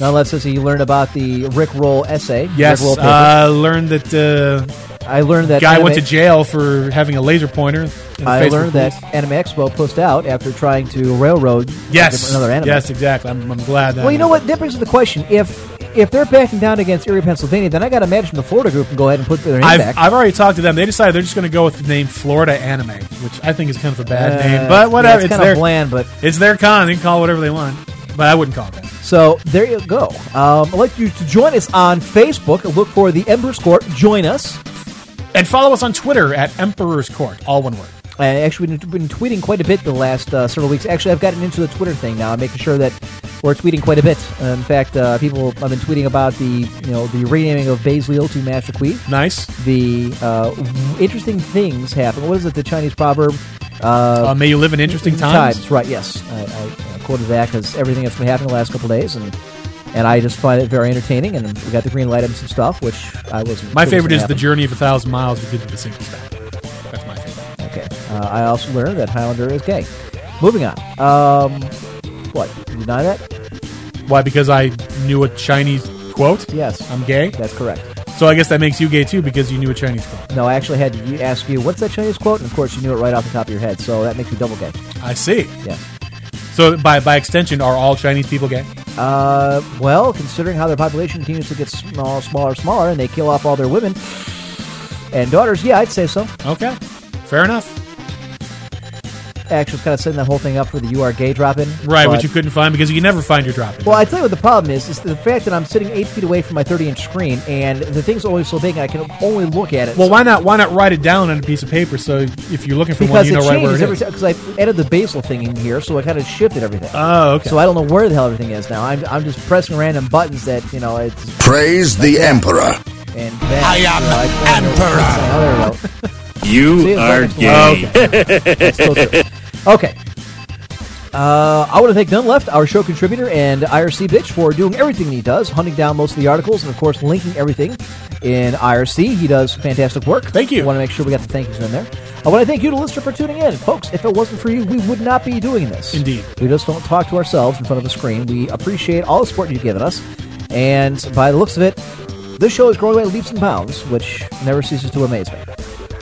Speaker 5: Nonetheless, says he learned about the Rick Roll essay.
Speaker 6: yes,
Speaker 5: Rickroll paper.
Speaker 6: uh, learned that uh,
Speaker 5: I learned that
Speaker 6: guy went to
Speaker 5: anime-
Speaker 6: jail for having a laser pointer. in the
Speaker 5: I
Speaker 6: face of
Speaker 5: learned
Speaker 6: the
Speaker 5: that
Speaker 6: police.
Speaker 5: Anime Expo pushed out after trying to railroad
Speaker 6: Yes,
Speaker 5: another anime.
Speaker 6: Yes, exactly. I'm, I'm glad. That
Speaker 5: Well, you know what? That brings to the question: if if they're backing down against Erie, Pennsylvania, then I got to imagine the Florida group and go ahead and put their name
Speaker 6: I've,
Speaker 5: back.
Speaker 6: I've already talked to them. They decided they're just going to go with the name Florida Anime, which I think is kind of a bad
Speaker 5: Uh,
Speaker 6: name, but whatever.
Speaker 5: yeah, it's
Speaker 6: it's
Speaker 5: kinda
Speaker 6: their
Speaker 5: bland, but-
Speaker 6: it's their con. They can call it whatever they want, but I wouldn't call it that.
Speaker 5: So there you go. Um, I'd like you to join us on Facebook. Look for the Embers Court. Join us.
Speaker 6: And follow us on Twitter at Emperor's Court, all one word.
Speaker 5: Uh, actually, we've been tweeting quite a bit the last uh, several weeks. Actually, I've gotten into the Twitter thing now. I'm making sure that we're tweeting quite a bit. Uh, in fact, uh, people I've been tweeting about the you know the renaming of Basil to Master Queef.
Speaker 6: Nice.
Speaker 5: The uh, w- interesting things happen. What is it? The Chinese proverb. Uh,
Speaker 6: Uh, may you live in interesting times.
Speaker 5: Right. Yes, I, I, I quoted that because everything that's been happening the last couple of days and. And I just find it very entertaining, and we got the green light on some stuff, which I wasn't.
Speaker 6: My
Speaker 5: sure was
Speaker 6: favorite
Speaker 5: gonna
Speaker 6: is
Speaker 5: happen.
Speaker 6: the journey of a thousand miles we did to the single stop. That's my favorite.
Speaker 5: Okay. Uh, I also learned that Highlander is gay. Moving on. Um, what? You deny that?
Speaker 6: Why? Because I knew a Chinese quote.
Speaker 5: Yes.
Speaker 6: I'm gay.
Speaker 5: That's correct.
Speaker 6: So I guess that makes you gay too because you knew a Chinese quote.
Speaker 5: No, I actually had to y- ask you, what's that Chinese quote? And of course, you knew it right off the top of your head, so that makes you double gay.
Speaker 6: I see.
Speaker 5: Yeah.
Speaker 6: So by by extension, are all Chinese people gay?
Speaker 5: Uh, well, considering how their population continues to get small, smaller, smaller, and they kill off all their women and daughters, yeah, I'd say so.
Speaker 6: Okay. Fair enough.
Speaker 5: Actually, was kind of setting that whole thing up for the "you are gay" drop in.
Speaker 6: Right,
Speaker 5: but-
Speaker 6: which you couldn't find because you can never find your drop in.
Speaker 5: Well, I tell you what the problem is: is the fact that I'm sitting eight feet away from my 30 inch screen, and the thing's always so big, I can only look at it.
Speaker 6: Well, why not? Why not write it down on a piece of paper? So if you're looking for one,
Speaker 5: because
Speaker 6: you know
Speaker 5: it
Speaker 6: right where
Speaker 5: changes
Speaker 6: it
Speaker 5: every
Speaker 6: is.
Speaker 5: time. Because I added the basil thing in here, so I kind of shifted everything.
Speaker 6: Oh, okay.
Speaker 5: So I don't know where the hell everything is now. I'm, I'm just pressing random buttons that you know it's
Speaker 15: Praise the Emperor.
Speaker 5: and then,
Speaker 15: I am
Speaker 5: emperor.
Speaker 15: You are gay.
Speaker 5: okay. okay. Uh, I want to thank None Left, our show contributor, and IRC Bitch for doing everything he does, hunting down most of the articles, and of course, linking everything in IRC. He does fantastic work. Thank you. I want to make sure we got the thank yous in there. I want to thank you, the listener, for tuning in. Folks, if it wasn't for you, we would not be doing this.
Speaker 6: Indeed.
Speaker 5: We just don't talk to ourselves in front of a screen. We appreciate all the support you've given us. And by the looks of it, this show is growing by leaps and bounds, which never ceases to amaze me.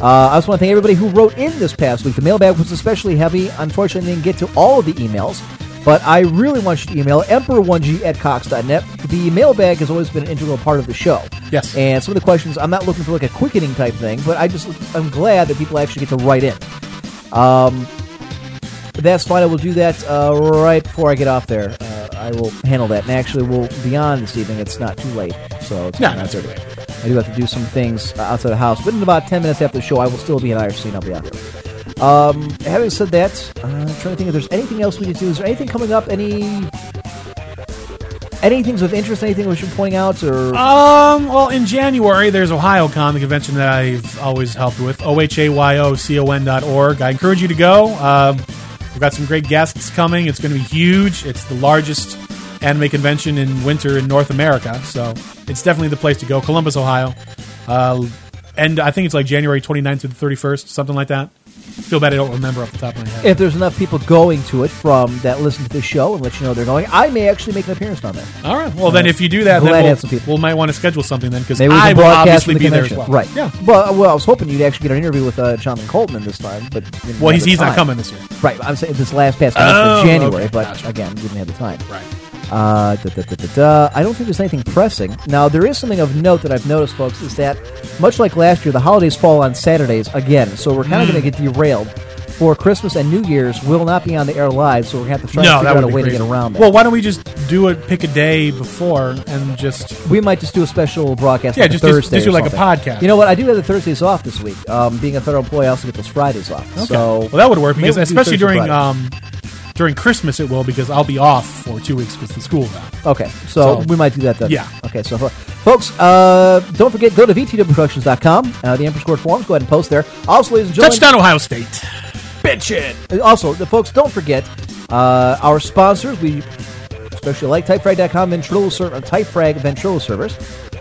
Speaker 5: Uh, I just want to thank everybody who wrote in this past week. The mailbag was especially heavy. Unfortunately, I didn't get to all of the emails, but I really want you to email emperor1g at cox.net. The mailbag has always been an integral part of the show. Yes. And some of the questions, I'm not looking for like a quickening type thing, but I just, I'm glad that people actually get to write in. Um, that's fine. I will do that uh, right before I get off there. Uh, I will handle that. And actually, we'll be on this evening. It's not too late, so it's
Speaker 6: No,
Speaker 5: not
Speaker 6: not too late.
Speaker 5: I do have to do some things uh, outside the house, but in about ten minutes after the show, I will still be in IRC and I'll be out there. Um, having said that, uh, I'm trying to think if there's anything else we need to do. Is there anything coming up? Any anything's of interest? Anything we should be pointing out? Or
Speaker 6: Um. Well, in January, there's Ohio Con, the convention that I've always helped with. O h a y o c o n dot org. I encourage you to go. Um, we've got some great guests coming. It's going to be huge. It's the largest anime convention in winter in North America, so it's definitely the place to go. Columbus, Ohio. Uh, and I think it's like January 29th to the 31st, something like that. Feel bad I don't remember off the top of my head.
Speaker 5: If there's enough people going to it from that listen to the show and let you know they're going, I may actually make an appearance on there.
Speaker 6: All right. Well, then if you do that,
Speaker 5: Glad
Speaker 6: then
Speaker 5: to
Speaker 6: we'll,
Speaker 5: have some people.
Speaker 6: we'll might want to schedule something then because
Speaker 5: Maybe we
Speaker 6: I
Speaker 5: can
Speaker 6: will
Speaker 5: broadcast
Speaker 6: obviously
Speaker 5: from the
Speaker 6: be there as
Speaker 5: convention.
Speaker 6: well.
Speaker 5: Right.
Speaker 6: Yeah.
Speaker 5: Well, uh, well, I was hoping you'd actually get an interview with uh, Jonathan Coltman this time, but we didn't
Speaker 6: Well,
Speaker 5: have
Speaker 6: he's-
Speaker 5: the
Speaker 6: he's not
Speaker 5: time.
Speaker 6: coming this year.
Speaker 5: Right. I'm saying this last past month
Speaker 6: Oh,
Speaker 5: in January,
Speaker 6: okay.
Speaker 5: but
Speaker 6: Gotcha.
Speaker 5: again, we didn't have the time.
Speaker 6: Right.
Speaker 5: Uh, da, da, da, da, da. I don't think there's anything pressing. Now, there is something of note that I've noticed, folks, is that much like last year, the holidays fall on Saturdays again, so we're kind of
Speaker 6: Mm.
Speaker 5: going to get derailed. For Christmas and New Year's, will not be on the air live, so we're going to have to try to
Speaker 6: no,
Speaker 5: figure out
Speaker 6: that would
Speaker 5: a
Speaker 6: be
Speaker 5: way to
Speaker 6: crazy.
Speaker 5: get around that.
Speaker 6: Well, why don't we just do it? Pick a day before and just
Speaker 5: we might just do a special broadcast.
Speaker 6: Yeah,
Speaker 5: like
Speaker 6: just-
Speaker 5: a
Speaker 6: just-
Speaker 5: Thursday.
Speaker 6: just do
Speaker 5: or
Speaker 6: like a
Speaker 5: something.
Speaker 6: podcast.
Speaker 5: You know what? I do have the Thursdays off this week. Um, being a federal employee, I also get those Fridays off.
Speaker 6: Okay.
Speaker 5: So
Speaker 6: well, that would work
Speaker 5: maybe
Speaker 6: because
Speaker 5: we do
Speaker 6: especially
Speaker 5: Thursday,
Speaker 6: during
Speaker 5: Friday.
Speaker 6: um, during Christmas it will because I'll be off for two weeks because the school's out.
Speaker 5: Okay, so,
Speaker 6: So-
Speaker 5: we might do that then.
Speaker 6: Yeah.
Speaker 5: Okay, so fo- folks, uh, don't forget, go to vtwproductions.com, uh, the Emperor's Court forums, go ahead and post there. Also, ladies and gentlemen.
Speaker 6: Touchdown Ohio State.
Speaker 5: Bitch it! Also, the folks, don't forget uh, our sponsors. We especially like typefrag.com, Ventrilo server, uh, Typefrag Ventrilo servers.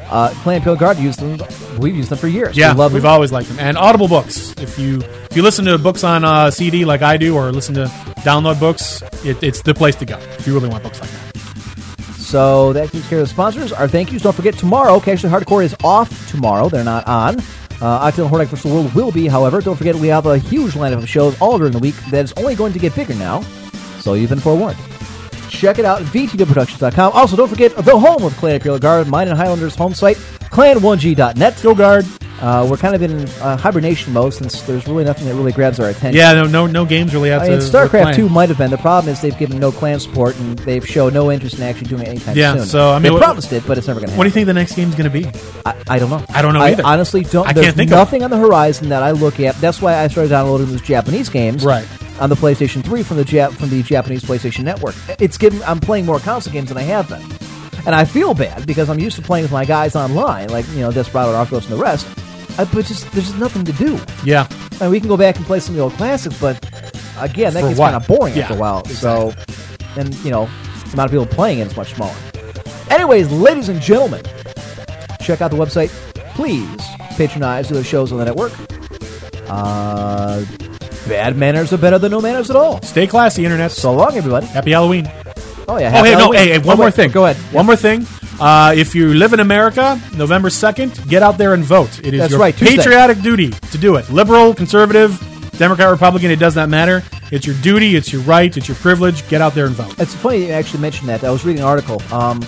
Speaker 5: Uh, Clan Peel Guard, used them, we've used them for years.
Speaker 6: Yeah,
Speaker 5: we love
Speaker 6: we've
Speaker 5: them.
Speaker 6: always liked them. And Audible books. If you if you listen to books on uh, CD like I do, or listen to download books, it, it's the place to go if you really want books like that.
Speaker 5: So that takes care of the sponsors. Our thank yous. Don't forget tomorrow. Casually Hardcore is off tomorrow. They're not on. Uh, Octal and Hordak vs. the World will be, however. Don't forget, we have a huge lineup of shows all during the week that is only going to get bigger now. So you've been forewarned. Check it out at VTWProductions.com. Also, don't forget the home of Clan Imperial Guard, mine and Highlander's home site, clan1g.net. Go Guard. Uh, we're kind of in uh, hibernation mode since there's really nothing that really grabs our attention.
Speaker 6: Yeah, no, no, no games really have
Speaker 5: I
Speaker 6: to.
Speaker 5: mean,
Speaker 6: worth
Speaker 5: StarCraft
Speaker 6: playing.
Speaker 5: 2 might have been. The problem is they've given no clan support and they've shown no interest in actually doing it anytime
Speaker 6: Yeah,
Speaker 5: soon.
Speaker 6: so, I mean,
Speaker 5: they
Speaker 6: what-
Speaker 5: promised it, but it's never going to happen.
Speaker 6: What do you think the next game's going to be?
Speaker 5: I, I don't know.
Speaker 6: I don't know
Speaker 5: I
Speaker 6: either.
Speaker 5: honestly don't.
Speaker 6: I
Speaker 5: there's
Speaker 6: can't think of
Speaker 5: nothing on the horizon that I look at. That's why I started downloading those Japanese games
Speaker 6: Right.
Speaker 5: on the PlayStation 3 from the Jap- from the Japanese PlayStation Network. It's given. I'm playing more console games than I have been, and I feel bad because I'm used to playing with my guys online, like you know Desperado, Arcos, and the rest. I, but just there's just nothing to do.
Speaker 6: Yeah.
Speaker 5: And we can go back and play some of the old classics, but again, that
Speaker 6: For
Speaker 5: gets
Speaker 6: what?
Speaker 5: kind of boring
Speaker 6: Yeah,
Speaker 5: after a while. So, and you know, the amount of people playing it is much smaller. Anyways, ladies and gentlemen, check out the website. Please patronize the other shows on the network. Uh, bad manners are better than no manners at all.
Speaker 6: Stay classy, internet.
Speaker 5: So long, everybody.
Speaker 6: Happy Halloween.
Speaker 5: Oh yeah.
Speaker 6: Oh,
Speaker 5: happy
Speaker 6: hey, no,
Speaker 5: Halloween.
Speaker 6: hey, hey,
Speaker 5: Oh,
Speaker 6: one more
Speaker 5: wait,
Speaker 6: thing.
Speaker 5: Go ahead.
Speaker 6: One more thing. Uh, if you live in America, November 2nd, get out there and vote. It is
Speaker 5: That's
Speaker 6: your
Speaker 5: right, Tuesday.
Speaker 6: patriotic duty to do it. Liberal, conservative, Democrat, Republican, it does not matter. It's your duty, it's your right, it's your privilege. Get out there and vote.
Speaker 5: It's funny you actually mentioned that. I was reading an article. Um,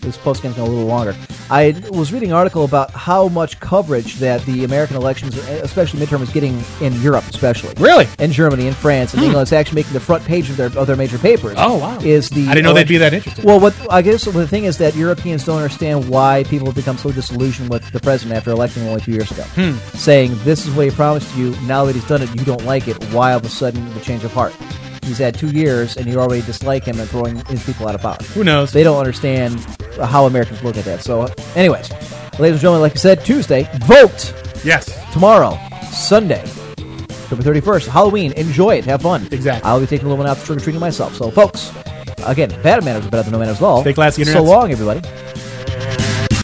Speaker 5: this post game's going a little longer. I was reading an article about how much coverage that the American elections, especially midterm, is getting in Europe, especially.
Speaker 6: Really? Hmm.
Speaker 5: In Germany, in France, and England, it's actually making the front page of their of their major papers.
Speaker 6: Oh, wow.
Speaker 5: Is the
Speaker 6: I didn't know they'd be that interested.
Speaker 5: Well, what I guess the thing is that Europeans don't understand why people have become so disillusioned with the president after electing him only two years ago,
Speaker 6: Hmm.
Speaker 5: saying this is what he promised you. Now that he's done it, you don't like it. Why all of a sudden the change of heart? He's had two years, and you already dislike him and throwing his people out of power.
Speaker 6: Who knows?
Speaker 5: They don't understand how Americans look at that. So, anyways, ladies and gentlemen, like I said, Tuesday, vote
Speaker 6: Yes.
Speaker 5: tomorrow, Sunday, October 31st, Halloween. Enjoy it. Have fun.
Speaker 6: Exactly.
Speaker 5: I'll be taking a little one out trick or treating myself. So, folks, again, bad manners are better than no manners at all.
Speaker 6: Stay classy,
Speaker 5: So
Speaker 6: internets.
Speaker 5: long, everybody.